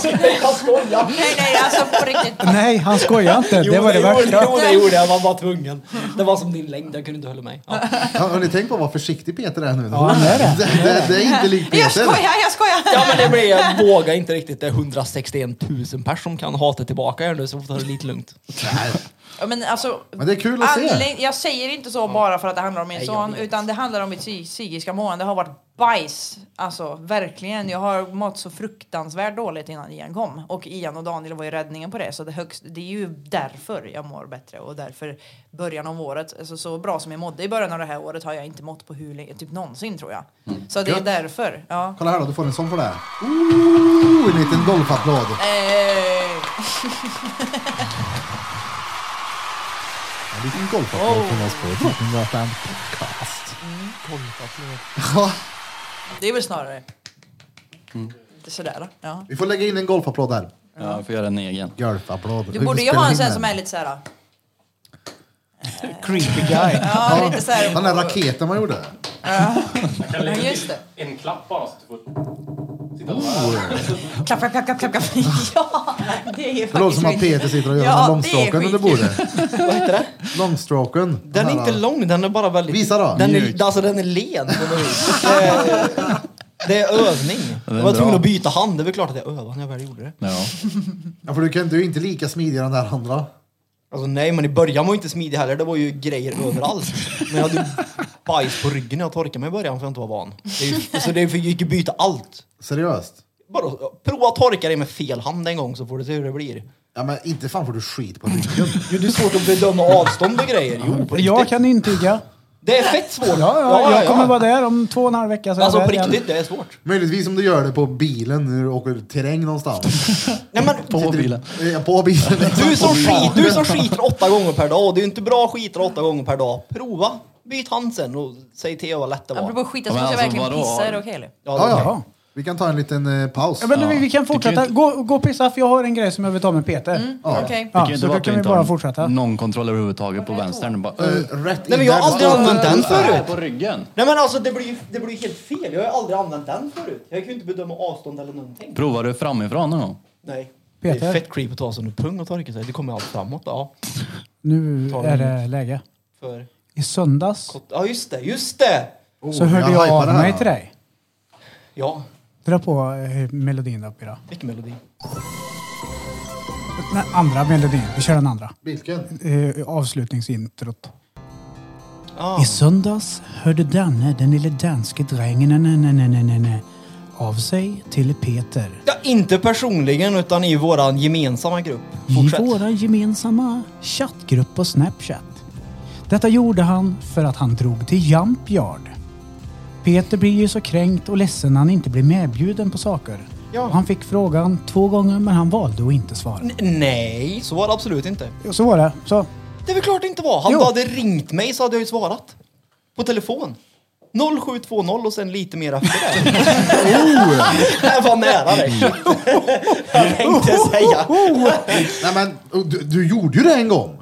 Speaker 4: skojar!
Speaker 3: nej, nej, alltså på riktigt.
Speaker 2: Nej, han skojar inte.
Speaker 4: Jo,
Speaker 2: det var det
Speaker 4: gjorde,
Speaker 2: värsta.
Speaker 4: jo, det gjorde jag. Jag var bara tvungen. Det var som din längd, jag kunde inte hålla mig. Ja.
Speaker 1: Ja, har ni tänkt på vad försiktig Peter är nu?
Speaker 2: han är det.
Speaker 1: det, det, det är inte likt
Speaker 3: Jag
Speaker 1: Peter.
Speaker 3: skojar, jag skojar!
Speaker 4: ja, men det blir... Jag vågar inte riktigt. Det är 161 000 personer som kan hata tillbaka er nu, så får ta det lite lugnt.
Speaker 1: Nej,
Speaker 3: Ja, men alltså,
Speaker 1: Men det är kul att se.
Speaker 3: anledning- Jag säger inte så bara för att det handlar om min son, utan det handlar om mitt psy- psykiska mående. Det har varit bajs. Alltså verkligen. Jag har mått så fruktansvärt dåligt innan Ian kom. Och Ian och Daniel var ju räddningen på det. Så det, högst, det är ju därför jag mår bättre och därför början av året, alltså, så bra som jag mådde i början av det här året har jag inte mått på hur länge, typ någonsin tror jag. Så det är
Speaker 1: Mm. Gött.
Speaker 3: därför. Ja. Eh,
Speaker 1: Kolla här då, du får en sån för det. här. Ooh, en liten golfapplåd.
Speaker 3: Eh,
Speaker 1: En liten golfapplåd
Speaker 4: Oh.
Speaker 1: från oss på Drottninggatan Podcast.
Speaker 4: Mm,
Speaker 1: Ja,
Speaker 3: det är väl snarare
Speaker 1: Mm.
Speaker 3: Det är sådär. Ja.
Speaker 1: vi får lägga in en golfapplåd där.
Speaker 5: Ja, jag får göra en egen.
Speaker 1: Golfapplåd.
Speaker 3: Du borde ju ha en sån här som är lite såhär
Speaker 4: Creepy guy.
Speaker 3: Ja, lite så här.
Speaker 1: Den där raketen man gjorde.
Speaker 7: Kan lägga
Speaker 3: Ja, just det. Oh.
Speaker 7: en klapp bara så att du får... Sitta och...
Speaker 3: Klapp, klapp, klapp, klapp, klapp. Ja, det är ju
Speaker 1: Det låter som att Peter sitter och gör den här långstråken under bordet.
Speaker 4: Vad heter det?
Speaker 1: Långstråken.
Speaker 4: Den är
Speaker 1: här,
Speaker 4: inte lång, den är bara väldigt...
Speaker 1: Visa då.
Speaker 4: Den
Speaker 5: Mjuk.
Speaker 4: är, alltså den är len. Den är, det, är, det är övning.
Speaker 5: är
Speaker 4: Jag var
Speaker 5: bra.
Speaker 4: tvungen att byta hand, det är väl klart att jag övade när jag väl gjorde det.
Speaker 5: Ja.
Speaker 1: Ja, för du, kan, du är inte lika smidig i den där andra.
Speaker 4: Alltså nej, men i början var jag inte smidig heller. Det var ju grejer överallt. Men jag hade ju bajs på ryggen när jag torkade mig i början för jag inte var van. Det är ju, så det är för jag gick ju byta allt.
Speaker 1: Seriöst.
Speaker 4: Bara prova att torka dig med fel hand en gång så får du se hur det blir.
Speaker 1: Ja, men inte fan får du skit på ryggen.
Speaker 4: Jo, det är svårt att bedöma avstånd och grejer. Jo, på
Speaker 2: Jag
Speaker 4: riktigt.
Speaker 2: kan intyga.
Speaker 4: Det är fett svårt. Ja,
Speaker 2: jag kommer vara där om två och en halv vecka. Så är jag
Speaker 4: Alltså på
Speaker 2: där igen.
Speaker 4: riktigt, det är svårt.
Speaker 1: Möjligtvis om du gör det på bilen när du åker terräng någonstans.
Speaker 4: Nej, men,
Speaker 5: På bilen.
Speaker 1: Eh, På bilen.
Speaker 4: Du som, skit, du som skiter åtta gånger per dag, det är ju inte bra att skita åtta gånger per dag. Prova. Byt hand sen och säg till vad lätt det var.
Speaker 3: Apropå skit, jag
Speaker 5: Ja, men
Speaker 3: ska
Speaker 5: alltså,
Speaker 3: verkligen
Speaker 5: vadå?
Speaker 3: pissa. Är det okej eller?
Speaker 4: Ja,
Speaker 1: Ja,
Speaker 4: det-
Speaker 1: ja. Vi kan ta en liten eh, paus.
Speaker 2: Ja, men du, vi, vi kan
Speaker 5: Du kan ju
Speaker 2: fortsätta.
Speaker 5: inte-
Speaker 2: Gå, gå och pissa för jag har en grej som jag vill ta med Peter.
Speaker 3: Okej.
Speaker 2: Ja,
Speaker 5: kan ju
Speaker 2: så
Speaker 5: inte vara
Speaker 2: då
Speaker 5: att du
Speaker 2: kan vi
Speaker 5: inte har
Speaker 2: bara fortsätta.
Speaker 5: Någon kontroll överhuvudtaget på vänstern. Bara,
Speaker 1: Eh,
Speaker 5: "Ö,
Speaker 1: Rätt
Speaker 4: Nej, men
Speaker 1: in
Speaker 4: jag har
Speaker 1: där.
Speaker 4: aldrig använt den förut.
Speaker 5: på ryggen.
Speaker 4: Nej men alltså det blir ju det blir ju helt fel. Jag har ju aldrig använt den förut. Jag kan ju inte bedöma avstånd eller någonting.
Speaker 5: Provar du framifrån någon gång?
Speaker 4: Nej.
Speaker 2: Peter?
Speaker 4: Det är fett creep att ta sig under pung och torka sig. Det kommer allt framåt. Ja.
Speaker 2: Nu
Speaker 4: Ta
Speaker 2: är
Speaker 4: den.
Speaker 2: det läge.
Speaker 4: För...
Speaker 2: I söndags
Speaker 4: ja just det, just det!
Speaker 1: Oh,
Speaker 2: så hörde jag
Speaker 1: hypar
Speaker 2: av
Speaker 1: det här.
Speaker 2: mig till dig.
Speaker 4: Ja,
Speaker 2: Dra på eh, melodin upp idag.
Speaker 4: vilken melodi.
Speaker 2: Nej, andra melodin. Vi kör den andra.
Speaker 1: Vilken?
Speaker 2: Eh, avslutningsintrot.
Speaker 4: Ah.
Speaker 2: I söndags hörde Danne, den lille danske drängen, nej, nej, nej, nej, nej, nej, av sig till Peter.
Speaker 4: Ja, inte personligen utan i våran gemensamma grupp.
Speaker 2: i
Speaker 4: Fortsätt.
Speaker 2: vår gemensamma chattgrupp på Snapchat. Detta gjorde han för att han drog till Jump Yard. Peter blir ju så kränkt och ledsen när han inte blir medbjuden på saker. Och han fick frågan två gånger men han valde att inte svara.
Speaker 4: N- Nej, så var det absolut inte.
Speaker 2: Jo, Så var det. Så.
Speaker 4: Det är väl klart det inte var. Hade
Speaker 2: Jo.
Speaker 4: du hade ringt mig så hade jag ju svarat. På telefon. 0720 och sen lite mer efter det.
Speaker 2: Oh.
Speaker 4: Jag var nära dig. jag tänkte säga.
Speaker 1: Nej, men och du, du gjorde ju det en gång.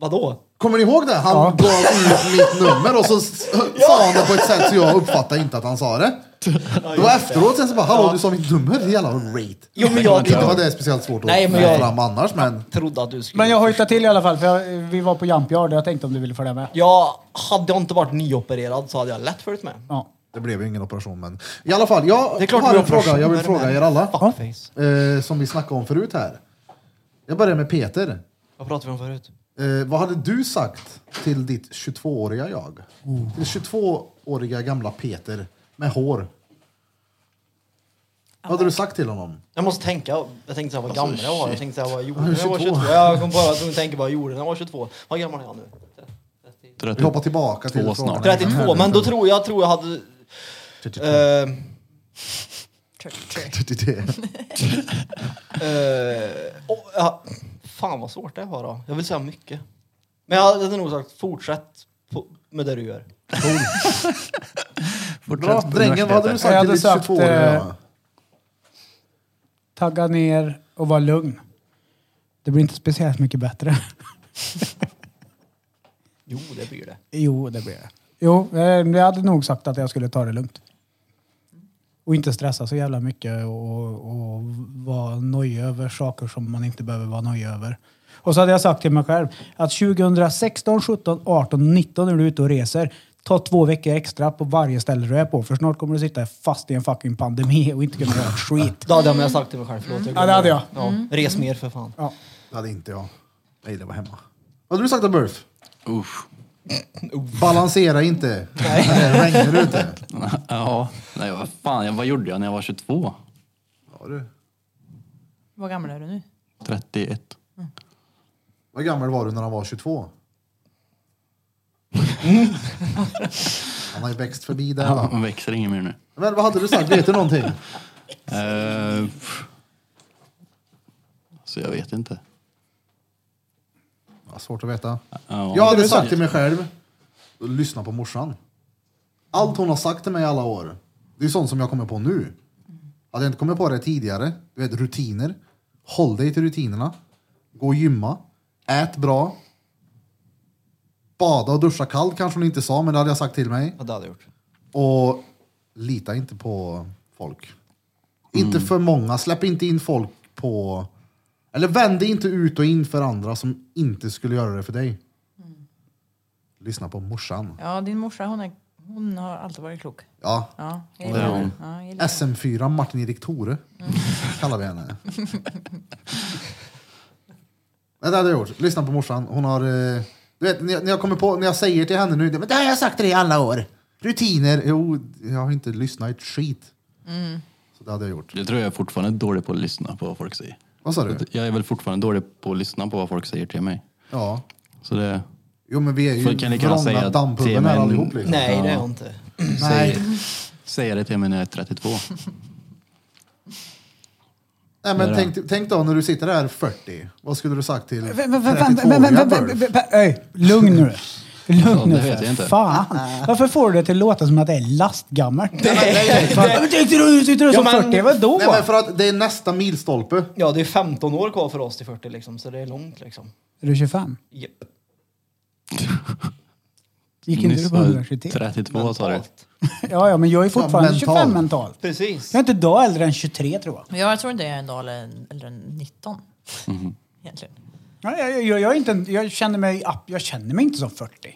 Speaker 4: Vadå?
Speaker 1: Kommer ni ihåg det? Han
Speaker 2: Ja.
Speaker 1: gav ut mitt nummer och så s- sa han det på ett sätt så jag uppfattade inte att han sa det. Det var efteråt sen så bara, hallå du sa mitt nummer, det jävla rate.
Speaker 4: Jo men jag
Speaker 1: Inte var
Speaker 4: trodde,
Speaker 1: det speciellt svårt att
Speaker 4: Nej, men
Speaker 1: få
Speaker 4: jag-
Speaker 1: fram annars men.
Speaker 4: trodde att du skulle...
Speaker 2: Men jag hojtade till i alla fall för jag, vi var på Jump Yard och jag tänkte om du ville följa med.
Speaker 4: Jag hade jag inte varit nyopererad så hade jag lätt följt med.
Speaker 2: Ja.
Speaker 1: Det blev ju ingen operation men. I alla fall, jag
Speaker 4: Det är klart
Speaker 1: har
Speaker 4: det
Speaker 1: en
Speaker 4: blir
Speaker 1: fråga. Jag vill
Speaker 4: operationer
Speaker 1: fråga
Speaker 4: med.
Speaker 1: er alla.
Speaker 4: Fuckface.
Speaker 1: Eh, som vi snackade om förut här. Jag börjar med Peter.
Speaker 4: Vad pratade vi om förut?
Speaker 1: Eh, vad hade du sagt till ditt 22-åriga jag? Till 22-åriga gamla Peter med hår. Vad hade du sagt till honom?
Speaker 4: Jag måste tänka. Jag tänkte såhär vad
Speaker 2: Alltså,
Speaker 4: gammal jag var. Jag tänkte såhär vad jag gjorde när jag var
Speaker 1: 22.
Speaker 4: 22. Jag kom bara att tänka vad jag gjorde när jag var 22. Vad gammal är jag nu?
Speaker 5: 30.
Speaker 1: Vi hoppar tillbaka till
Speaker 5: Två
Speaker 1: frågan.
Speaker 5: snart.
Speaker 4: 32. Men då tror jag, tror jag hade... eh, Eh, och, ja, fan vad svårt det var då. Jag vill säga mycket. Men jag hade nog sagt fortsätt på, med det du gör.
Speaker 1: Bra. Drängen, vad hade du
Speaker 2: Jag
Speaker 1: sagt
Speaker 2: hade
Speaker 1: till ditt
Speaker 2: sagt,
Speaker 1: 22-åriga jag?
Speaker 2: eh, Tagga ner och var lugn. Det blir inte speciellt mycket bättre.
Speaker 4: Jo, det blir det.
Speaker 2: Jo, det blir det. Jo, eh, jag hade nog sagt att jag skulle ta det lugnt. Och inte stressa så jävla mycket och, och vara nöjd över saker som man inte behöver vara nöjd över. Och så hade jag sagt till mig själv att 2016, 17, 18, 19 när du är ute och reser, ta två veckor extra på varje ställe du är på. För snart kommer du sitta fast i en fucking pandemi och inte kunna göra ett skit.
Speaker 4: Då hade jag med sagt till mig själv. Förlåt, jag
Speaker 2: Ja, det hade jag.
Speaker 4: glömde. Ja, res mer för fan.
Speaker 2: Ja.
Speaker 1: Det hade inte jag. Nej, det var hemma. Vad hade du sagt om Burf?
Speaker 5: Uff.
Speaker 1: Balansera inte när det regnar ute.
Speaker 5: Ja, nej, vad fan, jag- vad gjorde jag när jag var 22?
Speaker 1: Ja, du.
Speaker 3: Vad gammal är du nu?
Speaker 5: 31.
Speaker 1: Vad gammal var du när han var 22? Han har ju växt förbi det. va?
Speaker 5: Man växer ingen mer nu.
Speaker 1: Men vad hade du sagt? Vet du någonting?
Speaker 5: Eh, pff. så jag vet inte.
Speaker 1: Ja, svårt att veta.
Speaker 5: Ja.
Speaker 1: Jag hade sagt till mig själv, lyssna på morsan. Allt hon har sagt till mig i alla år, det är sånt som jag kommer på nu. Hade jag inte kommit på det tidigare, du vet rutiner. Håll dig till rutinerna. Gå och gymma. Ät bra. Bada och duscha kallt kanske hon inte sa, men det hade jag sagt till mig.
Speaker 4: Ja, det hade jag gjort.
Speaker 1: Och lita inte på folk. Inte för många. Släpp inte in folk på... Eller vänd dig inte ut och in för andra som inte skulle göra det för dig. Lyssna på morsan.
Speaker 3: Ja, din morsa hon, är, hon har alltid varit klok.
Speaker 1: Ja.
Speaker 3: Ja, jag
Speaker 5: Det
Speaker 3: gillar
Speaker 5: är
Speaker 3: det.
Speaker 5: hon.
Speaker 3: Ja, jag gillar det.
Speaker 1: SM4 Martin Erik Tore
Speaker 5: Mm.
Speaker 1: kallar vi henne. Nej, det hade jag gjort. Lyssna på morsan. Hon har... eh, Du vet, när jag, när jag kommer på, när jag säger till henne nu, det "Men det har jag sagt till dig i alla år. Rutiner. Jo, jag har inte lyssnat ett skit.
Speaker 5: Mm.
Speaker 1: Så det hade jag gjort.
Speaker 5: Jag tror jag är fortfarande dålig på att lyssna på vad folk säger.
Speaker 1: Vad sa du?
Speaker 5: Jag är väl fortfarande dålig på att lyssna på vad folk säger till mig.
Speaker 1: Ja.
Speaker 5: Så det...
Speaker 1: Jo men vi är
Speaker 5: Folk kan
Speaker 1: ju
Speaker 5: lika gärna
Speaker 1: vrånga
Speaker 5: säga
Speaker 1: dammpubben
Speaker 5: till
Speaker 1: här
Speaker 5: mig-
Speaker 1: allihop liksom.
Speaker 4: Nej, det är
Speaker 5: Ja.
Speaker 4: jag inte.
Speaker 1: Nej.
Speaker 5: Säga det till mig när jag är 32.
Speaker 1: Nej men tänk, tänk då när du sitter här 40. Vad skulle du sagt till
Speaker 2: Vä- vä- vä- vä- vä- vä-
Speaker 1: 32-åriga
Speaker 2: vä- vä-
Speaker 1: Burf?
Speaker 2: vä- vä- öj, Lugn nu.
Speaker 5: Ja,
Speaker 2: Lugn
Speaker 5: det
Speaker 2: nu
Speaker 5: vet jag
Speaker 2: för
Speaker 5: inte.
Speaker 2: fan. Varför får du det till att låta som att det är lastgammalt? Fan, Tyckte du tyckte du
Speaker 4: Ja,
Speaker 2: som
Speaker 4: men-
Speaker 2: 40? Vadå?
Speaker 1: Nej men för att det är nästa milstolpe.
Speaker 4: Ja, det är 15 år kvar för oss till 40 liksom, så det är långt liksom.
Speaker 2: Är du 25?
Speaker 4: Japp.
Speaker 2: Gick inte du
Speaker 5: Nyss
Speaker 2: på
Speaker 5: var jag
Speaker 2: universitet?
Speaker 5: 32 sa du.
Speaker 4: Allt.
Speaker 2: Ja, ja, men jag är fortfarande
Speaker 1: Ja, mental.
Speaker 2: 25 mentalt.
Speaker 4: Precis.
Speaker 2: Jag är inte idag äldre än 23 tror jag.
Speaker 3: Men Jag tror inte jag är en dag eller, en- eller en 19.
Speaker 5: Mhm.
Speaker 3: Egentligen.
Speaker 2: Nej, jag, jag, jag, är inte, en- jag, känner mig, app- jag känner mig inte som 40.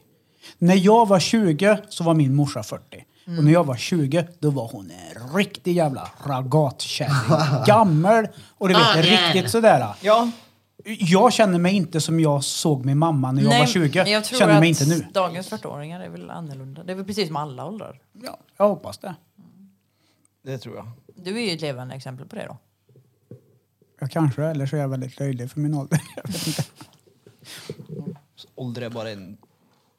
Speaker 2: När jag var 20 så var min morsa 40. Och när jag var 20 då var hon en riktig jävla ragatkärring. Gammal och du
Speaker 3: Ah,
Speaker 2: vet, riktigt sådär.
Speaker 4: Ja,
Speaker 2: Jag känner mig inte som jag såg min mamma när jag var 20.
Speaker 3: men jag tror
Speaker 2: känner mig
Speaker 3: att
Speaker 2: inte nu.
Speaker 3: dagens 40-åringar är väl annorlunda. Det är väl precis som alla åldrar.
Speaker 2: Ja, jag hoppas det.
Speaker 4: det tror jag.
Speaker 3: Du är ju ett levande exempel på det då.
Speaker 2: Jag kanske, eller så är jag väldigt löjlig för min ålder. Jag vet inte.
Speaker 4: Så Ålder är bara en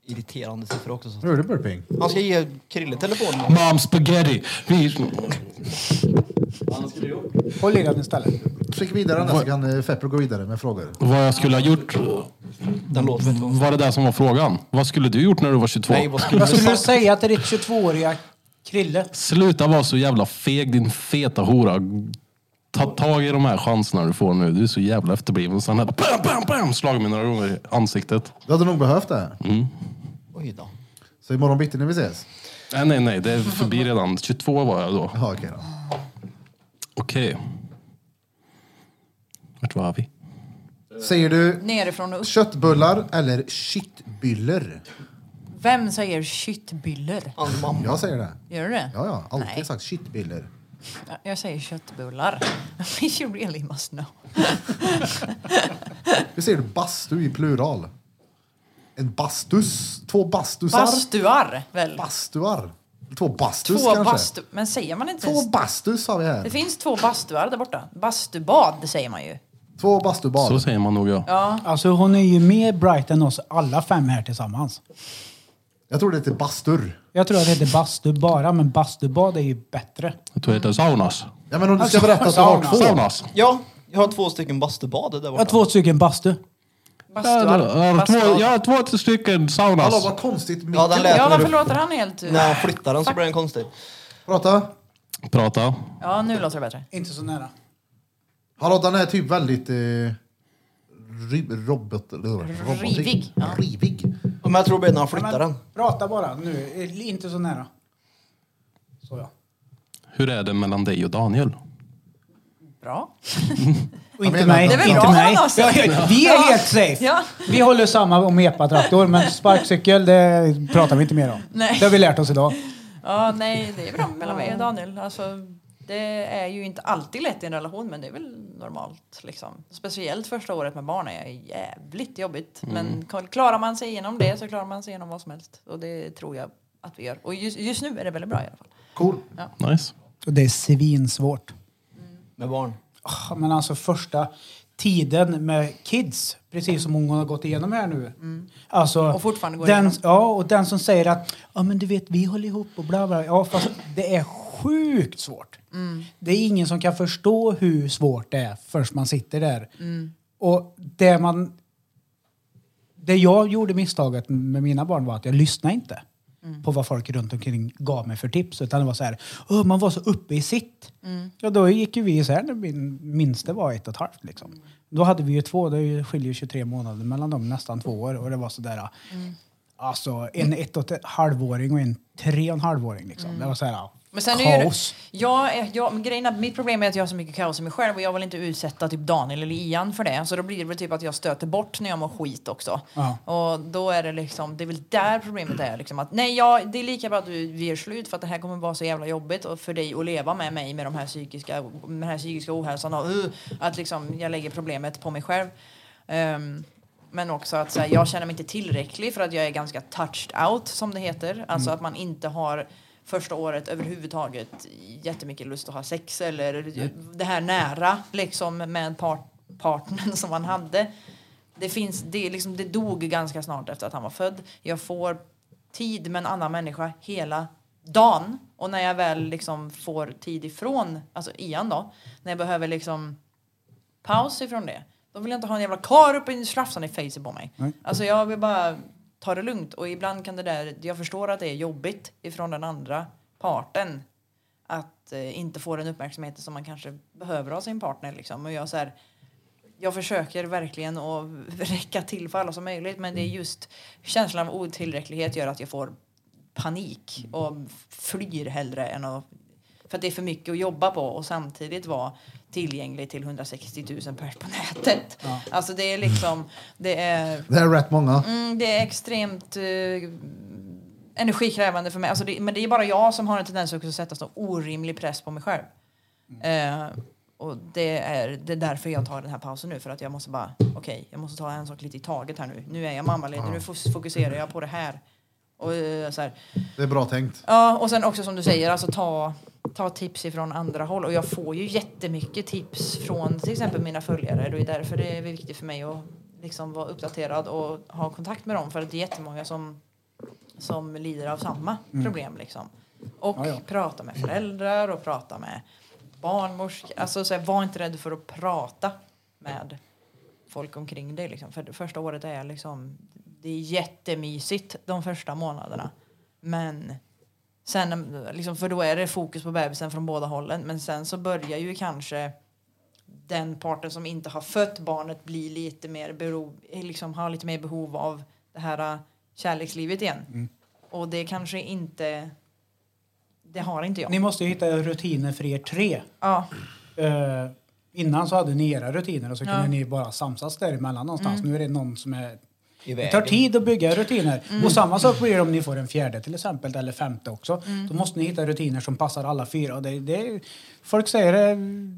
Speaker 4: irriterande siffra också. Så.
Speaker 1: Hörde du burping?
Speaker 4: Han ska ge Krille telefonen.
Speaker 6: Mom spaghetti! Vi...
Speaker 2: Håll i den istället.
Speaker 1: Skicka vidare den där så kan eh, Fepper gå vidare med frågor.
Speaker 6: Vad jag skulle ha gjort?
Speaker 4: Den låter väldigt konstig.
Speaker 6: Var det där som var frågan? Vad skulle du gjort när du var 22?
Speaker 4: Nej, vad skulle
Speaker 2: Vad
Speaker 4: du
Speaker 2: skulle du
Speaker 4: sagt?
Speaker 2: säga till ditt 22-åriga Krille?
Speaker 6: Sluta vara så jävla feg din feta hora. Ta tag i de här chanserna du får nu. Du är så jävla efterbliven. Sen här, bam, bam, bam, slag mig några gånger i ansiktet.
Speaker 1: Du hade nog behövt det.
Speaker 4: Oj då.
Speaker 1: Så imorgon bitti när vi ses.
Speaker 6: Nej, nej, nej. Det är förbi redan. 22 var jag då.
Speaker 1: Ja, okej då.
Speaker 6: Okej. Vart var vi?
Speaker 1: Säger du
Speaker 3: Nerifrån och upp.
Speaker 1: köttbullar eller shitbyller?
Speaker 3: Vem säger köttbullar?
Speaker 4: Hans mamma.
Speaker 1: Jag säger det.
Speaker 3: Gör du det?
Speaker 1: Ja, ja. Alltid
Speaker 3: Nej.
Speaker 1: sagt shitbyller.
Speaker 3: Ja, Jag säger köttbullar. you really must know.
Speaker 1: Vi ser du bastu i plural. En bastus. Två bastusar.
Speaker 3: Bastuar väl?
Speaker 1: Bastuar. Två bastus
Speaker 3: Två
Speaker 1: kanske.
Speaker 3: bastu... Men säger man inte
Speaker 1: Två
Speaker 3: ens...
Speaker 1: bastus har vi
Speaker 3: Det
Speaker 1: här.
Speaker 3: finns två bastuar där borta. Bastubad säger man ju.
Speaker 1: Två
Speaker 6: Så
Speaker 1: bastubad.
Speaker 6: säger man nog ja.
Speaker 2: Alltså hon är ju mer bright än oss alla fem här tillsammans.
Speaker 1: Jag tror det heter bastur.
Speaker 2: Jag tror att det heter bastu bara, men bastubad är ju bättre.
Speaker 6: Jag tror det heter saunas.
Speaker 1: Ja, men om du ska
Speaker 2: Alltså,
Speaker 1: berätta att du har
Speaker 2: sauna.
Speaker 1: två.
Speaker 6: Saunas.
Speaker 4: Ja, jag har två stycken bastubad där
Speaker 2: Jag har
Speaker 4: borta.
Speaker 2: två stycken bastu.
Speaker 6: Jag
Speaker 3: Bastuar.
Speaker 6: har två, jag har två stycken
Speaker 1: Hallå
Speaker 6: saunas.
Speaker 1: vad konstigt.
Speaker 4: Ja, den lät
Speaker 3: Ja,
Speaker 4: när
Speaker 3: varför
Speaker 4: du...
Speaker 3: låter han helt...
Speaker 4: När han flyttar den så blir den konstig.
Speaker 1: Prata.
Speaker 6: Prata.
Speaker 3: Ja, nu låter det bättre.
Speaker 2: Inte så nära.
Speaker 1: Hallå den är typ väldigt... Eh, ri- robot, robotig.
Speaker 3: Rivig, ja.
Speaker 1: Rivig.
Speaker 4: Men jag tror det blir när han flyttar den.
Speaker 2: prata bara nu, Eh, inte så nära. Så ja.
Speaker 6: Hur är det mellan dig och Daniel?
Speaker 3: Bra.
Speaker 2: Och inte
Speaker 1: menar
Speaker 2: mig.
Speaker 1: att- Det
Speaker 3: är väl
Speaker 2: inte
Speaker 3: bra
Speaker 2: mig.
Speaker 3: annars.
Speaker 2: Ja, ja, vi är
Speaker 3: Ja.
Speaker 2: helt safe.
Speaker 3: Ja.
Speaker 2: Vi håller samma om epa-traktor, men sparkcykel det pratar vi inte mer om.
Speaker 3: Nej.
Speaker 2: Det har vi lärt oss idag.
Speaker 3: Ja, nej, det är bra mellan mig och Daniel. Alltså, det Det är ju inte alltid lätt i en relation men det är väl normalt. Liksom. Speciellt första året med barn är jävligt jobbigt. Men k- klarar man sig igenom det så klarar man sig igenom vad som helst. Och det tror jag att vi gör. Och just, just nu är det väldigt bra i alla fall.
Speaker 1: Cool.
Speaker 5: Nice.
Speaker 2: Och det är svinsvårt.
Speaker 4: Med barn.
Speaker 2: Ah, Men alltså första tiden med kids, precis som hon har gått igenom här nu. Alltså,
Speaker 3: Mm. Och fortfarande går
Speaker 2: den,
Speaker 3: igenom.
Speaker 2: Ja, och den som säger att ja men du vet vi håller ihop och bla bla. Ja fast det är sjukt svårt.
Speaker 3: Mm.
Speaker 2: Det är ingen som kan förstå hur svårt det är förrän man sitter där.
Speaker 3: Mm.
Speaker 2: Och det man... Det jag gjorde misstaget med mina barn var att jag lyssnade inte
Speaker 3: Mm.
Speaker 2: på vad folk runt omkring gav mig för tips. Utan det var så här, "Åh, man var så uppe i sitt.
Speaker 3: Mm.
Speaker 2: Ja, då gick ju vi isär när min minsta var ett och ett halvt. Liksom.
Speaker 3: Mm.
Speaker 2: Då hade vi ju två, det skiljer ju 23 månader mellan dem, nästan två år. Och det var så där,
Speaker 3: Mm.
Speaker 2: alltså en ett och ett halvåring och en tre och en halvåring. Liksom. Det var så här,
Speaker 3: Mm. Men sen är ju,
Speaker 2: kaos.
Speaker 3: jag, är- jag, men grejen är, att mitt problem är att jag har så mycket kaos i mig själv och jag vill inte utsätta typ Daniel eller Ian för det. Så då blir det väl typ att jag stöter bort när jag mår skit också.
Speaker 2: Ja.
Speaker 3: Och då är det liksom, det är väl där problemet är. Liksom att, nej, jag, det är lika bra att du, vi gör slut för att det här kommer vara så jävla jobbigt och för dig att leva med mig med, de här psykiska, med den här psykiska ohälsan och uh, att liksom jag lägger problemet på mig själv. Ehm, men också att så här, jag känner mig inte tillräcklig för att jag är ganska touched out som det heter. Alltså att man inte har första året överhuvudtaget jättemycket lust att ha sex eller det här nära liksom med part- partnern som man hade. Det, finns, det, är liksom, det dog ganska snart efter att han var född. Jag får tid med en annan människa hela dagen. Och när jag väl liksom får tid ifrån, alltså Ian då, när jag behöver liksom paus ifrån det. Då vill jag inte ha en jävla karl uppe i slafsan i facet på mig. Alltså jag vill bara ta det lugnt. Och ibland kan det där, jag förstår att det är jobbigt ifrån den andra parten. Att eh, inte få den uppmärksamheten som man kanske behöver av sin partner liksom. Och jag så här, jag försöker verkligen att räcka till för alla som möjligt men det är just känslan av otillräcklighet gör att jag får panik och flyr hellre än att för att det är för mycket att jobba på och samtidigt vara tillgänglig till 160 000 pers på nätet. Alltså det är liksom, det är,
Speaker 1: Det är rätt många.
Speaker 3: mm, det är extremt eh, energikrävande för mig. Alltså det, men det är bara jag som har en tendens att sätta så orimlig press på mig själv. Eh, och det är, det är därför jag tar den här pausen nu. För att jag måste bara, okej, jag måste ta en sak lite i taget här nu. Nu är jag mammaledig, nu fos- fokuserar jag på det här. Och, eh, så här.
Speaker 1: Det är bra tänkt.
Speaker 3: Ja, och sen också som du säger, alltså ta, ta tips ifrån andra håll. Och jag får ju jättemycket tips från till exempel mina följare. Det är därför det är viktigt för mig att liksom vara uppdaterad och ha kontakt med dem. För att det är jättemånga som, som lider av samma problem. Liksom. Och prata med föräldrar och prata med barnmorskor. Alltså, så här, var inte rädd för att prata med folk omkring dig. Liksom. För det första året är liksom, det är jättemysigt de första månaderna. Men sen, liksom, för då är det fokus på bebisen från båda hållen. Men sen så börjar ju kanske den parten som inte har fött barnet bli lite mer bero, liksom har lite mer behov av det här äh, kärlekslivet igen. Och det kanske inte, det har inte jag.
Speaker 2: Ni måste ju hitta rutiner för er tre.
Speaker 3: Ja.
Speaker 2: Eh, innan så hade ni era rutiner och så
Speaker 3: Ja.
Speaker 2: kunde ni bara samsas däremellan någonstans. Nu är det någon som är...
Speaker 4: I
Speaker 2: Det
Speaker 4: vägen.
Speaker 2: tar tid att bygga rutiner. Och samma sak blir det om ni får en fjärde till exempel, eller femte också. Då måste ni hitta rutiner som passar alla fyra. Och det, det, är- folk säger det,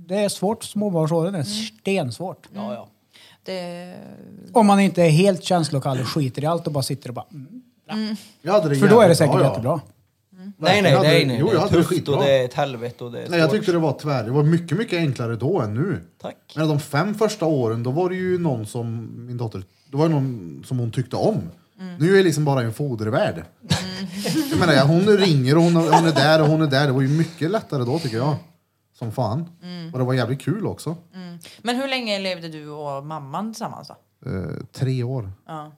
Speaker 2: det är svårt, småbarnsåren är stensvårt.
Speaker 4: Ja, ja.
Speaker 3: Det,
Speaker 2: Om man inte är helt känslokall och skiter i allt och bara sitter och bara... Mm.
Speaker 1: Jag hade det
Speaker 2: För då är det
Speaker 1: jävligt
Speaker 2: säkert
Speaker 1: bra, ja.
Speaker 2: jättebra.
Speaker 4: Nej, nej,
Speaker 1: Jag hade-
Speaker 4: nej, nej.
Speaker 1: Jo,
Speaker 4: det
Speaker 1: jag
Speaker 4: är
Speaker 1: hade det
Speaker 4: tufft
Speaker 1: skitbra.
Speaker 4: och det är ett helvete och det är
Speaker 1: Nej, jag
Speaker 4: svårt.
Speaker 1: tyckte det var tvär. Det var mycket, mycket enklare då än nu.
Speaker 4: Tack.
Speaker 1: Men de fem första åren, då var det ju någon som min dotter, då var det någon som hon tyckte om.
Speaker 3: Mm.
Speaker 1: Nu är det liksom bara en fodervärd. Jag menar, hon ringer och hon, hon är där och hon är där. Det var ju mycket lättare då tycker jag. Som fan.
Speaker 3: Mm.
Speaker 1: Och det var jävligt kul också.
Speaker 3: men hur länge levde du och mamman tillsammans då?
Speaker 1: Eh, tre år.
Speaker 3: Ja.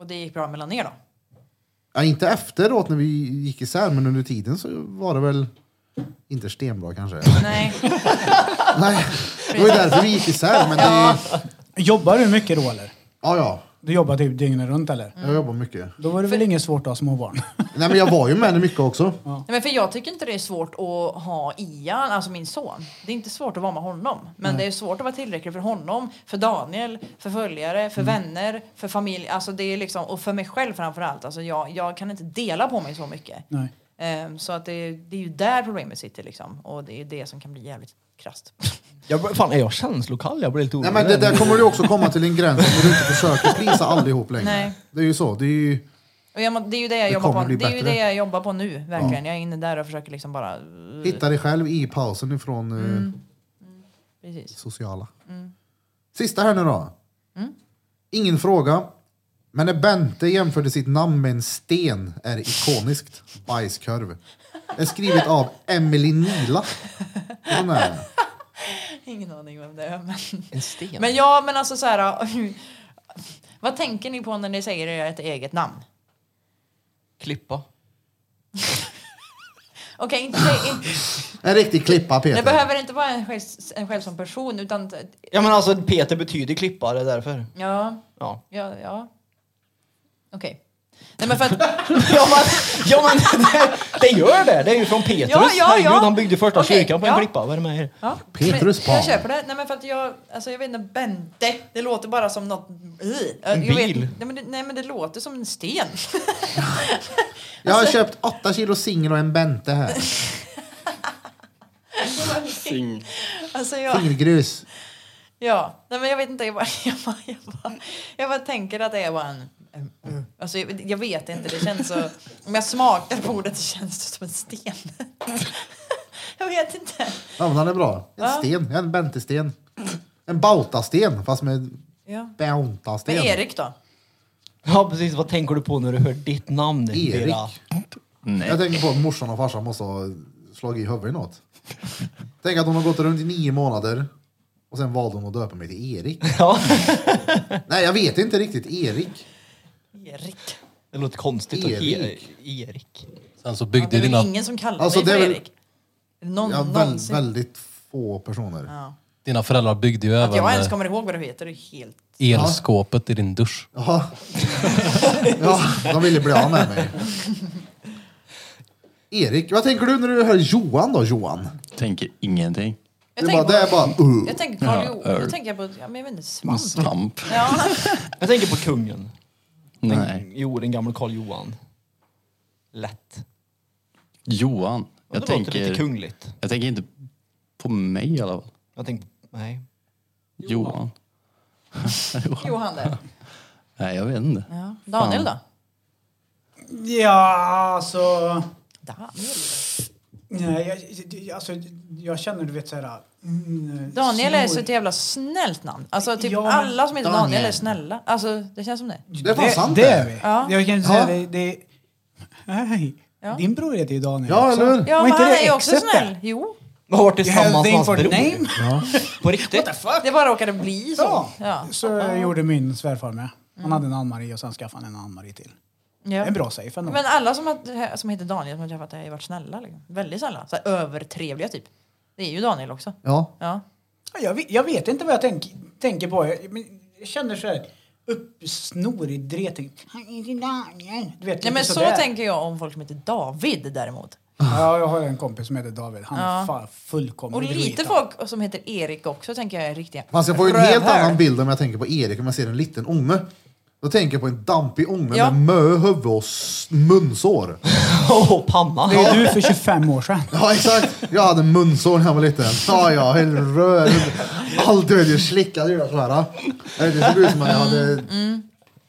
Speaker 3: Och det gick bra mellan er då?
Speaker 1: Ja, inte efteråt när vi gick isär, men under tiden så var det väl inte stenbra kanske.
Speaker 3: Nej.
Speaker 1: Nej, det var ju därför vi gick isär. Men det,
Speaker 2: Jobbar du mycket då eller?
Speaker 1: ja, ja.
Speaker 2: Du jobbar typ dygnet runt eller?
Speaker 1: Jag jobbar mycket.
Speaker 2: Då var det väl inget svårt att ha småbarn?
Speaker 1: Nej, men jag var ju med henne mycket också.
Speaker 3: Nej, men för jag tycker inte det är svårt att ha Ian, alltså min son. Det är inte svårt att vara med honom. Men det är svårt att vara tillräcklig för honom, för Daniel, för följare, för vänner, för familj. Alltså det är liksom, och för mig själv framför allt. Alltså jag, jag kan inte dela på mig så mycket.
Speaker 2: Nej.
Speaker 3: Ehm, Så att det, det är ju där problemet sitter liksom. Och det är det som kan bli jävligt krasst.
Speaker 4: Jag, fan, är jag känslokall? Jag blir lite
Speaker 1: Nej
Speaker 4: orolig.
Speaker 1: men det där kommer du också komma till en gräns om du inte försöker prisa allihop längre.
Speaker 3: Nej.
Speaker 1: Det är ju så. Det är ju,
Speaker 3: Och jag, må- det är ju det jag,
Speaker 1: Det
Speaker 3: jobbar
Speaker 1: kommer
Speaker 3: på.
Speaker 1: bli
Speaker 3: Det är ju
Speaker 1: bättre.
Speaker 3: det jag jobbar på nu, verkligen. Jag är inne där och försöker liksom bara...
Speaker 1: hitta dig själv i pausen ifrån eh,
Speaker 3: Precis.
Speaker 1: sociala.
Speaker 3: Mm.
Speaker 1: Sista här nu då. Ingen fråga. Men när Bente jämförde sitt namn med en sten är ikoniskt. Bajskorv. Är skrivet av Emily Nila. Hon är
Speaker 3: Ingen aning vem det är. Men,
Speaker 4: En sten.
Speaker 3: men ja, men alltså så här... Vad tänker ni på när ni säger ert eget namn?
Speaker 4: Klippa.
Speaker 3: Okej, inte, inte,
Speaker 1: en riktig klippa Peter.
Speaker 3: det behöver inte vara en själv, en själv som person, utan...
Speaker 4: Ja men alltså Peter betyder klippa, det är därför.
Speaker 3: Ja,
Speaker 4: Ja.
Speaker 3: ja, ja. Okej. Nej, men för att...
Speaker 4: Ja men, ja, men det, det gör det! Det är ju från Petrus.
Speaker 3: Ja, ja,
Speaker 4: Herregud,
Speaker 3: ja.
Speaker 4: han byggde första
Speaker 3: Okej,
Speaker 4: kyrkan på en
Speaker 3: ja.
Speaker 4: klippa. Vad är det med er?
Speaker 3: Ja.
Speaker 1: Petrus
Speaker 3: men,
Speaker 1: Pan.
Speaker 3: Jag köper det. Nej men för att jag, alltså jag vet inte, Bente. Det låter bara som något...
Speaker 4: En
Speaker 3: jag vet-
Speaker 4: bil.
Speaker 3: nej, men det, nej men det låter som en sten.
Speaker 1: Jag har köpt 8 kilo singel och en Bente här.
Speaker 7: Sing.
Speaker 3: Alltså jag...
Speaker 1: Fingergrus.
Speaker 3: Ja, nej men jag vet inte. Jag bara, jag bara, jag bara, jag bara tänker att det är bara en... en- Alltså, jag, jag vet inte, det känns så... Om jag smakar på ordet så känns det som en sten. jag vet inte.
Speaker 1: Ja, men den är bra. En
Speaker 3: Ja.
Speaker 1: sten, en bentesten. En bautasten, fast med
Speaker 3: Ja.
Speaker 1: bautasten.
Speaker 3: Men Erik då?
Speaker 4: Ja precis, vad tänker du på när du hör ditt namn?
Speaker 1: Erik.
Speaker 4: Vera?
Speaker 1: Jag tänker på att morsan och farsan måste ha slagit i huvudet i något. Tänk att hon har gått runt i nio månader och sen valde hon att döpa mig till Erik.
Speaker 4: Ja.
Speaker 1: Nej, jag vet inte riktigt. Erik.
Speaker 3: Erik.
Speaker 4: Det låter konstigt. att
Speaker 1: Erik.
Speaker 4: he- Erik.
Speaker 6: Sen så
Speaker 3: Det
Speaker 6: byggde
Speaker 3: är väl
Speaker 6: dina...
Speaker 3: ingen som kallar
Speaker 1: Alltså,
Speaker 3: dig för
Speaker 1: det är väl-
Speaker 3: Erik? Någon,
Speaker 1: Ja, väl,
Speaker 3: någonsin.
Speaker 1: väldigt få personer.
Speaker 3: Ja.
Speaker 6: Dina föräldrar byggde ju
Speaker 3: Att jag
Speaker 6: även
Speaker 3: ens
Speaker 6: eh,
Speaker 3: kommer ihåg vad du heter är helt...
Speaker 6: elskåpet i din dusch.
Speaker 1: Ja. ja, de ville bli av med mig. Erik, vad tänker du när du hör Johan då, Johan?
Speaker 5: Tänker ingenting.
Speaker 1: Det är bara, det är bara uh.
Speaker 3: Jag tänker Karl
Speaker 5: Ja,
Speaker 3: Johan, då
Speaker 5: öl.
Speaker 3: tänker jag på, ja, men jag vet inte,
Speaker 5: Men
Speaker 3: svamp.
Speaker 5: svamp?
Speaker 3: Ja.
Speaker 4: Jag tänker på kungen.
Speaker 5: Nej.
Speaker 4: Jo, den gamle Karl Johan. Lätt.
Speaker 5: Johan.
Speaker 4: Jag
Speaker 5: Jag
Speaker 4: det tänker... låter lite
Speaker 5: tänker,
Speaker 4: kungligt.
Speaker 5: jag tänker inte på mig i alla fall.
Speaker 4: Jag tänker, nej.
Speaker 5: Johan.
Speaker 3: Johan där.
Speaker 5: Nej, jag vet inte.
Speaker 3: Ja. Daniel då?
Speaker 5: Fan.
Speaker 2: Ja, alltså...
Speaker 3: Daniel,
Speaker 2: Nej, jag, jag- alltså, jag känner du vet såhär... Mm,
Speaker 3: Daniel är så
Speaker 2: snor-
Speaker 3: ett jävla snällt namn. Alltså typ
Speaker 2: Ja, men- Mm.
Speaker 3: alla som heter Daniel.
Speaker 1: Daniel.
Speaker 3: är snälla. Alltså det känns som det.
Speaker 1: Det är fan sant
Speaker 2: det.
Speaker 1: det.
Speaker 2: är vi.
Speaker 3: Ja.
Speaker 2: Jag kan
Speaker 1: Ja.
Speaker 2: säga det, det Nej,
Speaker 3: Ja.
Speaker 2: din bror heter ju Daniel
Speaker 1: Ja,
Speaker 2: också.
Speaker 1: eller hur?
Speaker 3: Ja
Speaker 2: Var
Speaker 3: men
Speaker 2: inte
Speaker 3: han
Speaker 2: det
Speaker 3: är ju också
Speaker 2: exet
Speaker 3: snäll.
Speaker 2: där?
Speaker 3: Jo.
Speaker 4: Jag har varit
Speaker 2: You have a
Speaker 4: tillsammans
Speaker 2: thing
Speaker 4: med
Speaker 2: for
Speaker 4: bror.
Speaker 2: name?
Speaker 4: På riktigt?
Speaker 3: Det bara råkade bli så.
Speaker 2: Ja.
Speaker 3: Ja. Mm.
Speaker 2: Så gjorde min svärfar med. Han hade en Ann-Marie och sen skaffade han en Ann-Marie till.
Speaker 3: Ja.
Speaker 2: En bra safe ändå.
Speaker 3: Men alla som, har, som heter Daniel som jag träffat har ju varit snälla. Liksom. Väldigt snälla. Så här, övertrevliga typ. Det är ju Daniel också.
Speaker 1: Ja.
Speaker 3: Ja.
Speaker 2: Jag, vet- jag vet inte vad jag tänk, tänker på. Jag, men jag känner så här uppsnorig dreting. Han är Daniel. Du vet,
Speaker 3: Nej,
Speaker 2: lite
Speaker 3: men så
Speaker 2: sådär.
Speaker 3: tänker jag om folk som heter David däremot.
Speaker 2: Ja, jag har en kompis som heter David. Han är
Speaker 3: Ja.
Speaker 2: fan fullkomlig
Speaker 3: Och lite
Speaker 2: skit.
Speaker 3: folk som heter Erik också tänker jag är riktiga
Speaker 1: Fast jag får ju en helt
Speaker 3: rövhöl.
Speaker 1: annan bild om jag tänker på Erik, om jag ser en liten ånge. Då tänker jag på en dampig ånge
Speaker 3: Ja.
Speaker 1: med mö huvud och s- munsår.
Speaker 4: Åh, panna.
Speaker 2: Det är du för 25 år sedan.
Speaker 1: Ja, exakt. Jag hade munsår när jag var liten. Ja, ja, helt röd. Allt du vet, jag slickade ju så här. Jag vet, Det såg ut som att jag hade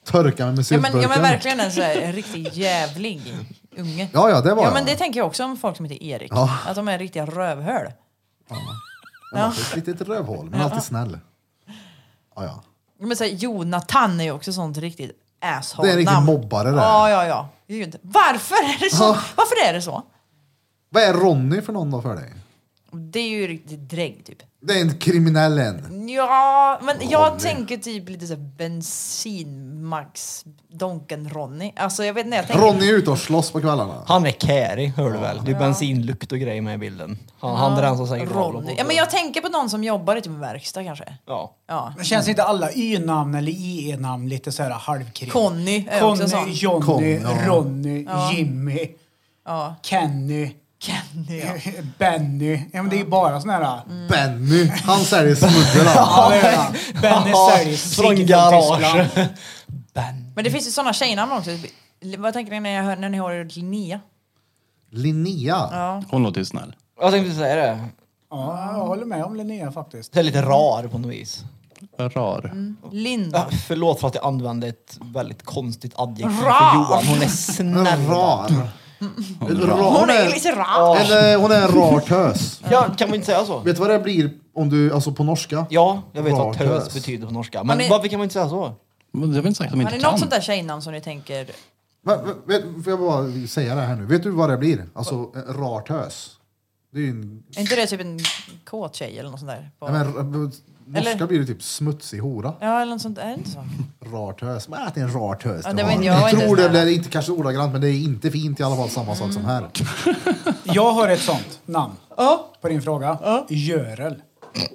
Speaker 1: torkat mig med
Speaker 3: Mm. Ja men,
Speaker 1: syltburken.
Speaker 3: ja men verkligen en, så här, en riktig jävlig unge.
Speaker 1: Ja, ja, det var
Speaker 3: Ja
Speaker 1: jag.
Speaker 3: men det tänker jag också om folk som heter Erik.
Speaker 1: Ja.
Speaker 3: Att de är riktiga rövhöl.
Speaker 1: Jag var Ett litet rövhål, men alltid snäll. Ja, ja.
Speaker 3: Men så här, Jonathan är ju också sånt riktigt asshole
Speaker 1: Det är en riktig mobbare där.
Speaker 3: Ja ja ja. Gud. Varför är det så?
Speaker 1: Ja.
Speaker 3: Varför är det så?
Speaker 1: Vad är Ronny för någon då för dig?
Speaker 3: Det är ju riktigt dräng typ.
Speaker 1: Det är en kriminell en.
Speaker 3: Ja men jag
Speaker 1: Ronny.
Speaker 3: tänker typ lite såhär bensinmax donken Ronny. Alltså jag vet inte jag tänker.
Speaker 1: Ronny är ute och slåss på kvällarna.
Speaker 4: Han är carry, hör du väl? Det är bensinlukt och grejer med i bilden. Han, han är den som säkert
Speaker 3: Ronny. Ja men jag tänker på någon som jobbar i typ en verkstad kanske.
Speaker 4: Ja.
Speaker 3: Ja.
Speaker 2: Men känns inte alla Y-namn eller IE-namn lite så här halvkrig?
Speaker 3: Conny är också sån.
Speaker 2: Conny, Johnny,
Speaker 1: Conny, ja.
Speaker 2: Ronny, Jimmy,
Speaker 3: Ja.
Speaker 2: Kenny,
Speaker 3: Kenny ja. Mm.
Speaker 2: Benny. Ja, men det är ju bara såna här...
Speaker 1: Benny, han säljer smuggel han.
Speaker 2: Ja, det är det. Benny säljs.
Speaker 4: Från garage. Ben.
Speaker 3: Men det finns ju såna tjejnamn också. Vad tänker ni när, jag hör, när ni hör Linnea?
Speaker 1: Linnea.
Speaker 5: Hon låter ju snäll.
Speaker 4: Jag tänkte säga det.
Speaker 2: Ja, jag håller med om Linnea faktiskt.
Speaker 4: Det är lite rar på något vis.
Speaker 5: Rar.
Speaker 3: Linda.
Speaker 4: Ah, Förlåt för att jag använde ett väldigt konstigt adjektiv
Speaker 3: Rar.
Speaker 4: för Johan. Hon är
Speaker 1: En
Speaker 4: snäll.
Speaker 1: rar. En rar.
Speaker 3: Hon är lite rar.
Speaker 4: Ja.
Speaker 1: Eller hon är en rar tös.
Speaker 4: Ja, kan man inte säga så?
Speaker 1: Vet du vad det blir om du, alltså på norska?
Speaker 4: Ja, jag vet
Speaker 1: Rar
Speaker 4: vad tös
Speaker 1: tös.
Speaker 4: betyder på norska. Men
Speaker 3: Ja, men-
Speaker 4: varför kan man inte säga så?
Speaker 5: Men Det är väl inte säkert att de
Speaker 3: Har
Speaker 5: inte
Speaker 3: ni
Speaker 5: kan.
Speaker 3: något sånt där tjejnamn som ni tänker?
Speaker 1: Va- va- Vet, får jag bara säga det här nu? Vet du vad det blir? Alltså en rar tös. Det är ju en...
Speaker 3: Är inte det typ en kåt tjej eller något sånt där? På-
Speaker 1: Nej, men, r- b- norska
Speaker 3: Eller-
Speaker 1: blir det typ smutsig hora.
Speaker 3: Ja, eller något sånt. Är det inte så?
Speaker 1: Rar tös. Men att det är en rar tös.
Speaker 3: Ja,
Speaker 1: du
Speaker 3: det
Speaker 1: har.
Speaker 3: vet jag inte Mm.
Speaker 1: tror det,
Speaker 3: ens.
Speaker 1: det är inte kanske ordagrant men det är inte fint i alla fall samma sak som här.
Speaker 2: Jag har ett sånt namn
Speaker 3: Ja.
Speaker 2: på din fråga. Görel.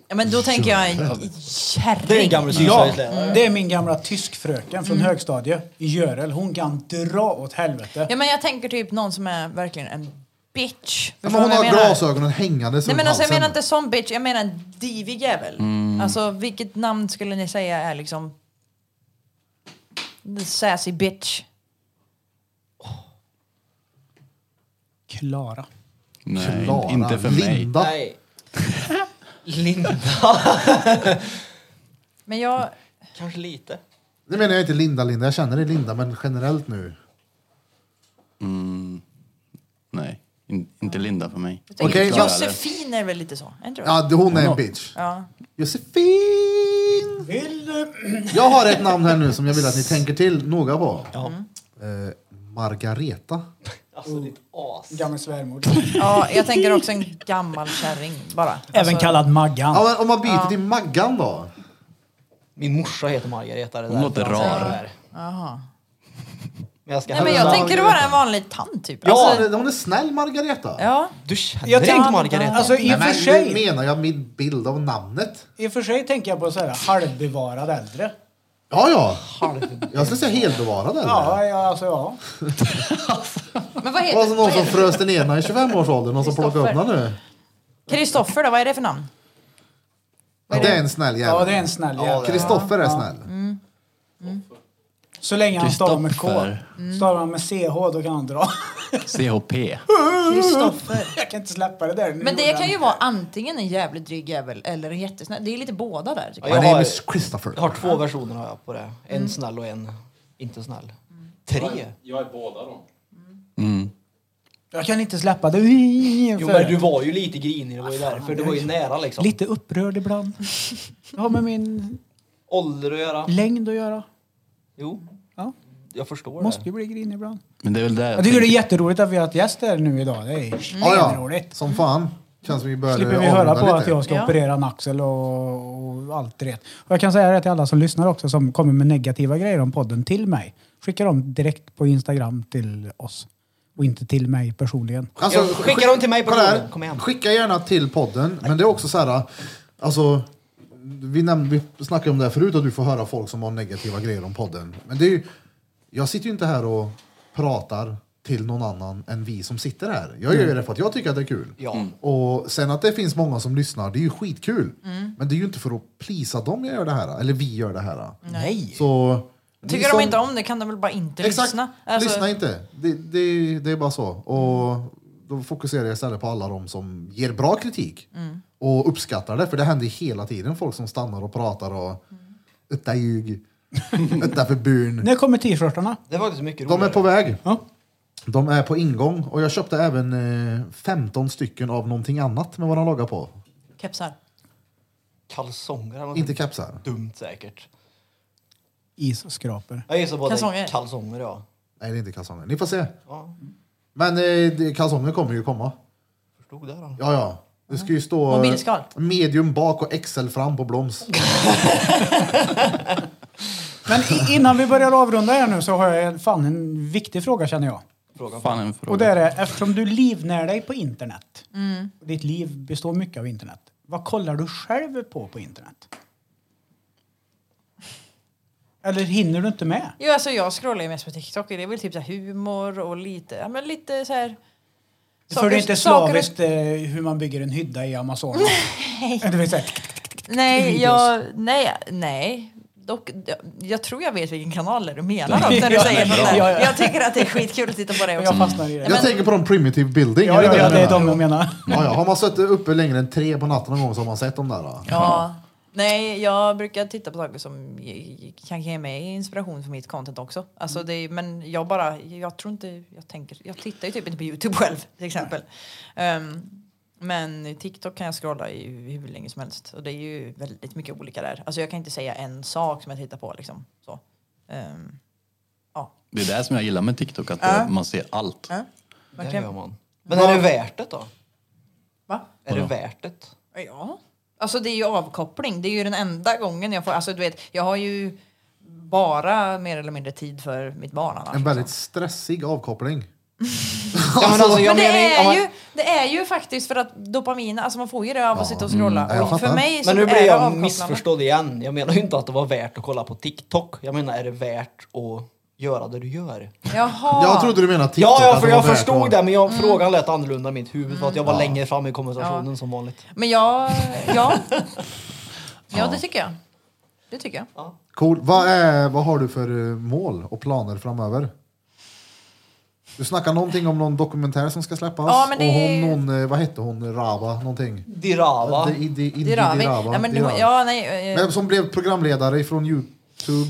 Speaker 3: ja men då tänker jag en kärring.
Speaker 4: Det är en gammal
Speaker 2: Ja,
Speaker 4: syster.
Speaker 2: det är min gamla tyskfröken
Speaker 3: Mm.
Speaker 2: från högstadiet. Görel. Hon kan dra åt helvete.
Speaker 3: Ja, men jag tänker typ någon som är verkligen en bitch.
Speaker 1: Ja,
Speaker 3: Förstår
Speaker 1: men hon
Speaker 3: vad jag
Speaker 1: har
Speaker 3: menar?
Speaker 1: glasögonen hängandes
Speaker 3: Nej
Speaker 1: runt
Speaker 3: men alltså, jag
Speaker 1: halsen.
Speaker 3: menar inte som bitch, jag menar en divig jävel. Alltså vilket namn skulle ni säga är liksom... The sassy bitch.
Speaker 2: Klara.
Speaker 5: Nej,
Speaker 1: Klara,
Speaker 5: inte för mig.
Speaker 1: Linda.
Speaker 4: Nej. Linda.
Speaker 3: Men jag...
Speaker 4: Kanske lite.
Speaker 1: Nu menar jag inte Linda, Linda. Jag känner dig Linda, men generellt nu.
Speaker 5: Nej, in, inte Linda för mig.
Speaker 3: jag tänker
Speaker 1: Okej,
Speaker 3: att
Speaker 1: så-
Speaker 3: Josefin är väl lite så? Är inte det?
Speaker 1: Ja, det- hon är en bitch.
Speaker 3: Ja.
Speaker 1: Josefin!
Speaker 2: Vill du...
Speaker 1: Jag har ett namn här nu som jag vill att ni tänker till noga på. Eh, Margareta.
Speaker 4: Alltså ditt as.
Speaker 2: Gammal svärmor.
Speaker 3: ja, jag tänker också en gammal kärring bara. Alltså-
Speaker 2: Även kallad Maggan.
Speaker 1: Ja, men om man byter till Maggan då?
Speaker 4: Min morsa heter Margareta. Det
Speaker 5: Hon låter rar.
Speaker 3: Jaha.
Speaker 4: Men jag ska
Speaker 3: Nej men jag tänker vara en vanlig tant typ.
Speaker 4: Ja.
Speaker 3: Alltså,
Speaker 1: Hon är snäll Margareta.
Speaker 3: ja.
Speaker 4: Du känner
Speaker 2: Jag
Speaker 4: inte
Speaker 2: tänkte-
Speaker 4: Margareta.
Speaker 2: Alltså i
Speaker 1: Nej,
Speaker 2: och för
Speaker 1: men nu
Speaker 2: sig,
Speaker 1: menar jag min bild av namnet.
Speaker 2: i och för sig tänker jag på så här halvbevarad äldre.
Speaker 1: Ja, ja. Jag skulle säga helbevarad eller?
Speaker 2: Ja, ja, alltså ja.
Speaker 3: Men vad
Speaker 1: Alltså
Speaker 3: heter
Speaker 1: någon
Speaker 3: vad
Speaker 1: som
Speaker 3: heter-
Speaker 1: frös den ena i 25-årsåldern, någon som plockade upp den nu.
Speaker 3: Kristoffer då, vad är det för namn?
Speaker 1: Ja, det är en snäll
Speaker 2: Ja,
Speaker 1: jävel.
Speaker 2: det är en snäll jävel.
Speaker 1: Kristoffer är snäll.
Speaker 2: Så länge han stavar med K. Mm.
Speaker 5: Kristoffer.
Speaker 2: Stavar han med CH, då kan han dra.
Speaker 5: CHP.
Speaker 3: Kristoffer.
Speaker 2: Jag kan inte släppa det där. Nu
Speaker 3: Men det
Speaker 2: gjorde
Speaker 3: kan
Speaker 2: han.
Speaker 3: ju vara antingen en jävligt dryg jävel eller en jättesnäll. Det är lite båda där. Tycker
Speaker 4: Ja,
Speaker 1: My
Speaker 4: jag
Speaker 1: name
Speaker 4: har-
Speaker 1: is Christopher.
Speaker 4: Jag har två versioner har jag på det. En snäll och en inte snäll. Tre?
Speaker 7: Jag är båda dem.
Speaker 2: Jag kan inte släppa det. Ui,
Speaker 4: Jo
Speaker 2: för-
Speaker 4: men du var ju lite grinig, det var ju därför. Du var ju nära liksom.
Speaker 2: Lite upprörd ibland. Det har med min
Speaker 4: Ålder att göra.
Speaker 2: längd att göra.
Speaker 4: Jo,
Speaker 2: Ja,
Speaker 4: jag förstår
Speaker 2: måste
Speaker 4: det.
Speaker 2: ju bli grinig ibland.
Speaker 5: Men det är väl det
Speaker 2: Jag tycker det är jätteroligt att vi har haft gäst här nu idag. Det är
Speaker 1: Ja, ja.
Speaker 2: svinroligt.
Speaker 1: Som fan. Känns som vi börjar
Speaker 2: slipper vi höra på att jag ska
Speaker 3: Ja.
Speaker 2: operera en axel och, och allt det. Och jag kan säga det till alla som lyssnar också som kommer med negativa grejer om podden till mig. Skicka dem direkt på Instagram till oss och inte till mig personligen.
Speaker 1: Alltså,
Speaker 4: Jag skickar dem till mig på
Speaker 1: kolla här.
Speaker 4: podden. Kom igen.
Speaker 1: Skicka gärna till podden, men det är också så här, alltså, vi, nämnde, vi snackade om det här förut att du får höra folk som har negativa grejer om podden. Men det är ju, jag sitter ju inte här och pratar till någon annan än vi som sitter här. Jag gör ju det för att jag tycker att det är kul.
Speaker 4: Mm. Ja. Mm.
Speaker 1: Och sen att det finns många som lyssnar, det är ju skitkul.
Speaker 4: Mm.
Speaker 1: Men det är ju inte för att plisa dem jag gör det här, eller vi gör det här.
Speaker 4: Nej.
Speaker 1: Så,
Speaker 3: jag.
Speaker 1: ni
Speaker 3: Tycker
Speaker 1: som-
Speaker 3: de inte om det kan de väl bara inte
Speaker 1: Exakt.
Speaker 3: lyssna. Alltså,
Speaker 1: Lyssna inte. Det, det, det är bara så. Och då fokuserar jag istället på alla de som ger bra kritik
Speaker 3: Mm.
Speaker 1: och uppskattar det. För det händer hela tiden folk som stannar och pratar och
Speaker 3: Mm.
Speaker 1: utta ljug, utta för burn.
Speaker 2: När kommer t-shirtarna?
Speaker 4: Det var faktiskt mycket
Speaker 1: De är
Speaker 4: roligare.
Speaker 1: på väg.
Speaker 2: Ja.
Speaker 1: De är på ingång och jag köpte även eh, 15 stycken av någonting annat med våran logga på.
Speaker 3: Kepsar.
Speaker 4: Kalsonger eller något
Speaker 1: Inte kepsar.
Speaker 4: dumt säkert.
Speaker 2: Isskrapor.
Speaker 4: Jag gissar på
Speaker 3: Kalsonger.
Speaker 4: kalsonger. kalsonger ja.
Speaker 1: Nej, det är inte kalsonger. Ni får se.
Speaker 4: Ja,
Speaker 1: Men eh, det- kalsonger kommer ju komma.
Speaker 4: förstod det då.
Speaker 1: Ja, ja. Det ska ju stå
Speaker 3: Mobilskal.
Speaker 1: medium bak och XL fram på Bloms.
Speaker 2: Men i- innan vi börjar avrunda här nu så har jag en- fan en viktig fråga känner jag.
Speaker 5: Fan en
Speaker 2: Och
Speaker 5: fråga.
Speaker 2: det är det, eftersom du livnär dig på internet.
Speaker 3: Mm.
Speaker 2: Och ditt liv består mycket av internet. Vad kollar du själv på på internet? Eller hinner du inte med?
Speaker 3: Jo, alltså jag scrollar ju mest på TikTok. Det är väl typ så här humor och lite, ja, men lite så här...
Speaker 2: För det är inte
Speaker 3: saker-
Speaker 2: slaviskt eh, hur man bygger en hydda i Amazonas. Nej. Du vet, så här, tick, tick, tick.
Speaker 3: Nej,
Speaker 2: videos.
Speaker 3: jag, nej, nej. Dock, jag tror jag vet vilken kanal du menar också, när du säger sånt där.
Speaker 2: Ja, ja.
Speaker 3: Jag tycker att det är skitkul att titta på det också.
Speaker 2: Jag fastnar i det.
Speaker 1: Jag tänker på de primitive building.
Speaker 2: Ja, ja,
Speaker 1: vad
Speaker 2: ja,
Speaker 1: jag
Speaker 2: det är
Speaker 1: menar?
Speaker 2: de jag menar.
Speaker 1: Ja, ja. Har man suttit uppe längre än tre på natten någon gång så har man sett de där. då.
Speaker 3: Ja. Nej, jag brukar titta på saker som ge- kan ge mig inspiration för mitt content också. Alltså det, är- men jag bara, jag tror inte, jag tänker, jag tittar ju typ inte på Youtube själv till exempel. Ehm, men TikTok kan jag scrolla i hur länge som helst och det är ju väldigt mycket olika där. Alltså jag kan inte säga en sak som jag tittar på liksom. Så. Ehm, ja,
Speaker 5: Det är det som jag gillar med TikTok, att
Speaker 3: Ja.
Speaker 5: eh, man ser allt.
Speaker 4: Det
Speaker 3: verkligen.
Speaker 4: gör man. Men är det värt det då?
Speaker 3: Va?
Speaker 4: Är det värt det?
Speaker 3: Ja. Alltså det är ju avkoppling. Det är ju den enda gången jag får... Alltså du vet, jag har ju bara mer eller mindre tid för mitt barn annars.
Speaker 1: En väldigt stressig avkoppling.
Speaker 4: Ja, men alltså, jag
Speaker 3: Men det
Speaker 4: menar- ja,
Speaker 3: är,
Speaker 4: men-
Speaker 3: ju, det är ju faktiskt för att dopamin, alltså man får ju det av att sitta och scrolla.
Speaker 1: Ja, jag
Speaker 3: och för
Speaker 1: fattar.
Speaker 3: mig så
Speaker 4: Men nu
Speaker 3: är
Speaker 4: blir
Speaker 3: det
Speaker 4: jag
Speaker 3: avkopplande.
Speaker 4: missförstådd igen. Jag menar ju inte att det var värt att kolla på TikTok. Jag menar, är det värt att göra det du gör?
Speaker 3: Jaha.
Speaker 1: Jag trodde du menade TikTok.
Speaker 4: Ja,
Speaker 1: att
Speaker 4: ja för
Speaker 1: det var
Speaker 4: jag
Speaker 1: värt
Speaker 4: förstod
Speaker 1: att- Mm.
Speaker 4: det, men jag, frågan lät annorlunda i mitt huvud. För att jag var längre fram i konversationen
Speaker 3: Mm. Ja.
Speaker 4: som vanligt.
Speaker 3: Men jag... Ja. ja, det tycker jag. Det tycker jag.
Speaker 1: Cool. Vad, är, vad har du för eh, mål och planer framöver? Du snackar någonting om någon dokumentär som ska släppas.
Speaker 3: Ja, men det
Speaker 1: Och
Speaker 3: är-
Speaker 1: hon, någon, eh, vad hette hon, Rava någonting?
Speaker 4: Dirava.
Speaker 1: Det, i, det, i,
Speaker 3: Det rör vi.
Speaker 1: Dirava.
Speaker 3: Nej, men,
Speaker 1: Dirava.
Speaker 3: du- ja, nej, eh,
Speaker 1: Men som blev programledare från Youtube.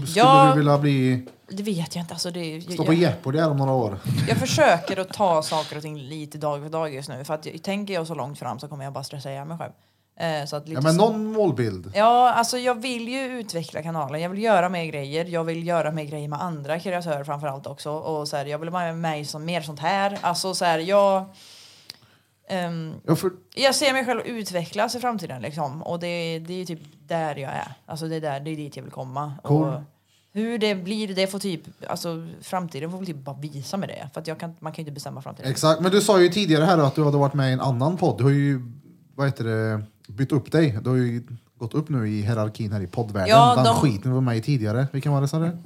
Speaker 1: Skulle
Speaker 3: Ja.
Speaker 1: du vilja bli,
Speaker 3: det vet jag inte. Alltså, det,
Speaker 1: stå
Speaker 3: jag-
Speaker 1: på Jeopardy här om några år?
Speaker 3: Jag försöker att ta saker och ting lite dag för dag just nu. För att jag, tänker jag så långt fram så kommer jag bara stressa ihjäl mig själv. Eh, så att lite
Speaker 1: Ja, men någon målbild.
Speaker 3: Ja, alltså jag vill ju utveckla kanalen. Jag vill göra mer grejer. Jag vill göra mer grejer med andra kreatörer framför allt också. Och så här, jag vill vara med i som, mer sånt här. Alltså så här, jag... ehm,
Speaker 1: Ja, för,
Speaker 3: jag ser mig själv utvecklas i framtiden liksom. Och det, det är ju typ där jag är. Alltså det är, där, det är dit jag vill komma.
Speaker 1: Cool.
Speaker 3: Och hur det blir, det får typ... Alltså framtiden får väl typ bara visa med det. För att jag kan, man kan ju inte bestämma framtiden.
Speaker 1: exakt. Men du sa ju tidigare här att du hade varit med i en annan podd. Du har ju vad heter det, bytt upp dig. Du har ju gått upp nu i hierarkin här i poddvärlden.
Speaker 3: Ja,
Speaker 1: Den
Speaker 3: de-
Speaker 1: skiten du var med i tidigare. Vilken var det sa du?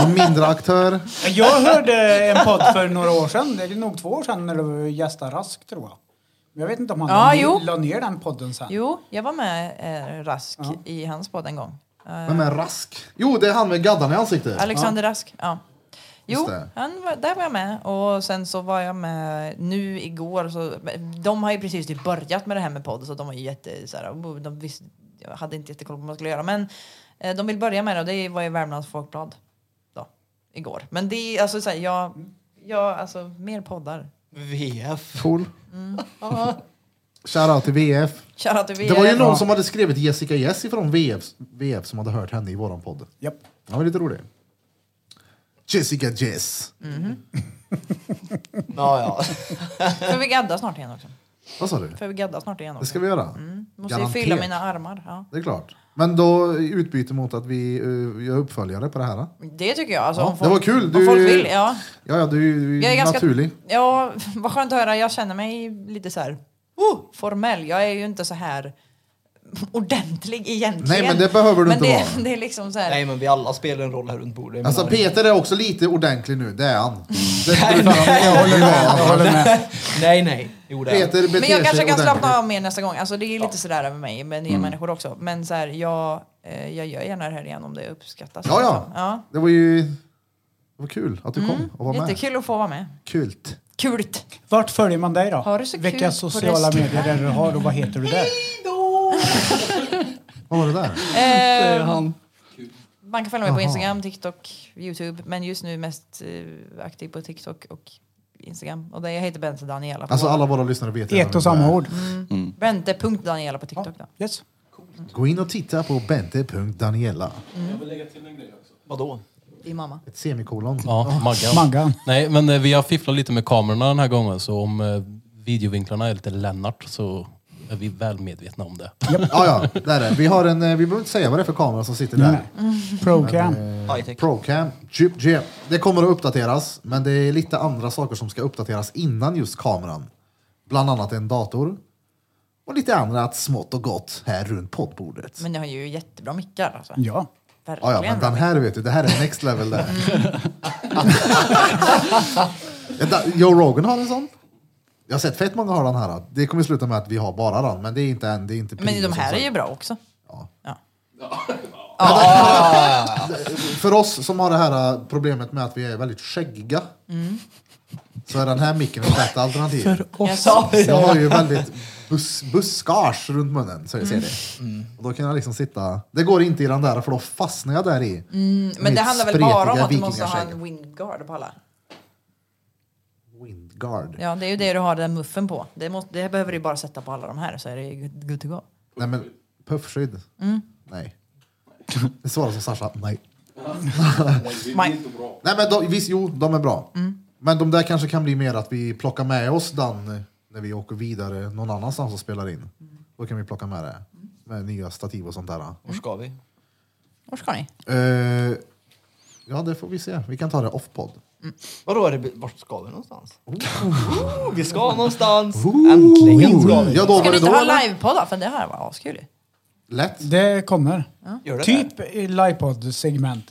Speaker 1: en mindre aktör.
Speaker 2: Jag hörde en podd för några år sedan, det är nog två år sedan, när det var Gösta Rask tror jag. Men Jag vet inte om han
Speaker 3: Ja,
Speaker 2: la ner-
Speaker 3: jo.
Speaker 2: la ner den podden sen.
Speaker 3: Jo, jag var med eh, Rask i hans podd en gång. Eh,
Speaker 1: Vem är Rask? Jo, det är han med gaddan i ansiktet.
Speaker 3: Alexander Rask. Ja.
Speaker 1: Just
Speaker 3: Jo,
Speaker 1: det.
Speaker 3: han var, där var jag med. Och sen så var jag med nu igår. Så, de har ju precis typ börjat med det här med podd så de var ju jätte... Så här, oh, de visste, jag hade inte jättekoll på vad man skulle göra. Men eh, de vill börja med det och det var ju Värmlands Folkblad då, igår. Men det är alltså så här, jag, jag... Alltså mer poddar.
Speaker 4: VF.
Speaker 1: Cool. Shoutout till VF.
Speaker 3: Kära till
Speaker 1: Det var ju någon som hade skrivit Jessica Jess ifrån VF, VF som hade hört henne i våran podd.
Speaker 2: Japp.
Speaker 1: Det var lite roligt. Jessica Jess.
Speaker 4: Ja, ja.
Speaker 3: För vi gaddar snart igen också.
Speaker 1: Vad sa du?
Speaker 3: För vi gaddar snart igen också.
Speaker 1: Det ska vi göra.
Speaker 3: Måste ju fylla
Speaker 1: Garanterat.
Speaker 3: mina armar. Ja.
Speaker 1: Det är klart. Men då i utbyte mot att vi eh, gör uppföljare på det här. då?
Speaker 3: Det tycker jag. Alltså,
Speaker 1: Ja,
Speaker 3: om folk,
Speaker 1: det var kul.
Speaker 3: Om
Speaker 1: Du-
Speaker 3: folk vill, ja.
Speaker 1: Ja, ja, du är ju
Speaker 3: Jag är ganska...
Speaker 1: naturlig.
Speaker 3: Ja, vad skönt att höra. Jag känner mig lite så här oh, formell. Jag är ju inte så här ordentlig egentligen.
Speaker 1: Nej, men det behöver du
Speaker 3: men
Speaker 1: inte
Speaker 3: det,
Speaker 1: vara.
Speaker 3: Det är liksom så här.
Speaker 4: Nej, men vi alla spelar en roll här runt bordet. Jag
Speaker 1: Alltså
Speaker 4: menar-
Speaker 1: Peter är också lite ordentlig nu, det är
Speaker 3: Mm.
Speaker 1: han. Det är jag håller med.
Speaker 2: Håller med.
Speaker 4: Nej, nej. Jo, det är
Speaker 1: Peter beter
Speaker 3: men jag kanske
Speaker 1: sig
Speaker 3: kan slappna
Speaker 1: ordentligt. Mm.
Speaker 3: av mer nästa gång. Alltså, det är lite sådär över mig med nya människor också. Men så här, jag, eh, jag gör gärna det här igen om det uppskattas.
Speaker 1: Ja, ja.
Speaker 3: Liksom. ja.
Speaker 1: Det var ju det var kul att du kom och var med.
Speaker 3: Mm, Jättekul att få vara med.
Speaker 1: Kult.
Speaker 3: Kult!
Speaker 2: Vart följer man dig då?
Speaker 3: Har du så kul
Speaker 2: Vilka
Speaker 3: på
Speaker 2: sociala
Speaker 3: restaurang?
Speaker 2: medier är det du har och vad heter du där?
Speaker 1: Vad var det där?
Speaker 3: Eh,
Speaker 4: han.
Speaker 3: Man kan följa mig på Instagram, TikTok, Youtube. Men just nu mest eh, aktiv på TikTok och Instagram. Och det, jag heter Bente Daniela. På
Speaker 1: Alltså alla våra lyssnare vet redan
Speaker 2: Ett och
Speaker 1: vem det
Speaker 2: samma
Speaker 1: är.
Speaker 2: ord.
Speaker 3: Bente.Daniela på TikTok. Då.
Speaker 2: Yes.
Speaker 1: Gå in och titta på bente.daniela.
Speaker 4: Vadå?
Speaker 3: Din mamma.
Speaker 1: Ett semikolon.
Speaker 6: Ja, Maggan.
Speaker 2: Maggan.
Speaker 6: Nej, men eh, vi har fifflat lite med kamerorna den här gången, så om eh, videovinklarna är lite Lennart så är vi väl medvetna om det.
Speaker 1: Ja, ja, där är det. Vi har en, eh, vi behöver inte säga vad det är för kamera som sitter där.
Speaker 2: Procam.
Speaker 4: High-tech.
Speaker 1: Procam, chip, chip. Det kommer att uppdateras, men det är lite andra saker som ska uppdateras innan just kameran. Bland annat en dator och lite annat smått och gott här runt poddbordet.
Speaker 3: Men ni har ju jättebra mickar. Alltså.
Speaker 2: Ja.
Speaker 1: Ja, ja,
Speaker 3: Verkligen.
Speaker 1: men den här vet du, det här är next level där. Mm. Ja, da- Joe Rogan har en sån. Jag har sett fett många har den här. Det kommer sluta med att vi har bara den, men det är inte en, det är inte
Speaker 3: Men
Speaker 1: prio
Speaker 3: de
Speaker 1: som
Speaker 3: här är
Speaker 1: sagt.
Speaker 3: ju bra också. Ja.
Speaker 1: För oss som har det här eh, problemet med att vi är väldigt skäggiga
Speaker 3: Mm.
Speaker 1: så är den här micken ett bättre alternativ.
Speaker 3: Jag sa
Speaker 1: Jag har ju väldigt bus, buskage runt munnen, så jag ser det.
Speaker 3: Mm.
Speaker 1: Och då kan jag liksom sitta... Det går inte i den där, för då fastnar jag där i.
Speaker 3: Mm, Men det
Speaker 1: mitt
Speaker 3: handlar väl bara om
Speaker 1: spretiga
Speaker 3: att du måste ha
Speaker 1: vikingaskägg.
Speaker 3: en windguard på alla?
Speaker 1: Windguard.
Speaker 3: Ja, det är ju det du har den muffen på. Det, måste, det behöver du bara sätta på alla de här så är det good good to go.
Speaker 1: Nej men, puffskydd?
Speaker 3: Mm.
Speaker 1: Nej. Det svarar som Sasha, nej.
Speaker 3: Maj,
Speaker 1: Nej men de, visst, jo, de är bra.
Speaker 2: Mm.
Speaker 1: Men de där kanske kan bli mer att vi plockar med oss den eh, när vi åker vidare någon annanstans och spelar in.
Speaker 2: Mm.
Speaker 1: Då kan vi plocka med det. Med nya stativ och sånt där.
Speaker 4: Var ska vi?
Speaker 3: var ska ni?
Speaker 1: Eh, ja, det får vi se. Vi kan ta det off-podd.
Speaker 4: Vadå, är det, vart ska vi någonstans? Oh, vi ska någonstans! Äntligen ska vi!
Speaker 1: Ja, då var
Speaker 3: Ska ni
Speaker 1: det
Speaker 3: inte
Speaker 1: då.
Speaker 3: ha
Speaker 1: eller?
Speaker 3: livepoddar? För det här var askul
Speaker 1: Lätt.
Speaker 2: Det kommer.
Speaker 4: Gör det
Speaker 2: typ i livepodd-segment.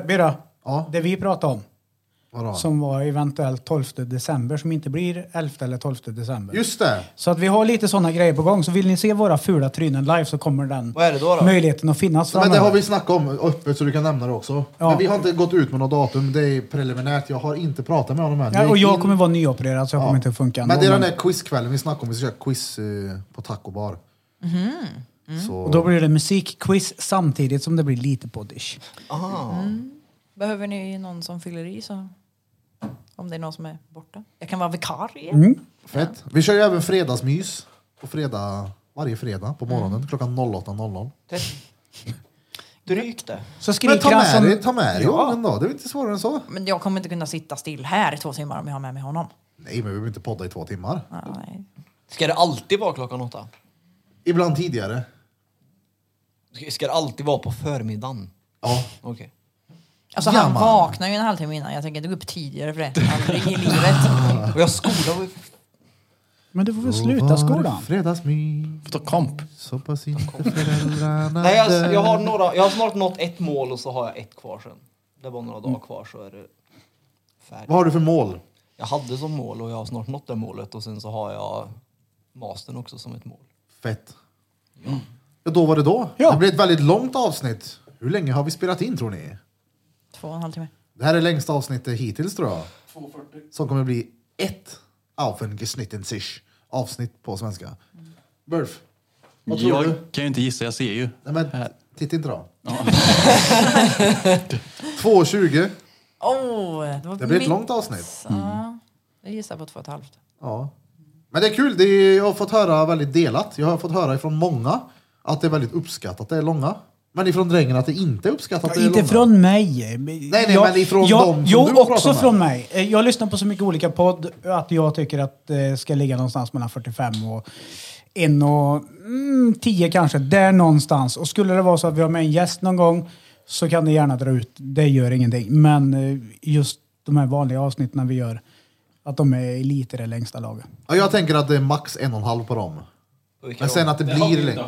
Speaker 2: Uh, Birra,
Speaker 1: Ja.
Speaker 2: det vi pratade om
Speaker 1: Vadå?
Speaker 2: som var eventuellt 12 december som inte blir 11 eller 12 december.
Speaker 1: Just det!
Speaker 2: Så att vi har lite sådana grejer på gång. Så vill ni se våra fula trynen live så kommer den
Speaker 4: Vad är det då då?
Speaker 2: möjligheten att finnas
Speaker 1: Men det
Speaker 2: framöver.
Speaker 1: har vi snackat om öppet så du kan nämna det också.
Speaker 2: Ja.
Speaker 1: Men vi har inte gått ut med något datum. Det är preliminärt. Jag har inte pratat med honom än.
Speaker 2: ja,
Speaker 1: Vi
Speaker 2: och
Speaker 1: gick
Speaker 2: jag
Speaker 1: in-
Speaker 2: kommer vara nyopererad så jag
Speaker 1: Ja.
Speaker 2: kommer inte att funka
Speaker 1: Men
Speaker 2: ändå,
Speaker 1: det är den där quizkvällen vi snackade om. Vi ska köra quiz eh, på tacobar.
Speaker 2: Och
Speaker 1: Så,
Speaker 2: då blir det musikquiz samtidigt som det blir lite poddish.
Speaker 3: Behöver ni någon som fyller i så? Om det är någon som är borta? Jag kan vara vikarie.
Speaker 1: fett. Vi kör ju även fredagsmys på fredag, varje fredag på morgonen klockan 08.00.
Speaker 4: Drygt det.
Speaker 2: Så
Speaker 1: Men ta med
Speaker 2: skrikransen...
Speaker 1: dig, ta med dig ja. då. Det är inte svårare än så.
Speaker 3: Men jag kommer inte kunna sitta still här i två timmar om jag har med mig honom.
Speaker 1: Nej, men vi behöver inte podda i två timmar.
Speaker 3: Ja, nej.
Speaker 4: Ska det alltid vara klockan åtta?
Speaker 1: Ibland tidigare.
Speaker 4: Ska- Ska det alltid vara på förmiddagen?
Speaker 1: Ja.
Speaker 4: Okej.
Speaker 3: Alltså han
Speaker 1: Jamma.
Speaker 3: vaknar ju en halvtimme innan. Jag tänker inte gå upp tidigare för det. Aldrig i livet.
Speaker 4: Och jag skola var ju...
Speaker 2: Men du får väl
Speaker 1: Då var
Speaker 2: sluta
Speaker 1: det
Speaker 2: skolan?
Speaker 1: Fredagsmys.
Speaker 5: Får ta komp.
Speaker 1: Så hoppas inte föräldrarna
Speaker 4: Nej, jag,
Speaker 1: dör.
Speaker 4: jag, har några, jag har snart nått ett mål och så har jag ett kvar sen. Det var några dagar kvar så är det färdigt.
Speaker 1: Vad har du för mål?
Speaker 4: Jag hade som mål och jag har snart nått det målet och sen så har jag mastern också som ett mål.
Speaker 1: Fett. Mm. Ja, då var det då.
Speaker 2: Ja.
Speaker 1: Det blev ett väldigt långt avsnitt. Hur länge har vi spelat in tror ni?
Speaker 3: Två och en halv timme.
Speaker 1: Det här är längsta avsnittet hittills tror jag. Som kommer bli ett Aufengeschnitten sich avsnitt på svenska. Burf, vad tror
Speaker 5: Jag
Speaker 1: du?
Speaker 5: kan ju inte gissa, jag ser ju.
Speaker 1: Nej, men titta inte då. 2.20.
Speaker 3: Oh, det, var
Speaker 1: Det blir ett
Speaker 3: mitt-
Speaker 1: långt avsnitt.
Speaker 3: Ja, jag gissar på två och ett halvt.
Speaker 1: Ja. Men det är kul. Det är, jag har fått höra väldigt delat. Jag har fått höra ifrån många att det är väldigt uppskattat att det är långa. Men ifrån drängen att det inte är uppskattat att det är
Speaker 2: Inte
Speaker 1: långa.
Speaker 2: från mig.
Speaker 1: nej, men ifrån
Speaker 2: jag,
Speaker 1: dem som
Speaker 2: Jo,
Speaker 1: du pratar
Speaker 2: också
Speaker 1: med.
Speaker 2: från mig. Eh, Jag lyssnar på så mycket olika podd att jag tycker att det ska ligga någonstans mellan 45 och 1 och mm, 10 kanske. Där någonstans. Och skulle det vara så att vi har med en gäst någon gång så kan det gärna dra ut. Det gör ingenting. Men eh, just de här vanliga avsnitten vi gör, att de är lite det längsta laget.
Speaker 1: Ja, jag tänker att det är max en och en halv på dem.
Speaker 4: Och vilka
Speaker 1: Men sen
Speaker 4: då?
Speaker 1: att det blir längre.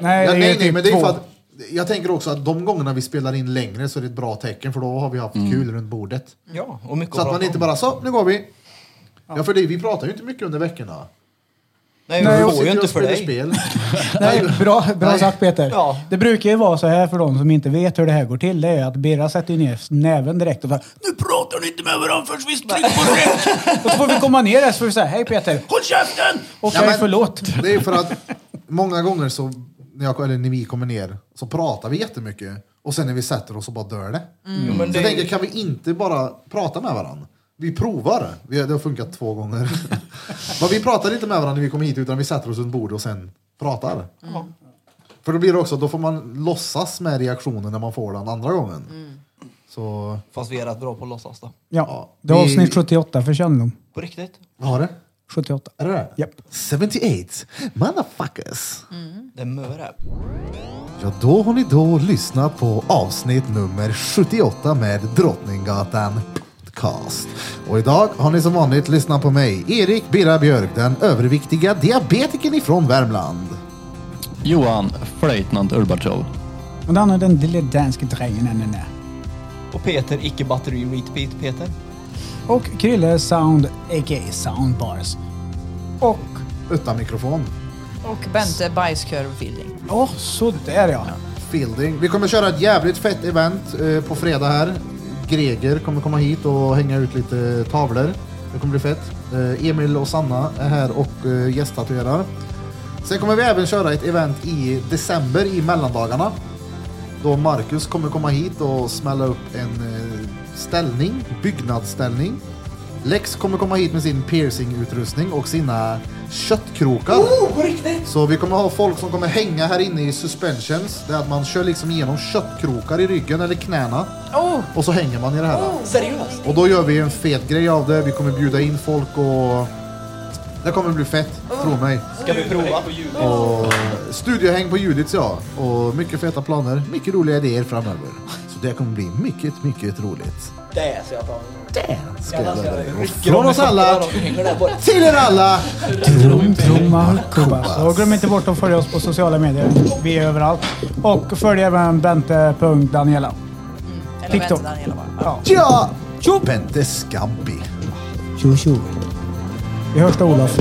Speaker 2: Nej,
Speaker 1: Ja,
Speaker 2: det
Speaker 1: nej,
Speaker 2: är
Speaker 1: nej,
Speaker 2: typ
Speaker 1: men det är
Speaker 2: två.
Speaker 1: för att jag tänker också att de gångerna vi spelar in längre så är det ett bra tecken för då har vi haft kul runt bordet.
Speaker 4: Ja, och mycket
Speaker 1: Så
Speaker 4: att
Speaker 1: att man
Speaker 4: prata
Speaker 1: inte
Speaker 4: om.
Speaker 1: bara så, nu går vi. Ja, för det, vi pratar ju inte mycket under veckorna.
Speaker 4: Nej,
Speaker 1: Vi
Speaker 4: jag får
Speaker 1: sitter
Speaker 4: ju
Speaker 1: och
Speaker 4: inte för
Speaker 1: spelar
Speaker 4: dig.
Speaker 1: Spel.
Speaker 2: Nej, bra, bra
Speaker 1: Nej.
Speaker 2: sagt Peter.
Speaker 4: Ja.
Speaker 2: Det brukar ju vara så här för de som inte vet hur det här går till. Det är att Birra sätter ju ner näven direkt och bara Nu pratar ni inte med varandra förrän vi trycker på rätt! och så får vi komma ner där så får vi säga Hej Peter! Håll käften! Okej,
Speaker 1: Ja, men-
Speaker 2: förlåt.
Speaker 1: Det är för att många gånger så, när, jag, eller när vi kommer ner, så pratar vi jättemycket. Och sen när vi sätter oss så bara dör det.
Speaker 4: Jo, Mm. men
Speaker 1: Så jag
Speaker 4: det,
Speaker 1: tänker, kan vi inte bara prata med varandra? Vi provar. Vi, det har funkat två gånger. Men vi pratar inte med varandra när vi kommer hit utan vi sätter oss runt bordet och sen pratar.
Speaker 4: Mm.
Speaker 1: För då blir det också, då får man låtsas med reaktionen när man får den andra gången.
Speaker 4: Mm.
Speaker 1: Så,
Speaker 4: fast vi är rätt bra på att låtsas då.
Speaker 2: Ja,
Speaker 1: Ja,
Speaker 2: det är
Speaker 1: vi-
Speaker 2: avsnitt 78 för kännedom.
Speaker 4: På riktigt.
Speaker 1: vad har det?
Speaker 2: 78.
Speaker 1: Är det det?
Speaker 2: Japp.
Speaker 1: 78 motherfuckers.
Speaker 4: Det är möre.
Speaker 1: Ja, då har ni då lyssnat på avsnitt nummer 78 med Drottninggatan Podcast. Och idag har ni som vanligt lyssnat på mig, Erik Birra Björk, den överviktiga diabetikern ifrån Värmland.
Speaker 5: Johan Flöjtnant Urbatjov.
Speaker 2: Och den är den lille danske drängen han är.
Speaker 4: Och Peter, icke batteri repeat Peter.
Speaker 2: Och Krille Sound, a.k.a. Soundbars. Och...
Speaker 1: Utan mikrofon.
Speaker 3: Och Bente bajskorv Fielding.
Speaker 2: Åh, sådär ja.
Speaker 1: Fielding. Vi kommer köra ett jävligt fett event eh, på fredag här. Greger kommer komma hit och hänga ut lite tavlor. Det kommer bli fett. Eh, Emil och Sanna är här och eh, gästtatuerar. Sen kommer vi även köra ett event i december i mellandagarna. Då Marcus kommer komma hit och smälla upp en eh, ställning, byggnadsställning. Lex kommer komma hit med sin piercingutrustning och sina köttkrokar. Så vi kommer ha folk som kommer hänga här inne i suspensions. Det är att man kör liksom igenom köttkrokar i ryggen eller knäna. Och så hänger man i det här.
Speaker 3: Oh.
Speaker 4: Seriöst?
Speaker 1: Och då gör vi en fet grej av det. Vi kommer bjuda in folk och... Det kommer bli fett, tro mig.
Speaker 4: Ska vi prova?
Speaker 1: Och studiohäng på Judits ja. Och mycket feta planer, mycket roliga idéer framöver. Så det kommer bli mycket, mycket roligt.
Speaker 4: Det är så jag tar.
Speaker 1: Det ska jag lova dig. Och Från oss alla till er alla!
Speaker 2: Drum, drumma, kubbas. Och glöm inte bort att följa oss på sociala medier. Vi är överallt. Och följ även Bente.Daniela.
Speaker 3: Eller
Speaker 2: TikTok.
Speaker 3: vänta, Daniela bara.
Speaker 2: Ja.
Speaker 1: Ja! Bente Scampi.
Speaker 2: Tjo tjo. Vi hörs då Olof.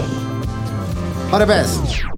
Speaker 1: Ha det bäst!